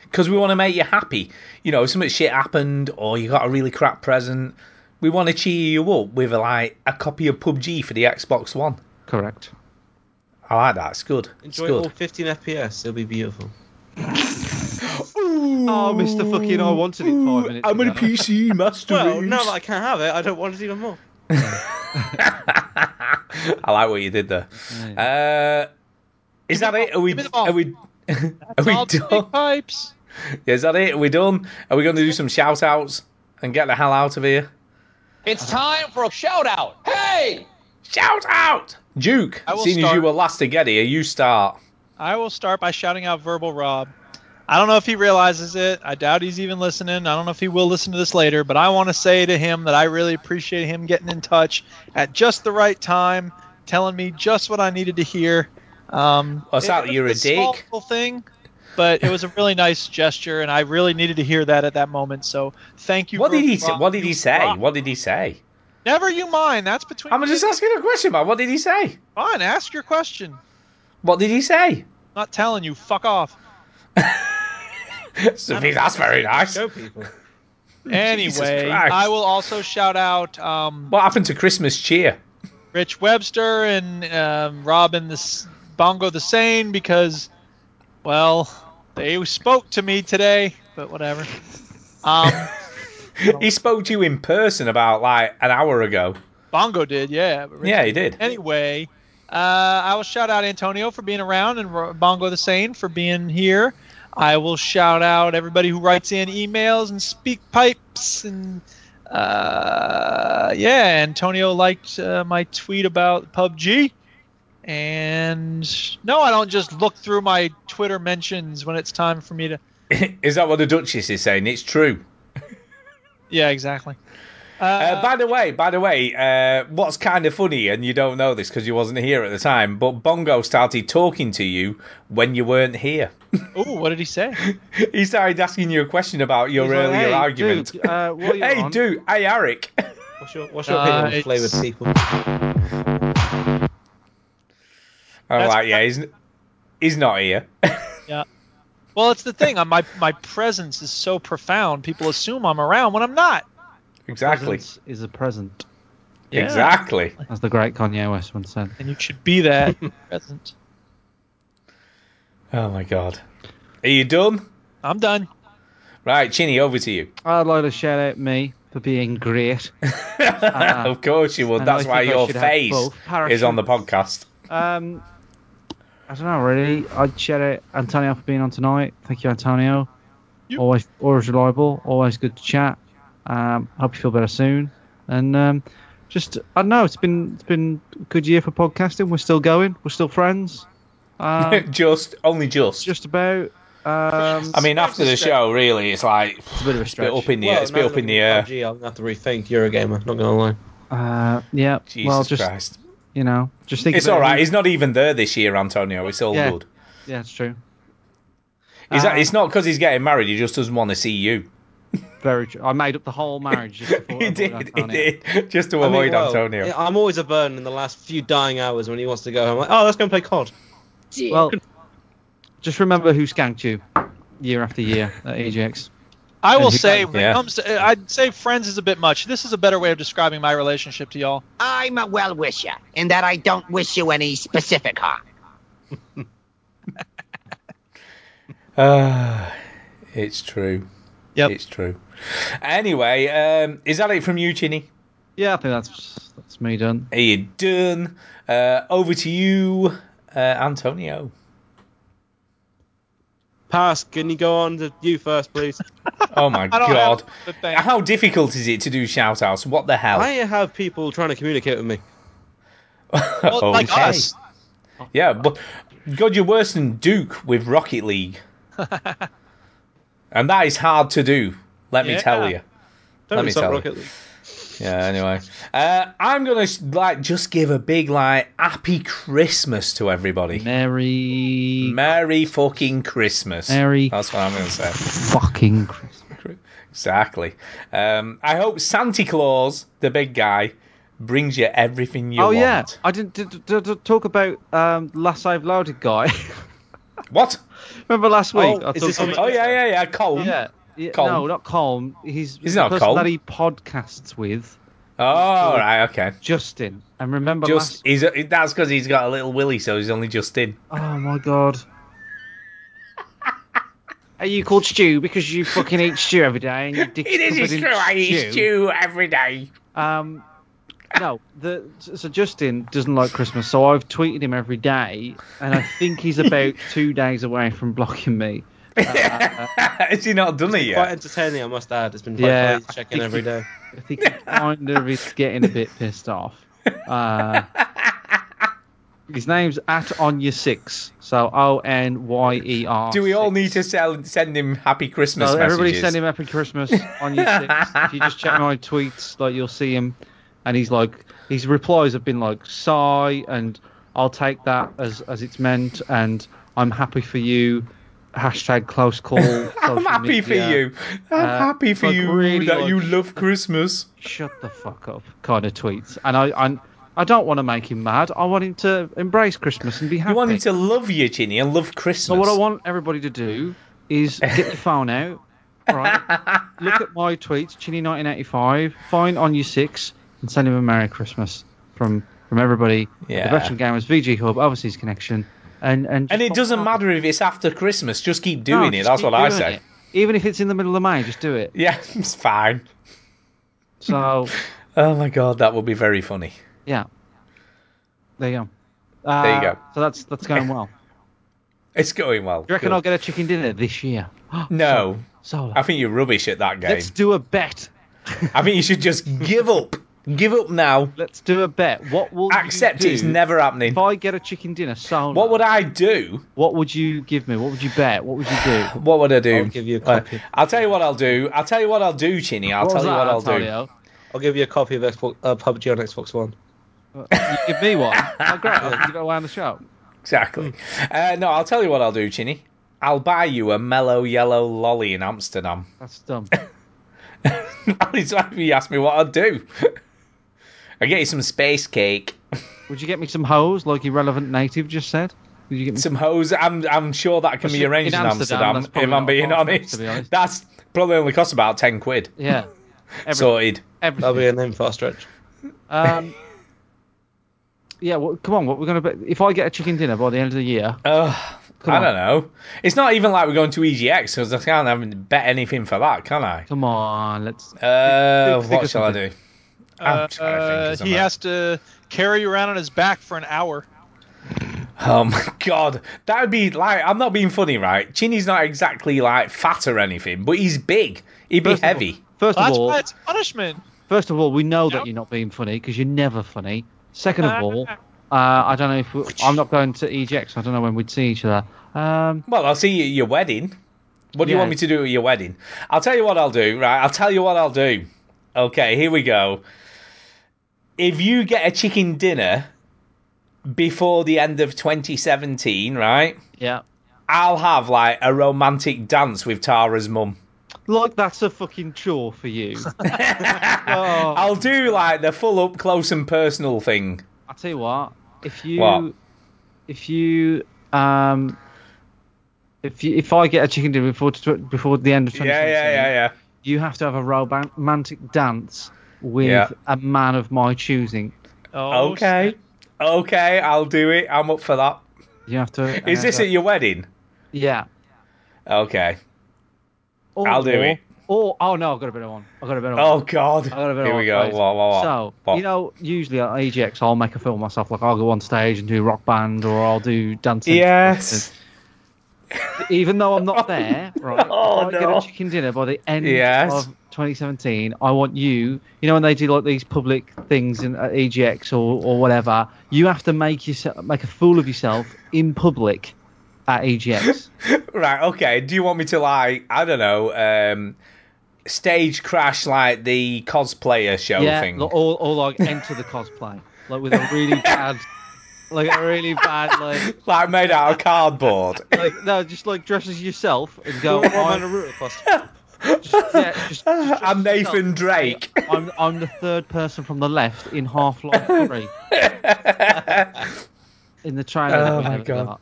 S2: Because we want to make you happy. You know, if something shit happened or you got a really crap present, we want to cheer you up with like a copy of PUBG for the Xbox One.
S1: Correct.
S2: I like that. It's good. It's
S3: Enjoy
S2: good.
S3: all 15 FPS. It'll be beautiful.
S1: Oh, Mr. Fucking, I wanted it five minutes
S2: I'm a PC master.
S3: Well, now that I can't have it, I don't want it even more.
S2: I like what you did there. Uh, is that it? Are we? Are we? Are we done?
S8: Pipes.
S2: Yeah, is that it? Are we done? Are we going to do some shout outs and get the hell out of here?
S5: It's time for a shout out. Hey!
S2: Shout out! Duke,
S8: I will
S2: seeing as you
S8: start.
S2: were last to get here, you start.
S8: I will start by shouting out Verbal Rob. I don't know if he realizes it. I doubt he's even listening. I don't know if he will listen to this later, but I want to say to him that I really appreciate him getting in touch at just the right time, telling me just what I needed to hear. Um,
S2: Well, it's not Oh, that you're a
S8: was small
S2: dick.
S8: little thing, but it was a really nice gesture, and I really needed to hear that at that moment. So thank you.
S2: What did he?
S8: Verbal
S2: Say,
S8: Rob.
S2: what did he
S8: You
S2: say?
S8: rock.
S2: What did he say?
S8: Never you mind. That's between.
S2: I'm just asking a question, man. What did he say?
S8: Fine, ask your question.
S2: What did he say?
S8: Not telling you. Fuck off.
S2: Sophie, that's very nice.
S3: people.
S2: Jesus
S8: Anyway,
S2: Christ.
S8: I will also shout out um,
S2: What happened to Christmas cheer?
S8: Rich Webster and um, Robin the S- Bongo the Sane because, well, they spoke to me today, but whatever. Um, Oh.
S2: he spoke to you in person about like an hour ago.
S8: Bongo did, yeah. but Rich
S2: Yeah, he did.
S8: Anyway, uh, I will shout out Antonio for being around and Ro- Bongo the Sane for being here. I will shout out everybody who writes in emails and speak pipes and uh, yeah, Antonio liked uh, my tweet about PUBG. And no, I don't just look through my Twitter mentions when it's time for me to.
S2: is that what the Duchess is saying? It's true.
S8: Yeah, exactly. Uh,
S2: by the way, by the way, uh, what's kind of funny, and you don't know this because you wasn't here at the time, but Bongo started talking to you when you weren't here.
S8: Oh, what did he say?
S2: he started asking you a question about your
S1: He's like,
S2: earlier
S1: "Hey,
S2: argument.
S1: Duke, uh, what are you
S2: hey,
S1: on?"
S2: dude. Hey, Eric.
S3: What's your, what's
S2: your
S8: Uh,
S2: opinion on
S3: flavoured people?
S2: All right, yeah, he's, he's not here.
S8: Yeah. Well, it's the thing. uh, My my presence is so profound. People assume I'm around when I'm not.
S2: Exactly.
S1: Presents is a present,
S8: Yeah.
S2: Exactly.
S1: as the great Kanye West once said.
S8: And you should be that present.
S2: Oh, my God. Are you done?
S8: I'm done.
S2: Right, Chinny, over to you.
S1: I'd like to shout out me for being great.
S2: of course you would.
S1: and Ah. I
S2: That's why
S1: think I
S2: your
S1: should have
S2: face
S1: both
S2: is on the
S1: parachutes.
S2: podcast.
S1: Um, I don't know really. I'd shout out Antonio for being on tonight. Thank you, Antonio. Always, always reliable. Always good to chat. Um, hope you feel better soon. And um, just I don't know. It's been it's been a good year for podcasting. We're still going. We're still friends. Um,
S2: just, only just.
S1: just about. Um,
S2: I mean, after the show, really, it's like it's a bit, up in the air. It's a bit up in the air.
S3: Gee, I'm gonna have to rethink Eurogamer. Not gonna lie.
S1: Uh, yeah.
S2: Jesus
S1: well, just
S2: Christ.
S1: you know, just think.
S2: It's
S1: about
S2: all right.
S1: who-
S2: He's not even there this year, Antonio. It's all
S1: Yeah.
S2: good.
S1: Yeah, it's true.
S2: Is that,
S1: Uh,
S2: it's not because he's getting married. He just doesn't want to see you.
S1: Very true. I made up the whole marriage. Just before
S2: He
S1: I bought
S2: did. He
S1: Antonio.
S2: did. Just to
S3: I mean,
S2: avoid
S3: well,
S2: Antonio.
S3: yeah, I'm always a burden in the last few dying hours when he wants to go home. Like, oh, let's go and play COD.
S1: Well, just remember who skanked you year after year at E AGX.
S8: I will
S1: And he-
S8: say when
S1: Yeah.
S8: it comes to, uh, I'd say friends is a bit much. This is a better way of describing my relationship to y'all.
S6: I'm a well wisher, in that I don't wish you any specific harm.
S2: Uh, it's true.
S8: Yep.
S2: It's true. Anyway, um, is that it from you, Chinny?
S1: Yeah, I think that's that's me done.
S2: Are you done? Uh, over to you, uh, Antonio.
S3: Pass. Can you go on to you first, please?
S2: Oh my
S3: I don't have
S2: god. How difficult is it to do shout outs? What the hell?
S3: I have people trying to communicate with me.
S2: Oh,
S3: like
S2: okay.
S3: us.
S2: Yeah, but God, you're worse than Duke with Rocket League. and that is hard to do. Let me
S21: Yeah.
S2: tell you.
S21: Don't
S2: Let me
S21: insult
S2: tell
S21: Rocket
S2: you. Yeah. Anyway, uh, I'm gonna sh- like just give a big like happy Christmas to everybody.
S1: Merry,
S2: merry fucking Christmas.
S1: Merry
S2: That's what I'm gonna say.
S1: Fucking
S2: Exactly. Um, I hope Santa Claus, the big guy, brings you everything you
S1: oh
S2: want.
S1: yeah, I didn't d- d- d- talk about um, last I've loaded guy.
S2: what?
S1: Remember last week?
S2: Oh,
S1: I
S2: is
S1: talked
S2: this-
S1: about-
S2: oh, yeah, yeah, yeah, Colm.
S1: Yeah, yeah,
S2: Colm.
S1: no, not Colm. He's,
S2: He's
S1: the
S2: not
S1: person
S2: Colm.
S1: that he podcasts with.
S2: Oh, all right, okay.
S1: Justin, and remember
S2: Just he's that's because he's got a little willy, so he's only just in.
S1: Oh my god. Are you called Stew because you fucking eat stew every day and you dick covered in
S2: every day.
S1: Um, no, the so Justin doesn't like Christmas, so I've tweeted him every day, and I think he's about two days away from blocking me.
S2: Uh,
S1: Uh,
S2: Has he not done it
S3: Quite
S2: yet?
S3: entertaining, I must add. It's been quite
S1: Yeah,
S3: funny to check in
S1: I
S3: every
S1: think-
S3: day.
S1: I think he kind of is getting a bit pissed off. Uh, his name's at on your six, so O N Y E R.
S2: Do we all need to sell, send him happy Christmas
S1: So
S2: messages?
S1: everybody send him happy Christmas on your six. if you just check my tweets, like you'll see him, and he's like his replies have been like sigh and I'll take that as as it's meant and I'm happy for you. Hashtag close call.
S2: I'm
S1: social
S2: happy for
S1: media.
S2: you. I'm
S1: Uh,
S2: happy for
S1: like,
S2: you
S1: really,
S2: that
S1: like,
S2: you love Christmas.
S1: Shut the fuck up. Kind of tweets, and I I, I don't want to make him mad. I want him to embrace Christmas and be happy.
S2: You want him to love you, Ginny, and love Christmas.
S1: So what I want everybody to do is get your phone out, right? Look at my tweets, Chinny1985, find on your six, and send him a Merry Christmas from from everybody.
S2: Yeah.
S1: The Veteran Gamers, VG Hub, Overseas Connection, and and
S2: And it doesn't matter if it's after Christmas. Just keep doing it. That's what I say.
S1: Even if it's in the middle of May, just do it.
S2: Yeah, it's fine.
S1: So
S2: Oh my god, that would be very funny.
S1: yeah, there you go.
S2: There you
S1: Uh,
S2: go.
S1: So that's that's going well.
S2: It's going well.
S1: Do you reckon
S2: Good.
S1: I'll get a chicken dinner this year?
S2: No.
S1: Solo.
S2: I think you're rubbish at that game.
S1: Let's do a bet.
S2: I think you should just give up. Give up now.
S1: Let's do a bet. What will you
S2: Accept it's
S1: do
S2: never happening.
S1: If I get a chicken dinner, so
S2: What would I do?
S1: What would you give me? What would you bet? What would you do?
S2: What would I do?
S3: I'll give you a
S2: Uh,
S3: copy.
S2: I'll tell you what I'll do. I'll tell you what I'll do, Chinny. I'll
S3: What
S2: tell
S3: was
S2: you
S3: that,
S2: what I'll do.
S1: Antonio?
S3: I'll give you a copy of Xbox, uh, PUBG on Xbox One.
S1: Uh, You give me one. Oh, great. I'll give it away on the show.
S2: Exactly. Uh, no, I'll tell you what I'll do, Chinny. I'll buy you a mellow yellow lolly in Amsterdam.
S1: That's dumb.
S2: That's why you asked me what I'd do. I'll get you some space cake.
S1: Would you get me some hose, like irrelevant native just said? Would you get me
S2: some hose. I'm I'm sure that can be
S1: In
S2: arranged in Amsterdam.
S1: Amsterdam, that's probably
S2: if
S1: not
S2: I'm
S1: a
S2: being
S1: far fetch,
S2: honest,
S1: to be honest.
S2: that's probably only cost about ten quid.
S1: Yeah. Everything.
S2: Sorted.
S3: That'll be
S1: Everything.
S3: a name for our stretch.
S1: Um, yeah. Well, come on. What we're gonna bet? If I get a chicken dinner by the end of the year,
S2: Ugh,
S1: Come
S2: I
S1: on.
S2: don't know. It's not even like we're going to EGX because I can't have bet anything for that, can I?
S1: come on. Let's.
S2: Uh,
S1: Think- think
S2: what
S1: of
S2: shall I do?
S1: something.
S2: I'm trying to think
S8: Uh,
S2: of
S8: he
S2: something.
S8: has to carry you around on his back for an hour.
S2: Oh my god, that would be like I'm not being funny, right? Chinny's not exactly like fat or anything, but he's big. He'd be
S1: First of all-
S2: heavy.
S1: First
S8: Well,
S1: of
S8: that's
S1: all,
S8: why it's punishment.
S1: First of all, we know that you're not being funny because you're never funny. Second of all, uh, I don't know if we, I'm not going to EGX. so I don't know when we'd see each other. Um,
S2: Well, I'll see you at your wedding. What do you
S1: Yeah.
S2: want me to do at your wedding? I'll tell you what I'll do, right? I'll tell you what I'll do. Okay, here we go. If you get a chicken dinner before the end of 2017, right?
S1: yeah,
S2: I'll have like a romantic dance with Tara's mum.
S1: like that's a fucking chore for you. Oh,
S2: I'll do like the full up close and personal thing.
S1: I tell you what, if you,
S2: What?
S1: if you, um, if you, if I get a chicken dinner before tw- before the end of
S2: Yeah,
S1: 2017,
S2: yeah, yeah, yeah.
S1: you have to have a romantic dance with
S2: Yeah.
S1: a man of my choosing.
S8: Oh,
S2: Okay. Okay, I'll do it. I'm up for that.
S1: You have to.
S2: Is this
S1: uh,
S2: at your wedding?
S1: Yeah.
S2: Okay.
S1: Or-
S2: I'll do
S1: or-
S2: it.
S1: Or oh no, I've got a better one. I've got a better one.
S2: Oh God!
S1: I got a better
S2: Here
S1: one.
S2: we go.
S1: guys.
S2: What, what, what?
S1: So
S2: What?
S1: you know, usually at AGX, I'll make a film myself. Like I'll go on stage and do rock band, or I'll do dancing.
S2: Yes.
S1: Even though I'm not there, right?
S2: Oh,
S1: if I get
S2: no.
S1: a chicken dinner by the end
S2: Yes.
S1: of 2017. I want you. You know when they do like these public things in at AGX or, or whatever, you have to make yourself make a fool of yourself in public at E AGX.
S2: Right, okay. Do you want me to like I don't know, um stage crash like the cosplayer show
S1: yeah,
S2: thing.
S1: like, all, all like enter the cosplay, like with a really bad, like a really bad, like
S2: like made out of cardboard.
S1: like no, just like dress as yourself and go. I'm, just, yeah, just, just dress
S2: I'm Nathan
S1: yourself.
S2: Drake.
S1: I'm I'm the third person from the left in Half Life Three. in the trailer. that
S2: Oh
S1: we
S2: my
S1: never
S2: God.
S1: got.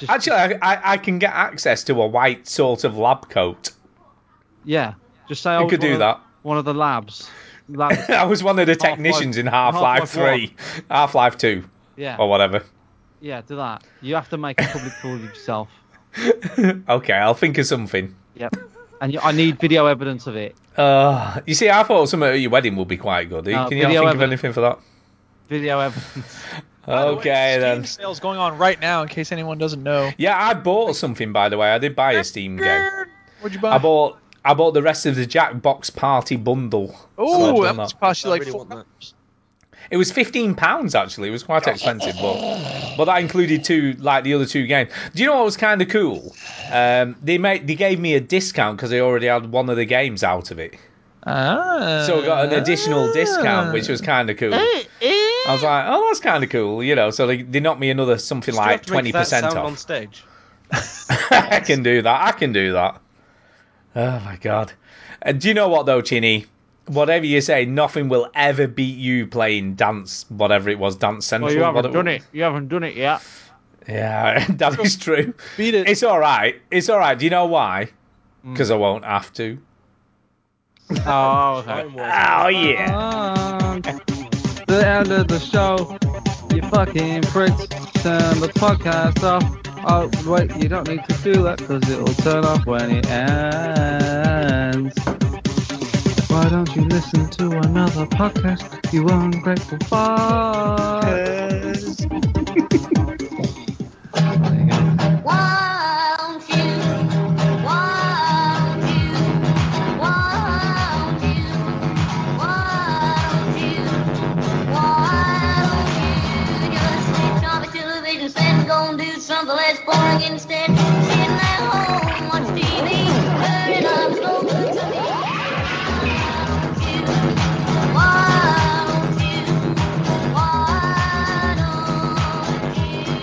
S1: Just-
S2: Actually, I, I- I can get access to a white sort of lab coat.
S1: yeah, just say I
S2: You
S1: was
S2: could
S1: one
S2: do
S1: of-
S2: that.
S1: One of the labs. labs.
S2: I was one of the
S1: Half-Life-
S2: technicians in Half Life
S1: Half-Life
S2: Three, Oh. Half Life Two,
S1: Yeah.
S2: or whatever.
S1: Yeah, do that. You have to make a public fool of yourself.
S2: Okay, I'll think of something.
S1: Yep. And you, I need video evidence of it.
S2: Uh, you see, I thought something at your wedding would be quite good.
S1: No,
S2: Can you not
S1: video
S2: think of
S1: evidence.
S2: anything for that?
S1: Video evidence.
S2: Okay then.
S8: Sales going on right now, in case anyone doesn't know.
S2: Yeah, I bought something by the way. I did buy a Steam game.
S8: What'd you
S2: I
S8: buy?
S2: bought I bought the rest of the Jackbox Party bundle. So I've
S8: Oh, that
S2: done that.
S8: must cost you like four.
S2: It was fifteen pounds actually. It was quite expensive, but but that included two like the other two games. Do you know what was kind of cool? Um, they made they gave me a discount because they already had one of the games out of it,
S8: Ah.
S2: so I got
S3: Uh,
S2: an additional discount, which was kind of cool. I was like, oh, that's kind of cool, you know. So they, they knocked me another something like twenty percent off.
S3: on stage.
S2: I can do that. I can do that. Oh my god. Uh, do you know what though, Chinny? Whatever you say, nothing will ever beat you playing dance, whatever it was, dance central.
S1: well, you
S2: what
S1: haven't done it. You haven't done it yet.
S2: Yeah, that is true. Beat it. It's all right. It's all right. Do you know why?
S1: Mm.
S2: Because I won't have to.
S1: Oh, okay. Ah.
S2: Oh yeah.
S1: the end of the show. You fucking pricks. Turn the podcast off. Oh, wait, you don't need to do that because it'll turn off when it ends. Why don't you listen to another podcast, you ungrateful fuck?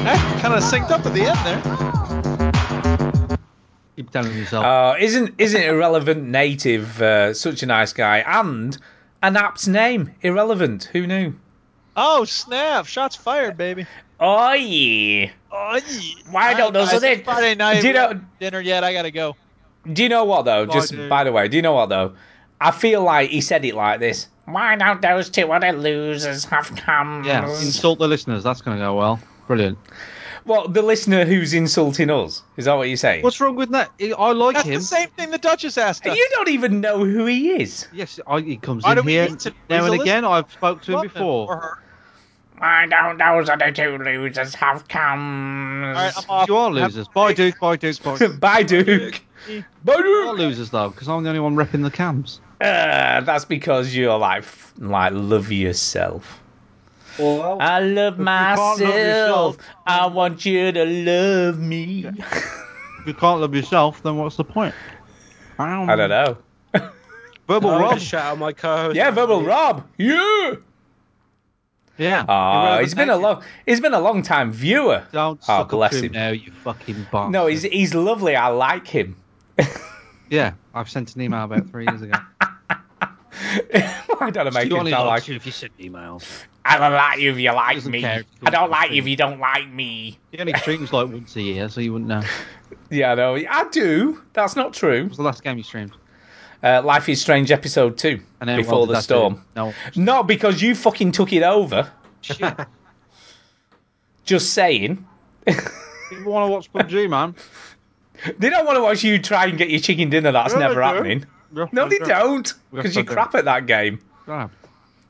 S8: That kind of Eh, synced up at the end there.
S1: Keep telling yourself.
S2: Uh, isn't isn't irrelevant native uh, such a nice guy and an apt name irrelevant? Who knew?
S8: Oh snap! Shots fired, baby.
S2: Oh yeah.
S8: Oh yeah.
S2: Why don't those
S8: Guys,
S2: other-
S8: it's Friday night?
S2: Do
S8: we
S2: you know-
S8: haven't had dinner yet? I gotta go.
S2: Do you know what though?
S8: Bye,
S2: Just
S8: dude.
S2: by the way, do you know what though? I feel like he said it like this. Why don't those two other losers have come?
S1: Yeah, insult the listeners. That's going to go well. Brilliant.
S2: Well, the listener who's insulting us is that what you're saying?
S1: What's wrong with that? I I like
S8: That's
S1: him.
S8: the same thing the Duchess asked us.
S2: You don't even know who he is.
S1: Yes, I, he comes
S8: Why do
S1: in
S8: we
S1: here
S8: need to-
S1: now
S8: he's
S1: and
S8: a
S1: again. I've spoke to him
S8: Love him or
S1: before.
S8: her.
S2: Why don't those other two losers have come?
S8: All right, I'm off.
S1: You are losers. Bye, Duke. Bye, Duke. Bye. you
S2: Bye, Duke. Bye,
S1: are
S2: Duke.
S1: losers though, because I'm the only one repping the cams.
S2: Uh, that's because you're like, f- like, love yourself. I love
S1: can't love
S2: myself.
S1: yourself-
S2: I want you to love me.
S1: If you can't love yourself, then what's the point?
S2: Oh, I don't know.
S1: Verbal
S3: I'm
S1: Rob.
S3: gonna shout out my co-host.
S2: Yeah, verbal Rob. Yeah.
S1: Yeah.
S2: Oh,
S1: Irrelevant
S2: he's been a
S1: native.
S2: long, he's been a long time viewer.
S1: Don't
S2: Ah,
S1: suck up
S2: bless
S1: to him
S2: him.
S1: now, you fucking bastard.
S2: No, he's he's lovely. I like him.
S1: Yeah, I've sent an email about three years ago.
S2: I don't make
S1: She
S2: him
S1: only
S2: sound
S1: likes
S2: like
S1: you if you send emails.
S2: I don't like you if you like
S1: doesn't
S2: me.
S1: care if you
S2: I don't
S1: like
S2: like you if
S1: him.
S2: you don't like me.
S1: He only streams like once a year, so you wouldn't know. It
S2: Yeah, no, I do. That's not true.
S1: was the last game you streamed.
S2: Uh, Life is Strange episode two
S1: And then
S2: before the storm.
S1: No.
S2: Not because you fucking took it over.
S1: Shit.
S2: Just saying.
S1: People want to watch PUBG, man.
S2: They don't want to watch you try and get your chicken dinner. That's
S1: Yeah, they
S2: never
S1: do.
S2: happening. No, they don't.
S1: Yes,
S2: Because
S1: they
S2: you're
S1: do.
S2: crap at that game.
S1: Crap.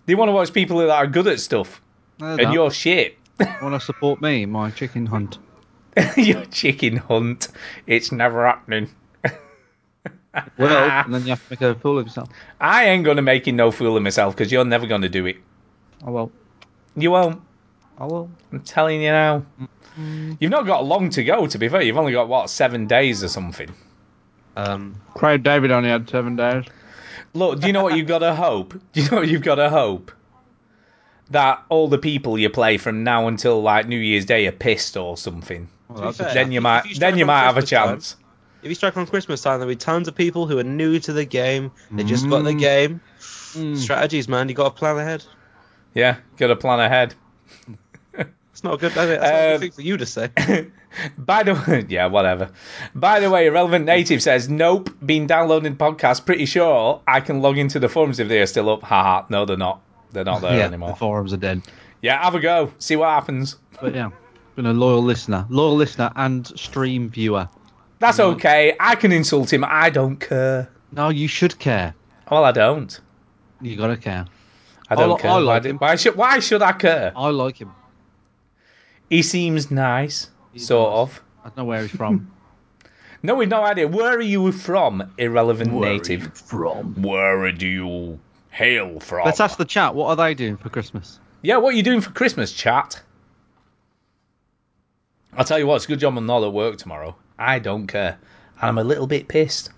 S2: They want to watch people that are good at stuff,
S1: No,
S2: and you're shit.
S1: want to support me in my chicken hunt.
S2: Your chicken hunt. It's never happening.
S1: Well, and then you have to make a fool of yourself.
S2: I ain't gonna make no fool of myself because you're never gonna do it.
S1: I will.
S2: You won't.
S1: I will.
S2: I'm telling you now. You've not got long to go. To be fair, you've only got what seven days or something.
S3: Um,
S1: Craig David only had seven days.
S2: Look, do you know what you've got to hope? Do you know what you've got to hope? That all the people you play from now until like New Year's Day are pissed or something.
S3: To be fair,
S2: then you
S3: if-
S2: might,
S3: if you
S2: then
S3: strike
S2: you
S3: on
S2: might have a
S3: Christmas time-
S2: chance.
S3: If you strike on Christmas time, there'll be tons of people who are new to the game. They
S1: Mm-hmm.
S3: just got the
S2: Mm.
S3: game. Strategies, man. You got to plan ahead.
S2: Yeah, Mm. got to plan ahead. Um,
S3: It's not a good. That's not a good thing for you to say.
S2: By the way, yeah, whatever. By the way, irrelevant native says, "Nope, been downloading podcasts. Pretty sure I can log into the forums if they are still up. Haha, no, they're not. They're not there
S1: yeah,
S2: anymore.
S1: the forums are dead.
S2: Yeah, have a go. See what happens.
S1: But yeah, been a loyal listener, loyal listener and stream viewer.
S2: That's okay. I can insult him. I don't care.
S1: No, you should care.
S2: Well, I don't.
S1: You gotta care.
S2: I don't
S1: li-
S2: care.
S1: I
S2: why,
S1: like
S2: do-
S1: him.
S2: why should Why should I care?
S1: I like him.
S2: He seems nice, sort of.
S1: I don't know where he's from.
S2: No, we've no idea. Where are you from, irrelevant
S1: Where are
S2: native?
S1: you from?
S2: Where do you hail from?
S1: Let's ask the chat. What are they doing for Christmas?
S2: Yeah, what are you doing for Christmas, chat? I'll tell you what, it's a good job I'm not at work tomorrow. I don't care. And I'm a little bit pissed.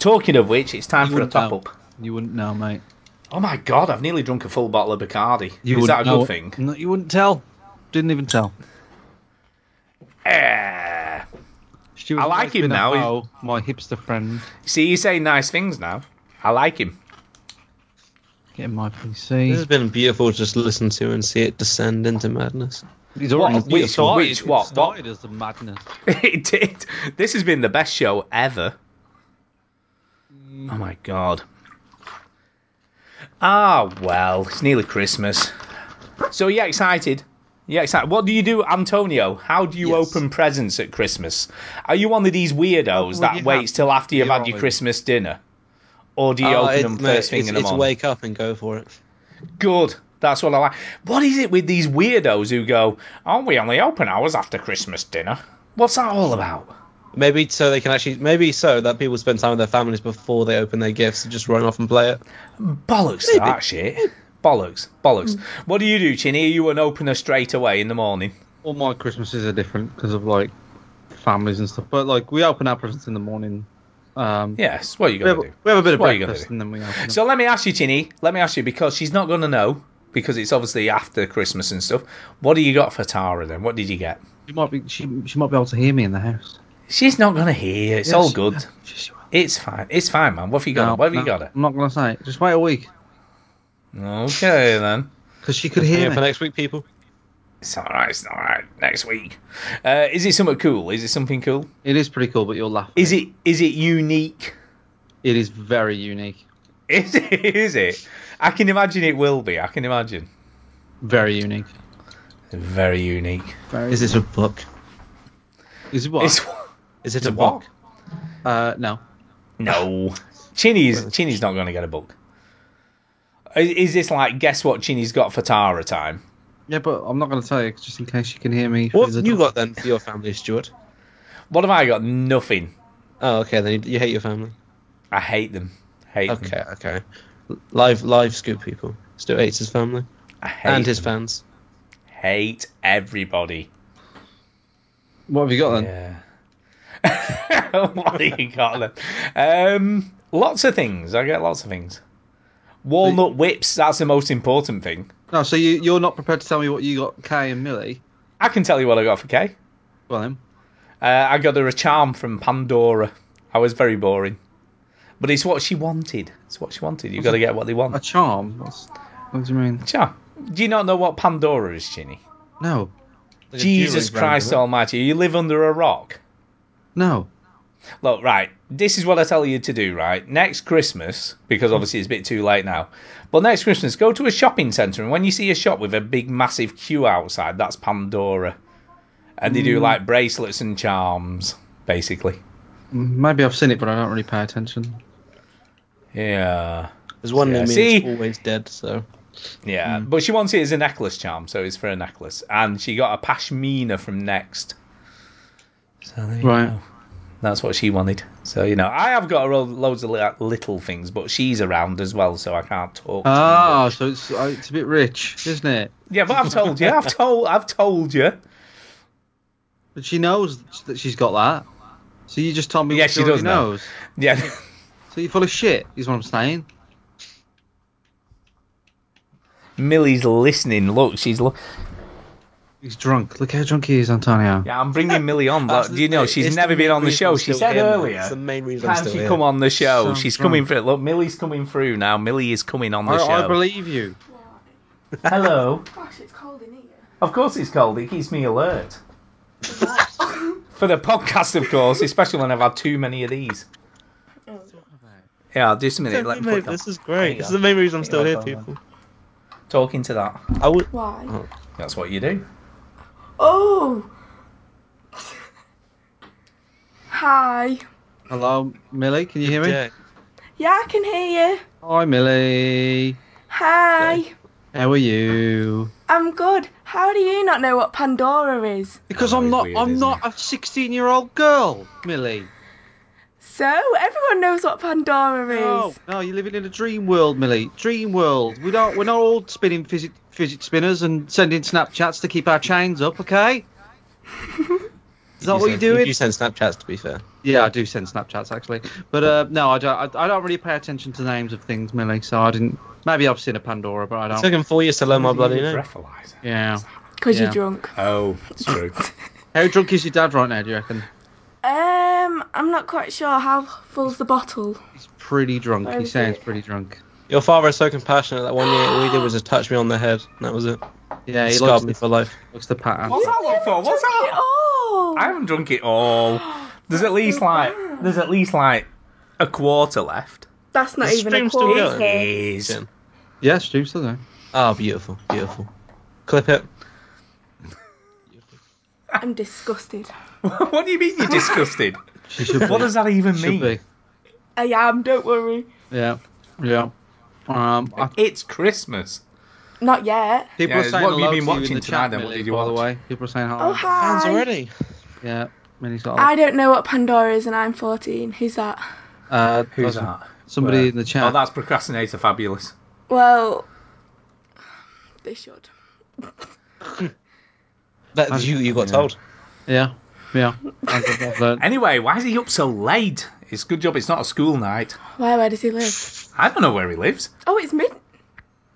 S2: Talking of which, it's time
S1: You
S2: for a
S1: wouldn't
S2: top
S1: know.
S2: up.
S1: You wouldn't know, mate.
S2: Oh my god, I've nearly drunk a full bottle of Bacardi.
S1: You
S2: Is that a
S1: wouldn't know.
S2: good thing?
S1: No, you wouldn't tell. Didn't even tell.
S2: Eh.
S1: Stuart
S2: I like him now. He's-
S1: Oh, my hipster friend.
S2: See, he's saying nice things now. I like him.
S1: Get in my
S3: This
S1: PC.
S3: has been beautiful to just listen to and see it descend into madness.
S1: He's already
S2: What? Which-
S1: started.
S2: which-
S1: It
S2: what- what?
S1: started as the madness.
S2: it did. This has been the best show ever. Oh my god. Ah well, it's nearly Christmas. So yeah, excited. Yeah, excited. What do you do, Antonio? How do you open presents at Christmas? Are you one of these weirdos
S3: Well,
S2: that
S3: you
S2: waits
S3: have-
S2: till after you've
S3: you
S2: had
S3: are
S2: your
S3: one. Ah,
S2: Christmas dinner, or do you open them first thing
S3: Uh, it's,
S2: in the
S3: it's
S2: morning?
S3: wake up and go for it.
S2: Good. That's what I like. What is it with these weirdos who go, "Oh, we only open hours after Christmas dinner"? What's that all about?
S3: Maybe so they can actually. Maybe so that people spend time with their families before they open their gifts and just run off and play it.
S2: Bollocks to that shit.
S3: Mm.
S2: Bollocks.
S1: Mm.
S2: Bollocks. What do you do, Chinny? Are you an opener straight away in the morning?
S1: All my Christmases are different because of like families and stuff. But like we open our presents in the morning. Um,
S2: Yes. What are you
S1: we have,
S2: gonna do?
S1: we have a bit of
S2: What are you gonna
S1: breakfast
S2: do?
S1: and then we open. them.
S2: So let me ask you, Chinny, let me ask you, because she's not gonna know, because it's obviously after Christmas and stuff. What do you got for Tara then? What did you get?
S1: She might be she, she might be able to hear me in the house.
S2: She's not gonna hear. It's
S1: Yeah,
S2: all
S1: she-
S2: good. It's fine. It's fine, man. What have you got?
S1: No,
S2: what have you
S1: no,
S2: got? her?
S1: I'm not gonna say. it. Just wait a week
S2: Okay then.
S1: because she could hear me.
S3: for next week, people.
S2: It's all right. It's all right. Next week. Uh, is it something cool? Is it something cool?
S1: It is pretty cool, but you'll laugh.
S2: Is it? Is it unique?
S1: It is very unique.
S2: Is it? Is it? I can imagine it will be. I can imagine.
S1: Very unique.
S2: Very unique.
S1: Very
S3: Is this a book?
S1: Is it what?
S2: It's
S3: Is it a
S1: what?
S3: book?
S1: Uh, no.
S2: no. Chinny's Chinny's not going to get a book. Is, is this like guess what Chinny's got for Tara time?
S1: Yeah, but I'm not gonna tell you just in case she can hear me.
S3: What
S1: through
S3: have
S1: the
S3: you
S1: door.
S3: got then for your family, Stuart?
S2: What have I got? Nothing.
S3: Oh, okay. Then you, you hate your family.
S2: I hate them. Hate them.
S3: Okay, okay. Live, live scoop people. Stuart hates his family
S2: I hate
S3: and his
S2: them.
S3: fans.
S2: Hate everybody.
S1: What have you got then?
S2: Yeah. what do you got then? Um, lots of things. I get lots of things. Walnut whips. That's the most important thing.
S1: No, Oh, so you you're not prepared to tell me what you got, Kay and Millie.
S2: I can tell you what I got for Kay.
S1: Well then,
S2: Uh, I got her a charm from Pandora. I was very boring. But it's what she wanted. It's what she wanted. You've got to get what they
S1: a
S2: want.
S1: charm. What's, what do you mean?
S2: Charm. Do you not know what Pandora is, Ginny?
S1: No,
S2: Jesus Christ Almighty. You live under a rock.
S1: no.
S2: Look, right. This is what I tell you to do, right? Next Christmas, because obviously it's a bit too late now, but next Christmas, go to a shopping centre and when you see a shop with a big, massive queue outside, that's Pandora. And they do
S1: Mm.
S2: like bracelets and charms, basically.
S1: Maybe I've seen it, but I don't really pay attention.
S2: Yeah.
S3: There's one
S2: Yeah,
S3: in me
S2: see?
S3: that's always dead. So Mm.
S2: Yeah, but she wants it as a necklace charm, so it's for a necklace. And she got a pashmina from Next. So there you
S1: Right.
S2: go. That's what she wanted. So, you know, I have got her all- loads of li- little things, but she's around as well, so I can't talk.
S1: Ah, so it's uh, it's a bit rich, isn't it?
S2: Yeah, but I've told you. I've told I've told you.
S1: But she knows that she's got that. So you just told me
S2: Yeah,
S1: what
S2: she
S1: already
S2: does know.
S1: knows.
S2: Yeah.
S1: So you're full of shit, is what I'm saying.
S2: Millie's listening. Look, she's look.
S1: He's drunk. Look how drunk he is, Antonio.
S2: Yeah, I'm bringing Millie on, but
S1: That's
S2: you know
S1: the-
S2: she's
S1: it's the
S2: never been
S1: main
S2: on the
S1: reason
S2: show.
S1: I'm
S2: She
S1: still
S2: said
S1: here, man.
S2: earlier.
S1: It's the main reason I'm
S2: Can
S1: still
S2: she
S1: here.
S2: come on the show?
S1: So
S2: she's
S1: drunk.
S2: coming through. Look, Millie's coming through now. Millie is coming on the
S1: I,
S2: show.
S1: I believe you.
S2: Hello.
S10: Gosh, it's cold in here.
S2: Of course it's cold. It keeps me alert. For the podcast, of course, especially when I've had too many of these. Yeah, I'll do some minute.
S3: Don't
S2: Let me
S3: worry,
S2: put
S3: mate,
S2: them-
S3: this is great.
S2: Hang
S3: This is
S2: on.
S3: the main reason I'm
S2: Hang
S3: still
S2: on,
S3: here,
S2: hang on.
S3: people.
S2: Talking to that.
S3: I would.
S10: Why?
S2: That's what you do.
S10: Oh! Hi.
S1: Hello, Millie. Can you hear me?
S10: Yeah, I can hear you.
S1: Hi, Millie.
S10: Hi.
S1: How are you?
S10: I'm good. How do you not know what Pandora is?
S1: Because I'm not. I'm not a 16 year old girl, Millie.
S10: So, everyone knows what Pandora is.
S1: No, Oh, no, you're living in a dream world, Millie. Dream world. We don't. We're not all spinning fidget, fidget spinners and sending Snapchats to keep our chains up. Okay. Is that what you're doing?
S3: You send Snapchats, to be fair.
S1: Yeah, I do send Snapchats actually, but uh, no, I don't. I, I don't really pay attention to names of things, Millie. So I didn't. Maybe I've seen a Pandora, but I
S3: It
S1: don't.
S3: took him four years to learn my bloody name.
S1: Yeah.
S10: 'Cause you're
S1: Yeah.
S10: drunk.
S2: Oh, it's true.
S1: How drunk is your dad right now? Do you reckon?
S10: Um, I'm not quite sure. How full's the bottle?
S1: Pretty drunk.
S10: Where
S1: He
S10: is
S1: sounds pretty drunk.
S3: Your father is so compassionate that one year all he did was just touch me on the head, and that was it.
S1: Yeah,
S3: he
S1: he
S3: scarred
S1: likes
S3: me
S1: the,
S3: for life.
S1: likes the pattern.
S2: What's that one for? What's that?
S10: Oh!
S2: I haven't drunk it all. There's at least like there's at least like a quarter left.
S10: That's not
S3: The
S10: even a
S3: stream's still
S10: quarter.
S3: going.
S2: Is
S1: Yeah, Stu's still there.
S3: Oh, beautiful, beautiful. Clip it.
S10: I'm disgusted.
S2: what do you mean you're disgusted?
S1: She should
S2: What
S1: be.
S2: does that even
S1: Should
S2: mean?
S1: be.
S10: I am, Uh, um, don't worry.
S1: Yeah, yeah. Um, I-
S2: It's Christmas.
S10: Not yet.
S1: people
S2: Yeah,
S1: are saying
S2: what have you
S1: hello
S2: been
S1: to you
S2: watching
S1: in the
S2: tonight
S1: chat,
S2: then? What
S1: Millie,
S2: did you
S1: by
S2: watch?
S1: the way. People are saying hello.
S10: Oh, hi.
S3: Sounds already.
S1: Yeah, Millie's got. a-
S10: I don't know what Pandora is and I'm 14. Who's that?
S1: Uh,
S2: Who's
S1: that's-
S2: that?
S1: Somebody
S2: Where?
S1: in the chat.
S2: Oh, that's procrastinator fabulous.
S10: Well, they should.
S3: That you you got told.
S1: Yeah, yeah. I've- I've learned.
S2: Anyway, why is he up so late? It's a good job it's not a school night.
S10: Why? Where does he live?
S2: I don't know where he lives.
S10: Oh, it's mid.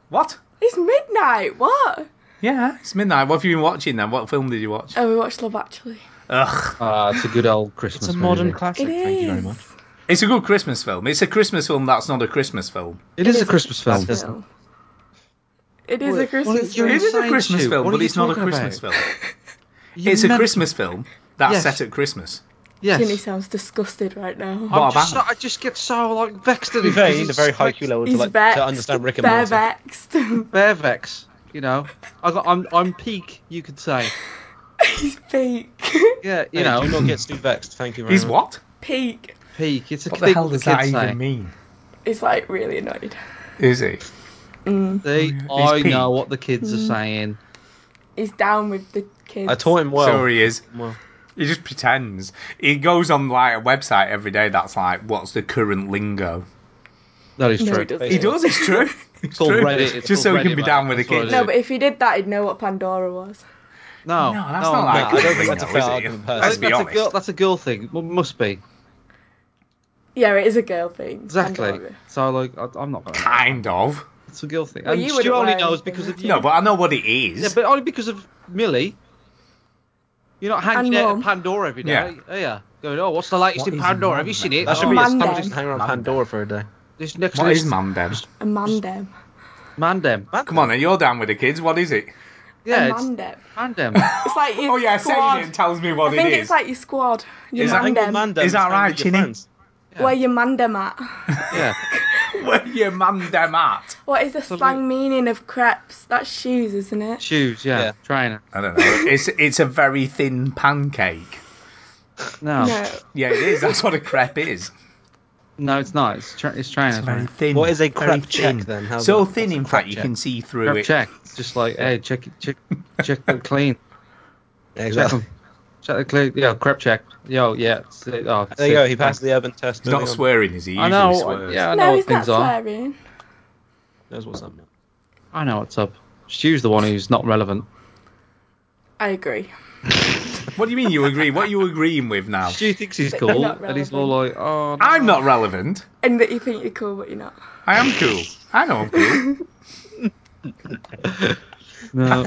S2: What?
S10: It's midnight. What?
S2: Yeah, it's midnight. What have you been watching then? What film did you watch?
S10: Oh, we watched Love Actually.
S2: Ugh.
S1: Ah, it's a good old Christmas.
S3: It's a modern
S1: movie.
S3: classic.
S10: It is.
S3: Thank you very much.
S2: It's a good Christmas film. It's a Christmas film that's not a Christmas film.
S1: It is a Christmas film.
S10: film. It is
S1: Well,
S10: a Christmas
S1: you're
S10: film.
S2: It is a
S1: insane,
S2: Christmas
S1: Stu.
S2: film,
S1: What are
S2: but
S1: you
S2: it's not a
S1: talking
S2: Christmas
S1: about?
S2: film.
S1: You
S2: It's a
S1: meant-
S2: Christmas film that's
S1: Yes.
S2: set at Christmas.
S1: Yes.
S10: Jimmy sounds disgusted right now.
S1: I'm
S2: What
S1: just,
S2: about-
S1: I just get so like vexed
S3: To
S1: at
S3: be
S1: him.
S3: fair,
S1: 'cause
S3: you need a
S1: it's
S3: very high
S1: like
S3: Q level to,
S10: He's
S3: like,
S10: vexed.
S3: to understand Rick and
S10: Bare
S3: Morty.
S10: vexed.
S1: Bear vex. You know, I got, I'm I'm peak. You could say.
S10: He's peak.
S1: Yeah, you
S3: Hey,
S1: know,
S3: do not get too vexed. Thank you very
S2: He's
S3: much.
S2: what?
S10: peak
S1: peak. It's a
S2: What
S1: thing
S2: the hell does
S1: the
S2: that
S1: kids say.
S2: even mean?
S10: is like really annoyed.
S2: Is he?
S10: Mm.
S1: See,
S2: He's
S1: I
S2: peak.
S1: know what the kids are saying.
S10: He's down with the kids.
S3: I taught him well.
S2: so he is.
S3: Well.
S2: He just pretends. He goes on like a website every day that's like, what's the current lingo?
S1: That is
S10: No,
S1: true.
S10: he doesn't.
S2: He does. It's true. It's
S1: called
S2: true.
S1: Reddit, it's
S2: just so
S1: called
S2: he can be
S1: Reddit,
S2: down
S1: mate.
S2: with the
S1: That's what
S2: kids.
S1: it
S10: No, but if he did that, he'd know what Pandora was.
S1: No,
S2: No, that's not like
S3: I don't think
S2: current
S3: that's a
S2: lingo,
S3: fair
S2: is it?
S3: argument, personally.
S2: Let's
S1: I think
S2: be
S1: that's
S2: honest.
S1: a girl. That's a girl thing. M- must be
S10: Yeah, it is a girl thing.
S1: exactly.
S10: Pandora.
S1: So like, I, I'm not gonna.
S2: Kind of.
S1: It's a girl thing.
S10: Well,
S1: and
S10: you
S1: Stu
S10: wouldn't
S1: only
S10: wear
S1: knows
S10: anything,
S1: because of
S10: would
S1: you.
S2: No, but I know what it is.
S1: Yeah, but only because of Millie. You're not hanging
S10: And
S1: out
S10: Mum.
S1: at Pandora every day.
S2: Yeah.
S1: Yeah. yeah. Going, oh, what's the latest
S2: What
S1: in
S2: is
S1: Pandora?
S2: Mum,
S1: Have you seen
S2: mate?
S1: it?
S3: That should
S1: oh,
S3: be
S10: a
S1: it's-
S3: his
S10: Monday.
S3: time to just hang around
S2: Monday.
S3: Pandora for a day.
S1: This next
S2: What
S1: list.
S2: is Mandem?
S10: A mandem.
S1: Mandem.
S2: Come on, then you're down with the kids. What is it?
S1: Yeah,
S10: a
S1: it's
S10: mandem.
S1: Mandem.
S10: It's like your
S2: Oh yeah,
S10: squad.
S2: saying it tells me what
S10: I
S2: it
S13: it
S10: think
S13: is.
S10: it's like your squad. Your
S2: Is that-
S3: I
S2: Mandem.
S3: think what
S10: mandem.
S3: Mandem
S2: Is that
S3: hanging
S2: right,
S3: with your
S2: Chinny?
S3: friends.
S10: Where your mandem at?
S1: yeah.
S2: Where you mandem at?
S10: What is the slang meaning of crepes? That's shoes, isn't it?
S1: Shoes, yeah.
S3: Yeah.
S1: Trainer.
S2: I don't know. It's it's a very thin pancake.
S1: No. no.
S10: No.
S2: Yeah, it is. That's what a crepe is.
S1: it's not. It's, tra- it's trainers.
S2: Very
S1: mate.
S2: thin.
S3: What is a
S2: very
S3: crepe check
S2: thin.
S3: then? How's
S2: so
S3: that-
S2: thin,
S3: what's a
S2: in
S3: crepe
S2: fact, you
S3: check?
S2: can see through
S1: Grab
S2: it.
S1: check. It's just like, hey, check it, check, check that clean.
S3: Yeah,
S1: Check
S3: exactly.
S1: them. Check the clean. Yeah, crap check. Yo, yeah. it's- oh,
S3: There you go. He passed the urban test.
S2: He's not
S3: moving on.
S2: swearing, is he? He
S1: I
S2: usually
S1: know.
S2: swears.
S1: Yeah, I know
S10: No,
S1: what
S10: he's not
S1: things are.
S10: swearing.
S3: Knows what's up. now.
S1: I know what's up. Stu's the one who's not relevant.
S10: I agree.
S2: What do you mean you agree? What are you agreeing with now?
S1: She thinks he's
S10: That you're
S1: cool,
S10: not
S1: and he's all like, "Oh, no.
S2: I'm not relevant.
S10: And that you think you're cool, but you're not.
S2: I am cool. I know I'm cool.
S1: no,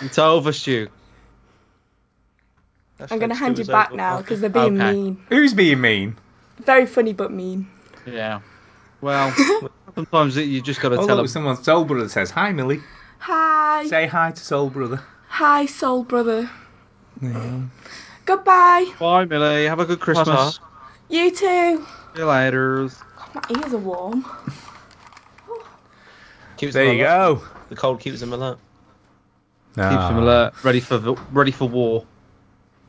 S1: it's over, Stu."
S10: I'm going to hand you back now because they're being
S1: Okay.
S10: mean.
S2: Who's being mean?
S10: Very funny, but mean.
S1: Yeah. Well, sometimes you just got to
S2: Oh,
S1: tell
S2: look,
S1: them.
S2: someone soul brother says hi, Millie.
S10: Hi.
S2: Say hi to soul brother.
S10: Hi, soul brother. Goodbye.
S1: Bye, Millie. Have a good Christmas.
S10: You too.
S1: See you later.
S10: My ears are warm.
S3: Keeps
S2: There
S3: them
S2: you
S3: alert.
S2: go.
S3: The cold keeps them alert.
S1: Keeps him alert, ready for ready for war.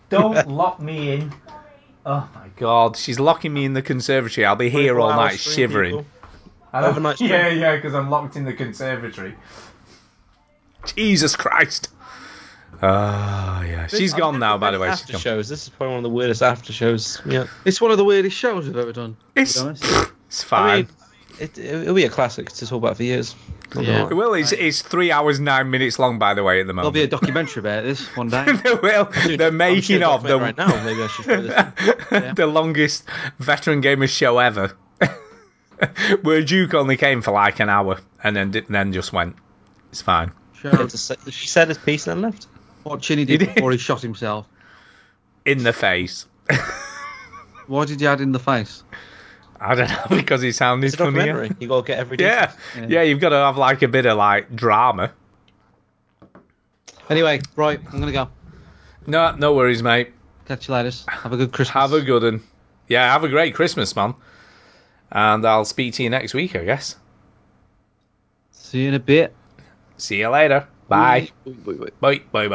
S2: Don't lock me in. Oh my god, she's locking me in the conservatory. I'll be here all
S3: 24 hours,
S2: night
S3: three
S2: shivering.
S3: people.
S2: I don't-
S3: Overnight stream.
S2: yeah, yeah, because I'm locked in the conservatory. Jesus Christ. Oh yeah, she's
S3: I've
S2: gone
S3: never
S2: now. By
S3: done
S2: the way, she's
S3: after
S2: gone.
S3: shows. This is probably one of the weirdest after shows. Yeah,
S1: It's one of the weirdest shows we've ever done.
S2: It's,
S1: to be honest.
S2: it's fine.
S3: I mean, it, it'll be a classic to talk about for years.
S1: Yeah.
S2: Well, it's, it's three hours nine minutes long, by the way, at the
S1: There'll
S2: moment.
S1: be a documentary about this one day.
S2: well, they're making
S3: I'm
S2: of
S3: sure
S2: the
S3: right now. Maybe I should throw this. in.
S2: the longest veteran gamers show ever. Where Duke only came for like an hour and then di- then just went. It's fine.
S1: Sure.
S3: It's a- She said his piece and then left.
S1: Um, What Chinny did
S2: He did.
S1: before he shot himself.
S2: In the face.
S1: Why did you add in the face?
S2: I don't know because he sounded
S3: It's a
S2: funny.
S3: documentary. You gotta get every
S2: Yeah.
S1: Yeah.
S2: yeah, You've got to have like a bit of like drama.
S1: Anyway, right, I'm gonna go.
S2: No, no worries, mate.
S1: Catch you later. Have a good Christmas.
S2: Have a good one. Yeah, have a great Christmas, man. And I'll speak to you next week, I guess.
S1: See you in a bit.
S2: See you later. Bye.
S1: Wait, wait, wait.
S2: Bye. Bye. Bye.